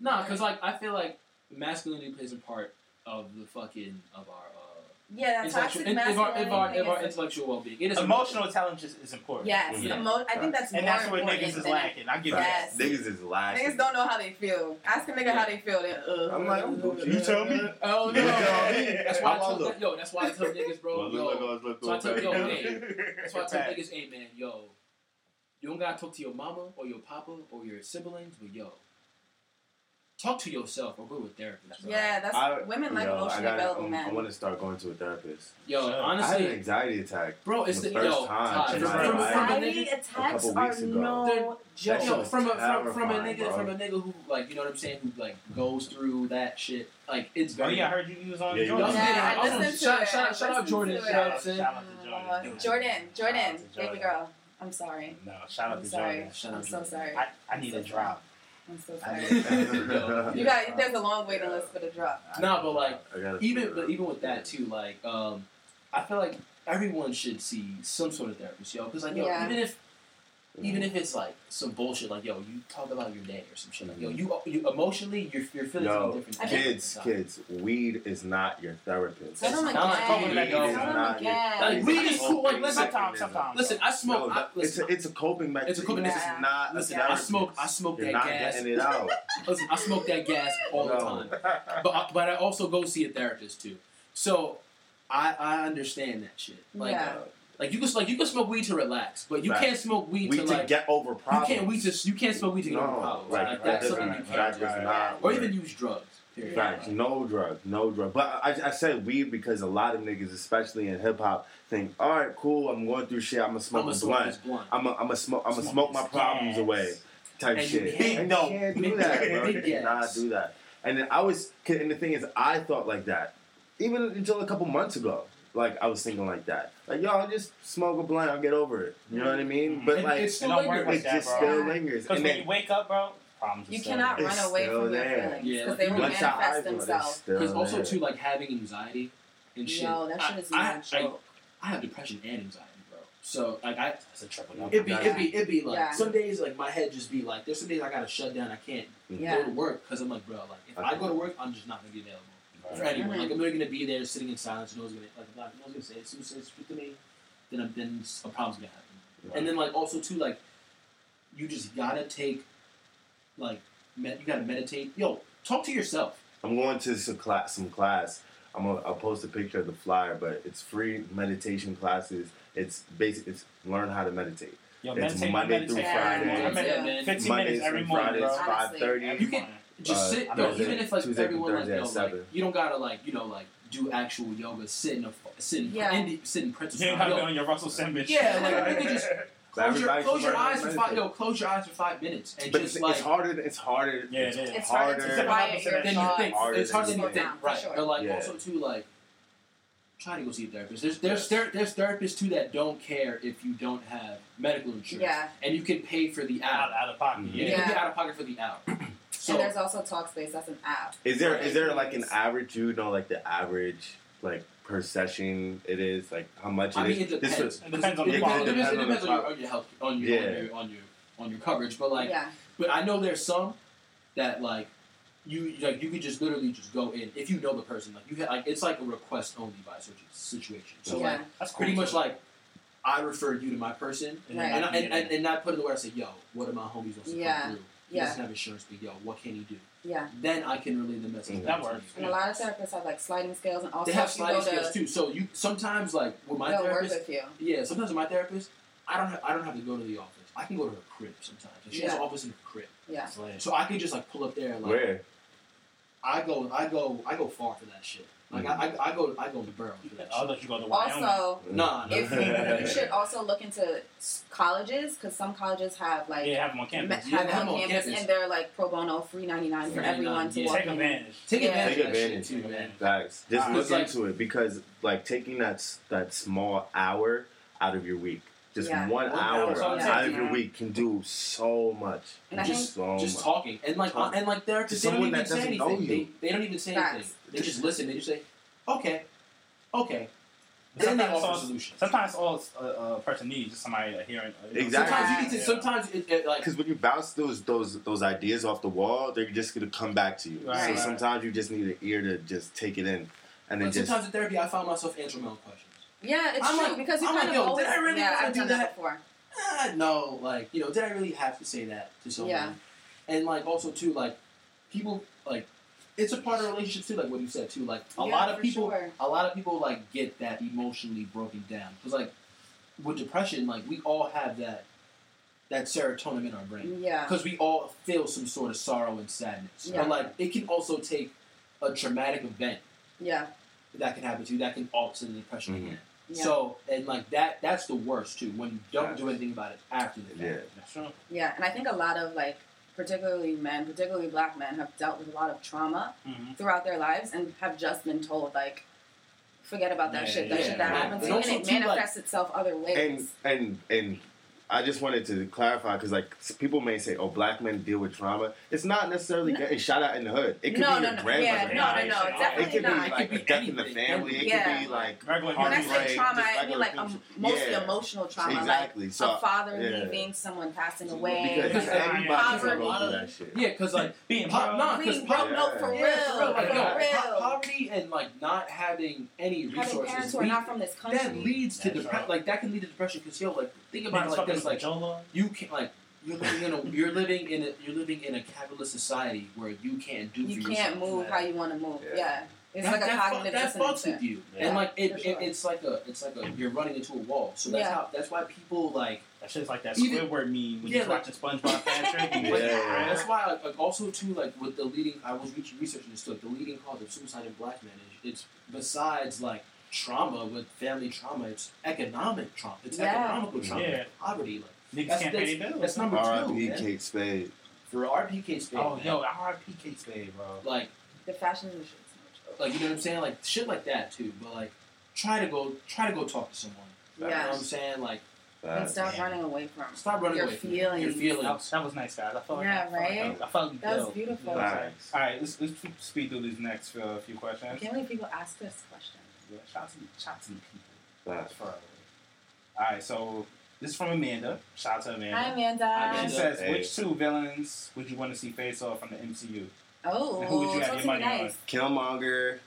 [SPEAKER 5] no, because like I feel like masculinity plays a part of the fucking of our uh,
[SPEAKER 6] Yeah, that
[SPEAKER 5] intellectual,
[SPEAKER 6] toxic
[SPEAKER 5] in, of our,
[SPEAKER 6] masculinity
[SPEAKER 5] of our,
[SPEAKER 6] thing
[SPEAKER 5] of our
[SPEAKER 6] is-
[SPEAKER 5] intellectual well being. It is
[SPEAKER 3] Emotional intelligence is important.
[SPEAKER 6] Yes,
[SPEAKER 4] Yeah.
[SPEAKER 6] emo- I think that's
[SPEAKER 3] And
[SPEAKER 6] more
[SPEAKER 3] that's where
[SPEAKER 6] important
[SPEAKER 3] niggas is
[SPEAKER 6] than-
[SPEAKER 3] lacking. I give
[SPEAKER 6] Yes.
[SPEAKER 3] you
[SPEAKER 4] Niggas is laughing.
[SPEAKER 6] Niggas don't know how they feel. Ask a nigga how they feel. They, uh,
[SPEAKER 4] I'm like, I'm Gucci. You tell me.
[SPEAKER 5] Oh
[SPEAKER 4] You
[SPEAKER 5] no!
[SPEAKER 4] tell me.
[SPEAKER 5] That's why
[SPEAKER 4] How
[SPEAKER 5] I
[SPEAKER 4] I
[SPEAKER 5] tell
[SPEAKER 4] look.
[SPEAKER 5] yo. That's why I tell niggas, bro. yo, So I took- yo, That's why I tell niggas, hey man, yo, you don't gotta talk to your mama or your papa or your siblings, but yo, talk to yourself or go to a therapist. bro.
[SPEAKER 6] yeah, that's
[SPEAKER 4] I-
[SPEAKER 6] women like
[SPEAKER 4] yo,
[SPEAKER 6] emotionally
[SPEAKER 4] I gotta-
[SPEAKER 6] available
[SPEAKER 4] um,
[SPEAKER 6] men.
[SPEAKER 4] I want to start going to a therapist.
[SPEAKER 5] Yo,
[SPEAKER 3] Sure.
[SPEAKER 4] I had an
[SPEAKER 5] honestly,
[SPEAKER 4] anxiety attack.
[SPEAKER 5] bro, it's
[SPEAKER 4] the
[SPEAKER 5] the,
[SPEAKER 4] first
[SPEAKER 5] yo,
[SPEAKER 4] time
[SPEAKER 5] Todd,
[SPEAKER 3] in my
[SPEAKER 5] from,
[SPEAKER 3] life.
[SPEAKER 5] from a
[SPEAKER 8] Anxiety
[SPEAKER 5] nigga,
[SPEAKER 8] attacks
[SPEAKER 4] couple
[SPEAKER 8] are
[SPEAKER 4] weeks ago.
[SPEAKER 8] no
[SPEAKER 5] They're-
[SPEAKER 4] That shit
[SPEAKER 5] yo,
[SPEAKER 8] joke.
[SPEAKER 4] was
[SPEAKER 5] from a from, from a
[SPEAKER 4] terrifying,
[SPEAKER 5] nigga
[SPEAKER 4] bro.
[SPEAKER 5] from a nigga who like you know what I'm saying, who like goes through that shit. Like it's
[SPEAKER 3] Oh
[SPEAKER 5] very.
[SPEAKER 3] yeah, I heard you was on
[SPEAKER 4] Yeah,
[SPEAKER 3] the
[SPEAKER 4] you
[SPEAKER 3] Jordan.
[SPEAKER 4] was.
[SPEAKER 6] Yeah, I
[SPEAKER 5] Oh,
[SPEAKER 6] listened to
[SPEAKER 5] shout-
[SPEAKER 6] it.
[SPEAKER 5] shout-
[SPEAKER 6] I
[SPEAKER 5] shout out
[SPEAKER 6] listened
[SPEAKER 5] Jordan.
[SPEAKER 6] to it.
[SPEAKER 5] Shout out
[SPEAKER 3] Shout out to
[SPEAKER 6] Uh,
[SPEAKER 3] Jordan.
[SPEAKER 6] Jordan, Jordan,
[SPEAKER 3] Shout out to
[SPEAKER 6] baby
[SPEAKER 3] Jordan.
[SPEAKER 6] girl. I'm sorry.
[SPEAKER 3] No, shout out
[SPEAKER 6] I'm
[SPEAKER 3] to
[SPEAKER 6] sorry.
[SPEAKER 3] Jordan.
[SPEAKER 5] Shout out
[SPEAKER 6] I'm
[SPEAKER 5] to
[SPEAKER 6] so
[SPEAKER 5] Jordan.
[SPEAKER 6] sorry.
[SPEAKER 3] I, I need a drop.
[SPEAKER 6] I'm so
[SPEAKER 3] I
[SPEAKER 6] sorry.
[SPEAKER 3] need a drop.
[SPEAKER 5] Yo,
[SPEAKER 6] You got there's a long waiting list for the drop.
[SPEAKER 5] Nah, but like,
[SPEAKER 4] I gotta
[SPEAKER 5] even but even with that too, like um, I feel like everyone should see some sort of therapist, yo, because like yo,
[SPEAKER 6] Yeah.
[SPEAKER 5] even if
[SPEAKER 4] Mm-hmm.
[SPEAKER 5] even if it's like some bullshit, like yo, you talk about your day or some shit, like yo, you, you emotionally you're you're
[SPEAKER 4] Mm-hmm.
[SPEAKER 5] feeling
[SPEAKER 4] Yo,
[SPEAKER 5] something different. than
[SPEAKER 4] kids,
[SPEAKER 5] everyone else.
[SPEAKER 4] kids, weed is not your therapist.
[SPEAKER 6] Tell them
[SPEAKER 5] It's not
[SPEAKER 6] again.
[SPEAKER 3] coping mechanism.
[SPEAKER 6] Tell
[SPEAKER 3] It's
[SPEAKER 6] them
[SPEAKER 4] not-
[SPEAKER 6] again.
[SPEAKER 5] Like,
[SPEAKER 4] It's
[SPEAKER 5] weed
[SPEAKER 4] a
[SPEAKER 5] is cool, like,
[SPEAKER 4] coping
[SPEAKER 5] listen,
[SPEAKER 3] Sometimes,
[SPEAKER 4] mechanism.
[SPEAKER 3] sometimes.
[SPEAKER 5] Listen, I smoke.
[SPEAKER 4] No,
[SPEAKER 5] I,
[SPEAKER 4] that- it's
[SPEAKER 5] listen,
[SPEAKER 4] a it's a coping mechanism.
[SPEAKER 5] It's a coping
[SPEAKER 6] mechanism.
[SPEAKER 4] It's not a
[SPEAKER 5] listen, I
[SPEAKER 4] therapist.
[SPEAKER 5] smoke. I smoke
[SPEAKER 4] You're
[SPEAKER 5] that
[SPEAKER 4] not
[SPEAKER 5] gas.
[SPEAKER 4] getting it out.
[SPEAKER 5] Listen, I smoke that gas all the
[SPEAKER 4] No.
[SPEAKER 5] time. But I, but I also go see a therapist too. So I I understand that shit. Like
[SPEAKER 6] Yeah.
[SPEAKER 5] like you can like you can smoke weed to relax, but you
[SPEAKER 4] Right.
[SPEAKER 5] can't smoke weed
[SPEAKER 4] We
[SPEAKER 5] to
[SPEAKER 4] to
[SPEAKER 5] like
[SPEAKER 4] get over problems.
[SPEAKER 5] you can't weed to you can't smoke weed to get
[SPEAKER 4] no,
[SPEAKER 5] over problems.
[SPEAKER 4] Right,
[SPEAKER 5] like,
[SPEAKER 4] right,
[SPEAKER 5] that's
[SPEAKER 4] that's
[SPEAKER 5] something
[SPEAKER 4] right,
[SPEAKER 5] you
[SPEAKER 4] right,
[SPEAKER 5] can't do.
[SPEAKER 4] right, right,
[SPEAKER 5] Or
[SPEAKER 4] right.
[SPEAKER 5] even use drugs. Period.
[SPEAKER 6] Yeah.
[SPEAKER 4] Facts. No drug, no drug. But I, I said weed because a lot of niggas, especially in hip hop, think, all right, cool, I'm going through shit, I'm gonna smoke
[SPEAKER 5] I'm a
[SPEAKER 4] a blunt.
[SPEAKER 5] smoke blunt.
[SPEAKER 4] I'm gonna I'm a smoke, I'm gonna
[SPEAKER 3] Smoke
[SPEAKER 4] smoke my
[SPEAKER 3] this
[SPEAKER 4] problems
[SPEAKER 3] gas.
[SPEAKER 4] away type
[SPEAKER 5] And you
[SPEAKER 4] shit.
[SPEAKER 5] big
[SPEAKER 4] And
[SPEAKER 3] dope.
[SPEAKER 4] you can't do
[SPEAKER 5] Big
[SPEAKER 4] that, bro.
[SPEAKER 5] big
[SPEAKER 4] You cannot
[SPEAKER 5] gas.
[SPEAKER 4] do that. And then I was, and the thing is, I thought like that. Even until a couple months ago, like I was thinking like that. Like, yo, I'll just smoke a blunt, I'll get over it. You know what I mean? But
[SPEAKER 5] It-
[SPEAKER 4] like,
[SPEAKER 5] it's
[SPEAKER 4] it
[SPEAKER 5] still
[SPEAKER 3] don't work
[SPEAKER 5] lingering.
[SPEAKER 3] like that,
[SPEAKER 4] just
[SPEAKER 3] bro.
[SPEAKER 4] still lingers.
[SPEAKER 3] Because
[SPEAKER 4] And
[SPEAKER 3] when
[SPEAKER 4] then
[SPEAKER 3] you wake up, bro, problems.
[SPEAKER 6] You
[SPEAKER 3] are still
[SPEAKER 6] cannot
[SPEAKER 3] there.
[SPEAKER 4] It's
[SPEAKER 6] run away
[SPEAKER 4] still
[SPEAKER 6] from your
[SPEAKER 4] there.
[SPEAKER 6] feelings
[SPEAKER 5] Yeah,
[SPEAKER 6] because
[SPEAKER 5] like,
[SPEAKER 6] they will
[SPEAKER 5] you
[SPEAKER 4] once your eyes
[SPEAKER 6] manifest
[SPEAKER 4] go, it's
[SPEAKER 6] themselves.
[SPEAKER 4] still
[SPEAKER 5] Because also
[SPEAKER 4] there.
[SPEAKER 5] too like having anxiety and shit.
[SPEAKER 6] Yo, that shit is
[SPEAKER 5] I,
[SPEAKER 6] not
[SPEAKER 5] I,
[SPEAKER 6] a joke.
[SPEAKER 5] I, I have depression and anxiety, bro. So like I
[SPEAKER 3] That's a triple
[SPEAKER 4] Oh
[SPEAKER 3] number.
[SPEAKER 5] It'd be, it'd be, it'd be like
[SPEAKER 6] Yeah.
[SPEAKER 5] some days, like my head just be like, there's some days I gotta shut down. I can't
[SPEAKER 6] Yeah.
[SPEAKER 5] go to work because I'm like, bro, like if I go to work, I'm just not gonna be available
[SPEAKER 3] Right.
[SPEAKER 5] for anyone.
[SPEAKER 6] Mhm.
[SPEAKER 5] Like I'm not gonna be there sitting in silence. No one's gonna like, like no one's gonna say as soon as they speak to me, then I'm, then a problem's gonna happen. And then like also too, like you just gotta take, like med- you gotta meditate. Yo, talk to yourself.
[SPEAKER 4] I'm going to some class. Some class. I'm gonna, I'll post a picture of the flyer, but it's free meditation classes. It's basic. It's learn how to meditate.
[SPEAKER 3] Yo,
[SPEAKER 4] It's
[SPEAKER 3] meditate,
[SPEAKER 4] Monday
[SPEAKER 3] meditate.
[SPEAKER 4] through
[SPEAKER 6] Friday.
[SPEAKER 3] I meditate 15
[SPEAKER 5] Yeah.
[SPEAKER 4] Mondays
[SPEAKER 3] minutes every
[SPEAKER 4] through
[SPEAKER 3] morning,
[SPEAKER 4] Fridays,
[SPEAKER 3] bro.
[SPEAKER 4] five thirty.
[SPEAKER 6] Honestly.
[SPEAKER 5] You can just
[SPEAKER 4] Uh,
[SPEAKER 5] sit.
[SPEAKER 4] I
[SPEAKER 5] Yo,
[SPEAKER 4] mean,
[SPEAKER 5] even if like
[SPEAKER 4] Tuesday through
[SPEAKER 5] everyone like,
[SPEAKER 4] Thursday
[SPEAKER 5] yo,
[SPEAKER 4] at
[SPEAKER 5] like
[SPEAKER 4] seven.
[SPEAKER 5] you don't gotta like you know like do actual yoga, sit in a sit in
[SPEAKER 6] Yeah.
[SPEAKER 5] Indi- sit in pretzel.
[SPEAKER 3] You don't
[SPEAKER 5] style.
[SPEAKER 3] have to
[SPEAKER 5] Yo,
[SPEAKER 3] on your Russell Simmons.
[SPEAKER 5] Yeah, like, you could just- Close your,
[SPEAKER 4] Everybody should
[SPEAKER 5] close your
[SPEAKER 4] learn how to
[SPEAKER 5] eyes for five.
[SPEAKER 4] meditate.
[SPEAKER 5] Yo, close your eyes for five minutes and
[SPEAKER 4] But it's,
[SPEAKER 5] just like
[SPEAKER 4] it's harder. It's harder.
[SPEAKER 3] Yeah, it is.
[SPEAKER 6] It's harder
[SPEAKER 4] harder.
[SPEAKER 6] to quiet your
[SPEAKER 5] than you
[SPEAKER 6] thoughts.
[SPEAKER 5] think.
[SPEAKER 4] Harder
[SPEAKER 5] it's harder
[SPEAKER 4] than
[SPEAKER 5] than you
[SPEAKER 4] you
[SPEAKER 5] think,
[SPEAKER 6] think.
[SPEAKER 5] right?
[SPEAKER 6] For sure.
[SPEAKER 5] But like
[SPEAKER 4] Yeah.
[SPEAKER 5] also too like try to go see a therapist. There's there's ther- there's therapists too that don't care if you don't have medical insurance,
[SPEAKER 6] Yeah.
[SPEAKER 5] and you can pay for the
[SPEAKER 3] out,
[SPEAKER 5] hour.
[SPEAKER 3] out of pocket.
[SPEAKER 4] Mhm.
[SPEAKER 5] You
[SPEAKER 3] Yeah.
[SPEAKER 5] can be out of pocket for the hour.
[SPEAKER 6] and
[SPEAKER 5] So
[SPEAKER 6] there's also Talkspace. That's an app.
[SPEAKER 4] Is there is there like an average? You know, like the average like
[SPEAKER 7] per session it is, like how much it
[SPEAKER 5] I mean,
[SPEAKER 7] is.
[SPEAKER 5] it
[SPEAKER 7] This
[SPEAKER 5] depends.
[SPEAKER 7] was-
[SPEAKER 5] It
[SPEAKER 3] depends on the
[SPEAKER 5] it
[SPEAKER 3] product.
[SPEAKER 5] depends- It
[SPEAKER 7] Depends on
[SPEAKER 5] depends
[SPEAKER 7] the
[SPEAKER 5] on your on your health on your on
[SPEAKER 7] Yeah.
[SPEAKER 5] your on your on your coverage. But like,
[SPEAKER 6] yeah.
[SPEAKER 5] but I know there's some that like you like you could just literally just go in if you know the person. Like you ha- like it's like a request only by situ- situation. So
[SPEAKER 6] yeah.
[SPEAKER 5] like
[SPEAKER 3] That's cool.
[SPEAKER 5] pretty much like I referred you to my person, and
[SPEAKER 6] Right.
[SPEAKER 5] and, I, and, and, and I put in the word. I say, "Yo, what are my homies on
[SPEAKER 6] Yeah.
[SPEAKER 5] through? He
[SPEAKER 6] Yeah.
[SPEAKER 5] doesn't have insurance, but yo, what can he do?"
[SPEAKER 6] Yeah.
[SPEAKER 5] Then I can relay the message.
[SPEAKER 7] Mhm.
[SPEAKER 5] back
[SPEAKER 3] That
[SPEAKER 5] to
[SPEAKER 3] works.
[SPEAKER 5] you.
[SPEAKER 6] And a lot of therapists have like sliding scales and also
[SPEAKER 5] They have
[SPEAKER 6] if you go
[SPEAKER 5] sliding scales
[SPEAKER 6] to,
[SPEAKER 5] too. So you sometimes like with my
[SPEAKER 6] they'll work
[SPEAKER 5] therapist,
[SPEAKER 6] with you.
[SPEAKER 5] yeah, sometimes with my therapist, I don't have, I don't have to go to the office. I can go to her crib sometimes. She has
[SPEAKER 6] Yeah.
[SPEAKER 5] an office in her crib,
[SPEAKER 6] Yeah.
[SPEAKER 5] so I can just like pull up there. Like
[SPEAKER 7] Where?
[SPEAKER 5] I go, I go, I go far for that shit. Like I, I, I go, I go to Burrow for that.
[SPEAKER 3] I
[SPEAKER 5] Shit.
[SPEAKER 3] thought you were going to Wyoming.
[SPEAKER 6] Also,
[SPEAKER 5] Nah, nah.
[SPEAKER 6] if you should also look into s- colleges because some colleges have like
[SPEAKER 3] yeah, have them on
[SPEAKER 6] me-
[SPEAKER 3] campus.
[SPEAKER 5] Yeah,
[SPEAKER 6] have
[SPEAKER 5] have
[SPEAKER 6] them on campus, and they're like pro bono, free ninety nine for
[SPEAKER 5] $3.99,
[SPEAKER 6] everyone to
[SPEAKER 5] yeah.
[SPEAKER 6] walk
[SPEAKER 3] Take
[SPEAKER 6] in.
[SPEAKER 3] advantage.
[SPEAKER 5] Take
[SPEAKER 6] Yeah.
[SPEAKER 5] advantage
[SPEAKER 7] Take
[SPEAKER 5] of that
[SPEAKER 7] advantage.
[SPEAKER 5] shit too, man.
[SPEAKER 7] Facts. Just
[SPEAKER 3] Alright.
[SPEAKER 7] look
[SPEAKER 5] It's
[SPEAKER 7] into it because, like, taking that s- that small hour out of your week, just
[SPEAKER 6] Yeah.
[SPEAKER 7] one
[SPEAKER 5] One
[SPEAKER 7] hour
[SPEAKER 5] hour,
[SPEAKER 6] yeah.
[SPEAKER 7] out of your
[SPEAKER 6] Yeah.
[SPEAKER 7] week can do so much.
[SPEAKER 6] And I
[SPEAKER 7] just so
[SPEAKER 5] Just
[SPEAKER 7] much.
[SPEAKER 5] talking and like
[SPEAKER 7] Talk.
[SPEAKER 5] and like therapists,
[SPEAKER 7] To
[SPEAKER 5] they don't
[SPEAKER 7] someone
[SPEAKER 5] even
[SPEAKER 7] that
[SPEAKER 5] say
[SPEAKER 7] doesn't know
[SPEAKER 5] anything. They,
[SPEAKER 7] you.
[SPEAKER 5] they don't even say
[SPEAKER 6] Facts.
[SPEAKER 5] anything. They just listen. They just say, okay, okay.
[SPEAKER 3] But
[SPEAKER 5] Then they
[SPEAKER 3] sometimes
[SPEAKER 5] offer
[SPEAKER 3] it's all-
[SPEAKER 5] solutions.
[SPEAKER 3] Sometimes all uh, a, a person needs is just somebody a hearing. uh, a-
[SPEAKER 7] Exactly.
[SPEAKER 5] Sometimes you need to.
[SPEAKER 3] Yeah.
[SPEAKER 5] Sometimes it, it, like
[SPEAKER 7] Because when you bounce those those those ideas off the wall, they're just gonna come back to you.
[SPEAKER 3] Right.
[SPEAKER 7] So sometimes you just need an ear to just take it in, and then
[SPEAKER 5] But
[SPEAKER 7] just
[SPEAKER 5] sometimes in therapy, I find myself answering my own questions.
[SPEAKER 6] Yeah, it's
[SPEAKER 5] I'm
[SPEAKER 6] true
[SPEAKER 5] like-
[SPEAKER 6] because you
[SPEAKER 5] I'm
[SPEAKER 6] kind
[SPEAKER 5] like,
[SPEAKER 6] of
[SPEAKER 5] yo,
[SPEAKER 6] always,
[SPEAKER 5] did I really
[SPEAKER 6] yeah,
[SPEAKER 5] wanna
[SPEAKER 6] I've
[SPEAKER 5] do
[SPEAKER 6] done
[SPEAKER 5] that?
[SPEAKER 6] before.
[SPEAKER 5] Ah, no, like you know, did I really have to say that to someone?
[SPEAKER 6] Yeah.
[SPEAKER 5] And like also too, like people like it's a part of relationships too. Like what you said too, like a
[SPEAKER 6] Yeah,
[SPEAKER 5] lot of
[SPEAKER 6] for
[SPEAKER 5] people,
[SPEAKER 6] sure.
[SPEAKER 5] a lot of people like get that emotionally broken down because like with depression, like we all have that that serotonin in our brain.
[SPEAKER 6] Mm, Yeah.
[SPEAKER 5] because we all feel some sort of sorrow and sadness.
[SPEAKER 6] Yeah.
[SPEAKER 5] But like it can also take a traumatic event
[SPEAKER 6] Yeah.
[SPEAKER 5] that can happen to you that can alter the depression
[SPEAKER 7] Mhm.
[SPEAKER 5] again.
[SPEAKER 6] Yeah.
[SPEAKER 5] So and like that that's the worst too when you don't do anything about it after the fact.
[SPEAKER 7] yeah.
[SPEAKER 3] That's true.
[SPEAKER 6] Yeah, and I think a lot of like, particularly men, particularly black men, have dealt with a lot of trauma
[SPEAKER 3] Mhm.
[SPEAKER 5] Mm-hmm.
[SPEAKER 6] throughout their lives and have just been told like, forget about that
[SPEAKER 3] Yeah,
[SPEAKER 6] shit. That
[SPEAKER 3] yeah,
[SPEAKER 6] shit that
[SPEAKER 3] yeah.
[SPEAKER 6] happened
[SPEAKER 3] And
[SPEAKER 6] to you, and
[SPEAKER 5] also
[SPEAKER 6] it
[SPEAKER 5] too, like-
[SPEAKER 6] manifests itself other
[SPEAKER 7] and
[SPEAKER 6] ways.
[SPEAKER 7] and and I just wanted to clarify because like s- people may say, "Oh, black men deal with trauma." It's not necessarily getting shot out in the hood. It could
[SPEAKER 6] no,
[SPEAKER 7] be
[SPEAKER 6] no,
[SPEAKER 7] your
[SPEAKER 6] no, yeah,
[SPEAKER 7] grandmother.
[SPEAKER 6] no, no,
[SPEAKER 3] It
[SPEAKER 6] no,
[SPEAKER 3] could
[SPEAKER 7] It
[SPEAKER 6] definitely
[SPEAKER 7] could be
[SPEAKER 6] not.
[SPEAKER 7] like
[SPEAKER 5] It could
[SPEAKER 7] a
[SPEAKER 5] be
[SPEAKER 7] death in the
[SPEAKER 5] anything.
[SPEAKER 7] family. It
[SPEAKER 6] Yeah.
[SPEAKER 7] could be like
[SPEAKER 3] Regular
[SPEAKER 6] when I
[SPEAKER 7] Harvey
[SPEAKER 6] say
[SPEAKER 7] Weinstein,
[SPEAKER 6] trauma,
[SPEAKER 7] just
[SPEAKER 6] I mean
[SPEAKER 7] regular
[SPEAKER 6] like um,
[SPEAKER 7] things.
[SPEAKER 6] mostly
[SPEAKER 7] Yeah.
[SPEAKER 6] emotional trauma,
[SPEAKER 7] Exactly.
[SPEAKER 6] like
[SPEAKER 7] So,
[SPEAKER 6] a father
[SPEAKER 7] yeah.
[SPEAKER 6] leaving, someone passing away,
[SPEAKER 7] because
[SPEAKER 5] Because
[SPEAKER 7] everybody
[SPEAKER 6] poverty.
[SPEAKER 7] can go through that shit.
[SPEAKER 5] Yeah, because like
[SPEAKER 3] Being
[SPEAKER 5] po-
[SPEAKER 3] broke.
[SPEAKER 5] nah, because
[SPEAKER 6] Green
[SPEAKER 5] po-
[SPEAKER 6] broke, no,
[SPEAKER 7] Yeah.
[SPEAKER 6] for real,
[SPEAKER 5] yeah, for real, like,
[SPEAKER 6] for
[SPEAKER 5] yo,
[SPEAKER 6] real.
[SPEAKER 5] po- poverty and like not having any
[SPEAKER 6] Having
[SPEAKER 5] resources.
[SPEAKER 6] parents who are
[SPEAKER 5] lead-
[SPEAKER 6] not from this country.
[SPEAKER 5] that leads to
[SPEAKER 3] That's
[SPEAKER 5] depression.
[SPEAKER 3] right.
[SPEAKER 5] Like that can lead to depression. Because yo, like think about
[SPEAKER 3] Niggas
[SPEAKER 5] it like
[SPEAKER 3] fucking
[SPEAKER 5] this. Like
[SPEAKER 3] Jolo.
[SPEAKER 5] you can not like you're living in a you're living in a you're living in a capitalist society where you can't do
[SPEAKER 6] you
[SPEAKER 5] for
[SPEAKER 6] can't
[SPEAKER 5] yourself.
[SPEAKER 6] move how you want to move.
[SPEAKER 7] Yeah.
[SPEAKER 6] Yeah, it's
[SPEAKER 5] that,
[SPEAKER 6] like a
[SPEAKER 5] that, fu-
[SPEAKER 6] cognitive
[SPEAKER 5] that
[SPEAKER 6] dissonance.
[SPEAKER 5] fucks
[SPEAKER 6] there.
[SPEAKER 5] with you,
[SPEAKER 3] Yeah.
[SPEAKER 5] and like it,
[SPEAKER 6] For
[SPEAKER 5] it,
[SPEAKER 6] sure.
[SPEAKER 5] it's like a it's like a you're running into a wall. So that's
[SPEAKER 6] Yeah.
[SPEAKER 5] how that's why people like
[SPEAKER 3] That shit's like that
[SPEAKER 5] Even-
[SPEAKER 3] Squidward meme when
[SPEAKER 5] Yeah,
[SPEAKER 3] you're watching SpongeBob fan tribute.
[SPEAKER 7] Yeah.
[SPEAKER 3] "Ah,
[SPEAKER 7] Yeah.
[SPEAKER 5] that's why like, like also too like with the leading I was reach- researching this too, like the leading cause of suicide in black men is it's besides like trauma with family trauma it's economic trauma it's
[SPEAKER 6] Yeah.
[SPEAKER 5] economical trauma
[SPEAKER 3] Yeah.
[SPEAKER 5] poverty like
[SPEAKER 3] Niggas
[SPEAKER 5] that's,
[SPEAKER 3] can't
[SPEAKER 5] that's,
[SPEAKER 3] pay their bills.
[SPEAKER 5] that's number two
[SPEAKER 7] R.I.P.
[SPEAKER 5] man.
[SPEAKER 7] Kate Spade.
[SPEAKER 5] for RPK space
[SPEAKER 3] Oh,
[SPEAKER 5] man.
[SPEAKER 3] yo, R.I.P. Kate Spade, bro.
[SPEAKER 5] like
[SPEAKER 6] The fashion industry. is no joke.
[SPEAKER 5] like you know what I'm saying, like shit like that too. But like, try to go, try to go talk to someone. You know
[SPEAKER 6] Yeah.
[SPEAKER 5] what I'm saying? Like,
[SPEAKER 6] And
[SPEAKER 7] Facts.
[SPEAKER 6] stop
[SPEAKER 3] man.
[SPEAKER 6] running away from.
[SPEAKER 5] stop running
[SPEAKER 6] Your
[SPEAKER 5] away. from it.
[SPEAKER 6] feelings.
[SPEAKER 5] Your
[SPEAKER 3] That
[SPEAKER 5] feelings.
[SPEAKER 3] was, that was nice, guys. I felt
[SPEAKER 6] Yeah,
[SPEAKER 3] I felt,
[SPEAKER 6] right?
[SPEAKER 3] I felt
[SPEAKER 6] That was
[SPEAKER 3] good.
[SPEAKER 6] beautiful.
[SPEAKER 3] You know what I'm saying?
[SPEAKER 7] Facts.
[SPEAKER 3] All right, let's, let's keep- speed through these next uh, few
[SPEAKER 6] I
[SPEAKER 3] questions.
[SPEAKER 6] can't believe people ask us questions.
[SPEAKER 3] Yeah, shout out to the, shout out to the people.
[SPEAKER 7] Facts.
[SPEAKER 3] That's far away. All right, so this is from Amanda. Shout out to Amanda.
[SPEAKER 6] Hi, Amanda.
[SPEAKER 5] Hi,
[SPEAKER 3] She
[SPEAKER 5] Amanda.
[SPEAKER 3] says,
[SPEAKER 7] Hey.
[SPEAKER 3] which two villains would you want to see face off from the MCU?
[SPEAKER 6] Oh,
[SPEAKER 3] And who would you have
[SPEAKER 6] so
[SPEAKER 3] your
[SPEAKER 6] it's
[SPEAKER 3] money
[SPEAKER 6] nice.
[SPEAKER 7] Killmonger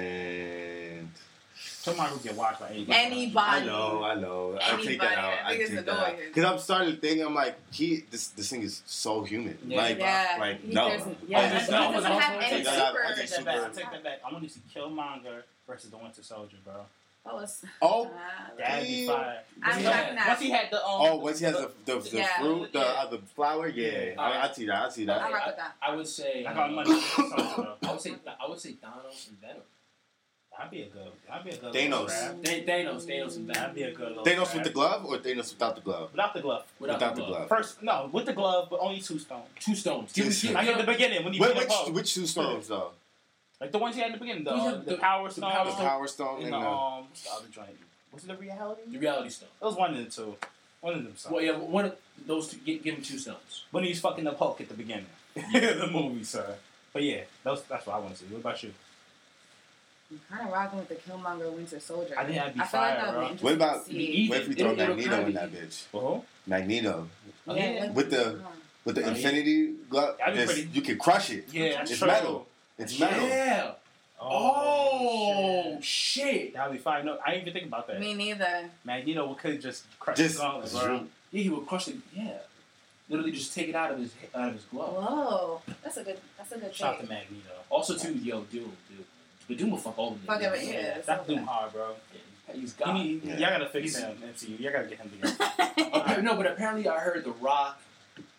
[SPEAKER 7] and
[SPEAKER 3] Somebody who get watched by anybody.
[SPEAKER 6] Anybody.
[SPEAKER 7] I know, I know. I
[SPEAKER 6] Anybody,
[SPEAKER 7] take that out.
[SPEAKER 6] that
[SPEAKER 7] I
[SPEAKER 6] nigga's
[SPEAKER 7] take that out.
[SPEAKER 6] annoying.
[SPEAKER 7] Because I'm starting to think I'm like he. This this thing is so human.
[SPEAKER 3] Yeah.
[SPEAKER 7] Like
[SPEAKER 6] yeah.
[SPEAKER 7] like,
[SPEAKER 6] He
[SPEAKER 7] no.
[SPEAKER 6] doesn't-
[SPEAKER 7] Oh,
[SPEAKER 6] Yeah.
[SPEAKER 3] just
[SPEAKER 6] he
[SPEAKER 3] no.
[SPEAKER 6] doesn't have
[SPEAKER 3] I
[SPEAKER 6] any
[SPEAKER 3] take that
[SPEAKER 7] out.
[SPEAKER 6] super.
[SPEAKER 7] I
[SPEAKER 3] I take that back. I take
[SPEAKER 6] Oh,
[SPEAKER 3] that back. I want to see Killmonger versus the Winter Soldier, bro.
[SPEAKER 6] it's-
[SPEAKER 7] oh
[SPEAKER 6] uh,
[SPEAKER 3] That'd be
[SPEAKER 7] Damn.
[SPEAKER 3] fire.
[SPEAKER 6] I'm
[SPEAKER 3] Yeah.
[SPEAKER 6] cracking up.
[SPEAKER 4] Once he had the um,
[SPEAKER 7] oh once he has the the, the
[SPEAKER 6] Yeah.
[SPEAKER 7] fruit the
[SPEAKER 4] Yeah.
[SPEAKER 7] uh, the flower yeah,
[SPEAKER 3] Yeah.
[SPEAKER 7] I, I see that I see that
[SPEAKER 6] I'll rock with that.
[SPEAKER 5] I would say.
[SPEAKER 3] I got
[SPEAKER 5] uh,
[SPEAKER 3] money. for Winter Soldier, bro.
[SPEAKER 5] I would say. I would say Thanos and Venom.
[SPEAKER 3] That'd be a good. That'd be a good.
[SPEAKER 7] Thanos.
[SPEAKER 3] little grab.
[SPEAKER 5] Th- Thanos. Thanos and
[SPEAKER 3] That'd
[SPEAKER 5] Venom.
[SPEAKER 3] be a good. Little
[SPEAKER 7] Thanos with
[SPEAKER 3] grab.
[SPEAKER 7] the glove or Thanos without the glove
[SPEAKER 3] Without the glove.
[SPEAKER 5] Without,
[SPEAKER 7] without
[SPEAKER 5] the
[SPEAKER 7] the glove
[SPEAKER 5] glove.
[SPEAKER 3] First, no, with the glove, but only two stones.
[SPEAKER 5] Two stones.
[SPEAKER 7] Two
[SPEAKER 5] Give me-
[SPEAKER 7] stones.
[SPEAKER 3] Like
[SPEAKER 5] give
[SPEAKER 3] at
[SPEAKER 5] me-
[SPEAKER 3] the beginning when he
[SPEAKER 7] Wait,
[SPEAKER 3] beat
[SPEAKER 7] which
[SPEAKER 3] up Hulk.
[SPEAKER 7] which two stones though
[SPEAKER 3] like the ones he had in the beginning, the
[SPEAKER 5] Those
[SPEAKER 3] uh,
[SPEAKER 5] are
[SPEAKER 3] the,
[SPEAKER 5] the-
[SPEAKER 3] power
[SPEAKER 5] the
[SPEAKER 3] stone,
[SPEAKER 5] power
[SPEAKER 7] the power stone
[SPEAKER 3] and
[SPEAKER 7] and
[SPEAKER 3] the
[SPEAKER 7] the
[SPEAKER 3] um, what's the other joint. Was it the reality?
[SPEAKER 5] the
[SPEAKER 3] It
[SPEAKER 5] reality stone.
[SPEAKER 3] was one of the two. One of them. Stones.
[SPEAKER 5] Well, yeah, one of those two. Give, give him two stones.
[SPEAKER 3] When he's fucking up Hulk at the beginning, the movie, sir. But yeah, that's that's what I want to see. What about you?
[SPEAKER 6] I'm kind of rocking with the Killmonger Winter Soldier.
[SPEAKER 3] I think that'd be
[SPEAKER 6] feel
[SPEAKER 3] fire,
[SPEAKER 6] like that would
[SPEAKER 3] bro.
[SPEAKER 6] be interesting
[SPEAKER 7] What about-
[SPEAKER 6] to see.
[SPEAKER 7] What if we
[SPEAKER 5] It-
[SPEAKER 7] throw
[SPEAKER 5] it'll
[SPEAKER 7] Magneto
[SPEAKER 5] kinda
[SPEAKER 7] in
[SPEAKER 5] be-
[SPEAKER 7] that bitch?
[SPEAKER 3] Oh,
[SPEAKER 7] Magneto
[SPEAKER 3] yeah.
[SPEAKER 6] Yeah,
[SPEAKER 7] with the with the
[SPEAKER 3] Oh, yeah.
[SPEAKER 7] Infinity glove.
[SPEAKER 3] That'd be
[SPEAKER 7] it's-
[SPEAKER 3] pretty-
[SPEAKER 7] You can crush it.
[SPEAKER 3] Yeah, that's
[SPEAKER 7] It's
[SPEAKER 3] true.
[SPEAKER 7] metal. It's metal.
[SPEAKER 5] Yeah. Oh, shit.
[SPEAKER 3] That'd Oh, be fine. No, I didn't even think about that.
[SPEAKER 6] Me neither.
[SPEAKER 3] Magneto could just crush
[SPEAKER 7] Just
[SPEAKER 3] the gauntlet, bro.
[SPEAKER 5] Yeah, he would crush it. Yeah. Literally just take it out of his out of his glove.
[SPEAKER 6] Whoa, that's a good. That's a good
[SPEAKER 3] Shout
[SPEAKER 6] take.
[SPEAKER 3] to Magneto.
[SPEAKER 5] Also, too, yo, Doom, dude. But Doom will fuck all of them.
[SPEAKER 6] Fuck it, but
[SPEAKER 5] Yeah.
[SPEAKER 6] yeah. it's
[SPEAKER 3] That's
[SPEAKER 6] okay.
[SPEAKER 3] Doom hard, bro.
[SPEAKER 5] He's
[SPEAKER 3] You
[SPEAKER 5] God.
[SPEAKER 3] need-
[SPEAKER 7] Yeah.
[SPEAKER 3] Y'all gotta fix
[SPEAKER 5] He's-
[SPEAKER 3] him, MCU. Y'all gotta get him together.
[SPEAKER 5] Appa- No, but apparently I heard The Rock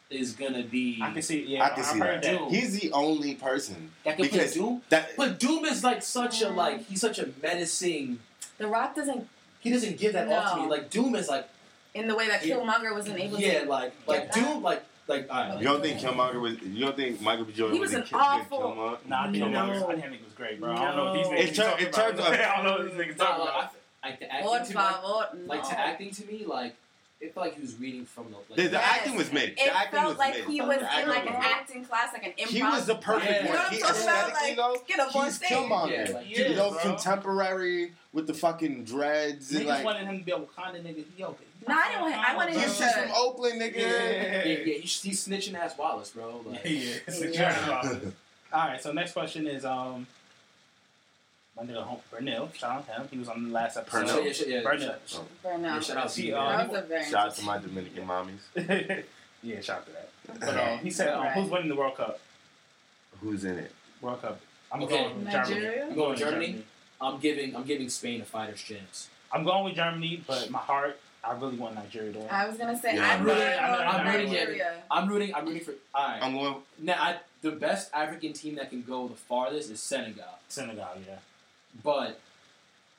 [SPEAKER 5] is gonna be.
[SPEAKER 3] I can see. Yeah,
[SPEAKER 7] I can
[SPEAKER 3] I've
[SPEAKER 7] see
[SPEAKER 3] heard
[SPEAKER 5] that.
[SPEAKER 3] that.
[SPEAKER 7] He's the only person
[SPEAKER 5] that can play
[SPEAKER 7] because
[SPEAKER 5] Doom.
[SPEAKER 7] that
[SPEAKER 5] But Doom is like such a like he's such a menacing.
[SPEAKER 6] The Rock doesn't,
[SPEAKER 5] He doesn't give that off to me.
[SPEAKER 6] No.
[SPEAKER 5] Like Doom is like
[SPEAKER 6] in the way that
[SPEAKER 5] Yeah.
[SPEAKER 6] Killmonger wasn't able
[SPEAKER 5] yeah,
[SPEAKER 6] to.
[SPEAKER 5] like like
[SPEAKER 6] that.
[SPEAKER 5] Doom like like all right,
[SPEAKER 7] you
[SPEAKER 5] like,
[SPEAKER 7] don't think Killmonger was you don't think Michael B. Jordan
[SPEAKER 6] He
[SPEAKER 7] was,
[SPEAKER 6] was
[SPEAKER 7] a
[SPEAKER 6] an
[SPEAKER 7] ki- good
[SPEAKER 6] awful-
[SPEAKER 7] Killmonger?
[SPEAKER 3] Nah, I think
[SPEAKER 6] No.
[SPEAKER 3] Killmonger- I think it was great, bro. I don't know what these
[SPEAKER 5] No.
[SPEAKER 3] niggas
[SPEAKER 7] It tur-
[SPEAKER 3] talking
[SPEAKER 7] it turned
[SPEAKER 3] about.
[SPEAKER 7] up.
[SPEAKER 3] I don't know what these niggas
[SPEAKER 5] Nah,
[SPEAKER 3] talking
[SPEAKER 5] like, I,
[SPEAKER 3] about.
[SPEAKER 5] fe- like the
[SPEAKER 6] Por
[SPEAKER 5] acting to me, like,
[SPEAKER 6] favor, mm. no.
[SPEAKER 5] like, to acting to me like it felt like he was reading from the
[SPEAKER 7] The,
[SPEAKER 5] like,
[SPEAKER 7] the
[SPEAKER 6] Yes.
[SPEAKER 7] acting was mid. The
[SPEAKER 6] It
[SPEAKER 7] acting
[SPEAKER 6] felt
[SPEAKER 7] was
[SPEAKER 6] like
[SPEAKER 7] mid.
[SPEAKER 6] he was
[SPEAKER 7] The
[SPEAKER 6] in
[SPEAKER 7] acting
[SPEAKER 6] like
[SPEAKER 7] was
[SPEAKER 6] an
[SPEAKER 7] mid.
[SPEAKER 6] acting class, like an improv.
[SPEAKER 7] He was the perfect
[SPEAKER 5] Yeah.
[SPEAKER 6] You know
[SPEAKER 7] one.
[SPEAKER 6] what
[SPEAKER 7] He
[SPEAKER 6] I'm talking about?
[SPEAKER 7] aesthetically
[SPEAKER 6] Like,
[SPEAKER 7] though,
[SPEAKER 6] get up on
[SPEAKER 7] he's
[SPEAKER 6] stage.
[SPEAKER 7] Killmonger.
[SPEAKER 5] Yeah, like,
[SPEAKER 3] Yeah,
[SPEAKER 7] you know,
[SPEAKER 3] bro.
[SPEAKER 7] contemporary with the fucking dreads
[SPEAKER 3] Niggas
[SPEAKER 7] and like.
[SPEAKER 3] wanted him to be a Wakanda nigga. Yo,
[SPEAKER 6] No, I didn't want him- I wanted
[SPEAKER 7] You
[SPEAKER 6] him
[SPEAKER 7] shit from
[SPEAKER 6] to.
[SPEAKER 7] Oakland, nigga.
[SPEAKER 3] Yeah.
[SPEAKER 5] yeah, yeah he's, he's snitching ass Wallace, bro. Like,
[SPEAKER 3] yeah, it's a
[SPEAKER 6] Yeah.
[SPEAKER 3] journal office. All right, so next question is um, my nigga Hom- Burnell, shout out to him. He was on the last episode.
[SPEAKER 5] So, yeah, shit, yeah,
[SPEAKER 3] Burnell.
[SPEAKER 5] shit.
[SPEAKER 6] Right now.
[SPEAKER 5] Yeah, shout out to
[SPEAKER 3] He,
[SPEAKER 5] you.
[SPEAKER 3] uh,
[SPEAKER 5] man.
[SPEAKER 6] That was a very.
[SPEAKER 7] Shout out to my Dominican mommies.
[SPEAKER 3] yeah, shout out to that. But um, he said, um,
[SPEAKER 6] Right.
[SPEAKER 3] "Who's winning the World Cup?
[SPEAKER 7] Who's in it?
[SPEAKER 3] World Cup? I'm
[SPEAKER 5] Okay.
[SPEAKER 3] going with Germany.
[SPEAKER 6] Nigeria.
[SPEAKER 3] I'm going
[SPEAKER 5] You going
[SPEAKER 3] with
[SPEAKER 5] Germany?
[SPEAKER 3] Germany.
[SPEAKER 5] I'm giving I'm giving Spain a fighter's chance.
[SPEAKER 3] I'm going with Germany, but my heart, I really want Nigeria to win.
[SPEAKER 6] I was gonna say
[SPEAKER 7] Yeah,
[SPEAKER 6] I'm
[SPEAKER 7] I'm
[SPEAKER 5] rooting-
[SPEAKER 6] rooting for
[SPEAKER 5] I'm
[SPEAKER 3] rooting-
[SPEAKER 6] Nigeria.
[SPEAKER 5] I'm rooting I'm rooting for all right.
[SPEAKER 7] I'm going.
[SPEAKER 5] now I, the best African team that can go the farthest is Senegal.
[SPEAKER 3] Senegal, yeah.
[SPEAKER 5] but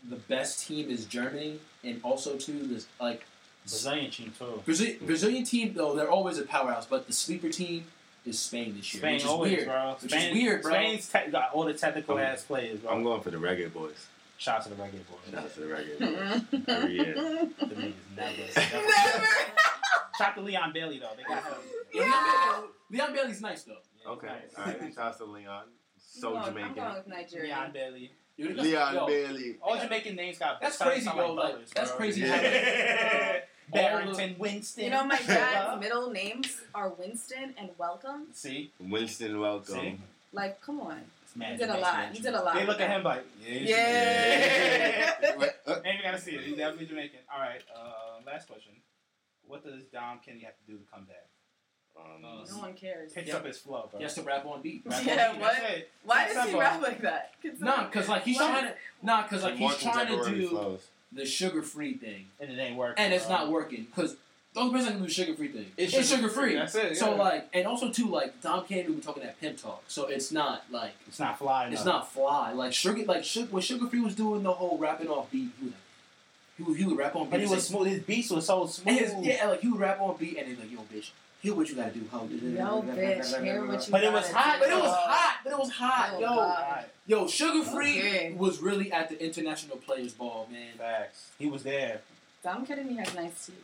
[SPEAKER 5] the best team is Germany, and also too this like
[SPEAKER 3] Brazilian team too.
[SPEAKER 5] Brazil, Brazilian team though they're always a powerhouse, but the sleeper team is Spain this year,
[SPEAKER 3] Spain
[SPEAKER 5] which is
[SPEAKER 3] always,
[SPEAKER 5] weird.
[SPEAKER 3] bro.
[SPEAKER 5] is
[SPEAKER 3] Spain,
[SPEAKER 5] weird, bro.
[SPEAKER 3] Spain's te- got all the technical ass players, bro.
[SPEAKER 7] I'm going for the reggae boys.
[SPEAKER 3] Shout out to the regular boys.
[SPEAKER 7] Shout out to the reggae boys. Every year.
[SPEAKER 3] The niggas never.
[SPEAKER 6] Never.
[SPEAKER 3] Shout out to Leon Bailey though. They got him.
[SPEAKER 5] Yeah, Leon,
[SPEAKER 6] Yeah.
[SPEAKER 5] Bailey- Leon Bailey's nice though.
[SPEAKER 3] Yeah,
[SPEAKER 7] Okay.
[SPEAKER 3] nice.
[SPEAKER 7] All right. Shout out to Leon. So
[SPEAKER 6] I'm going- I'm
[SPEAKER 7] Jamaican.
[SPEAKER 6] going with
[SPEAKER 3] Leon
[SPEAKER 6] Nigeria.
[SPEAKER 3] Bailey.
[SPEAKER 5] Yo, they- yo,
[SPEAKER 7] Leon Bailey.
[SPEAKER 3] All Jamaican names got.
[SPEAKER 5] That's
[SPEAKER 3] sound-
[SPEAKER 5] crazy,
[SPEAKER 3] sound
[SPEAKER 5] bro. Like,
[SPEAKER 3] brothers,
[SPEAKER 5] that's
[SPEAKER 3] bro.
[SPEAKER 5] crazy.
[SPEAKER 3] Yeah.
[SPEAKER 5] All
[SPEAKER 3] Barrington Winston.
[SPEAKER 6] You know my dad's
[SPEAKER 3] Bella.
[SPEAKER 6] middle names are Winston and Welcome.
[SPEAKER 3] See,
[SPEAKER 7] Winston,
[SPEAKER 3] See?
[SPEAKER 7] welcome.
[SPEAKER 6] Like, come on.
[SPEAKER 3] It's mad.
[SPEAKER 6] You did a lot. You did a lot.
[SPEAKER 3] They look at him like, yeah. he's
[SPEAKER 6] Yeah.
[SPEAKER 3] Jamaican.
[SPEAKER 7] Um,
[SPEAKER 3] Ain't even gotta see it. He's definitely Jamaican. All right. Uh, last question. What does Dom Kenny have to do to come back?
[SPEAKER 7] Um,
[SPEAKER 6] No one cares.
[SPEAKER 3] Picks
[SPEAKER 5] Yeah.
[SPEAKER 3] up his flow, bro.
[SPEAKER 5] He has to rap on beat.
[SPEAKER 3] That's
[SPEAKER 6] Yeah,
[SPEAKER 3] it.
[SPEAKER 6] what?
[SPEAKER 3] That's it.
[SPEAKER 6] Why does he
[SPEAKER 3] Simple.
[SPEAKER 6] rap like that?
[SPEAKER 5] Nah, cause like he's
[SPEAKER 6] What?
[SPEAKER 5] trying to nah, cause like
[SPEAKER 7] more
[SPEAKER 5] he's trying to
[SPEAKER 7] contemporary
[SPEAKER 5] do
[SPEAKER 7] flows.
[SPEAKER 5] the sugar free thing,
[SPEAKER 3] And it ain't working.
[SPEAKER 5] and it's
[SPEAKER 3] bro.
[SPEAKER 5] not working. Cause the only person that can do the sugar free thing
[SPEAKER 3] It's
[SPEAKER 5] is
[SPEAKER 3] sugar-free,
[SPEAKER 5] sugar free.
[SPEAKER 3] that's it,
[SPEAKER 5] So
[SPEAKER 3] yeah.
[SPEAKER 5] like, and also too like Dom Candy was talking that pimp talk, so it's not like
[SPEAKER 3] It's not flying.
[SPEAKER 5] It's not fly. Like sugar, like sugar, when Sugar Free was doing the whole rapping off beat, he would, he would, he would rap on beat.
[SPEAKER 3] But it
[SPEAKER 5] and
[SPEAKER 3] was
[SPEAKER 5] say-
[SPEAKER 3] smooth. His beats were so
[SPEAKER 5] and
[SPEAKER 3] smooth.
[SPEAKER 5] his- yeah, like he would rap on beat, and then like, yo, bitch, hear what you gotta do, hoe.
[SPEAKER 6] Yo, bitch, hear what you
[SPEAKER 3] But it was
[SPEAKER 6] gotta
[SPEAKER 5] hot,
[SPEAKER 6] do.
[SPEAKER 5] but it was hot, but it was hot,
[SPEAKER 6] Oh,
[SPEAKER 5] yo,
[SPEAKER 6] God.
[SPEAKER 5] yo. Sugar Free
[SPEAKER 6] Okay.
[SPEAKER 5] was really at the international players ball, man.
[SPEAKER 3] Facts. He was there.
[SPEAKER 6] Dom Kennedy has nice teeth.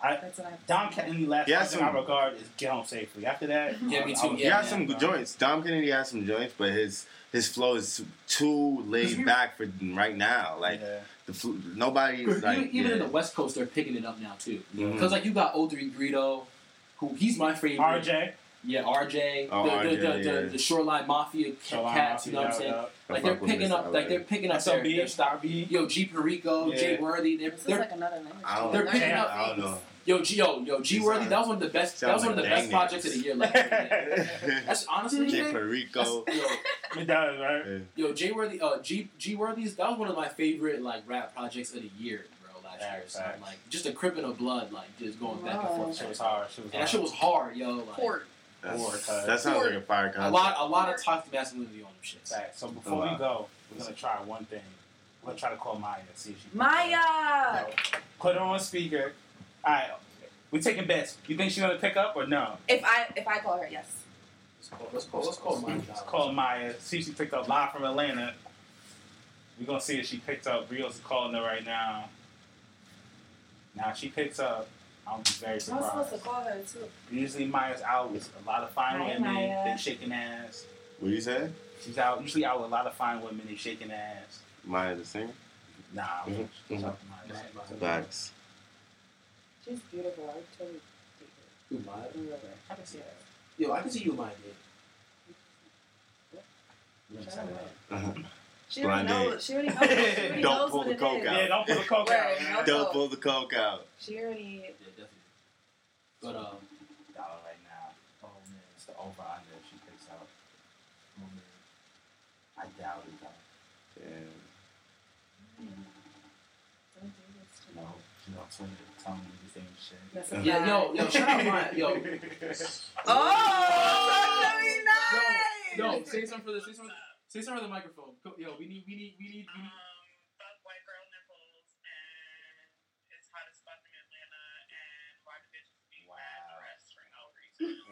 [SPEAKER 3] I-
[SPEAKER 6] That's what I.
[SPEAKER 3] Dom Kennedy last
[SPEAKER 7] He has
[SPEAKER 3] person I
[SPEAKER 7] some-
[SPEAKER 3] regard is get home safely. After that,
[SPEAKER 5] Yeah,
[SPEAKER 3] I- I
[SPEAKER 5] me too.
[SPEAKER 3] was-
[SPEAKER 7] He
[SPEAKER 5] Yeah,
[SPEAKER 7] has some
[SPEAKER 3] bro.
[SPEAKER 7] good joints. Dom Kennedy has some joints, but his his flow is too laid back for right now. Like
[SPEAKER 3] Yeah.
[SPEAKER 7] the fl- nobody
[SPEAKER 5] 'Cause
[SPEAKER 7] like
[SPEAKER 5] even, even
[SPEAKER 7] yeah.
[SPEAKER 5] in the West Coast, they're picking it up now
[SPEAKER 4] Mm.
[SPEAKER 5] too.
[SPEAKER 7] Mhm.
[SPEAKER 5] Cause like you got O3 Greedo, who he's my favorite.
[SPEAKER 3] RJ.
[SPEAKER 5] Yeah, RJ.
[SPEAKER 7] Oh,
[SPEAKER 5] the, the,
[SPEAKER 7] RJ,
[SPEAKER 5] the, the,
[SPEAKER 7] yeah.
[SPEAKER 5] the Shoreline Mafia ca-
[SPEAKER 3] Shout out
[SPEAKER 5] cats, you know
[SPEAKER 3] to
[SPEAKER 5] what I'm saying?
[SPEAKER 3] Yada.
[SPEAKER 7] I
[SPEAKER 5] Like they're
[SPEAKER 7] fuck with
[SPEAKER 5] picking
[SPEAKER 7] Mr.
[SPEAKER 5] up, like they're picking up their,
[SPEAKER 3] SOB.
[SPEAKER 5] their style.
[SPEAKER 3] Star B.
[SPEAKER 5] Yo, G Perico,
[SPEAKER 3] Yeah.
[SPEAKER 5] Jay Worthy, they're,
[SPEAKER 6] This is
[SPEAKER 5] they're
[SPEAKER 6] like another language.
[SPEAKER 7] I don't,
[SPEAKER 5] They're
[SPEAKER 6] Learn
[SPEAKER 5] picking
[SPEAKER 6] your
[SPEAKER 5] up-
[SPEAKER 7] I don't
[SPEAKER 6] things.
[SPEAKER 7] know.
[SPEAKER 5] yo, G, yo, yo, G
[SPEAKER 7] Sound-
[SPEAKER 5] Worthy. That was one of the best. That was one of the
[SPEAKER 7] sound
[SPEAKER 5] best
[SPEAKER 7] like
[SPEAKER 5] projects of the year. Like, man. that's honestly,
[SPEAKER 7] Jay
[SPEAKER 5] man, that's,
[SPEAKER 7] Perico.
[SPEAKER 5] yo,
[SPEAKER 3] McDonald's, right?
[SPEAKER 7] Yeah.
[SPEAKER 5] yo, Jay Worthy, uh, G G Worthy's. That was one of my favorite like rap projects of the year, bro. Last year,
[SPEAKER 3] Facts,
[SPEAKER 5] so,
[SPEAKER 3] facts.
[SPEAKER 5] like just a crippin of blood, like just going back and
[SPEAKER 6] Wow.
[SPEAKER 5] forth.
[SPEAKER 3] She was hard. She was
[SPEAKER 5] And that shit
[SPEAKER 3] hard.
[SPEAKER 5] was hard, yo. Like,
[SPEAKER 6] Court.
[SPEAKER 7] That's-
[SPEAKER 3] Or, uh,
[SPEAKER 7] that sounds like a fire
[SPEAKER 5] a
[SPEAKER 7] concept.
[SPEAKER 5] lot, a lot of toxic masculinity on them shits.
[SPEAKER 3] Facts. So before we go, we're gonna try one thing. We're gonna try to call Maya and see if she.
[SPEAKER 6] Maya.
[SPEAKER 3] No. Put her on speaker. All right. We're taking bets. You think she's gonna pick up or no?
[SPEAKER 6] If I if I call her, yes.
[SPEAKER 5] Let's call, let's call, Oh, let's call my
[SPEAKER 3] Let's call Maya. See if she picked up live from Atlanta. We're gonna see if she picked up. Rio's calling her right now. Now if she picks up. I'll be very
[SPEAKER 6] I was supposed
[SPEAKER 3] surprised.
[SPEAKER 6] to call her too.
[SPEAKER 3] Usually Maya's out with a lot of fine
[SPEAKER 6] Hi,
[SPEAKER 3] women,
[SPEAKER 6] Maya.
[SPEAKER 3] then shaking ass.
[SPEAKER 7] What you saying?
[SPEAKER 3] She's out. Usually out with a lot of fine women. They shaking their ass.
[SPEAKER 7] Maya the singer.
[SPEAKER 3] Nah, I'm
[SPEAKER 7] Mhm, mhm.
[SPEAKER 3] talking about that.
[SPEAKER 7] Facts.
[SPEAKER 6] She's beautiful. I totally dig
[SPEAKER 5] Who, Maya?
[SPEAKER 6] her. Really.
[SPEAKER 5] I can see that. Yo, I can see you, Maya.
[SPEAKER 3] You understand that?
[SPEAKER 6] She already
[SPEAKER 7] Blonde.
[SPEAKER 6] knows. She already knows. She
[SPEAKER 7] Don't
[SPEAKER 6] already knows
[SPEAKER 7] pull
[SPEAKER 6] what
[SPEAKER 7] the
[SPEAKER 6] it
[SPEAKER 7] coke
[SPEAKER 6] is.
[SPEAKER 7] out.
[SPEAKER 3] Yeah, don't put the coke out.
[SPEAKER 6] Right,
[SPEAKER 3] man.
[SPEAKER 6] no.
[SPEAKER 7] Don't pull the coke out.
[SPEAKER 6] She already.
[SPEAKER 5] Yeah, definitely. But um,
[SPEAKER 3] Dollar right now. Oh man, it's the over under she picks out. Oh man, I doubt it though.
[SPEAKER 7] Yeah.
[SPEAKER 6] Don't do this to me.
[SPEAKER 3] No, she's on Twitter telling me the same shit.
[SPEAKER 6] That's a
[SPEAKER 5] yeah,
[SPEAKER 6] fact.
[SPEAKER 5] yo, yo, shout out Maya, yo,
[SPEAKER 6] Oh, very nice.
[SPEAKER 5] yo, yo, say something for the, say something, say something for the microphone. Go- Yo, we need, we need, we need, we need.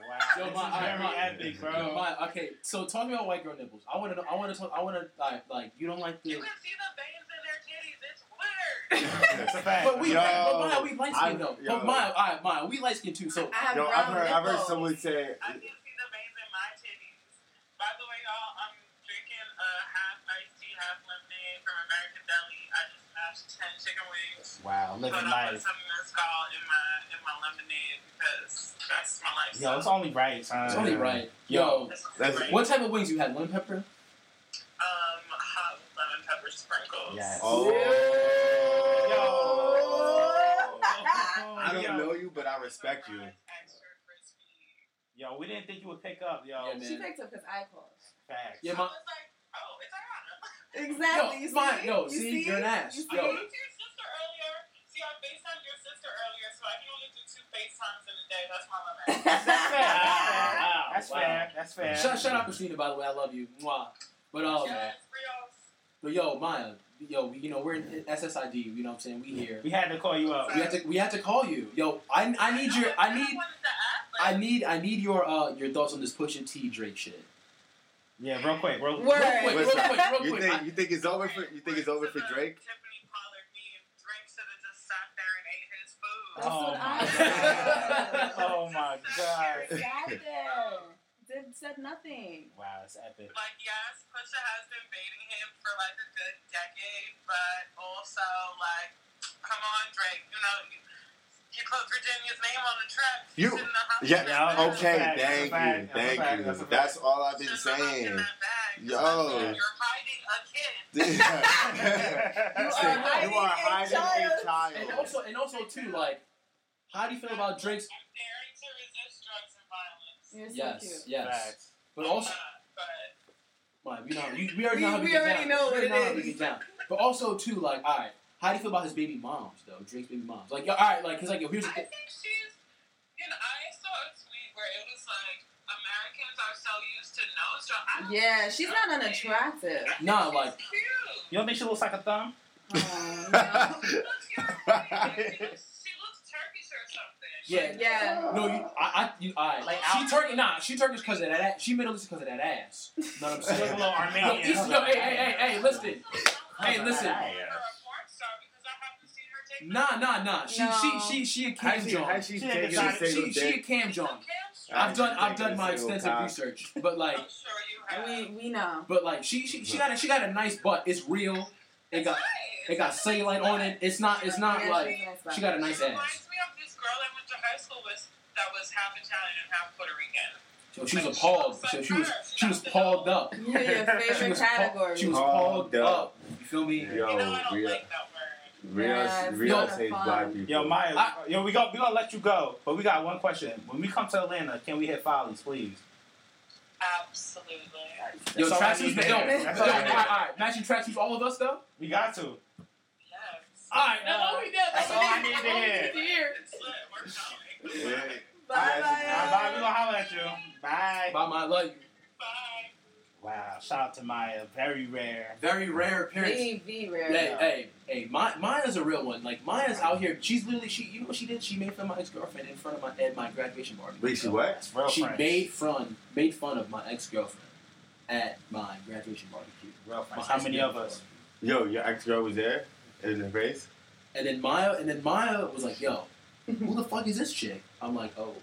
[SPEAKER 3] wow,
[SPEAKER 5] Yo,
[SPEAKER 3] this
[SPEAKER 5] my-
[SPEAKER 3] is
[SPEAKER 5] I-
[SPEAKER 3] very
[SPEAKER 5] my-
[SPEAKER 3] epic, bro.
[SPEAKER 5] Yo, Maya, okay, so talk about white girl nipples. I want to know. I want to talk. I want to like, like you don't like the.
[SPEAKER 3] That's a fact.
[SPEAKER 5] But we,
[SPEAKER 7] Yo,
[SPEAKER 5] but Maya, we light
[SPEAKER 7] I-
[SPEAKER 5] skin though.
[SPEAKER 7] yo.
[SPEAKER 5] But Maya, all right, Maya, we light skin too. So
[SPEAKER 6] I have
[SPEAKER 7] Yo, I've
[SPEAKER 6] brown
[SPEAKER 7] heard, I've heard
[SPEAKER 6] nipples.
[SPEAKER 7] someone say.
[SPEAKER 4] I can see the veins in my titties. By the way, y'all, I'm drinking a half iced tea, half lemonade from American Deli. I just smashed ten chicken wings.
[SPEAKER 3] Wow,
[SPEAKER 4] But
[SPEAKER 3] living
[SPEAKER 4] I
[SPEAKER 3] life.
[SPEAKER 4] put some mezcal in my in my lemonade because that's my life.
[SPEAKER 3] Yo, it's only right, son.
[SPEAKER 5] it's only right. Yo,
[SPEAKER 7] That's-
[SPEAKER 4] right.
[SPEAKER 5] what type of wings you had? Lemon pepper.
[SPEAKER 4] Um, hot lemon pepper sprinkles.
[SPEAKER 3] Yes.
[SPEAKER 7] Oh.
[SPEAKER 3] Yo.
[SPEAKER 7] I
[SPEAKER 3] Yo.
[SPEAKER 7] don't know you, but I respect you.
[SPEAKER 4] Extra crispy.
[SPEAKER 3] Yo, we didn't think you would pick up, yo.
[SPEAKER 5] Yeah, man.
[SPEAKER 6] She picked up because I called.
[SPEAKER 3] Facts.
[SPEAKER 5] Yeah,
[SPEAKER 4] I
[SPEAKER 5] my,
[SPEAKER 4] was like, oh, it's Ariana.
[SPEAKER 6] Exactly.
[SPEAKER 5] Yo,
[SPEAKER 6] you
[SPEAKER 5] my-
[SPEAKER 6] see?
[SPEAKER 5] yo,
[SPEAKER 6] you
[SPEAKER 5] see,
[SPEAKER 6] see?
[SPEAKER 5] you're an ass.
[SPEAKER 6] You
[SPEAKER 4] I
[SPEAKER 6] see?
[SPEAKER 5] Yo.
[SPEAKER 4] linked to your sister earlier. See, I FaceTimed your sister earlier, so I can only do two FaceTimes in a day. That's my limit.
[SPEAKER 3] That's fair.
[SPEAKER 5] Wow,
[SPEAKER 3] That's
[SPEAKER 5] wow.
[SPEAKER 3] fair. That's fair.
[SPEAKER 5] Shout, shout out Christina, by the way. I love you. Mwah. But um,
[SPEAKER 4] yes, Rios.
[SPEAKER 5] but yo, Maya, yo, you know we're in SSID. You know what I'm saying? We here.
[SPEAKER 3] We had to call you up.
[SPEAKER 5] We had to we had to call you. Yo, I, I need your I need
[SPEAKER 4] wanted to ask, like,
[SPEAKER 5] I need I need your uh your thoughts on this Pusha T Drake shit.
[SPEAKER 3] Yeah, real quick. Real,
[SPEAKER 6] Word.
[SPEAKER 5] Real quick, real quick, real
[SPEAKER 7] You
[SPEAKER 5] quick. I-
[SPEAKER 7] think you think it's over for you think it's over
[SPEAKER 4] to
[SPEAKER 7] for
[SPEAKER 4] the
[SPEAKER 7] Drake?
[SPEAKER 4] Tiffany Pollard meme, Drake should have just sat there and ate his food.
[SPEAKER 6] That's
[SPEAKER 3] Oh
[SPEAKER 6] what
[SPEAKER 3] my
[SPEAKER 6] I
[SPEAKER 3] god. Oh my god.
[SPEAKER 6] said. Sat there.
[SPEAKER 4] Oh.
[SPEAKER 6] Did said nothing.
[SPEAKER 3] Wow, that's epic.
[SPEAKER 4] Like, yes, Pusha has been baiting him for like a good decade, but also, like, come on, Drake, you know, you, you put Virginia's name on the track.
[SPEAKER 7] You-
[SPEAKER 4] She's in the house
[SPEAKER 7] yeah,
[SPEAKER 4] in
[SPEAKER 3] yeah,
[SPEAKER 4] that bag.
[SPEAKER 7] Okay,
[SPEAKER 3] fact, that's a fact, that's
[SPEAKER 7] thank you,
[SPEAKER 3] a fact, that's
[SPEAKER 7] thank
[SPEAKER 3] a
[SPEAKER 7] you.
[SPEAKER 3] fact.
[SPEAKER 7] That's all I've
[SPEAKER 4] She's
[SPEAKER 7] been
[SPEAKER 4] in the house in
[SPEAKER 7] saying.
[SPEAKER 4] that bag.
[SPEAKER 7] Yo.
[SPEAKER 4] You're hiding a kid.
[SPEAKER 7] You
[SPEAKER 6] hiding
[SPEAKER 7] are
[SPEAKER 6] a
[SPEAKER 7] hiding a
[SPEAKER 6] child.
[SPEAKER 5] and
[SPEAKER 7] child.
[SPEAKER 5] also and also too like, how do you feel about Drake's?
[SPEAKER 4] I'm daring to resist drugs and violence.
[SPEAKER 6] You're so
[SPEAKER 5] Yes,
[SPEAKER 6] cute.
[SPEAKER 5] yes.
[SPEAKER 3] Facts.
[SPEAKER 5] But also,
[SPEAKER 4] Uh, but
[SPEAKER 5] Maya, we know you, we already know
[SPEAKER 6] We-
[SPEAKER 5] how we,
[SPEAKER 6] we
[SPEAKER 5] get
[SPEAKER 6] already
[SPEAKER 5] down.
[SPEAKER 6] know what
[SPEAKER 5] we
[SPEAKER 6] it
[SPEAKER 5] know how
[SPEAKER 6] is.
[SPEAKER 5] we get down. But also too like, all right, how do you feel about his baby moms though? Drake's baby moms, like, yo, all right, like, he's like, yo, here's the
[SPEAKER 4] I
[SPEAKER 5] thing.
[SPEAKER 4] think she's. You know, I saw a tweet where it was like Americans are so used to nose job. I don't
[SPEAKER 6] Yeah,
[SPEAKER 4] think
[SPEAKER 6] she's not unattractive.
[SPEAKER 5] Nah, like,
[SPEAKER 4] She's cute.
[SPEAKER 3] You don't think she looks like a thumb?
[SPEAKER 6] Oh, no.
[SPEAKER 4] She looks European. she, looks, she looks Turkish or something.
[SPEAKER 5] yeah,
[SPEAKER 6] Yeah.
[SPEAKER 5] No, you, I, I, you, I.
[SPEAKER 3] Like,
[SPEAKER 5] she Turkish, nah, she Turkish because of that. ass. She Middle Eastern because of that ass. Know what I'm
[SPEAKER 3] She looks a
[SPEAKER 5] saying?
[SPEAKER 3] little
[SPEAKER 5] yo,
[SPEAKER 3] Armenian.
[SPEAKER 5] East, yo, hey, hey, hey, hey, listen. Hey,
[SPEAKER 4] I'm calling her a
[SPEAKER 5] listen.
[SPEAKER 4] porn star because I haven't seen her take
[SPEAKER 5] Nah, nah, nah. She,
[SPEAKER 6] No.
[SPEAKER 5] she, she, she a
[SPEAKER 7] How
[SPEAKER 5] cam
[SPEAKER 7] she, how
[SPEAKER 5] John.
[SPEAKER 7] she's
[SPEAKER 3] She
[SPEAKER 7] taking a
[SPEAKER 3] decided-
[SPEAKER 5] She,
[SPEAKER 7] single
[SPEAKER 5] she, she a
[SPEAKER 7] dick?
[SPEAKER 5] cam
[SPEAKER 4] pictures of
[SPEAKER 5] John.
[SPEAKER 4] cam shots.
[SPEAKER 5] I've done, I've
[SPEAKER 7] Taking
[SPEAKER 5] done
[SPEAKER 7] a
[SPEAKER 5] my
[SPEAKER 7] single
[SPEAKER 5] extensive
[SPEAKER 7] cock.
[SPEAKER 5] research, but like,
[SPEAKER 4] I'm sure you have.
[SPEAKER 6] We we know.
[SPEAKER 5] but like, she, she, she got a, she got a nice butt. It's real. It got, it got cellulite on it. It's not, it's not
[SPEAKER 6] Yeah,
[SPEAKER 5] like
[SPEAKER 6] she's nice
[SPEAKER 5] she got a
[SPEAKER 4] She
[SPEAKER 5] nice ass.
[SPEAKER 4] reminds me of this girl I went to high school with that was half Italian and half Puerto Rican.
[SPEAKER 5] Yo, she was appalled. So she was, she was palled up.
[SPEAKER 6] You're your
[SPEAKER 5] She
[SPEAKER 6] favorite
[SPEAKER 5] was, pa-
[SPEAKER 6] category.
[SPEAKER 5] she was Oh,
[SPEAKER 7] Palled
[SPEAKER 5] palled up.
[SPEAKER 7] up.
[SPEAKER 5] You feel me?
[SPEAKER 7] Yo,
[SPEAKER 4] you know I don't
[SPEAKER 7] real,
[SPEAKER 4] like that word.
[SPEAKER 7] real,
[SPEAKER 6] Yeah, it's
[SPEAKER 7] real
[SPEAKER 5] not
[SPEAKER 7] taste
[SPEAKER 6] fun.
[SPEAKER 7] black people.
[SPEAKER 3] Yo, Maya,
[SPEAKER 5] I-
[SPEAKER 3] yo, we gonna we gonna let you go, but we got one question. When we come to Atlanta, can we hit Follies, please?
[SPEAKER 4] Absolutely.
[SPEAKER 5] Yo,
[SPEAKER 3] That's all I
[SPEAKER 5] tracksuits,
[SPEAKER 3] need
[SPEAKER 5] yo,
[SPEAKER 3] to
[SPEAKER 5] yo, all
[SPEAKER 3] hear.
[SPEAKER 5] right,
[SPEAKER 3] That's
[SPEAKER 5] all
[SPEAKER 3] all I need to hear.
[SPEAKER 5] right, matching tracksuits, all of us though.
[SPEAKER 3] We got to.
[SPEAKER 4] Yes.
[SPEAKER 5] All right, that's
[SPEAKER 6] Uh,
[SPEAKER 5] all we did.
[SPEAKER 3] That's all I need to hear.
[SPEAKER 4] It's lit. We're coming.
[SPEAKER 7] Yeah.
[SPEAKER 6] Bye
[SPEAKER 3] Bye bye. We
[SPEAKER 6] bye.
[SPEAKER 3] gonna holler at you. Bye.
[SPEAKER 5] By my love,
[SPEAKER 4] Bye.
[SPEAKER 3] Wow. Shout out to Maya. Very rare.
[SPEAKER 5] very rare appearance.
[SPEAKER 6] V V rare.
[SPEAKER 5] Hey, hey, hey, my, Maya's a real one. Like Maya's out here. She's literally she. You know what she did? She made fun of my ex girlfriend in front of my at my graduation party.
[SPEAKER 7] Wait, she what?
[SPEAKER 3] That's real
[SPEAKER 5] She
[SPEAKER 3] friends.
[SPEAKER 5] made fun made fun of my ex girlfriend at my graduation barbecue.
[SPEAKER 3] real
[SPEAKER 5] My
[SPEAKER 3] friends. How many of us?
[SPEAKER 7] Yo, your ex girl was there in the race.
[SPEAKER 5] And then Maya, and then Maya was like, "Yo, who the fuck is this chick?" I'm like, "Oh,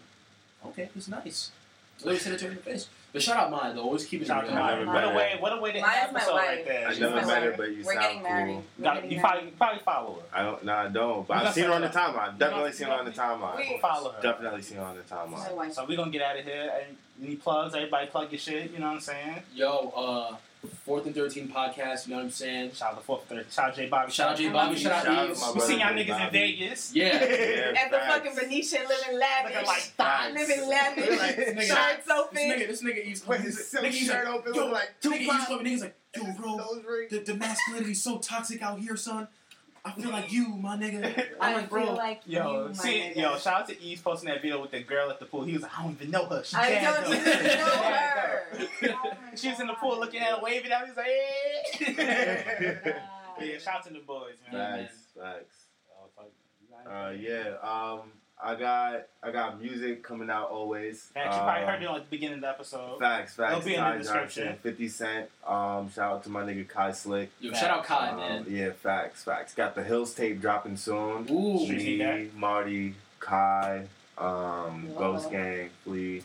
[SPEAKER 5] okay, it's nice." Literally said it to her in the face. But shout out Maya, though. Always keep it
[SPEAKER 3] Shout out to
[SPEAKER 5] real.
[SPEAKER 3] Maya.
[SPEAKER 4] Maya. never
[SPEAKER 3] What a
[SPEAKER 4] met
[SPEAKER 3] way, what a way to end
[SPEAKER 6] Maya's
[SPEAKER 3] the
[SPEAKER 6] my
[SPEAKER 3] episode right
[SPEAKER 6] wife.
[SPEAKER 3] there.
[SPEAKER 4] I
[SPEAKER 6] She's
[SPEAKER 4] never
[SPEAKER 6] my
[SPEAKER 4] met her,
[SPEAKER 6] wife.
[SPEAKER 4] but you
[SPEAKER 6] We're
[SPEAKER 4] sound
[SPEAKER 6] getting married.
[SPEAKER 4] cool.
[SPEAKER 6] We're
[SPEAKER 3] Got-
[SPEAKER 6] getting
[SPEAKER 3] you,
[SPEAKER 6] married.
[SPEAKER 3] probably, you probably follow her.
[SPEAKER 4] I don't. No, I don't. But I've seen her on the timeline. Definitely seen her on the timeline.
[SPEAKER 6] Wait.
[SPEAKER 3] Follow her.
[SPEAKER 4] Definitely seen her on the
[SPEAKER 6] My
[SPEAKER 4] timeline.
[SPEAKER 6] wife.
[SPEAKER 3] So we're gonna get out of here. Any- Any plugs? Everybody plug your shit, you know what I'm saying?
[SPEAKER 5] Yo, uh, fourth and thirteen podcast. You know what I'm saying?
[SPEAKER 3] Shout out to fourth third. Shout out J Bobby.
[SPEAKER 5] Shout out J Bobby. Shout out
[SPEAKER 4] Shout out
[SPEAKER 5] Eves.
[SPEAKER 4] to my
[SPEAKER 3] We
[SPEAKER 4] brother
[SPEAKER 3] seen y'all
[SPEAKER 4] J
[SPEAKER 3] niggas in
[SPEAKER 4] Bobby.
[SPEAKER 3] Vegas.
[SPEAKER 5] Yeah.
[SPEAKER 4] Yeah,
[SPEAKER 6] At the
[SPEAKER 4] facts.
[SPEAKER 6] fucking Venetian, living lavish,
[SPEAKER 3] Looking like
[SPEAKER 4] facts.
[SPEAKER 6] living
[SPEAKER 5] We're like, this
[SPEAKER 6] lavish,
[SPEAKER 5] nigga-
[SPEAKER 6] shirts
[SPEAKER 5] This
[SPEAKER 6] open.
[SPEAKER 5] nigga, this nigga Eves.
[SPEAKER 4] Wait, his silk
[SPEAKER 5] Nigga, he's
[SPEAKER 4] shirt
[SPEAKER 5] like,
[SPEAKER 4] open
[SPEAKER 5] yo,
[SPEAKER 4] was like
[SPEAKER 5] Nigga Eves
[SPEAKER 4] Tupac.
[SPEAKER 5] told me, nigga's like, yo, bro,
[SPEAKER 4] Those rings.
[SPEAKER 5] the, the masculinity's so toxic out here, son. I feel like you, my nigga. I'm like,
[SPEAKER 6] feel
[SPEAKER 5] bro.
[SPEAKER 6] like
[SPEAKER 3] Yo,
[SPEAKER 6] you,
[SPEAKER 3] see,
[SPEAKER 6] my
[SPEAKER 3] yo,
[SPEAKER 6] nigga.
[SPEAKER 3] shout out to Eve posting that video with the girl at the pool. He was like, I don't even know her. She
[SPEAKER 6] I
[SPEAKER 3] dead,
[SPEAKER 6] don't
[SPEAKER 3] though."
[SPEAKER 6] even know her. Oh
[SPEAKER 3] She was in the pool looking at her, waving at me. He's like, hey. But yeah, shout out to the boys, man.
[SPEAKER 4] Facts. Facts.
[SPEAKER 3] Oh, fuck. You got it?
[SPEAKER 4] Uh, yeah. Um, I got I got music coming out always.
[SPEAKER 3] Max, you probably
[SPEAKER 4] Um,
[SPEAKER 3] heard it on the beginning of the episode.
[SPEAKER 4] Facts, facts.
[SPEAKER 3] It'll be in the
[SPEAKER 4] Ty
[SPEAKER 3] description.
[SPEAKER 4] Johnson, Fifty Cent. Um, shout out to my nigga Kai Slick.
[SPEAKER 5] Yo, shout out Kai,
[SPEAKER 4] Um,
[SPEAKER 5] man.
[SPEAKER 4] Yeah, facts, facts. Got the Hills tape dropping soon.
[SPEAKER 5] Ooh.
[SPEAKER 3] Street Heat
[SPEAKER 4] Me,
[SPEAKER 3] Gang.
[SPEAKER 4] Marty, Kai, um,
[SPEAKER 6] Whoa.
[SPEAKER 4] Ghost Gang, Flea.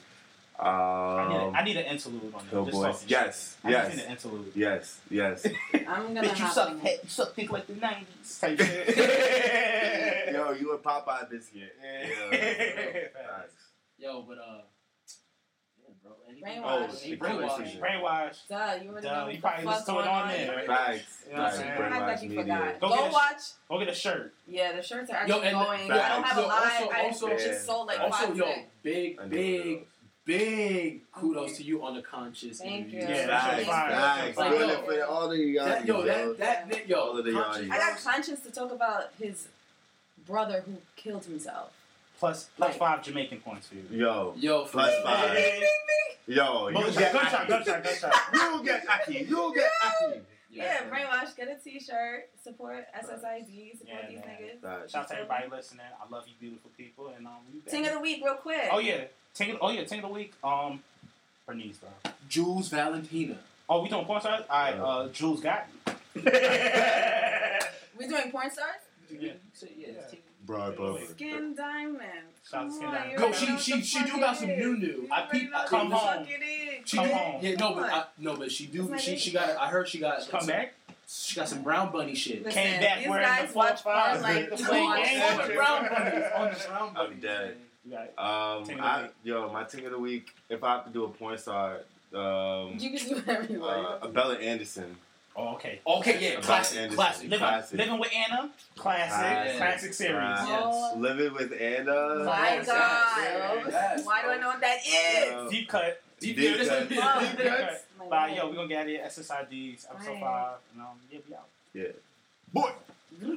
[SPEAKER 4] Um,
[SPEAKER 3] I, need a, I need an interlude on
[SPEAKER 4] Hill
[SPEAKER 3] that. Just
[SPEAKER 4] Boys.
[SPEAKER 3] talking
[SPEAKER 4] Yes,
[SPEAKER 3] shit. I just need
[SPEAKER 4] yes,
[SPEAKER 3] an interlude.
[SPEAKER 4] yes, yes.
[SPEAKER 6] I'm
[SPEAKER 3] Bitch,
[SPEAKER 6] gonna
[SPEAKER 3] you
[SPEAKER 6] hop
[SPEAKER 3] suck,
[SPEAKER 6] on
[SPEAKER 3] head,
[SPEAKER 6] it.
[SPEAKER 3] you suck dick like the 90s type shit.
[SPEAKER 4] Yo, you a Popeye biscuit. Yeah. Facts.
[SPEAKER 5] Yo, but, uh, yeah, bro. anything-
[SPEAKER 6] Brainwash.
[SPEAKER 4] Oh,
[SPEAKER 5] Any
[SPEAKER 4] the Brainwash
[SPEAKER 5] brainwash.
[SPEAKER 4] season.
[SPEAKER 3] Brainwash.
[SPEAKER 6] Duh, you already
[SPEAKER 3] Duh,
[SPEAKER 6] know
[SPEAKER 3] you
[SPEAKER 6] what
[SPEAKER 3] probably
[SPEAKER 6] the
[SPEAKER 3] just
[SPEAKER 6] fuck's
[SPEAKER 3] throw it
[SPEAKER 6] going
[SPEAKER 3] on
[SPEAKER 6] on
[SPEAKER 3] there.
[SPEAKER 4] Facts.
[SPEAKER 3] You know what I'm
[SPEAKER 4] Facts.
[SPEAKER 3] saying?
[SPEAKER 6] Act like
[SPEAKER 4] Brainwash
[SPEAKER 6] you
[SPEAKER 4] media.
[SPEAKER 6] forgot.
[SPEAKER 3] Go
[SPEAKER 6] Go,
[SPEAKER 3] get a sh-
[SPEAKER 6] watch.
[SPEAKER 3] Go get a shirt.
[SPEAKER 6] Yeah, the shirts are actually
[SPEAKER 5] Yo, and the-
[SPEAKER 6] going.
[SPEAKER 4] Facts.
[SPEAKER 6] I don't have a
[SPEAKER 5] Yo,
[SPEAKER 6] live.
[SPEAKER 5] also-
[SPEAKER 6] I
[SPEAKER 5] also-
[SPEAKER 6] just sold like
[SPEAKER 5] Also,
[SPEAKER 6] five
[SPEAKER 5] yo,
[SPEAKER 6] six.
[SPEAKER 5] big,
[SPEAKER 4] I need
[SPEAKER 5] big, big kudos to you on the conscious.
[SPEAKER 6] Thank
[SPEAKER 5] interview.
[SPEAKER 6] you.
[SPEAKER 3] Yeah, that
[SPEAKER 4] Facts.
[SPEAKER 3] shit fire.
[SPEAKER 4] Facts.
[SPEAKER 5] Like,
[SPEAKER 4] Doing
[SPEAKER 5] yo,
[SPEAKER 4] it for all of y'all.
[SPEAKER 5] That, yo,
[SPEAKER 4] yo.
[SPEAKER 5] that, that, that, yo,
[SPEAKER 4] All of the
[SPEAKER 5] conscious-
[SPEAKER 4] yachties.
[SPEAKER 6] I got conscience to talk about his brother who killed himself.
[SPEAKER 3] Plus, plus
[SPEAKER 6] Like-
[SPEAKER 3] five Jamaican points for you.
[SPEAKER 4] Yo,
[SPEAKER 5] Yo, for
[SPEAKER 4] Plus
[SPEAKER 5] real.
[SPEAKER 4] five. yo, you
[SPEAKER 3] Gunshot,
[SPEAKER 4] get
[SPEAKER 3] gunshot,
[SPEAKER 4] Aki.
[SPEAKER 3] gunshot, gunshot.
[SPEAKER 4] You'll get Aki. You'll get Aki.
[SPEAKER 6] Yeah, brainwash. Get a T-shirt. Support SSID. Support
[SPEAKER 3] Yeah,
[SPEAKER 6] these
[SPEAKER 3] man.
[SPEAKER 6] niggas.
[SPEAKER 4] Facts.
[SPEAKER 3] Shout out to everybody listening. I love you, beautiful people. And um, we back.
[SPEAKER 6] Ting of the week, real quick.
[SPEAKER 3] Oh yeah, ting. Oh yeah, ting of the week. Um, Bernice, bro.
[SPEAKER 5] Jules Valentina.
[SPEAKER 3] Oh, we doing porn stars? All right, uh, Jules got you.
[SPEAKER 6] We doing porn stars?
[SPEAKER 3] Yeah.
[SPEAKER 5] So, yeah, it's T-
[SPEAKER 4] Bro, bro.
[SPEAKER 6] Skin Diamond.
[SPEAKER 3] Shout out to
[SPEAKER 6] Come
[SPEAKER 3] Skin
[SPEAKER 6] on,
[SPEAKER 3] Diamond.
[SPEAKER 6] you
[SPEAKER 3] Go,
[SPEAKER 6] already
[SPEAKER 3] she-
[SPEAKER 6] know what
[SPEAKER 5] she-
[SPEAKER 6] the
[SPEAKER 5] she
[SPEAKER 6] fuck
[SPEAKER 5] do
[SPEAKER 6] it
[SPEAKER 5] got some
[SPEAKER 6] is.
[SPEAKER 5] new new.
[SPEAKER 6] You
[SPEAKER 5] I
[SPEAKER 6] already
[SPEAKER 5] peep-
[SPEAKER 6] know
[SPEAKER 5] I-
[SPEAKER 6] what
[SPEAKER 3] come
[SPEAKER 6] the
[SPEAKER 3] home.
[SPEAKER 6] fuck it is.
[SPEAKER 5] She
[SPEAKER 3] Come
[SPEAKER 5] did,
[SPEAKER 3] on.
[SPEAKER 5] yeah, no,
[SPEAKER 6] Come
[SPEAKER 5] but
[SPEAKER 6] on.
[SPEAKER 5] I, no, but she
[SPEAKER 6] That's
[SPEAKER 5] do.
[SPEAKER 6] my
[SPEAKER 5] She
[SPEAKER 6] baby.
[SPEAKER 5] she got. I heard she got.
[SPEAKER 3] Come back.
[SPEAKER 5] She got some brown bunny shit.
[SPEAKER 6] Listen,
[SPEAKER 3] Came back
[SPEAKER 6] these
[SPEAKER 3] wearing the
[SPEAKER 6] guys
[SPEAKER 3] four
[SPEAKER 6] watch porn
[SPEAKER 3] fives,
[SPEAKER 6] like
[SPEAKER 3] the
[SPEAKER 6] you
[SPEAKER 3] plain
[SPEAKER 6] watch
[SPEAKER 3] game.
[SPEAKER 5] On the
[SPEAKER 6] porn.
[SPEAKER 5] brown bunnies. On the brown bunnies.
[SPEAKER 4] dead.
[SPEAKER 3] You got it.
[SPEAKER 4] Um,
[SPEAKER 3] Ting of the
[SPEAKER 4] I,
[SPEAKER 3] week.
[SPEAKER 4] yo, my ting of the week. If I have to do a porn star, um,
[SPEAKER 6] You can do whatever you
[SPEAKER 4] uh,
[SPEAKER 6] want.
[SPEAKER 4] Abella Anderson.
[SPEAKER 3] Oh, okay.
[SPEAKER 5] Okay, yeah,
[SPEAKER 4] About
[SPEAKER 5] classic,
[SPEAKER 4] Anderson.
[SPEAKER 5] classic.
[SPEAKER 3] Living,
[SPEAKER 4] Classic.
[SPEAKER 3] living with Anna. Classic.
[SPEAKER 4] Classic.
[SPEAKER 3] Classic series.
[SPEAKER 4] Classic.
[SPEAKER 6] Oh.
[SPEAKER 4] Living with Anna. Um,
[SPEAKER 6] My
[SPEAKER 5] Yes,
[SPEAKER 6] God.
[SPEAKER 5] yes.
[SPEAKER 6] Why do I know what that is?
[SPEAKER 4] Yo.
[SPEAKER 3] Deep cut.
[SPEAKER 5] Deep-
[SPEAKER 4] Deep
[SPEAKER 5] this
[SPEAKER 4] cut.
[SPEAKER 5] is-
[SPEAKER 4] Deep
[SPEAKER 6] Oh,
[SPEAKER 4] cut.
[SPEAKER 6] My
[SPEAKER 3] Bye, yo.
[SPEAKER 6] God.
[SPEAKER 3] We gonna get out of here. SSIDs. Episode
[SPEAKER 6] Bye.
[SPEAKER 3] five. And, um, yeah, we out.
[SPEAKER 4] Boy.